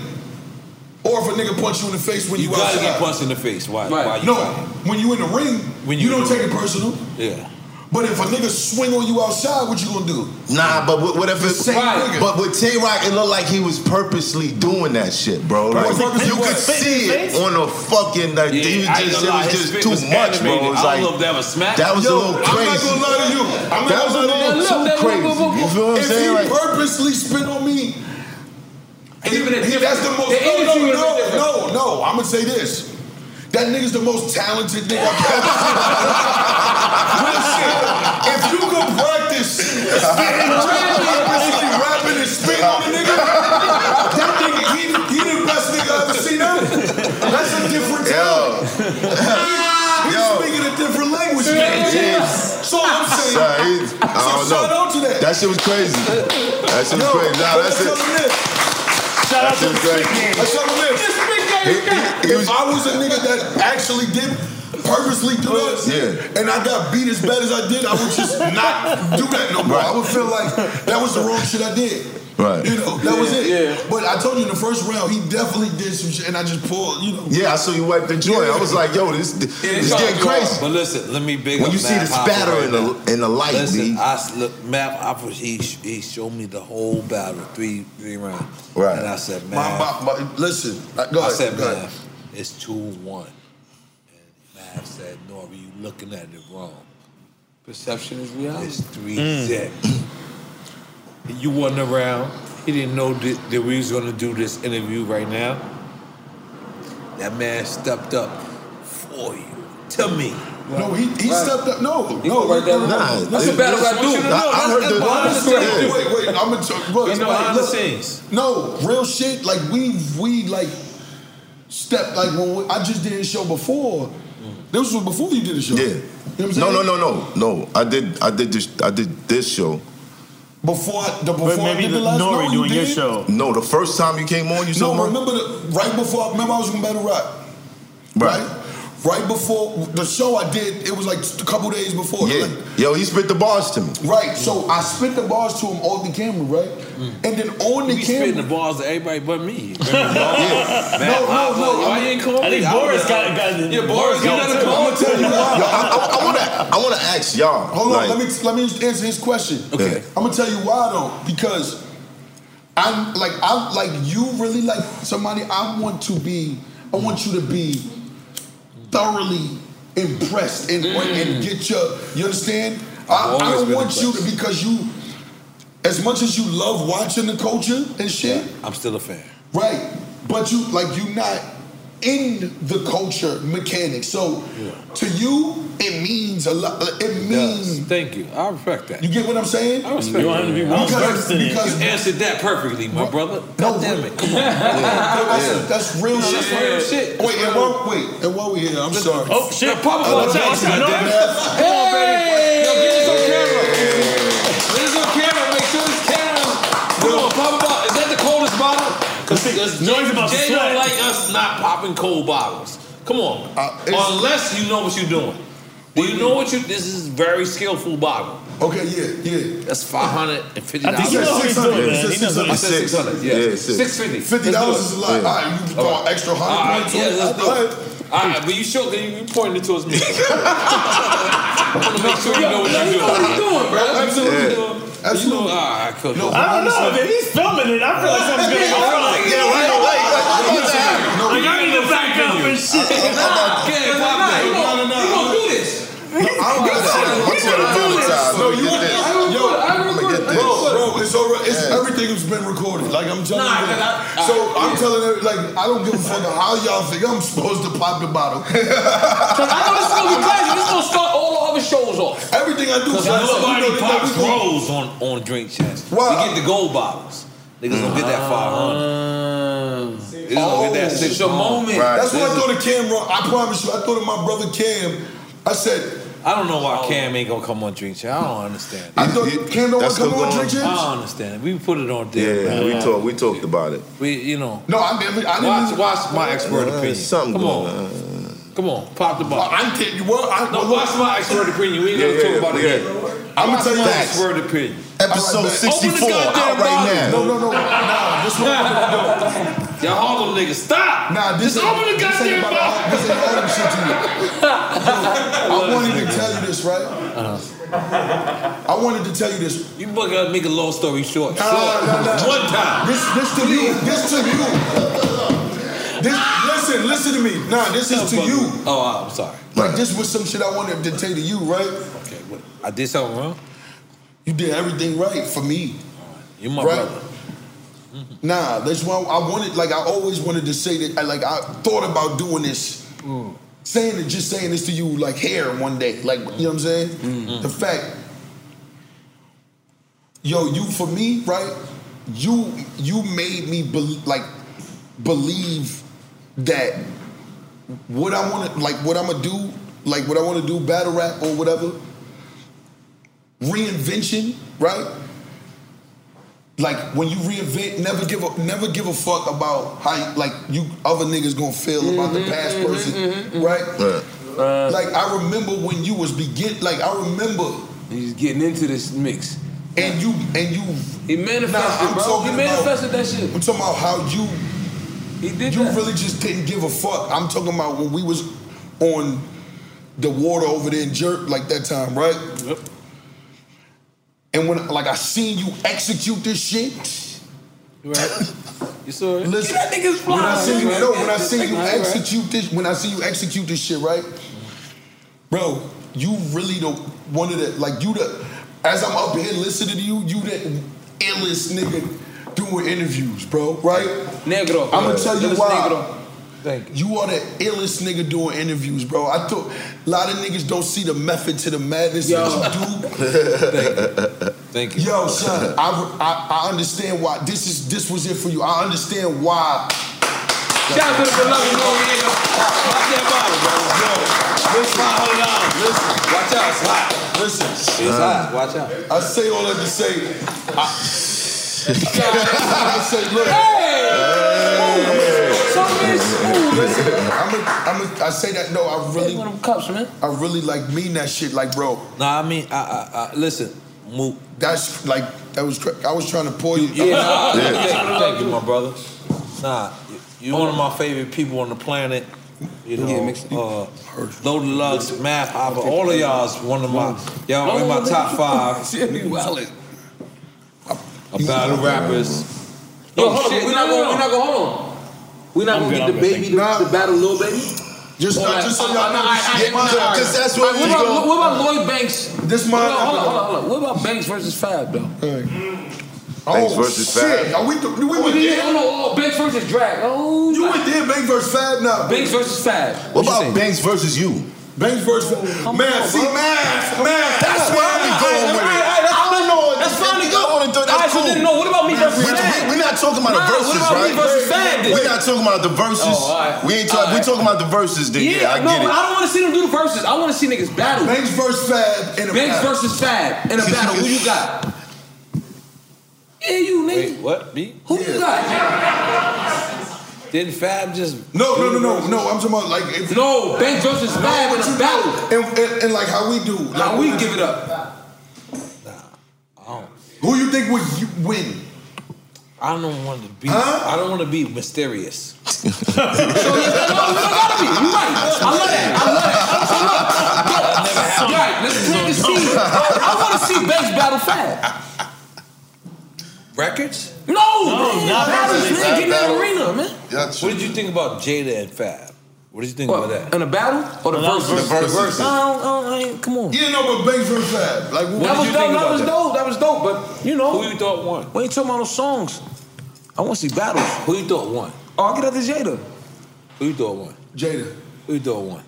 S5: or if a nigga punch you in the face when you,
S3: You gotta
S5: outside.
S3: get punched in the face. Why? Why you
S5: no,
S3: fighting?
S5: when you in the ring,
S3: When
S5: you,
S3: you-
S5: don't take it personal.
S3: Yeah.
S5: But if a nigga swing on you outside, what you gonna do?
S12: Nah, but what, what if
S5: The
S12: it,
S5: same nigga.
S12: But with Tay Rock, it looked like he was purposely doing that shit, bro. Like,
S3: Was it-
S12: you
S3: was
S12: could
S3: it spit
S12: see
S3: in
S12: it
S3: his
S12: on a fucking like
S3: Yeah,
S12: he was
S3: I ain't
S12: just, it
S3: gonna lie,
S12: was
S3: his
S12: just
S3: spit
S12: too
S3: was
S12: much, bro. It
S3: animated.
S12: was
S3: I don't know
S12: like
S3: if that was smack.
S12: That was a
S3: Yo,
S12: little
S3: I'm
S12: crazy.
S3: not gonna lie to you. I'm not
S12: that was a
S3: gonna lie to
S12: little
S3: you.
S12: too
S3: Look, look,
S12: crazy.
S3: look, look,
S12: You feel what I'm
S5: if
S12: saying?
S5: he
S12: Like,
S5: purposely spit on me, he, he, that's the most.
S3: The
S5: no,
S3: energy
S5: no,
S3: would've been
S5: no,
S3: different.
S5: no, no. I'm gonna say this. That nigga's the most talented nigga I've ever seen. Real shit. If you could practice spitting, purposely rapping and spitting on a nigga, that nigga, he, he the best nigga I've ever seen ever. That's a different talent. He's speaking a different language. man.
S12: Yeah.
S5: So I'm saying,
S12: Nah, he's- I
S5: So
S12: don't
S5: shout
S12: know.
S5: out to that.
S12: shit was crazy. That shit was crazy. Nah, that's it.
S5: Shout
S12: out That's to the great. Stick Gang.
S5: That's what it is. If I was a nigga that actually did purposely do that,
S12: Yeah.
S5: and I got beat as bad as I did, I would just not do that no more. I would feel like that was the wrong shit I did.
S12: Right.
S5: You know, that was it. But I told you in the first round, he definitely did some shit, and I just pulled. You know.
S12: Yeah, I saw you wipe the joint. I was like, yo, this this
S3: It's
S12: is getting crazy.
S3: But listen, let me big
S12: When
S3: up
S12: you see
S3: Matt
S12: the
S3: Hopper
S12: spatter
S3: right
S12: in the-
S3: now.
S12: in the light,
S3: listen,
S12: B.
S3: I s- look, Matt Hopper, he sh- he showed me the whole battle, three three rounds.
S12: Right.
S3: And I said, man,
S5: My- my- my- listen, uh, go
S3: I
S5: ahead,
S3: said,
S5: go
S3: man,
S5: ahead.
S3: it's two one. And Matt said, Norby, you looking at it wrong.
S17: Perception is reality.
S3: It's three zip. You wasn't around. He didn't know that, that we was gonna do this interview right now. That man stepped up for you. To me.
S5: No, he, he stepped up. No,
S3: He
S5: no,
S3: go right there. Nah,
S5: That's
S3: that's
S5: a
S3: a battle
S5: battle rap
S3: rap dude. I- I heard the- Yeah.
S5: Wait, wait. I'm gonna look.
S3: You know,
S5: like,
S3: behind the
S5: look,
S3: scenes.
S5: No, real shit. Like we, we like stepped. Like when we, I just did a show before. This was before you did a show.
S12: Yeah.
S5: You know what I'm
S12: No,
S5: saying?
S12: no, no, no, no. I did, I did this, I did this show.
S5: Before I- the before I did the last no, you did?
S12: No, the first time you came on, you saw
S5: No,
S12: my.
S5: remember the right before. Remember I was in battle rap.
S12: Right.
S5: Right before the show I did, it was like a couple days before.
S12: Yeah. Yo, he spit the bars to me.
S5: Right, so I spit the bars to him on the camera, right? And then on the
S3: He
S5: camera,
S3: spitting Mm. the balls to everybody but me.
S5: Yeah. No, no, no.
S3: Why you ain't call
S5: I
S3: me?
S5: think Boris got- got-
S3: Yeah, Boris
S5: Yo,
S3: got another
S5: I'm
S3: call.
S5: gonna tell you why.
S12: Yo, I, I, I wanna, I wanna ask y'all.
S5: Hold on,
S12: like-
S5: let me let me answer his question.
S12: Okay.
S5: I'm gonna tell you why though, because I'm like I like you really like somebody. I want to be. I want you to be thoroughly impressed and and get your. You understand? I, I
S3: Mm. always
S5: don't
S3: been
S5: want you to because you. As much as you love watching the culture and shit,
S3: I'm still a fan.
S5: right? But you like you not in the culture mechanics. So to you, it means a lot. It means
S3: Thank you. I respect that.
S5: you get what I'm saying?
S3: I respect that.
S5: Because, because
S3: you answered that perfectly, my brother.
S5: no,
S3: damn it. Come on.
S5: that's,
S3: Yeah.
S5: that's real
S3: No,
S5: shit.
S3: that's real shit.
S5: Wait, and while, wait, and while we here, I'm sorry.
S3: Oh, shit. Now, Papa,
S5: I
S3: watch
S5: done
S3: out, watch out,
S5: did
S3: Norm.
S5: that.
S3: Come on, baby. Yo, get this on camera. Get this on camera. Make sure this camera. Come on, pop it up. Is that the coldest bottle? Because
S11: Noise
S3: Jay,
S11: about to
S3: Jay
S11: sweat.
S3: don't like us not popping cold bottles. Come on.
S5: Uh,
S3: Unless you know what you're doing. Do you know what you? This is very skillful bottle.
S5: Okay, yeah, yeah.
S3: That's five hundred and fifty
S5: I
S3: dollars.
S5: think he knows what he's doing, man. He knows what
S3: I
S5: he's
S3: said
S5: doing.
S3: six hundred. Yeah,
S5: Yeah, six.
S3: six fifty.
S5: $50 is a lot. All right, you throw an extra hundred points on
S3: Yeah,
S5: it.
S3: let's do
S5: All
S3: it. All right, but you sure you you pointing it towards me? I want to make sure you know what you're doing.
S5: Absolutely.
S3: Absolutely.
S5: Absolutely. Absolutely.
S3: Ah, I killed
S5: No,
S3: you.
S5: I don't know,
S11: man. He's filming it. I feel like something's gonna go wrong.
S3: Yeah, right away.
S11: No,
S3: Like, I need to back up and shit. Nah, okay, pop that.
S5: No, no, no.
S3: You gonna do this.
S5: No, I'm gonna No, you want Yo, Bro, bro, it's all right. It's everything has been recorded. Like I'm telling
S3: Nah,
S5: you.
S3: cause I-
S5: so
S3: I-
S5: I'm
S3: yeah.
S5: telling every, like I don't give a fuck how y'all think I'm supposed to pop the bottle.
S6: Cause I know this is gonna be crazy. This is gonna start all the other shows off.
S5: Everything I do,
S3: Because
S5: son,
S3: nobody
S5: you know,
S3: pops
S5: we gonna-
S3: rolls on, on drink chest.
S5: Wow.
S3: We get the gold bottles. Niggas don't get that 500. Niggas don't get that
S6: Oh,
S3: 600.
S5: it's a moment. Oh. That's why I thought of Cam wrong. I promise you, I thought of my brother Cam. I said,
S3: I don't know
S6: Oh,
S3: why Cam ain't gonna come on drink chest. I don't understand.
S5: I thought Cam don't want to come on drink
S3: I
S5: champs.
S3: don't understand. We put it on
S12: Yeah,
S3: there.
S12: we talked. We talked about it.
S3: We, you know.
S5: No, I didn't. I
S3: Watch,
S5: didn't.
S3: watch my expert
S12: Uh,
S3: opinion.
S12: something
S3: Come
S12: going
S3: on. Come on. Pop the bottle.
S5: I'm kidding. Well, I,
S3: no, watch my expert opinion. We ain't
S12: Yeah,
S3: gonna
S12: yeah,
S3: talk about
S12: yeah.
S3: it again.
S12: I'ma
S3: Watch
S12: tell you
S3: my
S12: facts.
S3: expert opinion.
S12: Episode
S3: Open the
S12: 64,
S3: goddamn
S12: out right
S3: bottle.
S12: now.
S5: No, no, no, no. This one, no.
S3: Y'all Harlem niggas, stop!
S5: Nah, this
S3: Just
S5: ain't-
S3: open the
S5: this ain't
S3: goddamn
S5: about the-
S3: bottle.
S5: This ain't Harlem shit to me. I wanted to tell you this, right? I wanted to tell you this.
S3: Uh-huh. You fucking gotta make a long story short.
S5: Nah,
S3: Short.
S5: nah, nah.
S3: One time.
S5: This, this to you. This to you. This, listen, listen to me. Nah, this is to you.
S3: Oh, I'm sorry.
S5: Like this was some shit I wanted to tell to you, right?
S3: Okay, what? I did something wrong.
S5: You did everything right for me.
S3: You're my brother.
S5: Nah, that's why I wanted. Like I always wanted to say that. I, like I thought about doing this, saying it, just saying this to you, like here one day. Like you know what I'm saying? The fact, yo, you for me, right? You you made me bel like believe that what I want to like what I'm gonna do, like what I want to do, battle rap or whatever, reinvention, right? like when you reinvent, never give a never give a fuck about how you- like you other niggas gonna feel about the past person,
S6: Mm-hmm.
S5: right? Like I remember when you was begin, like I remember.
S6: He's getting into this mix,
S5: and you and you.
S6: He manifested,
S5: I'm
S6: bro.
S5: talking
S6: He manifested
S5: about, that shit. I'm talking about how you. He did. You really just didn't give a fuck. I'm talking about when we was on the water over there in Jerk, like that time, right? Yep. And when like I seen you execute this shit.
S3: Right. You saw it.
S5: Listen,
S3: That nigga's
S5: when I
S3: fly.
S5: see you,
S3: Right.
S5: no, when I see you
S3: Right, right.
S5: execute this, when I see you execute this shit, right, bro, you really the one of the like you the as I'm up here listening to you, you the illest nigga doing interviews, bro, right?
S6: Negro.
S5: I'm gonna tell you
S6: Illest negro.
S5: why. You are the illest nigga doing interviews, bro. I thought a lot of niggas don't see the method to the madness that you do.
S3: Thank you.
S5: Yo, son, I, I I understand why this is this was it for you. I understand why.
S3: Shout out to the beloved Lord Diego. Watch that bottle, bro. Yo,
S5: listen,
S3: hold on. Listen, watch out. It's hot.
S5: Listen,
S3: it's hot. Watch out.
S5: I say all that to say. I, I say, look. I'm a, I'm a, I say that no, I really.
S6: cups, man.
S5: I really like mean that shit, like bro.
S3: Nah, I mean, I, I, I listen. Move.
S5: That's like that was. cra- I was trying to pull you.
S3: Yeah, nah, Thank, thank you, my brother. Nah, you- you're one of my favorite people on the planet. You know, uh, Loaded Lux, Math, Hopper, all of y'all is one of my, y'all in my top five of battle rappers. Oh,
S6: Yo, hold on. Oh, We're not going. We're not going. Hold on. We're not
S3: I'm
S6: going
S3: good,
S6: to get
S3: I'm good,
S6: the baby, the, the battle, little baby.
S5: Just,
S6: Or like-
S5: just so
S6: I-
S5: y'all
S6: I-
S5: know
S6: I-
S5: this
S6: I-
S5: shit
S6: I-
S5: mine.
S6: I-
S5: 'Cause that's where we
S6: what,
S5: go.
S6: about, what about Lloyd Banks?
S5: This
S6: Hold
S5: mine.
S6: on, hold on, hold on, hold on. What about Banks versus Fab though?
S12: Banks versus
S5: Oh, shit.
S12: Fab.
S5: Are we, we
S6: Oh,
S5: went
S6: yeah,
S5: there?
S6: oh, no, oh, Banks versus Drag. Oh,
S5: you went there, Banks versus Fab now.
S6: Banks versus Fab.
S12: What about Banks versus you?
S5: Banks versus Fab. Man, see, man, man,
S12: That's where I'm going with it. I don't know. That's fine to go on and do. That's cool.
S6: No, what about me versus
S12: We-
S6: Fab?
S12: we- We're not talking about
S6: Nah,
S12: the verses,
S6: what about
S12: right?
S6: me versus Fab then?
S12: We're not talking about the verses.
S6: Oh, all right.
S12: We ain't talking.
S6: All
S12: We
S6: right.
S12: talking about the verses. Then yeah, I
S6: no,
S12: get it.
S6: but I don't want to see them do the verses. I want to see niggas battle.
S5: Banks versus Fab in a
S6: Banks
S5: battle.
S6: versus Fab in a battle. Who you got? Yeah, you nigga.
S3: Wait, what? B?
S6: Who you got?
S3: Didn't Fab just.
S5: No, no, no, no, no. I'm talking about like if
S6: no Banks versus Fab in a battle.
S5: and, and, and like how we do, like
S6: How we give it up?
S5: Who you think would you win?
S3: I don't want to be. I don't want to be mysterious.
S6: You right. I love that. I love that. So look, look. Right, let's plant the seed. I want to see Banks battle Fab.
S3: Records?
S6: No,
S3: No,
S6: man.
S3: not
S6: Battles,
S3: Battles.
S6: man. Get in
S3: Battle.
S6: the arena, man.
S3: What did you think about Jada and Fab? What did you think about that?
S6: In a battle or Oh, the
S3: No, the
S6: verses?
S3: verses.
S6: The verses. I don't- I don't- I ain't- come on.
S5: Yeah, no, but Banks versus Fab. Like,
S3: what
S6: that
S3: did
S6: was
S3: you
S6: dope.
S3: think
S6: That
S3: about
S6: was
S3: that?
S6: dope. That was dope. But you know,
S3: who you thought won?
S6: We ain't talking about no songs. I want to see battles.
S3: Who you thought won?
S6: Oh, I get out this Jada.
S3: Who you thought won?
S5: Jada.
S3: Who you thought won?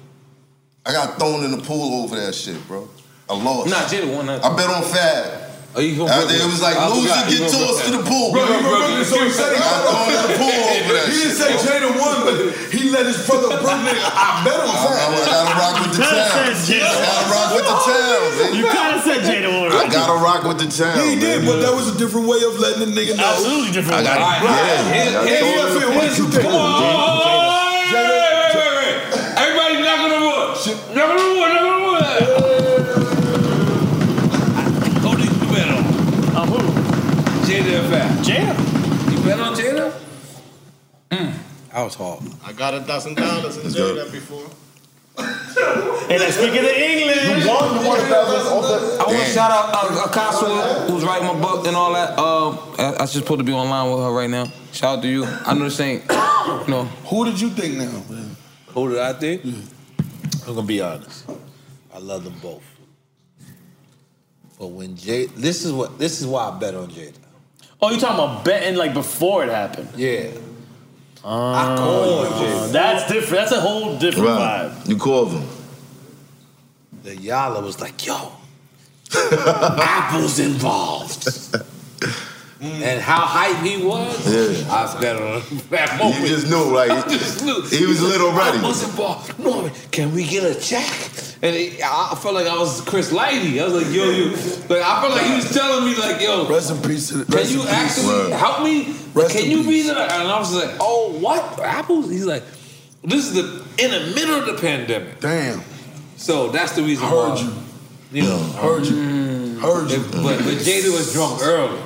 S12: I got thrown in the pool over that shit, bro. I lost.
S6: Nah, Jada won that.
S12: I bet on Fab.
S3: Are Oh, you
S12: I, it was like
S5: I
S12: loser
S5: forgot. You
S12: get
S5: gonna
S12: tossed to
S5: rip
S12: the pool.
S5: Bro, you broke it, so he said he
S12: I thrown in the pool over that
S5: He didn't say
S12: shit.
S5: Jada won, but he let his brother Brooklyn. I bet on Fab.
S12: I gotta rock with the town. I gotta rock with the town, man.
S5: You kinda said Jada won.
S12: I gotta rock with the town.
S5: He did,
S12: man.
S5: but that was a different way of letting the nigga know. Absolutely
S12: I got yeah. I
S5: Hey,
S12: got
S5: yeah,
S12: told-
S5: Phil, what you think?
S3: Everybody knocking on the wood. Knocking on the wood. Knocking on the wood. Who did you bet on? On Uh, who? Jada and Fab. Jada. You bet on Jada? Mm. I was hard.
S18: I got a thousand dollars and did that before.
S6: And I speak in the English. I want to shout out uh, Akasua, who's writing my book and all that. Um, I, I just supposed to be online with her right now. Shout out to you. I know this ain't. No.
S5: Who did you think now?
S3: Who did I think? I'm gonna be honest. I love them both. But when Jada, this is what this is why I bet on Jada.
S11: Oh, you talking about betting like before it happened?
S3: Yeah.
S11: I
S3: called
S11: Ah,
S3: Jada.
S11: That's different. That's a whole different
S12: Right. You called him.
S3: The Yala was like, yo, apples involved. And how hype he was,
S12: Yeah.
S3: I was better on that
S12: You
S3: moment.
S12: just knew, like,
S3: I just knew.
S12: he was lit already.
S3: Apples involved. Norman, can we get a check? And it, I felt like I was Chris Lighty. I was like, yo, you. Like, I felt like he was telling me, like, yo.
S5: Rest in peace. To the,
S3: Can you actually help me?
S5: Rest
S3: Can
S5: in
S3: you be there? And I was like, oh, what? Apples? He's like, this is the in the middle of the pandemic.
S5: Damn.
S3: So that's the reason why.
S5: Heard you.
S3: You know,
S5: heard you. Heard you.
S3: But, but Jada was drunk early,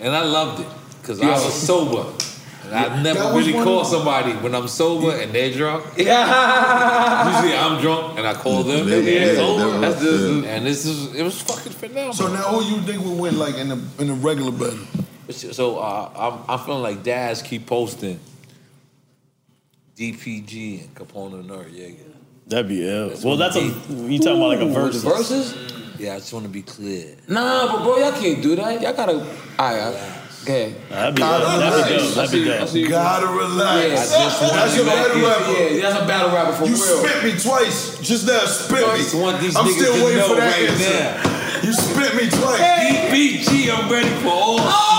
S3: and I loved it because I
S5: Yeah.
S3: was sober. And I never
S5: That was
S3: really
S5: one
S3: call
S5: of-
S3: somebody when I'm sober and they're drunk. Usually I'm drunk and I call them and
S5: Yeah,
S3: it's
S5: yeah,
S3: over.
S5: that
S3: That's
S5: was-
S3: just- And this is it was fucking phenomenal.
S5: So now, who you think would win, like in the in the regular battle?
S3: So uh, I'm I'm feeling like dads keep posting DPG and Capone and Noriega.
S11: That'd be ill. Well, that's a. You talking about like a
S3: Ooh,
S11: versus?
S3: versus? Yeah, I just want to be clear.
S6: Nah, but bro, y'all can't do that. Y'all gotta. All right, all right. Okay.
S11: That'd
S3: be Gotta dope. That'd be
S6: relax.
S3: dope. That'd be
S6: I see-
S3: dope.
S6: I see-
S3: Gotta relax.
S6: Yeah,
S3: I just want
S6: that's
S3: you
S6: a
S3: back
S6: battle
S3: in.
S6: rapper. Yeah, that's a battle rapper for
S5: you
S6: real.
S5: spit me twice. Just now, spit me. I'm
S3: niggas
S5: still
S3: to
S5: waiting
S3: know
S5: for that
S3: right
S5: answer. You spit me twice.
S3: DPG, I'm ready for all. Oh,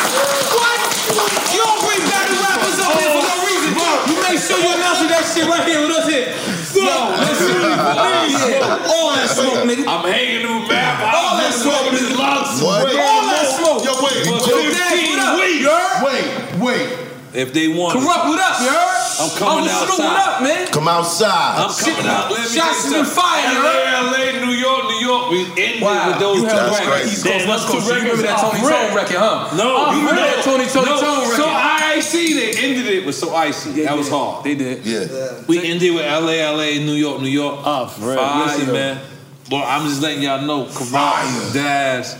S6: Oh, You don't bring battle rappers up here for no reason, bro. You make sure you announce that shit right here with us here. Yo, let's see what you got. All that smoke, nigga.
S3: I'm hanging with Map.
S6: All that smoke, nigga.
S3: What?
S6: Wait, All that smoke.
S5: Yo, wait.
S6: Yo, Dad, what up? You heard?
S5: Wait, wait.
S3: If they want,
S6: Corrupt, what up? You heard?
S3: I'm coming
S6: Uncle
S3: outside.
S6: Snoop, what up, man?
S12: Come outside.
S3: I'm coming out. Let me uh,
S6: Shots
S3: get
S6: been
S3: some-
S6: fired,
S3: LA, LA, New York, New York. We ended with those
S6: You
S3: two
S6: have right.
S3: records.
S6: East Coast, West Coast. You remember that Tony Tone record, huh?
S3: No,
S6: you remember that Tony Tony
S3: no,
S6: Tone record?
S3: So IIC, they ended it with So Icy. that was hard. They did.
S12: Yeah.
S3: We ended with LA, LA, New York, New York. Oh,
S11: real.
S3: Listen,
S11: Fire.
S3: man. Boy, I'm just letting y'all know. Kavan, Daz.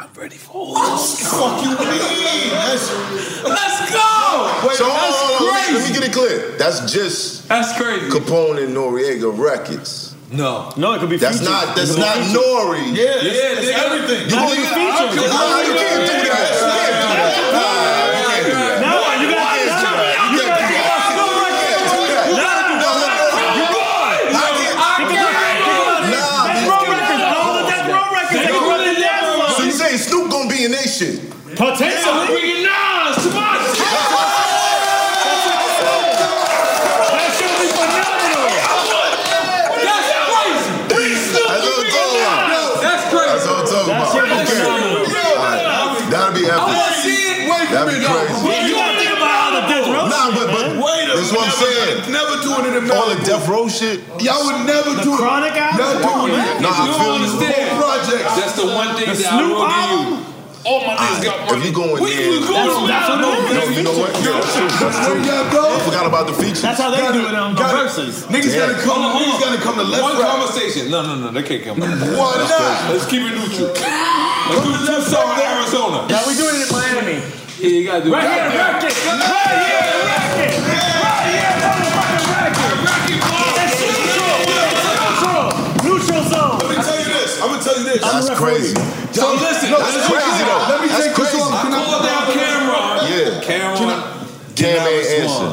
S3: I'm ready for all this.
S5: Fuck you, mean? That's-
S3: Let's go.
S12: so hold on, hold on, let me- Let me get it clear. That's just
S3: that's crazy.
S12: Capone and Noriega records.
S3: No,
S11: no, it could be.
S12: That's
S11: featured.
S12: not. That's
S11: It could be
S12: not
S11: featured.
S12: Nori.
S11: Yeah, it's- Yeah, it's nigga. everything.
S12: You
S11: Nah,
S12: believe
S11: it's
S12: it?
S11: featured.
S12: You can't do that. You can't do that. Nah, you can't do that.
S11: No, you got
S12: You can't do that. You can't do that. So you say Snoop gonna be in that shit?
S3: Potentially. Nas, come on. That shit will be phenomenal. That's crazy. Big Snoop
S12: That's what
S3: will
S12: I'm
S3: be
S12: talking about.
S3: Nas. That's crazy.
S12: That's what I'm talking about. Okay. All right. That'll be epic.
S3: I wanna see it. Wait a
S12: That'd be
S3: minute,
S12: crazy.
S3: yo. You wanna think about all the Death Row
S12: Nah,
S3: shit,
S12: but, but
S3: man. Wait a
S12: that's what I'm
S3: minute,
S12: saying.
S5: Never doing it in
S12: All the death row shit.
S5: Y'all would never do
S11: Chronic
S5: it. Not
S11: album?
S5: doing it.
S12: Nah, I
S3: You
S12: feel
S3: don't
S12: you.
S3: understand.
S5: Whole project.
S3: That's the one thing
S5: The
S3: that I
S5: Snoop
S3: will give you.
S6: Oh,
S3: All my niggas got money.
S12: If you going
S3: We-
S12: there,
S3: we going
S12: That's-
S3: down,
S12: that's what
S3: though,
S12: it is.
S3: baby.
S12: You know what? Yeah, that's true. That's
S3: Where
S12: true.
S3: y'all go?
S12: I forgot about the features.
S3: That's how they do it on
S12: Gotta-
S3: verses.
S12: Niggas gotta come-
S3: Hold on, hold
S12: niggas
S3: on.
S12: gotta come to left
S3: One
S12: right.
S3: conversation. No, no, no, they can't come.
S12: Why
S3: not? Let's keep it neutral. Let's do two song in Arizona.
S11: Now we doing it in Miami.
S3: Yeah, you gotta do
S11: Right here,
S3: Goddamn.
S11: rack it. Right here, rack it. Right here, motherfucking rack it. That's neutral. Neutral. Neutral zone.
S5: Let me tell you this. I'm gonna tell you this.
S12: That's crazy.
S5: So listen,
S12: that's
S5: listen,
S12: crazy
S5: listen.
S12: though.
S5: Let me
S12: that's
S5: take this
S12: crazy.
S5: off. Can I-
S12: Yeah. Cameron. Cam ain't answer.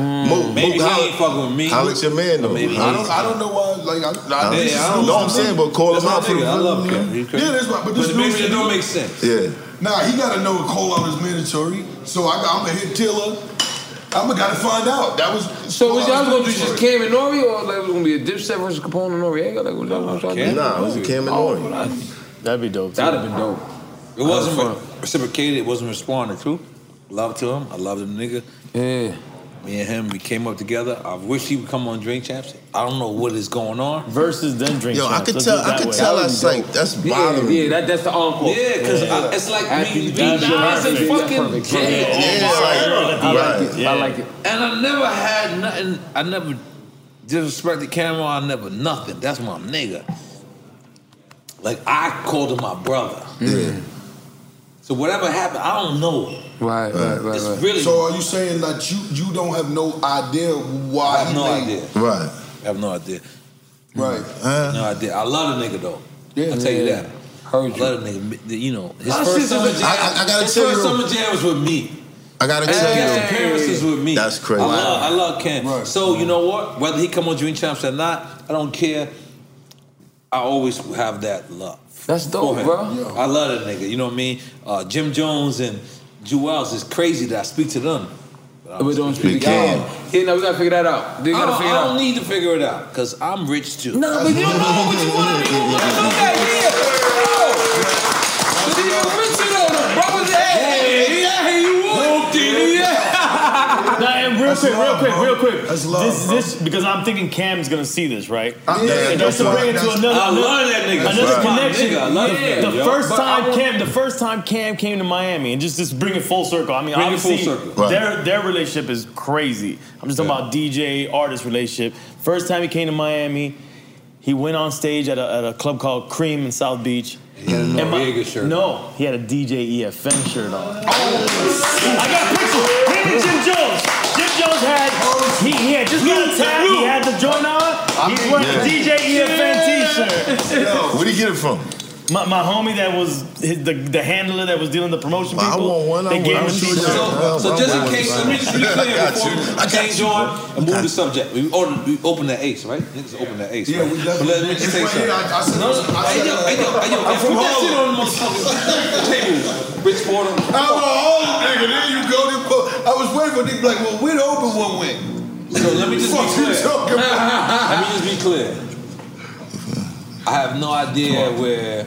S12: Mo,
S3: Mm, Maybe
S12: Mo,
S3: he
S12: holla-
S3: ain't fucking with me.
S12: Holla at your man though.
S3: Maybe he
S12: Holla-
S3: ain't.
S5: I don't know why. Like, I,
S12: Nah,
S5: I,
S12: this is- no, I'm saying, but call him out for the.
S3: I love Kevin. He's crazy.
S5: Yeah, that's right. But this
S3: But maybe it don't make sense.
S12: Yeah.
S5: Nah, he gotta know call out is mandatory. So I, I'm a hit killer. I'm gonna gotta find out. That was
S6: So was y'all gonna do just
S5: kidding.
S6: Cam and Nori, or like it was gonna be a Dipset versus Capone and Noriega? Like what Oh, y'all was trying to do?
S12: Nah, it was Cam and Nori.
S3: That'd be dope.
S6: That'd have been dope.
S3: It wasn't re- reciprocated. It wasn't responded to. Love to him. I love the nigga.
S6: Yeah.
S3: Me and him, we came up together. I wish he would come on Drink Champs. I don't know what is going on. Versus then Drink
S12: Yo, I Champs. could Let's tell- do it I that could way. tell that's, like, that's bothering me.
S6: Yeah, that, that's the encore.
S3: Yeah, because it's like
S6: After
S3: me,
S6: you
S3: me
S6: done your
S3: Nas and
S6: perfect,
S3: fucking
S6: perfect,
S3: Jay. all
S6: perfect. Yeah,
S3: my
S6: like,
S3: era.
S6: I like it. I like it.
S3: And I never had nothing. I never disrespected Cameron. I never nothing. That's my nigga. Like I called him my brother. So whatever happened, I don't know.
S6: Right, right, right, right.
S3: Really?
S5: So are you saying that you you don't have no idea why?
S3: I have
S5: he
S3: no
S5: made-
S3: idea.
S12: Right.
S3: I have no idea. Mm.
S5: Right.
S3: no idea. I love the nigga though.
S5: Yeah.
S3: I'll tell you
S5: Yeah.
S3: that. Heard you. I love the nigga. You know, his
S5: My
S3: first
S5: sister's
S3: summer
S5: a
S3: jam.
S5: jam. I- I gotta
S3: his
S5: tell
S3: first
S5: you-
S3: summer jam was with me.
S12: I gotta
S3: his
S12: tell you
S3: guest
S12: though.
S3: appearances with me.
S12: That's crazy.
S3: I love, I love Cam. So you know what? Whether he come on Dream Champs or not, I don't care. I always have that love.
S6: That's
S3: for
S6: dope,
S3: him.
S6: bro.
S3: I love that nigga. You know what I mean? Uh, Jim Jones and Jewels is crazy that I speak to them.
S6: We don't speak
S3: Cam.
S6: Yeah, no, we gotta figure that out. They
S3: I
S6: gotta
S3: don't,
S6: figure it
S3: I don't
S6: out.
S3: need to figure it out because I'm rich too.
S6: No, but you don't know what you want to do. You want to do that here. But you're rich though. The brothers hey, yeah, you would. Yeah.
S11: Nah, and real quick, real quick, real quick. this, this, because I'm thinking Cam's gonna see this, right?
S3: I'm-
S11: And
S3: yeah,
S11: just
S3: that's
S11: to bring it to
S3: right.
S11: another,
S3: I love that nigga.
S11: another
S3: That's my
S11: connection.
S3: nigga. I love
S11: the,
S3: him,
S11: the
S3: yo.
S11: first
S3: But I
S11: time
S3: want-
S11: Cam, the first time Cam came to Miami, and just just bring it full circle. I mean,
S3: Bring it full
S11: obviously,
S3: circle. Right.
S11: their their relationship is crazy. I'm just talking about DJ artist relationship. First time he came to Miami. He went on stage at a, at a club called Cream in South Beach. He had a
S3: Noriega shirt
S11: No, he had a DJ EFN shirt on. I got a picture. Him and Jim Jones. Jim Jones had he, he had just got a tag. He had the joint on. He's wearing a
S12: mean,
S11: DJ EFN T-shirt.
S12: Where'd he get it from?
S11: My, my homie that was his, the, the handler that was dealing the promotion
S12: I
S11: people.
S12: want one, I
S11: They
S12: want
S11: gave him
S12: one.
S11: a
S12: So-
S11: T-shirt.
S12: so-
S3: So just in case, let me just
S12: I
S3: be clear
S12: got
S3: before
S12: you.
S3: we
S12: I got
S3: change
S12: you,
S3: on and move the subject. We ordered, we opened that ace, right? Niggas opened that ace.
S5: Yeah,
S3: right?
S5: we
S3: But
S5: definitely-
S3: let me
S5: it's
S3: just say
S5: right
S3: something.
S5: here. I- I said-
S3: No, no,
S5: I
S3: hey,
S5: said-
S3: yo, hey, yo, hey, yo,
S5: I'm
S3: if
S5: from
S3: you got
S5: Harlem.
S3: shit on the motherfucking table, Rich Porter.
S5: I'm a whole nigga. There you go. They put- I was waiting for them. Like, well, where the open one went?
S3: So let me just
S5: Fuck
S3: be
S5: you
S3: clear.
S5: talking about?
S3: let me just be clear. I have no idea where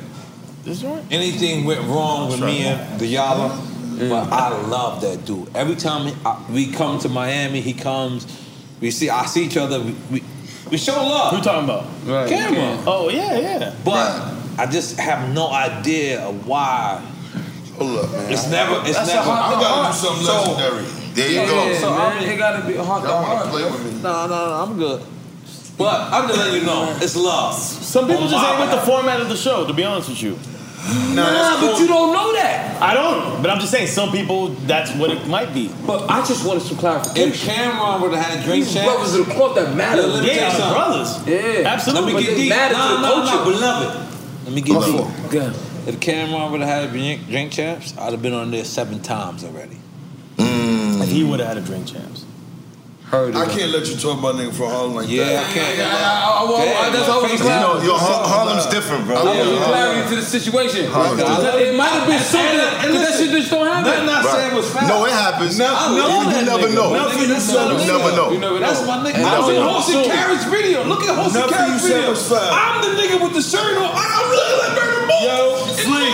S3: anything went wrong with me and the Yala, but I love that dude. Every time I, we come to Miami, he comes. We see, I see each other. We we, we show love. Who
S11: talking about?
S3: Right. Camera.
S11: Oh yeah, yeah.
S3: But I just have no idea of why.
S5: Hold up, man.
S3: It's never. It's
S5: That's a
S3: never.
S5: hard- I gotta do something
S3: So-
S5: legendary. There you
S3: yeah,
S5: go.
S3: yeah, So I
S5: man.
S3: mean, it gotta be heart to
S5: Y'all wanna
S3: heart.
S5: play with
S3: No, no, no. I'm good. But I'm just letting you know, it's love.
S11: Some people just ain't with the format of the show. To be honest with you.
S3: Nah, but you
S6: don't know that.
S11: I don't. But I'm just saying, some people that's what it might be.
S6: But I just wanted some clarification.
S3: If Cameron would have had drink
S6: These
S3: champs,
S6: brothers of the club that matter.
S3: Yeah, let me
S6: Yeah,
S3: tell you something.
S6: brothers. Yeah.
S3: Let
S6: Absolutely.
S3: me
S6: But
S3: get
S6: they
S3: deep.
S6: matter to
S3: Nah,
S6: the
S3: nah, nah,
S6: culture.
S3: beloved. Let me get
S6: Buffalo.
S3: deep. If Cameron would have had drink, drink champs, I'd have been on there seven times already.
S5: Mm.
S11: If he would have had a drink champs.
S3: Heard
S5: I can't let you talk about nigga from Harlem like
S3: Yeah,
S5: that.
S3: I can't.
S5: Yeah,
S6: I- I- I- I- that's how I was glad. You know, yo, Har- Harlem's different,
S5: bro.
S6: I want some clarity to the situation.
S5: Harlem's different.
S6: It might have been
S5: And-
S6: something,
S5: and- and
S6: but that shit just don't happen.
S3: Nothing I said was foul.
S12: No, it happens.
S3: I
S12: You-
S3: love
S12: you
S3: that
S12: never
S3: nigga.
S12: know.
S3: Nothing
S12: You
S3: you said was
S12: never
S3: foul.
S12: know.
S3: You never That's know. my nigga.
S12: You
S3: I was
S12: never
S3: in
S12: know.
S3: Horse and Carriage video. Look at Horse and
S12: Nothing
S3: Carriage
S12: you said
S3: video.
S12: was foul.
S3: I'm the nigga with the shirt on. I'm looking like Burger Boy. Yo, fling,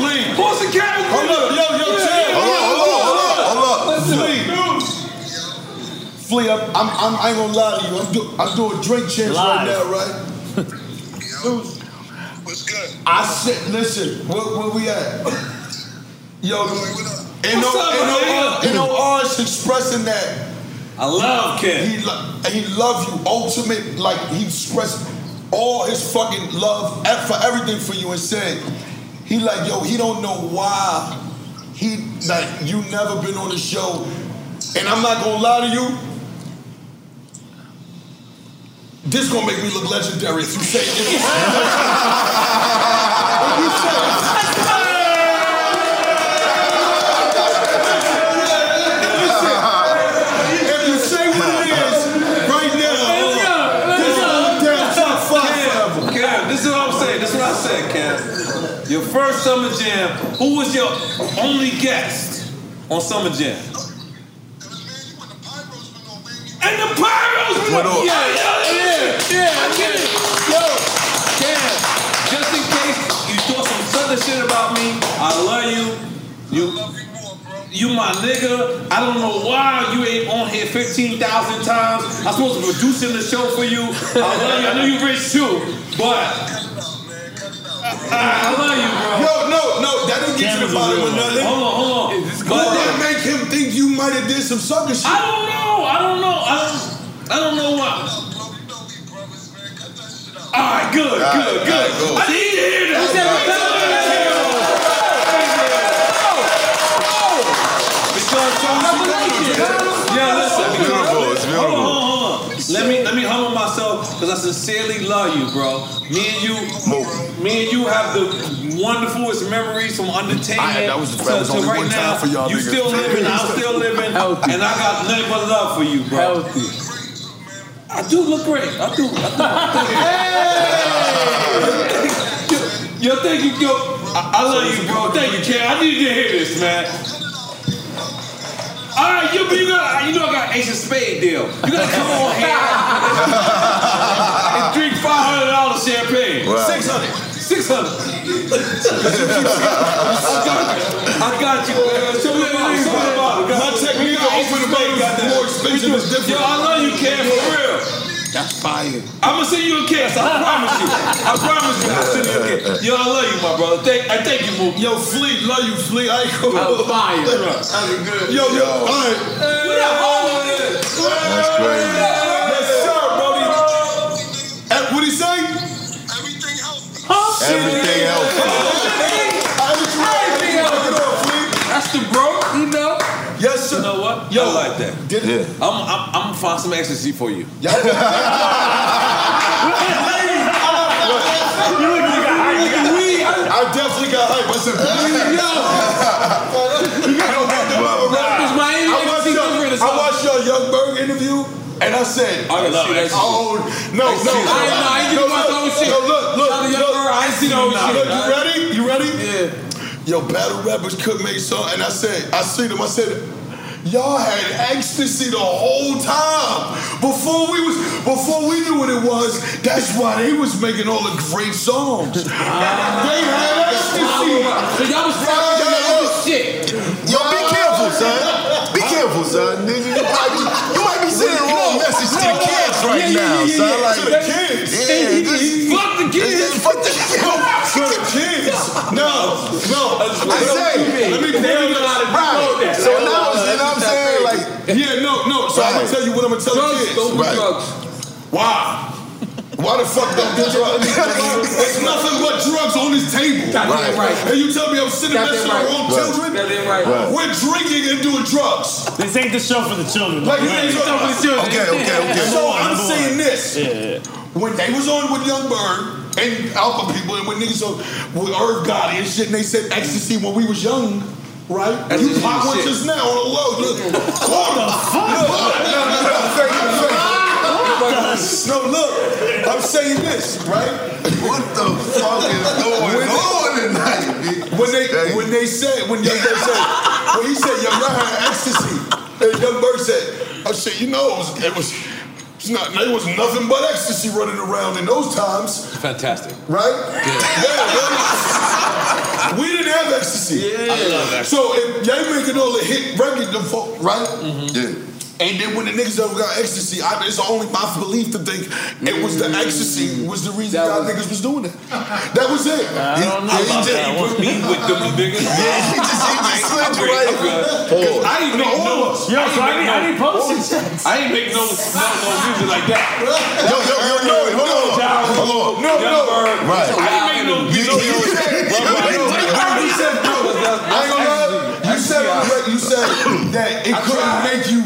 S3: fling. Horse and Carriage
S5: Hold
S3: video.
S5: up, yo, yo,
S3: Yeah,
S5: chill.
S3: yeah,
S5: Hold
S3: yeah,
S5: up, hold up, hold up, hold up.
S3: Listen.
S5: Flea, I'm, I'm, I'm, I ain't gonna lie to you. I'm, do, I'm doing drink champs right
S11: Live.
S5: now, right? Dude, I said, listen, where, where we at? Yo, ain't no,
S3: What's up,
S5: ain't no,
S3: man?
S5: ain't no R's uh, expressing that.
S3: I love Ken.
S5: He, lo- he love you, ultimate, like he expressed all his fucking love e- for everything for you and said, he like, yo, he don't know why he, like, you never been on the show. And I'm not gonna lie to you, this gonna make me look legendary if you say it. If you say If you say what it is right now, this is damn top five
S3: Kev, Kev, this is what I'm saying. This is what I said, Kev. Your first summer jam. Who was your only guest on summer jam? And the pyros
S6: Went off.
S3: Yeah, yeah, yeah, yeah. I get it. Yo, Kev, just in case you thought some southern shit about me, I love you. You you my nigga. I don't know why you ain't on here 15,000 times. I'm supposed to be producing the show for you. I love you. I know you rich too, but. I, I love you, bro.
S5: No, no, no. That didn't get you the bottom of nothing.
S3: Hold on, hold on.
S5: But that make him think you might have did some sucker shit.
S3: I don't know. I don't know. I don't, I don't know why. All right, good, good, good. I need to hear that. Yeah, listen. Hold on, hold on, hold on. Let me let me humble myself because I sincerely love you, bro. Me and you, me and you have the wonderfulest memories from Undertainment
S5: that was-
S3: to,
S5: that was
S3: to
S5: only
S3: right
S5: one time
S3: now.
S5: for y'all
S3: you
S5: niggas.
S3: still living, I'm still living, and I got nothing but love for you, bro. Healthy. I do look great. I do. I do. yo, thank you, yo. I, I love you, bro. Thank you, Ken. I need to hear this, man. All right, you, you got, you know I got Ace of Spade deal. You gotta come on here and drink five hundred dollars champagne.
S6: Wow.
S3: Six hundred. Six hundred. I got you. man. Show me the bottle. Show me the bottle.
S5: My technique of opening the bottle is more expensive. It's different.
S3: Yo, I love you, Cam, for real.
S6: That's fire.
S3: I'm gonna send you a kiss. I promise you. I promise you. I'll send you a kiss. Yo, I love you, my brother. Thank, I thank you, Mook.
S5: Yo, Fleet, love you, Fleet. I ain't gonna
S3: I'm fire.
S5: That's good. Yo, yo, all right.
S3: What up,
S5: That's crazy. Yes, sir, Brody. Eh, What'd he say? Everything else. Everything else. Everything else.
S3: That's the bro, you know.
S5: Yes, sir.
S3: You know what? Yo, I like that.
S12: Yeah.
S3: I'm, I'm, I'm gonna find some ecstasy for you.
S5: I definitely got hype. I said, please. You got no hype. I watched your- I watched your Young Berg interview. And I said, "Oh,
S3: I love
S5: I
S3: that shit.
S5: own- no, no,
S3: That shit. I ain't- no, I ain't
S5: no,
S3: giving my
S5: look,
S3: own shit.
S5: no, look, look,
S3: Shout out to Young
S5: look.
S3: Berg, I ain't seen no
S5: Look,
S3: shit,
S5: You
S3: right?
S5: ready? You ready? Yeah. Yo, battle rappers could make song, and I said, I see them. I said, y'all had ecstasy the whole time before we was before we knew what it was. That's why they was making all the great songs.
S3: Ah.
S5: they had ecstasy.
S6: So y'all was rapping
S5: Yeah,
S6: y'all
S5: yeah.
S6: shit.
S12: Yo, be careful, son. Be careful, son. Nigga, you might be, you might be sending the wrong message to the kids right now, son. Like,
S5: to the kids.
S12: Yeah, this-
S3: fuck the kids.
S12: Fuck the kids.
S5: To the kids. No, no.
S12: I say,
S5: let me tell you
S12: right. So now, you know what I'm saying? Like,
S5: yeah, no, no. So I'm gonna tell you what I'm gonna tell the kids.
S12: don't do Right. drugs.
S5: Why? Why the fuck don't do drugs? it's nothing but drugs on this table.
S6: Goddamn right.
S5: And you tell me I'm sending
S6: Goddamn
S5: that to the
S6: right.
S5: wrong
S6: Right.
S5: children?
S6: Goddamn right. Right.
S5: We're drinking and doing drugs.
S11: This ain't the show for the children.
S5: Like,
S11: Right.
S5: you ain't talking to the children. So I'm
S11: Number one.
S5: saying this.
S11: Yeah.
S5: When they was on with Young Bird and Alpha people and when niggas on with Irv Gotti and shit and they said ecstasy when we was young, right?
S6: That's
S5: you
S6: the
S5: pop one
S6: shit.
S5: just now on the low. Look, quarter.
S6: fuck?
S5: No, look, I'm saying this, right? What the fuck is going on tonight, When they when they said when Young Bird said when he said Young Bird had ecstasy, and Young Bird said, "Oh shit, you know it was it was it's not it was nothing but ecstasy running around in those times."
S3: Fantastic.
S5: right? Yeah, right? we didn't have ecstasy.
S3: I love ecstasy. Mm-hmm.
S5: So if y'all making all the hit record, the folk, right? Yeah. And then when the niggas ever got ecstasy, I, it's only my belief to think it was the ecstasy was the reason y'all niggas was doing it. That was it.
S3: I don't know
S5: He- he
S3: about
S5: just-
S3: that one. Me with them niggas.
S5: Yeah, he just, he just slid you right.
S3: Cause I ain't make no.
S5: Yo, so I need- I
S3: ain't
S5: need postage checks.
S3: I ain't make no no no music like that.
S5: Yo, yo, yo, no, hold on, hold on. No, no,
S3: right. I ain't make no. You know you said.
S5: You said, no, I ain't gonna lie. You said, you said that it couldn't make you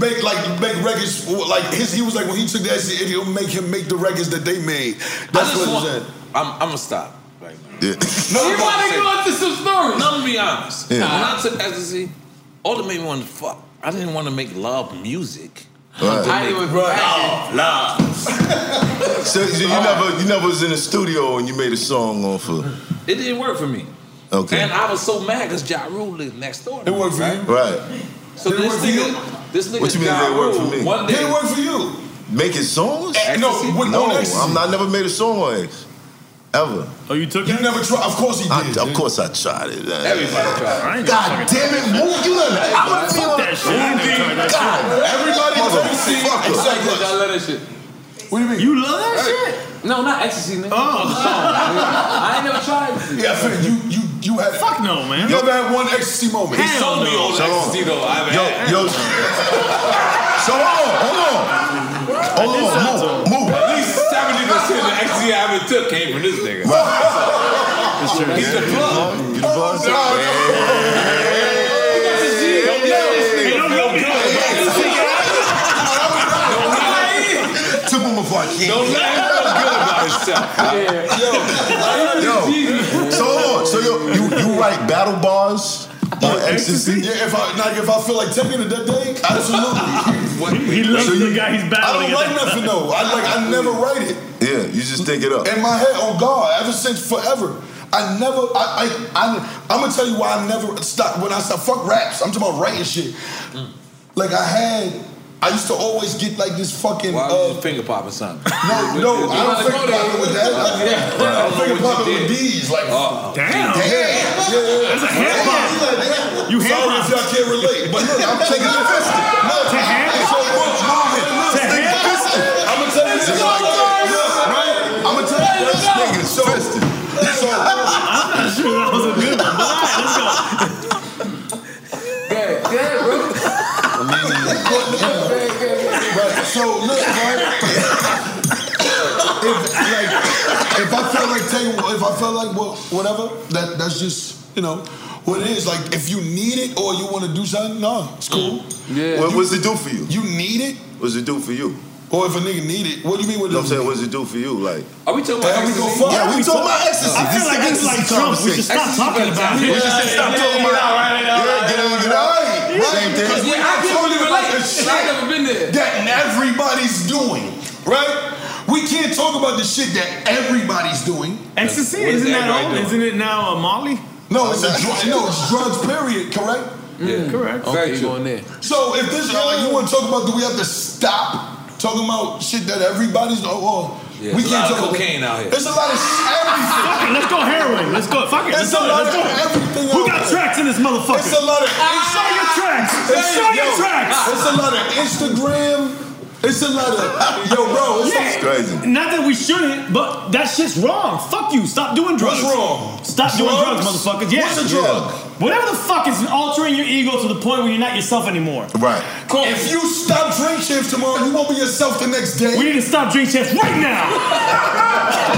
S5: make like make records like his. He was like when he took that shit, it'll make him make the records that they made. That's what he said.
S3: I'm I'm gonna stop. right
S5: No,
S3: now. you
S5: I'm
S3: want to
S5: saying-
S3: go into some stories? No, I'm gonna be honest.
S5: Yeah.
S3: When I took ecstasy, all that made me want to fuck. I didn't want to make love music.
S12: Right.
S3: I didn't want to make love, love.
S12: So, so you never you never was in the studio and you made a song on for
S3: It didn't work for me.
S12: okay.
S3: And I was so mad because Ja Rule lived next door.
S12: It worked for you? Right.
S3: So
S12: Did it
S3: this
S12: work for
S3: nigga, this nigga
S12: What you mean
S3: Ja
S12: it didn't work for
S3: Rule,
S12: me?
S3: One day,
S12: Didn't work
S5: for you.
S12: Making songs?
S5: No, with-
S12: no,
S5: on ecstasy.
S12: I'm not, I never made a song on X. Ever.
S11: Oh, you took
S5: You never tried. Of course he did.
S12: I, of course I tried it.
S3: Everybody
S12: tried.
S5: God damn it, move you done. I would have been
S12: that shit. I never tried that
S5: God,
S12: shit.
S5: everybody
S12: Motherfucker.
S5: see. Exactly.
S3: I love that shit.
S5: What do you mean?
S3: You love that shit? Oh. No, not ecstasy, nigga. I ain't never tried ecstasy.
S5: Yeah, Finn, you you you had fuck
S11: no man.
S5: You
S6: Oh,
S5: ever had one ecstasy moment?
S3: He sold me all the ecstasy though. I've
S5: Yo,
S3: had.
S12: yo.
S5: So hold on, hold on, hold on, move, move.
S3: At least seventy percent of the ecstasy E I ever took came from this nigga. He's the plug.
S12: You the plug.
S5: Tip him before I can.
S3: Don't let him feel good about himself.
S12: Yo, so hold on. So yo, you you write battle bars on ecstasy?
S5: Yeah, if I like, if I feel like taking it that day, absolutely.
S11: He loves the guy he's
S5: I
S11: battling
S5: don't
S11: at
S5: write
S11: that
S5: nothing though. I like I never write it.
S12: Yeah, you just think it up.
S5: In my head, oh God, ever since forever. I never, I, I, I, I'm gonna tell you why I never stopped when I said fuck raps. I'm talking about writing shit.
S3: Mm.
S5: Like I had, I used to always get like this fucking. uh,
S3: Finger popping something.
S5: No, no, I don't think popping with that. Like, I
S3: I don't know
S5: don't think
S3: what you
S5: popping with
S3: did.
S5: these. Like,
S11: damn.
S5: Yeah, yeah. That's a hand pop. You hand Sorry if y'all can't relate, but look, I'm taking it fisted. No, to hand pop. To hand fisted. I'm gonna tell you this. Like, that. look, right? I'm gonna tell you this. Nigga, so, so,
S11: I'm not sure that was a good one, but all right, let's go.
S5: Right, so look, right? if like if I felt like taking if I felt like well whatever, that that's just, you know, what it is. Like if you need it or you wanna do something, no, it's cool.
S12: Yeah. What does it do for you?
S5: You need it?
S12: What's it do for you?
S5: Or if a nigga need it, what do you mean? What
S12: I'm saying? What's it do for you? Like,
S3: Are we talking
S12: Are
S3: about
S12: we
S3: ecstasy?
S12: gonna fuck? Yeah, we talking about ecstasy.
S11: I feel
S12: This
S11: like
S12: is
S11: this is like
S12: ecstasy
S11: Trump. We should stop
S12: conversation.
S11: talking about it.
S12: Yeah, We should yeah, stop yeah, talking yeah, about it. yeah, yeah, Yeah, get yeah. on, get on. Same thing.
S5: Because
S12: Yeah, I
S5: I'm
S12: can
S5: talking
S12: relate.
S5: about the
S12: I've
S5: shit
S12: never been there.
S5: That everybody's doing, right? We can't talk about the shit that everybody's doing.
S11: Ecstasy isn't that old? Isn't it now a Molly?
S5: No, it's a drug. No, it's drugs. Period. Correct.
S11: Yeah, Mm, correct.
S3: Okay, you on there?
S5: So if this, like, you want to talk about, do we have to stop talking about shit that everybody's? Oh, well,
S3: Yeah,
S5: we can't
S3: it's a lot of
S5: talk
S3: cocaine
S5: about,
S3: out here.
S5: There's a lot of everything.
S11: Fuck it, let's go heroin. Let's go. Fuck it, let's
S5: It's a
S11: go.
S5: lot
S11: Let's go.
S5: of everything.
S11: Who
S5: out
S11: got
S5: there.
S11: tracks in this motherfucker?
S5: It's a lot of.
S11: Show your tracks.
S5: It's-
S11: Show your
S5: yo,
S11: tracks.
S5: It's a lot of Instagram. It's a lot of yo, bro. It's
S11: Yeah. Not that we shouldn't, but that shit's wrong. Fuck you. Stop doing drugs.
S5: What's wrong?
S11: Stop doing drugs,
S5: Drugs?
S11: motherfuckers. Yeah.
S5: What's a drug?
S11: Whatever the fuck is altering your ego to the point where you're not yourself anymore.
S12: Right.
S5: If you stop drink champs tomorrow, you won't be yourself the next day.
S11: We need to stop drink champs right now.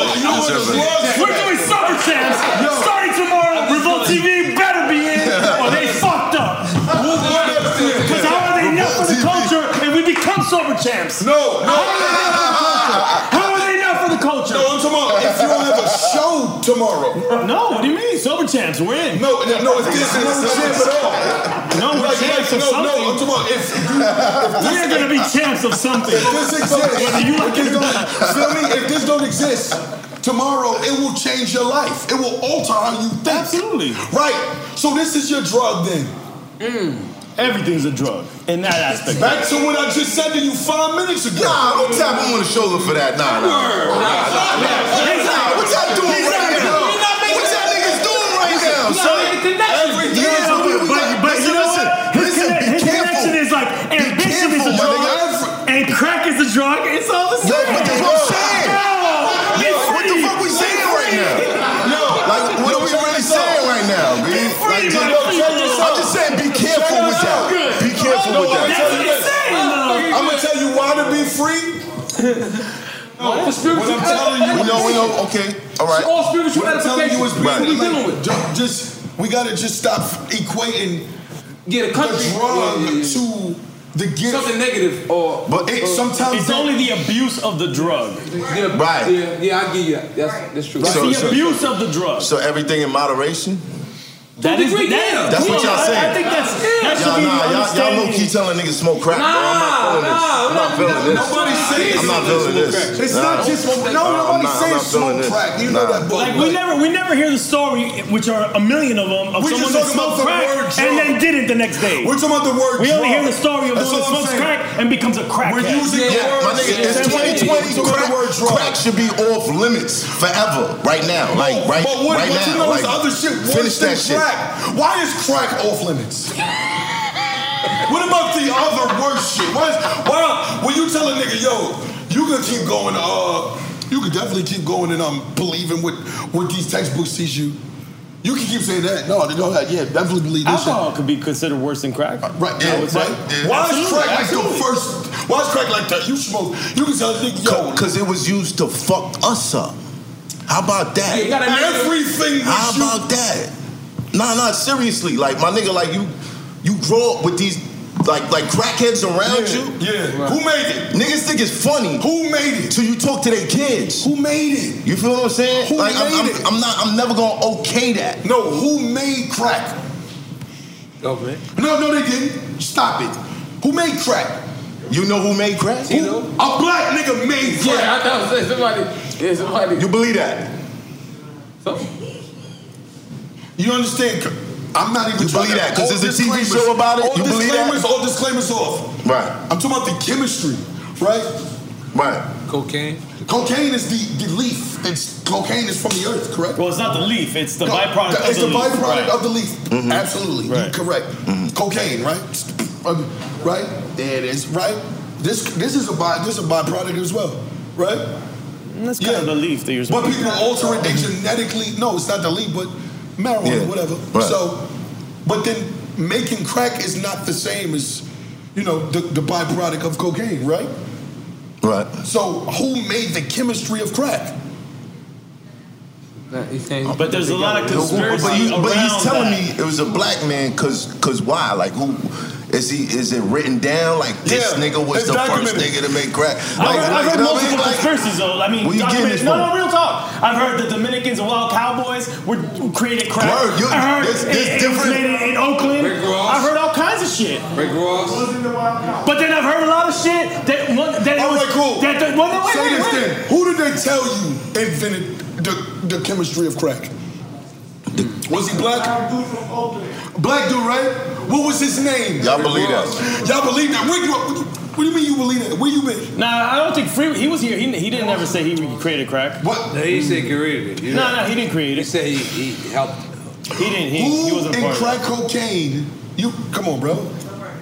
S11: We're doing summer champs. Starting tomorrow, Revolt TV better be in, or they fucked up. Because how are they not for the culture and we become sober champs?
S5: No,
S11: How are they not for the culture? How are they not for the culture?
S5: No, I'm tomorrow. If you don't have a show tomorrow.
S11: No, what do you mean? Sober champs, we're in.
S5: No, no, no, if this is no champ at all.
S11: No, we're champs of
S5: no,
S11: something.
S5: no, I'm talking about if
S11: We are gonna be champs of something.
S5: If this exists,
S11: Whether you like
S5: if
S11: it
S5: this
S11: or
S5: don't,
S11: not.
S5: feel me? If this don't exist, tomorrow it will change your life. It will alter how you think.
S11: Absolutely.
S5: Right. So this is your drug then.
S11: Everything's a drug in that aspect.
S5: Back to what I just said to you five minutes ago.
S12: Nah, don't tap him on the shoulder for that. Nah, nah. nah, nah, nah. Nah, What y'all doing right now? What y'all niggas doing right now? son?
S11: Everything
S12: Yeah, we- we-
S11: but, but
S12: listen,
S11: you know
S12: listen,
S11: what? His
S12: listen,
S6: All for spiritual
S3: What I'm telling you,
S6: edification.
S3: we know, we know. Okay, all right.
S6: It's all spiritual
S3: What I'm telling you is
S6: edification.
S3: people
S6: Right.
S3: we
S6: Like,
S3: dealing with. Just, just we gotta just stop equating
S6: yeah, the,
S3: drug to the gift.
S6: Something negative or
S3: but it, sometimes
S11: it's only the abuse of the drug.
S6: Yeah, Yeah, yeah, I give you that. That's, that's true.
S11: That's the abuse of the drug.
S12: So everything in moderation.
S11: That is that-
S12: That's what y'all
S11: I-
S12: saying.
S11: I think that's that should
S12: y'all,
S11: be the
S12: nah, y'all, y'all
S11: understanding.
S12: low key telling niggas smoke crack. bro. I'm not feeling this. I'm not feeling this. I'm not feeling this.
S11: It's
S12: Nah,
S11: not
S12: I'm-
S11: just- no,
S12: I'm
S11: nobody
S12: not- I'm
S11: says
S12: not feeling
S11: smoke
S12: this.
S11: crack. You
S12: Nah.
S11: Like we never, we never hear the story, which are a million of them, of
S12: We
S11: someone
S12: just
S11: that
S12: talking about
S11: smoked
S12: the
S11: crack and
S12: word drug.
S11: then did it the next day.
S12: We're talking about the word
S11: We only
S12: drug.
S11: hear the story of
S12: That's
S11: one that
S12: all I'm
S11: smokes
S12: saying.
S11: crack and becomes a crackhead.
S12: We're using the word. My nigga, it's 2020. Crack, crack should be off limits forever, right now. Like, right,
S5: But what,
S12: right
S5: but
S12: now.
S5: you know
S12: like,
S5: what's the other shit worse
S12: finish
S5: than
S12: that shit.
S5: crack? Why is crack off limits? what about the other worst shit? Why, is, why when you tell a nigga, yo, you can keep going, uh, you can definitely keep going and um believing what what these textbooks teach you. You can keep saying that. No, no, yeah, definitely believe this shit.
S11: Alcohol could be considered worse than crack.
S5: Right, yeah, right. Why is crack like the first? Why is crack like that? You smoke. You can tell a nigga, yo.
S12: Because it was used to fuck us up. How about that?
S5: Yeah, you gotta make- Everything was
S12: How
S5: you-
S12: about that? Nah, nah, seriously. Like, my nigga, like, you you grow up with these, like, like crackheads around you.
S5: Yeah. Who made it?
S12: Niggas think it's funny.
S5: Who made it?
S12: Till you talk to their kids.
S5: Who made it?
S12: You feel what I'm saying?
S5: Who
S12: like, I'm,
S5: made
S12: I'm,
S5: it?
S12: I'm not, I'm never gonna okay that.
S5: No, who made crack?
S6: Okay.
S5: No, no, they didn't. Stop it. Who made crack?
S12: You know who made crack?
S5: Who, a black nigga made crack.
S6: Yeah, I thought I was saying somebody. Yeah, somebody.
S12: You believe that?
S5: You understand? I'm not even.
S12: You
S5: trying
S12: believe
S5: to-
S12: that? 'Cause
S5: all
S12: there's a TV
S5: disclaimers-
S12: show about it?
S5: All
S12: You believe that?
S5: disclaimers, all disclaimers off.
S12: Right.
S5: I'm talking about the chemistry, right?
S12: Right.
S6: Cocaine.
S5: Cocaine is the, the leaf. It's cocaine is from the earth, correct?
S11: Well, it's not the leaf. It's the
S5: No,
S11: byproduct.
S5: th-
S11: of
S5: It's
S11: the
S5: the
S11: leaf.
S5: byproduct
S11: Right.
S5: of the leaf.
S12: Mm-hmm.
S11: Mhm.
S5: Absolutely, You're
S11: Right. Mm-hmm.
S5: correct. Cocaine, right? Um, Right there it is. Right. This this is a by this is a byproduct as well, right?
S11: That's kind of the leaf that you're.
S5: But
S11: supposed-
S5: people alter it. They genetically no, it's not the leaf, but marijuana,
S11: Yeah,
S5: whatever.
S11: right.
S5: So, but then making crack is not the same as you know the, the byproduct of cocaine, right?
S12: Right.
S5: So who made the chemistry of crack?
S11: But there's a lot of
S12: No,
S11: conspiracy
S12: But, you- but
S11: around
S12: he's telling
S11: that.
S12: me it was a black man, cause, cause why? Like who? Is he? Is it written down? Like this
S11: Yeah,
S12: nigga was
S11: it's
S12: the first
S11: documented.
S12: nigga to make crack.
S11: I've heard,
S12: Like,
S11: I've
S12: like,
S11: heard
S12: you know what I
S11: multiple
S12: mean? Like,
S11: conspiracies, though. I mean,
S12: where you getting
S11: document-
S12: this
S11: no,
S12: from?
S11: no, real talk. I've heard the Dominicans and Wild Cowboys were created crack.
S12: Word, you-
S11: I heard
S12: there's- there's
S11: it, it was
S12: different-
S11: made in, in Oakland.
S6: Rick Ross.
S11: I've heard all kinds of shit.
S6: Rick Ross.
S11: But then I've heard a lot of shit that one that it was
S5: cool.
S11: that the, well, no, wait,
S5: Say
S11: wait,
S5: this
S11: wait.
S5: then. Who did they tell you invented the, the chemistry of crack? Was he black? Black dude, right? What was his name?
S12: Y'all believe that?
S5: Y'all believe that? Where, you- what, what do you mean you believe that? Where you been?
S11: Nah, I don't think free. He was here. He, he didn't ever say he created crack.
S5: What?
S11: No,
S6: he said created it. You
S11: No,
S6: know.
S11: no, he didn't create it. He
S6: said he, he helped.
S11: He didn't. He,
S5: Who
S11: he wasn't a
S5: in
S11: part of it.
S5: crack cocaine? You come on, bro.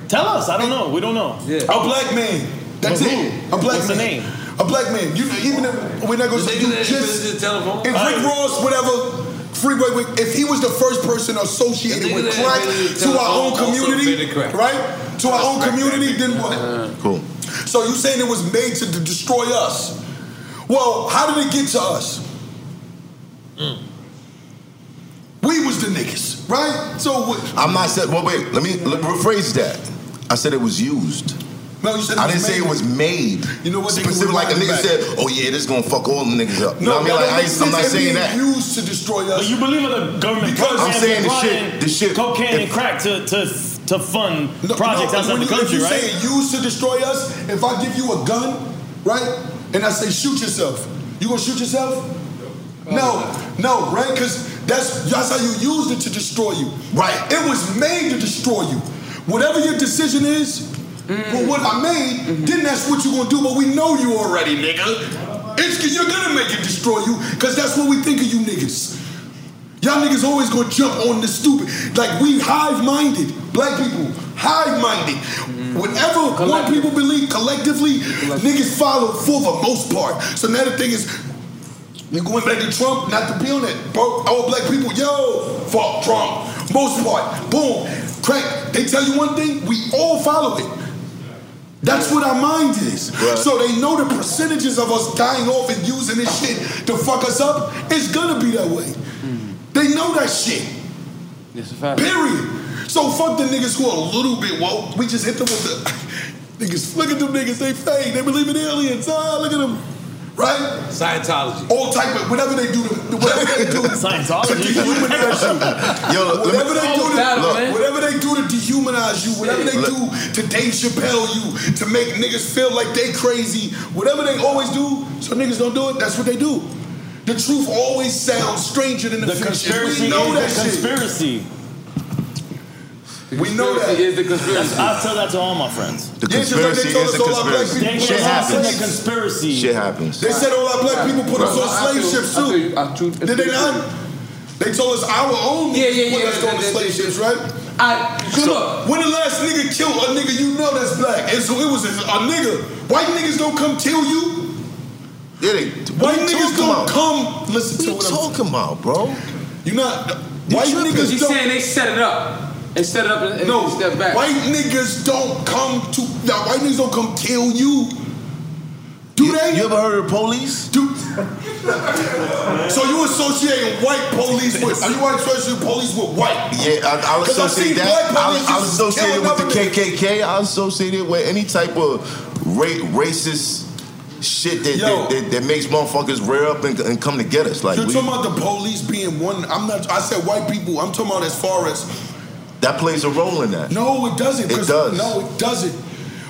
S11: Tell us. I don't know. We don't know.
S5: A black man. That's
S11: But
S5: it.
S11: who?
S5: A black
S11: What's
S5: man.
S11: the name?
S5: A black man. You even if we're not gonna say you just
S6: telephone.
S5: if Rick Ross, whatever. Freeway, with- if he was the first person associated
S6: The nigga
S5: with
S6: that
S5: crack
S6: invented
S5: to our own
S6: telephone also
S5: community,
S6: invented crack.
S5: right? To our own community, then what?
S11: Uh-huh.
S12: Cool.
S5: So you saying it was made to d- destroy us? Well, how did it get to us?
S11: Mm.
S5: We was the niggas, right? So what?
S12: I'm not saying. Well, wait. Let me let, me rephrase that. I said it was used.
S5: No, you said it
S12: I
S5: was
S12: didn't say
S5: made.
S12: it was made.
S5: You know what? They can
S12: Specific, like a
S5: rewind
S12: nigga
S5: it back.
S12: said, "Oh yeah, this gonna fuck all the niggas up."
S5: No,
S12: No, you know
S5: that
S12: what I mean, like I ain't, I'm
S5: don't make sense.
S12: not
S5: It'd
S12: saying
S5: be
S12: that.
S5: Used to destroy us.
S11: But you believe in the government?
S5: Because
S11: programs
S5: I'm saying
S11: that
S5: the shit-
S11: brought in Cocaine and
S12: the shit- if-
S11: crack to to to fund projects
S5: No,
S11: outside the
S5: when you- if
S11: country,
S5: you
S11: right?
S5: say it used to destroy us, if I give you a gun, right, and I say shoot yourself, you gonna shoot yourself? No, no, right? Because that's that's how you used it to destroy you. Right. It was made to destroy you. Whatever your decision is, well, what I made, then that's what you're gonna do. But we know you already, nigga. It's you're gonna make it destroy you, cause that's what we think of you niggas. Y'all niggas always gonna jump on the stupid. Like we hive-minded, black people, hive-minded. Whatever one people believe collectively, niggas follow for the most part. So now the thing is, you going back to Trump, not to be on it, bro. All black people, yo, fuck Trump. Most part, boom, crack. They tell you one thing, we all follow it. That's what our mind is.
S12: Right.
S5: So they know the percentages of us dying off and using this shit to fuck us up. It's gonna be that way. They know that shit.
S6: It's a fact.
S5: Period. So fuck the niggas who are a little bit woke. We just hit them with the niggas. Look at them niggas. They fake. They believe in aliens. Ah, look at them. Right?
S19: Scientology.
S5: All type of whatever they do to whatever they do. Scientology. To dehumanize you.
S12: Yo, look, let me-
S5: whatever they do to
S12: Battle,
S5: look,
S12: man.
S5: whatever they do to dehumanize you. Whatever they do to Dave Chappelle you to make niggas feel like they crazy. Whatever they always do, so niggas don't do it. That's what they do. The truth always sounds stranger than the,
S11: The
S5: fiction.
S11: conspiracy
S5: we know that
S11: is the
S5: shit.
S11: conspiracy.
S5: We know that.
S6: Is the conspiracy.
S11: I tell that to all my friends.
S12: The Yeah, just like they conspiracy told is us the all our black conspiracy. people- Shit
S11: They all said
S12: happens.
S11: The conspiracy.
S12: Shit happens.
S5: They said all our black people put us
S12: Right.
S5: on slave ships too. Did they not? They told us our own yeah, yeah, put us on the slave ships, right?
S6: I,
S5: so when the last nigga killed a nigga, you know that's black. And so it was a, a nigga. White niggas don't come kill you.
S12: Yeah, they,
S5: White niggas don't come. Listen
S12: to what you talking about, bro.
S5: You not white niggas
S6: He's
S5: don't-
S6: saying they set it up. They set it up and, and
S5: No,
S6: step back.
S5: white niggas don't come to. Now, white niggas don't come kill you. Do they? You
S12: ever heard of police?
S5: Do, so you associating white police with? Are you associating police with white?
S12: Yeah, I, I'll
S5: 'Cause I seen
S12: associate that.
S5: black
S12: I'll,
S5: police
S12: I'll
S5: just
S12: associate it
S5: killing
S12: with the
S5: other
S12: KKK. I'll associate it with any type of ra- racist shit that, that, that, that makes motherfuckers rear up and, and come to get us. Like
S5: You're
S12: we,
S5: talking about the police being one. I'm not. I said white people. I'm talking about as far as
S12: that plays a role in that.
S5: No, it doesn't.
S12: It
S5: 'cause-
S12: does.
S5: No, it doesn't.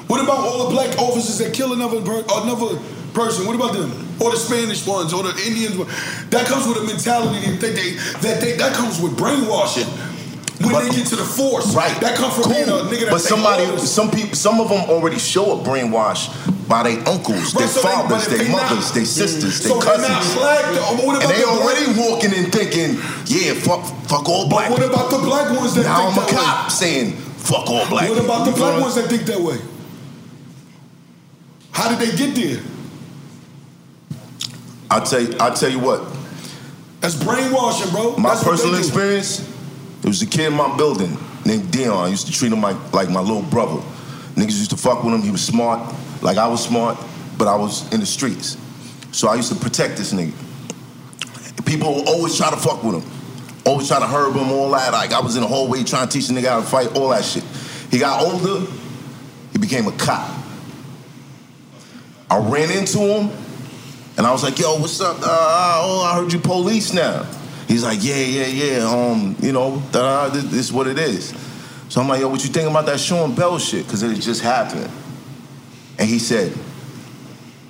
S5: What about all the black officers that kill another per- another person? What about them? Or the Spanish ones, or the Indians? one- That comes with a mentality that they, they that they that comes with brainwashing. When they get to the force, right? That comes from being a nigga that
S12: But
S5: "Oh, take
S12: somebody,
S5: orders.
S12: some people, some of them already show up brainwashed by their uncles, their
S5: Right, so they-
S12: fathers,
S5: but if
S12: their
S5: they not-
S12: mothers, their sisters, their
S5: So they're not
S12: cousins,
S5: black, though. But what
S12: and
S5: about
S12: they
S5: the black-
S12: already walking and thinking, yeah, fuck, fuck all black.
S5: What about the black ones that
S12: now I'm
S5: think
S12: a
S5: that way?
S12: cop saying, fuck all black.
S5: What about the
S12: people. You
S5: black
S12: know
S5: ones that think that way? How did they get there?
S12: I'll tell you, I'll tell you what.
S5: That's brainwashing, bro.
S12: My
S5: That's what
S12: personal
S5: they do.
S12: experience, there was a kid in my building named Dion. I used to treat him like, like my little brother. Niggas used to fuck with him. He was smart, like I was smart, but I was in the streets. So I used to protect this nigga. People would always try to fuck with him. Always try to herb him, all that. Like I was in the hallway trying to teach the nigga how to fight, all that shit. He got older, he became a cop. I ran into him, and I was like, "Yo, what's up? Uh, oh, I heard you police now." He's like, "Yeah, yeah, yeah. Um, you know, da, da, this, this is what it is." So I'm like, "Yo, what you think about that Sean Bell shit? Because it had just happened." And he said,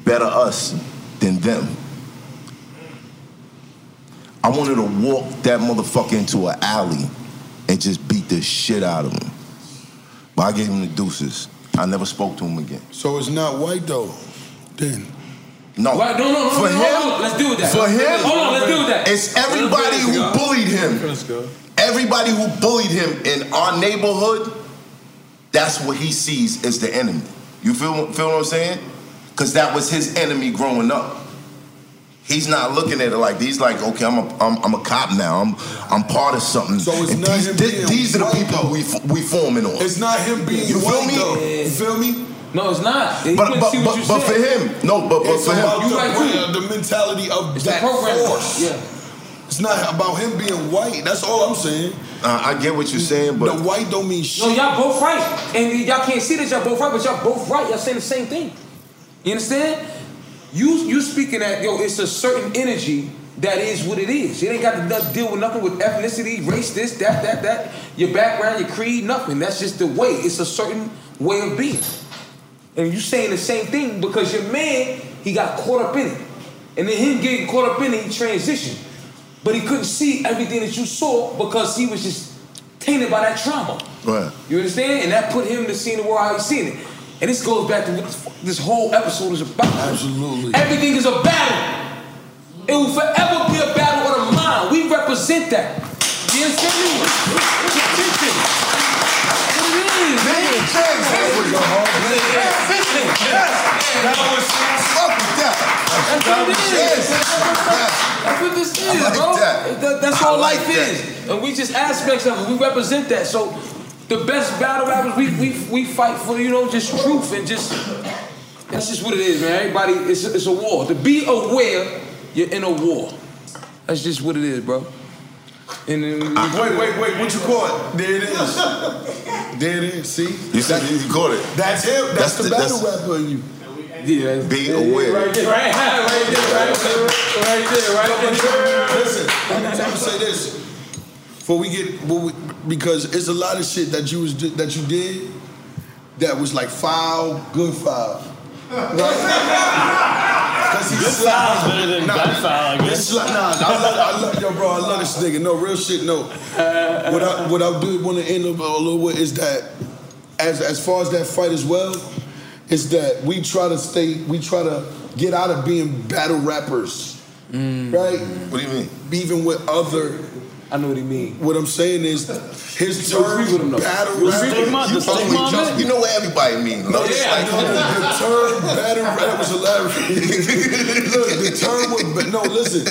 S12: "Better us than them." I wanted to walk that motherfucker into an alley and just beat the shit out of him. But I gave him the deuces. I never spoke to him again.
S5: So it's not white though, then.
S12: No.
S6: Why- no, no, no,
S12: For
S6: no,
S12: him,
S6: hold on. Let's deal with that.
S12: For him,
S6: Hold on, let's deal with that.
S12: It's everybody who
S6: Let's go.
S12: bullied him. Everybody who bullied him in our neighborhood, that's what he sees as the enemy. You feel feel what I'm saying? Because that was his enemy growing up. He's not looking at it like he's like, okay, I'm a, I'm, I'm a cop now. I'm I'm part of something. So it's not these, thi- these are the people we f- we forming on.
S5: It's not him being
S12: You feel
S5: white
S12: me?
S5: though. You feel me?
S6: No, it's not.
S12: But but but, but for him, no, but but
S5: it's
S12: for him,
S5: about the, brand- the mentality of that force.
S6: Yeah.
S5: It's not about him being white. That's all I'm saying.
S12: Uh, I get what you're saying, but
S5: the white don't mean
S6: No,
S5: shit.
S6: y'all both right. And y'all can't see that y'all both right, but y'all both right. Y'all saying the same thing. You understand? You you speaking that yo, it's a certain energy that is what it is. It ain't got to no- deal with nothing with ethnicity, race, this, that, that, that, your background, your creed, nothing. That's just the way. It's a certain way of being. And you saying the same thing because your man, he got caught up in it. And then him getting caught up in it, he transitioned. But he couldn't see everything that you saw because he was just tainted by that trauma.
S12: Right.
S6: You understand? And that put him to seeing the world how he's seen it. And this goes back to what this- this whole episode is about. Absolutely. Everything is a battle. It will forever be a battle of the mind. We represent that. You understand me? It's a teaching. It is, man. That's what it is. That's what this is, bro. That- That's all life is. And we just aspects of it. We represent that. So the best battle rappers we we we fight for you know just truth and just that's just what it is, man. Everybody, it's it's a war. To be aware, you're in a war. That's just what it is, bro. And then,
S5: Wait, wait, wait. What you call it? There it is. There it is. See?
S12: You said you caught it.
S5: That's him. That's, the, battle rapper in you.
S6: Yeah,
S12: be aware.
S5: Right there, right there, right there, right there,
S6: right there, right
S5: there. Listen, I'm gonna say this. Before we get, before we- because it's a lot of shit that you was that you did that was like foul, good foul. Cause he
S10: Good
S5: slapped.
S10: foul is better than bad foul, I
S5: he
S10: guess.
S5: slapped- nah, I love, I love, yo, bro, I love this nigga. No, real shit, no. What I, what I do want to end up a little with is that, as as far as that fight as well, is that we try to stay, we try to get out of being battle rappers, right?
S12: What do you mean?
S5: Even with other.
S6: I know what he mean.
S5: What I'm saying is, his term battle
S12: You
S5: rapper.
S12: you only just- you know what everybody mean.
S5: No,
S12: Like,
S5: it's like,
S12: like,
S5: the term battle rap was hilarious. Look, the term was, but no, listen,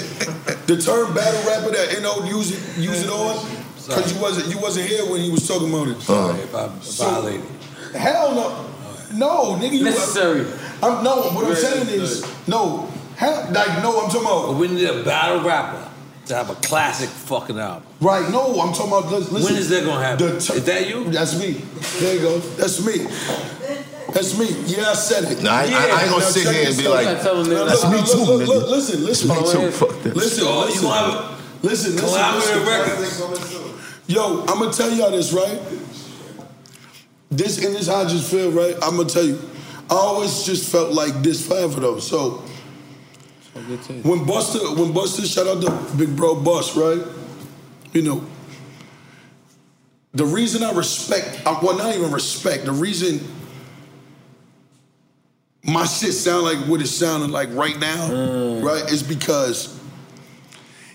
S5: the term battle rapper that you know use it, use it on, because you wasn't you wasn't here when he was talking about it.
S12: Sorry
S6: if I violated.
S5: Hell no, no, nigga, you
S6: necessary.
S5: I'm no. What I'm
S3: Very
S5: saying is no. Hell, like no, I'm talking about.
S3: We need a battle rapper to have a classic fucking album.
S5: Right, no, I'm talking about. Listen,
S3: When is that gonna happen?
S5: The ter-
S3: Is that you?
S5: That's me. There you go. That's me. That's me. Yeah, I said it.
S12: Nah, I- I- I ain't
S5: Yeah.
S12: gonna
S5: Now
S12: sit
S5: check
S12: here and
S5: this
S12: be
S5: out.
S12: like, That's how it is.
S5: No,
S12: "That's
S5: no,
S12: me
S5: look,
S12: too,
S5: look,
S12: nigga."
S5: look, Listen, listen.
S12: That's me too, fuck that.
S5: Listen,
S12: Oh, you
S5: listen.
S12: gonna have
S5: Listen, listen,
S3: collaborative
S5: listen. Yo, I'm gonna tell y'all this, right? This and this, how I just feel, right? I'm gonna tell you. I always just felt like this forever, though. So when Buster, when Buster, shout out to Big Bro Bus, right? You know, the reason I respect, I- well, not even respect, the reason my shit sound like what it sounding like right now, right, is because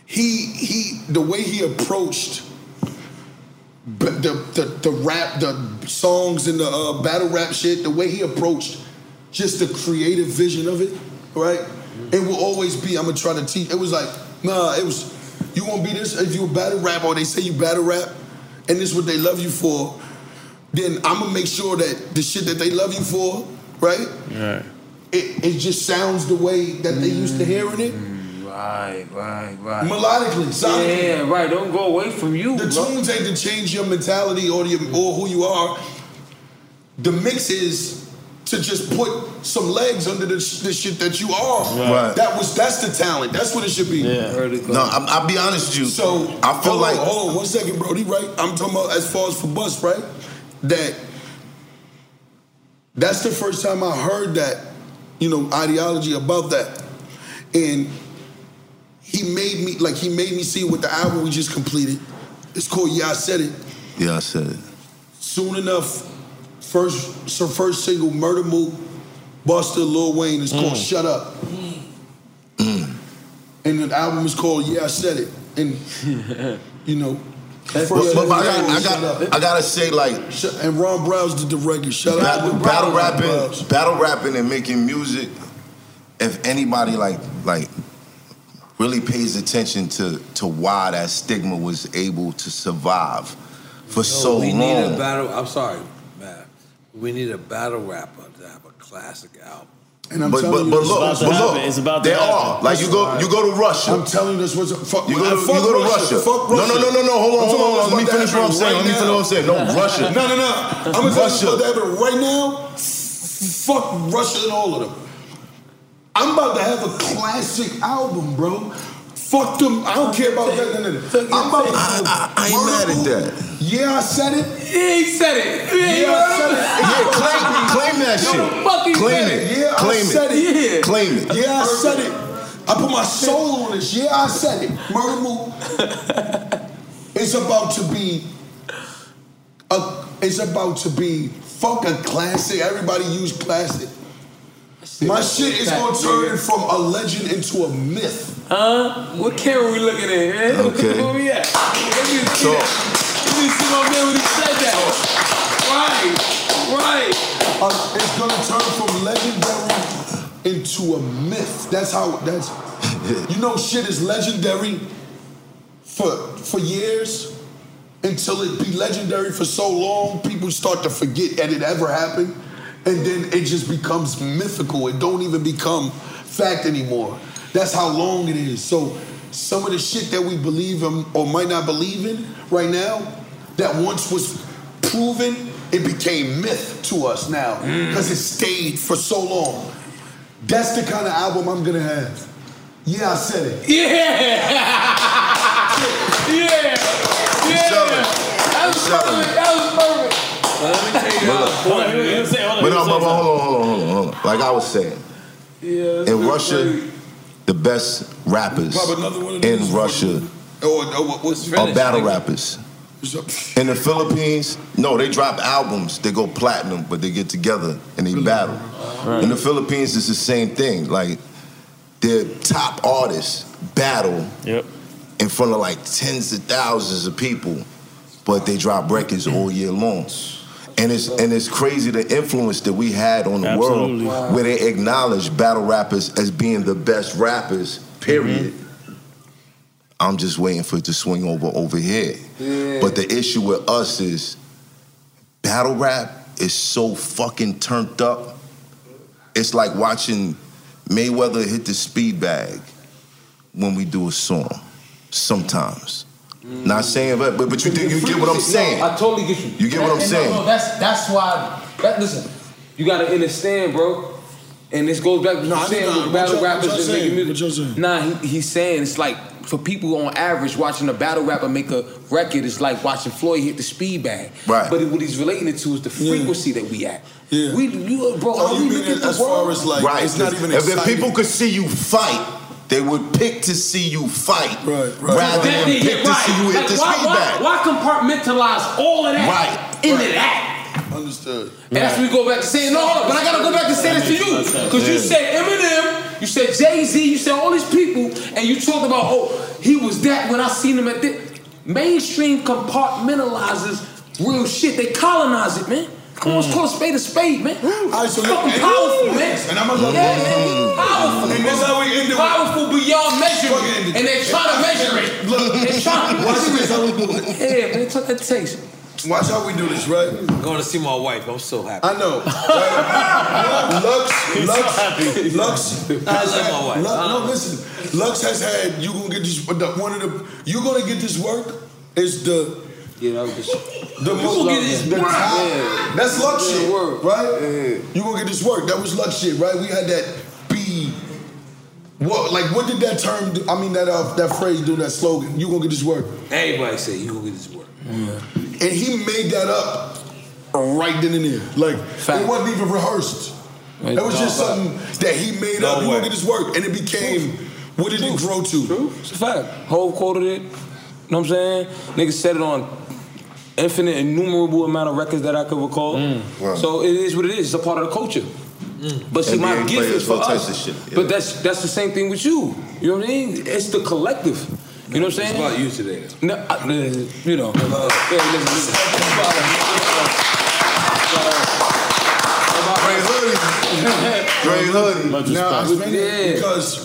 S5: he he the way he approached b- the the, the rap, the songs and the uh, battle rap shit, the way he approached just the creative vision of it, right? It will always be. I'm gonna try to teach. It was like, nah, it was. You won't be this if you a battle rap or they say you battle rap, and this is what they love you for. Then I'm gonna make sure that the shit that they love you for, right?
S6: Right.
S5: It, it just sounds the way that they used to hearing it.
S6: Right, right, right.
S5: Melodically, sonically.
S6: Yeah, right. Don't go away from you.
S5: The tunes ain't to change your mentality or your, or who you are. The mix is to just put some legs under the, sh- the shit that you are.
S12: Right.
S5: That was that's the talent. That's what it should be.
S12: No, I'm, I'll be honest with you.
S5: So
S12: I feel
S5: hold
S12: like
S5: on, hold on one second, Brody. Right, I'm talking about as far as for bus, right? That that's the first time I heard that, you know, ideology about that, and he made me like he made me see what the album we just completed. It's called Yeah, I Said It.
S12: yeah, I said it.
S5: Soon enough, first so first single, Murder Mook, Buster, Lil Wayne is called
S12: Mm.
S5: Shut Up.
S20: Mm.
S5: And the album is called Yeah, I Said It. And you know,
S12: But,
S5: first
S12: but I,
S5: single
S12: got, I,
S5: is Shut
S12: got,
S5: Up.
S12: I gotta say, like,
S5: Shut- and Ron Browse did the record. Shut
S12: battle,
S5: up.
S12: battle rapping, battle rapping, and making music. If anybody like like really pays attention to to why that stigma was able to survive for so
S3: we
S12: long,
S3: need a battle. I'm sorry, man. We need a battle rapper to have a classic album.
S5: And I'm
S12: but,
S5: telling
S12: but, but
S5: you, it's
S12: look,
S5: about to
S12: but
S5: happen.
S12: look,
S5: It's about to
S12: there
S5: happen.
S12: are like you go you go to Russia.
S5: I'm telling you this was fuck.
S12: You go,
S5: I
S12: to,
S5: fuck
S12: you go to Russia.
S5: Fuck
S12: No,
S5: Russia.
S12: no, no, no, no. Hold on,
S5: I'm
S12: hold
S5: talking
S12: on.
S5: about
S12: Let me
S5: what's
S12: finish what I'm
S5: about to
S12: saying. Let me
S5: happen
S12: finish what I'm saying. No,
S5: right
S12: Russia.
S5: now. No, no, no. I'm gonna tell you
S12: Russia.
S5: about that happened right now. Fuck Russia and all of them. I'm about to have a classic album, bro. Fuck them. I don't care about that. No, no, no. I'm about to. I, I, ain't mad
S12: at that.
S5: Yeah, I said it.
S6: Yeah, he said it. Yeah,
S5: Yeah, I said
S12: Yeah, claim, claim
S5: it.
S12: that
S5: You
S12: shit.
S5: fucking
S12: Claim
S5: said
S12: it.
S5: Yeah,
S12: claim
S5: I said it.
S12: Yeah. Claim it.
S5: Yeah, I said it. I put my soul on this. Yeah, I said it. Murder Mook is about to be a. It's about to be fuck a classic. Everybody use classic. My shit is gonna turn from a legend into a myth.
S6: Huh? What camera we looking at? Man?
S5: Okay.
S6: Where we at? Let me see that. Let me see my man when he said that. Right, right.
S5: Uh, it's gonna turn from legendary into a myth. That's how. That's you know, shit is legendary for for years, until it be legendary for so long, people start to forget that it ever happened, and then it just becomes mythical. It don't even become fact anymore. That's how long it is. So some of the shit that we believe in or might not believe in right now, that once was proven, it became myth to us now
S3: Mm.
S5: because it stayed for so long. That's the kind of album I'm gonna have. Yeah, I said it.
S3: yeah. That was perfect. That was perfect.
S12: But no, but- but hold on, hold on, hold on, hold on. Like I was saying,
S5: Yeah.
S12: in Russia, the best rappers
S5: Pop another one of these.
S12: in Russia
S5: Or, or what- what's
S12: are battle rappers. In the Philippines, no, they drop albums. They go platinum, but they get together and they battle. In the Philippines, it's the same thing. Like their top artists battle in front of like tens of thousands of people, but they drop records all year long. And it's and it's crazy the influence that we had on the
S11: Absolutely.
S12: world where they acknowledge battle rappers as being the best rappers. Period. I'm just waiting for it to swing over over here. But the issue with us is battle rap is so fucking turned up. It's like watching Mayweather hit the speed bag when we do a song. Sometimes. Not saying that, but, but you, think- you get what I'm saying.
S6: No, I totally get you.
S12: You get what I'm
S6: And- and
S12: saying?
S6: No, no, that's that's why. That, listen, you gotta understand, bro. And this goes back to
S21: Nah,
S6: what
S21: I
S6: you saying
S21: know,
S6: with
S21: what
S6: battle
S21: y'all- what
S6: rappers
S21: y'all
S6: that make
S21: saying?
S6: music. Nah, he, he's saying it's like for people on average watching a battle rapper make a record is like watching Floyd hit the speed bag.
S5: Right.
S6: But what he's relating it to is the frequency that we at.
S5: Yeah.
S6: We, you, bro,
S5: Oh,
S6: how
S5: you
S6: we
S5: mean
S6: look at the
S5: as far
S6: world?
S5: as like
S12: right.
S5: it's not
S12: if-
S5: even
S12: if the
S5: exciting.
S12: people could see you fight, they would pick to see you fight rather
S6: That
S12: than
S6: nigga,
S12: pick to
S6: right.
S12: see you hit
S6: Like,
S12: the
S6: why,
S12: speed
S6: why-
S12: bag.
S6: Why compartmentalize all of that
S12: Right.
S6: into that?
S5: Understood.
S6: And that's when we go back to saying, no, hold up, but I gotta go back to say this to you. Because you
S5: Yeah.
S6: said Eminem, you said Jay Z, you said all these people, and you talked about, oh, he was that when I seen him at this. Mainstream compartmentalizes real shit. They colonize it, man. Come on,
S5: Mm.
S6: it's called a spade a spade, man. fucking powerful, man.
S5: And I'ma let-
S6: yeah, man.
S5: Mm.
S6: Powerful.
S5: And this how we end it.
S6: Powerful beyond measurement. And they're trying to measure it.
S5: Look,
S6: they're trying to
S5: watch
S6: measure
S5: this
S6: it.
S5: how we do it.
S6: Yeah, man, took that taste.
S5: Watch how we do this, right?
S3: I'm going to see my wife. I'm so happy.
S5: I know. Lux, Lux, Lux.
S3: I love my wife. Uh-huh.
S5: Lux-
S3: I
S5: no, listen. Lux has had. You gonna get this? the- One of the. You gonna get this work? Is the. Yeah, that was the
S3: You
S5: most
S3: gonna get this
S5: the
S3: work.
S5: top-
S3: Yeah.
S5: That's Lux
S3: Yeah,
S5: shit, right? You gonna get this work? That was Lux shit, right? We had that B. What like what did that term? Do, I mean that uh, that phrase do that slogan? You gonna get this work?
S3: Everybody say you gonna get this work.
S5: And he made that up right then and there. Like it wasn't even rehearsed.
S3: Right.
S5: It was just
S3: No,
S5: something that he made
S3: No
S5: up. He
S3: way.
S5: look at his work, and it became. What did it grow to? True.
S6: Oh, It's a fact. Hove quoted it. You know what I'm saying? Niggas said it on infinite, innumerable amount of records that I could recall.
S3: Mm.
S12: Right.
S6: So it is what it is. It's a part of the culture. But see, my
S12: NBA
S6: gift
S12: players,
S6: is for
S12: all types
S6: us.
S12: of shit, yeah.
S6: But that's that's the same thing with you. You know what I mean? It's the collective. You know what I'm saying?
S3: It's about you today. Uh,
S6: No, I, uh, you know. Yeah, listen, listen.
S12: Great hoodie. Great hoodie.
S5: Now, I spend
S12: Yeah.
S5: it because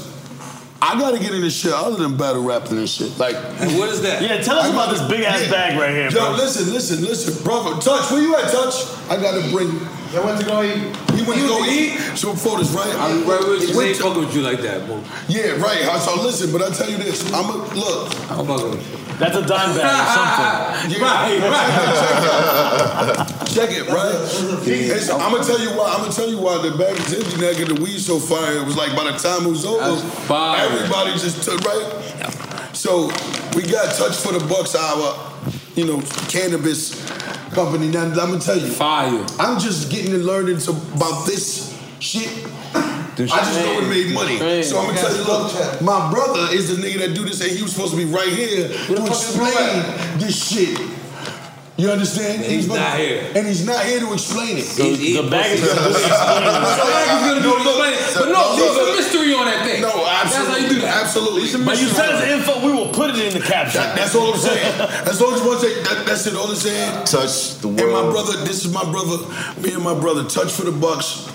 S5: I gotta get into shit other than battle rapping and shit. Like,
S3: what is that?
S11: Yeah, tell us about this big ass bag right here,
S5: Yo,
S11: bro.
S5: listen, listen, listen, brother. Touch, where you at, Touch? I gotta bring. I went to go eat. He went to go eat. So before this, right?
S3: I'm right with you.
S5: Went
S3: They ain't
S5: to-
S3: fucking with you like that, bro.
S5: Yeah, right. I- So listen, but I tell you this, I'm a look.
S3: I'm fucking with you.
S11: That's a dime bag
S5: or something.
S3: Right,
S5: right. Check it, right? I'm gonna tell you why. I'm gonna tell you why the bag is empty now. Get the weed so fire. It was like by the time it was over, everybody just took right. So we got touch for the bucks. Our, you know, cannabis company. Now I'm gonna tell you,
S6: fire.
S5: I'm just getting to learning to, about this shit.
S6: This
S5: I just know
S6: shit.
S5: it made money.
S6: Man.
S5: So I'm gonna tell you, look, my brother is the nigga that do this, and he was supposed to be right here to explain this shit. You understand?
S3: And he's not here.
S5: and he's not here to explain it.
S3: The- the bag is gonna do the explaining.
S5: The bag is gonna do the explaining.
S3: But no,
S5: look,
S3: leave a
S5: look.
S3: mystery on that thing.
S5: No,
S3: That's
S5: absolutely.
S3: how you do that.
S5: Absolutely.
S11: But you send us the info, we will put it in the caption.
S5: That- that's all I'm saying. That's all I'm supposed to say. That, that's it. All I'm saying.
S12: Touch the
S5: world. And my brother, this is my brother. Me and my brother, touch for the bucks.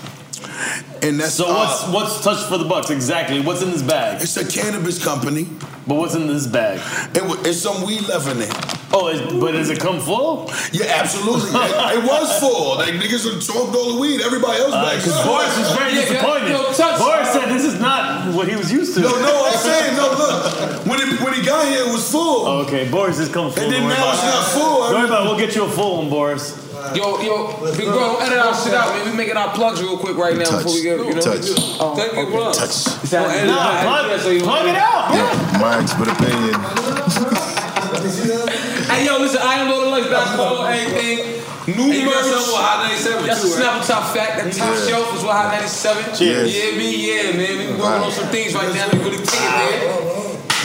S5: And that's uh,
S11: so. What's what's touch for the bucks exactly? What's in this bag?
S5: It's a cannabis company.
S11: But what's in this bag?
S5: It, wa- it's some weed left in it.
S22: Oh, is, but does it come full?
S5: Yeah, absolutely. it, it was full. Like niggas were choked all the weed. Everybody else
S22: Uh,
S5: back.
S22: 'cause Boris was very disappointed. Boris said this is not what he was used to.
S5: No, no, I'm saying no. Look, when it, when he got here, it was full.
S22: Oh, okay, Boris is coming full.
S5: And then
S22: don't worry
S5: now it's
S22: about it.
S5: not full.
S22: Don't worry about. it. We'll get you a full one, Boris.
S6: Yo, yo, big bro, don't edit our shit out, man. We making our plugs real quick right now before we get, you know.
S23: Touch.
S6: Oh, Take your plug.
S23: Touch.
S6: Don't edit it out.
S22: Plug it out,
S23: My expert opinion.
S6: Hey, yo, listen, I am Lord of Lux, basketball, everything. New
S3: And you got
S6: merch.
S3: something with Hot 97
S6: That's
S3: too,
S6: a
S3: right?
S6: snapper top fact. That top
S3: Yeah.
S6: shelf is with Hot 97.
S3: Cheers.
S6: Yeah, me, yeah, man. We working on some things right now. We really take it there.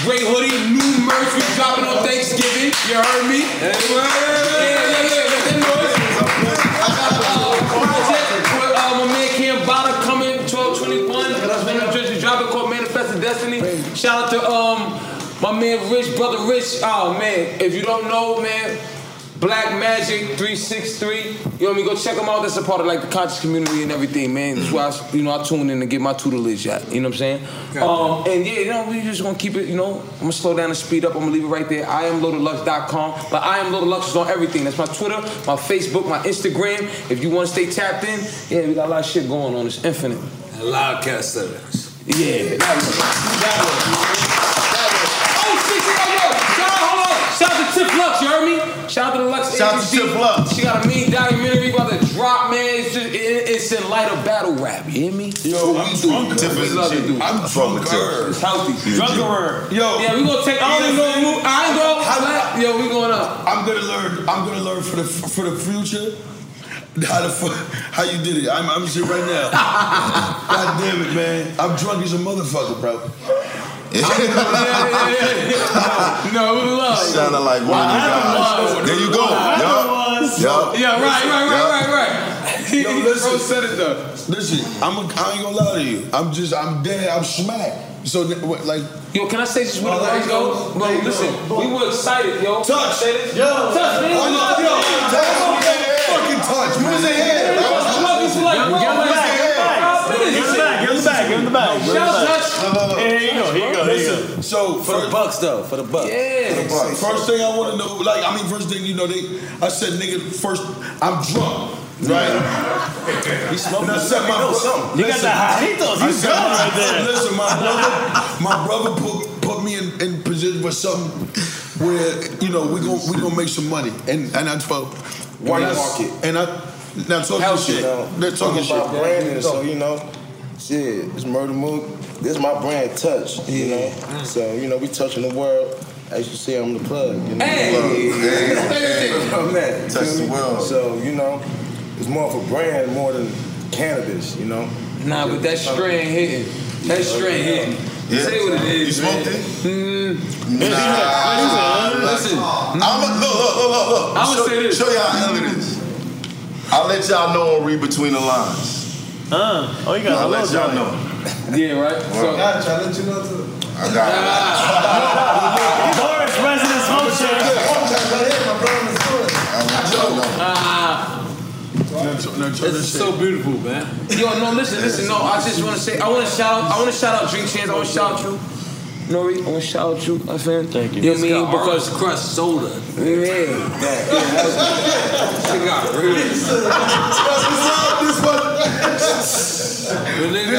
S6: Great hoodie, new merch. We dropping on Thanksgiving. You heard me? Yeah, yeah, yeah. Make that noise. I got uh, project with uh, my man Cam Bada coming 1221. That's when I'm just dropping called Manifested Destiny. Shout out to um my man Rich, brother Rich. Oh man, if you don't know, man, Black Magic 363. You know me, go check them out. That's a part of like the conscious community and everything, man. That's why I, you know I tune in to get my tutelage at. You know what I'm saying? Um, and yeah, you know, we just gonna keep it, you know, I'm gonna slow down and speed up. I'm gonna leave it right there. I am loadedlux.com. But I am loadedlux is on everything. That's my Twitter, my Facebook, my Instagram. If you wanna stay tapped in, yeah, we got a lot of shit going on. It's infinite.
S3: A lot of cat settings.
S6: Yeah, that was that was Oh, shit, yo, yo, shout out, hold on. Shout out to Tip Lux, you heard me? Shout out to the Lux.
S12: Shout out to
S6: agency.
S12: Tip Lux.
S6: She got a mean documentary about to drop, man. It's, just, it, it's in light of battle rap. You hear me? Yo,
S5: I'm drunk.
S6: Tip is love to do.
S5: I'm drunk.
S6: It's healthy.
S5: Drunker. Yo.
S6: Yeah, we gonna take. I don't even know. who- I ain't gonna. I- Yo, we going up.
S5: I'm gonna learn. I'm gonna learn for the for the future. How the fuck? How you did it? I'm I'm shit right now. God damn it, man. I'm drunk as a motherfucker, bro.
S6: No, we love.
S23: Sounded like one of you guys. There you go. Yup. Yup.
S6: right.
S5: Yo, listen, said it though. Listen, I'm a, I ain't gonna lie to you. I'm just, I'm dead. I'm smacked. So, what, like,
S6: Yo, can I say this with a Oh, go? Bro, listen, we were excited, yo. Touch, yo, touch, man.
S5: Oh, no, yo, touch, man. Fucking touch, man. You was ahead.
S6: I was looking for like, bro,
S5: Get him back,
S6: like,
S5: get him back. Get him back, get him
S6: five minutes.
S5: back, get him back.
S6: Shout out,
S5: No, no, no.
S22: Here you go, here you go, here you go.
S5: Listen, So for the Bucks though, for the Bucks.
S6: Yeah.
S5: For the Bucks. First thing I want to know, like I mean, first thing you know, they I said, nigga, first I'm drunk, right? He smoked. And I said, my bro-
S22: You got the Jalitos, you
S5: I said,
S22: good right there.
S5: Listen, my brother, my brother put put me in, in position for something where you know we gon' we gonna make some money, and and I felt
S12: White
S5: and I-
S12: market.
S5: and I. Now talking shit. They're talking shit.
S12: about branding, so you know, shit. It's Murder Moon. This is my brand, Touch. You know, so you know we touching the world. As you see, I'm the plug. You know?
S6: Hey! Hey!
S12: I'm that. you
S23: Touch
S12: feel
S23: the
S12: me?
S23: world.
S12: So you know, it's more of a brand more than cannabis. You know.
S6: Nah, but that strain hitting. That strain hitting.
S12: Yeah.
S6: Say what it is. You smoked
S23: it?
S6: Nah. Listen.
S23: I'm look, look, look, look, look.
S6: I'ma
S23: show,
S6: say this.
S23: Show y'all how ill it is. I'll let y'all know and read between the lines.
S22: Uh, oh, you got a
S23: I'll let
S22: little
S23: y'all
S22: joint.
S23: know.
S6: Yeah, right. So,
S12: I let you know too.
S23: I got it.
S22: Boris, residence home
S6: It's so beautiful, man. Yo, no, listen, listen, no. I just want to say, I want to shout out, I want to shout out Drink Chance. I want to shout out you, Nori. I want to shout out you, my friend. Thank you. You know what I mean? Because crust soda. Yeah. She got real.
S5: This one, this one, yo,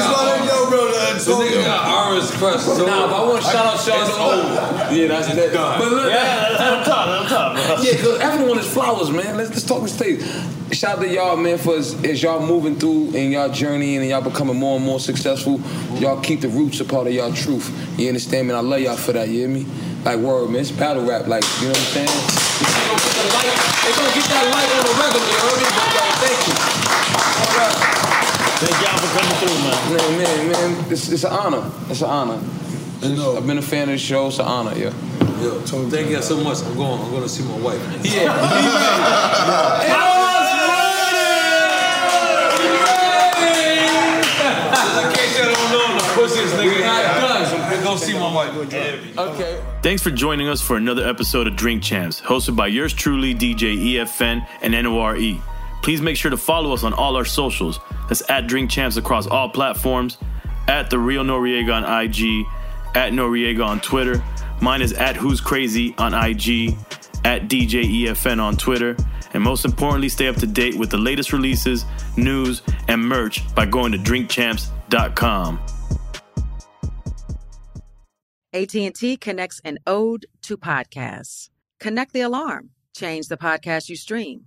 S5: bro, that's
S6: This nigga got Aura's crust soda. Nah, but I want to shout out Sean Old. Yeah, that's that. But look,
S22: Yeah, let him talk, let him talk, bro.
S6: Yeah, because everyone is flowers, man. Let's just talk with stage. Shout out to y'all, man, for as, as y'all moving through and y'all journeying and y'all becoming more and more successful. Y'all keep the roots a part of y'all truth. You understand, man? I love y'all for that. You hear me? Like word, man. It's battle rap, like you know what I'm saying? They gonna get that light on the regular. You heard me? But, y'all, thank you.
S22: Thank y'all for coming through,
S6: man. Man, man, man. It's, it's an honor. It's an honor. I've been a fan of the show. It's an honor, yeah.
S3: Yo, thank you so much. I'm going. I'm going to see my wife. Man.
S6: um
S3: Go see my wife. Okay.
S11: Thanks for joining us for another episode of Drink Champs, hosted by yours truly, DJ EFN and NORE. E. Please make sure to follow us on all our socials. That's at Drink Champs across all platforms, at The Real Noriega on IG, at E Noriega on Twitter. Mine is at Who's Crazy on IG,
S4: at DJEFN on Twitter, and most importantly, stay up to date with the latest releases, news, and merch by going to drinkchamps.com.
S14: AT&T connects an ode to podcasts. Connect the alarm. Change the podcast you stream.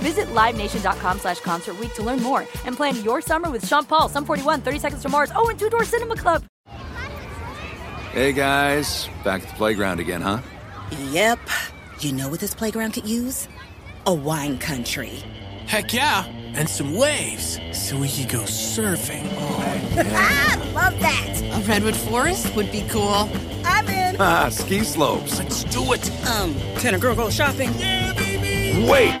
S1: Visit LiveNation.com slash Concert Week to learn more and plan your summer with Sean Paul, Sum 41, 30 Seconds to Mars, oh, and Two Door Cinema Club.
S24: Hey guys, back at the playground again, huh?
S25: Yep. You know what this playground could use? A wine country.
S26: Heck yeah, and some waves so we could go surfing. Oh,
S25: ah, love that.
S26: A redwood forest would be cool.
S25: I'm in.
S10: Uh.
S24: Ah, ski slopes.
S26: Let's do it.
S25: Um, can a girl go shopping? Yeah, baby.
S24: Wait.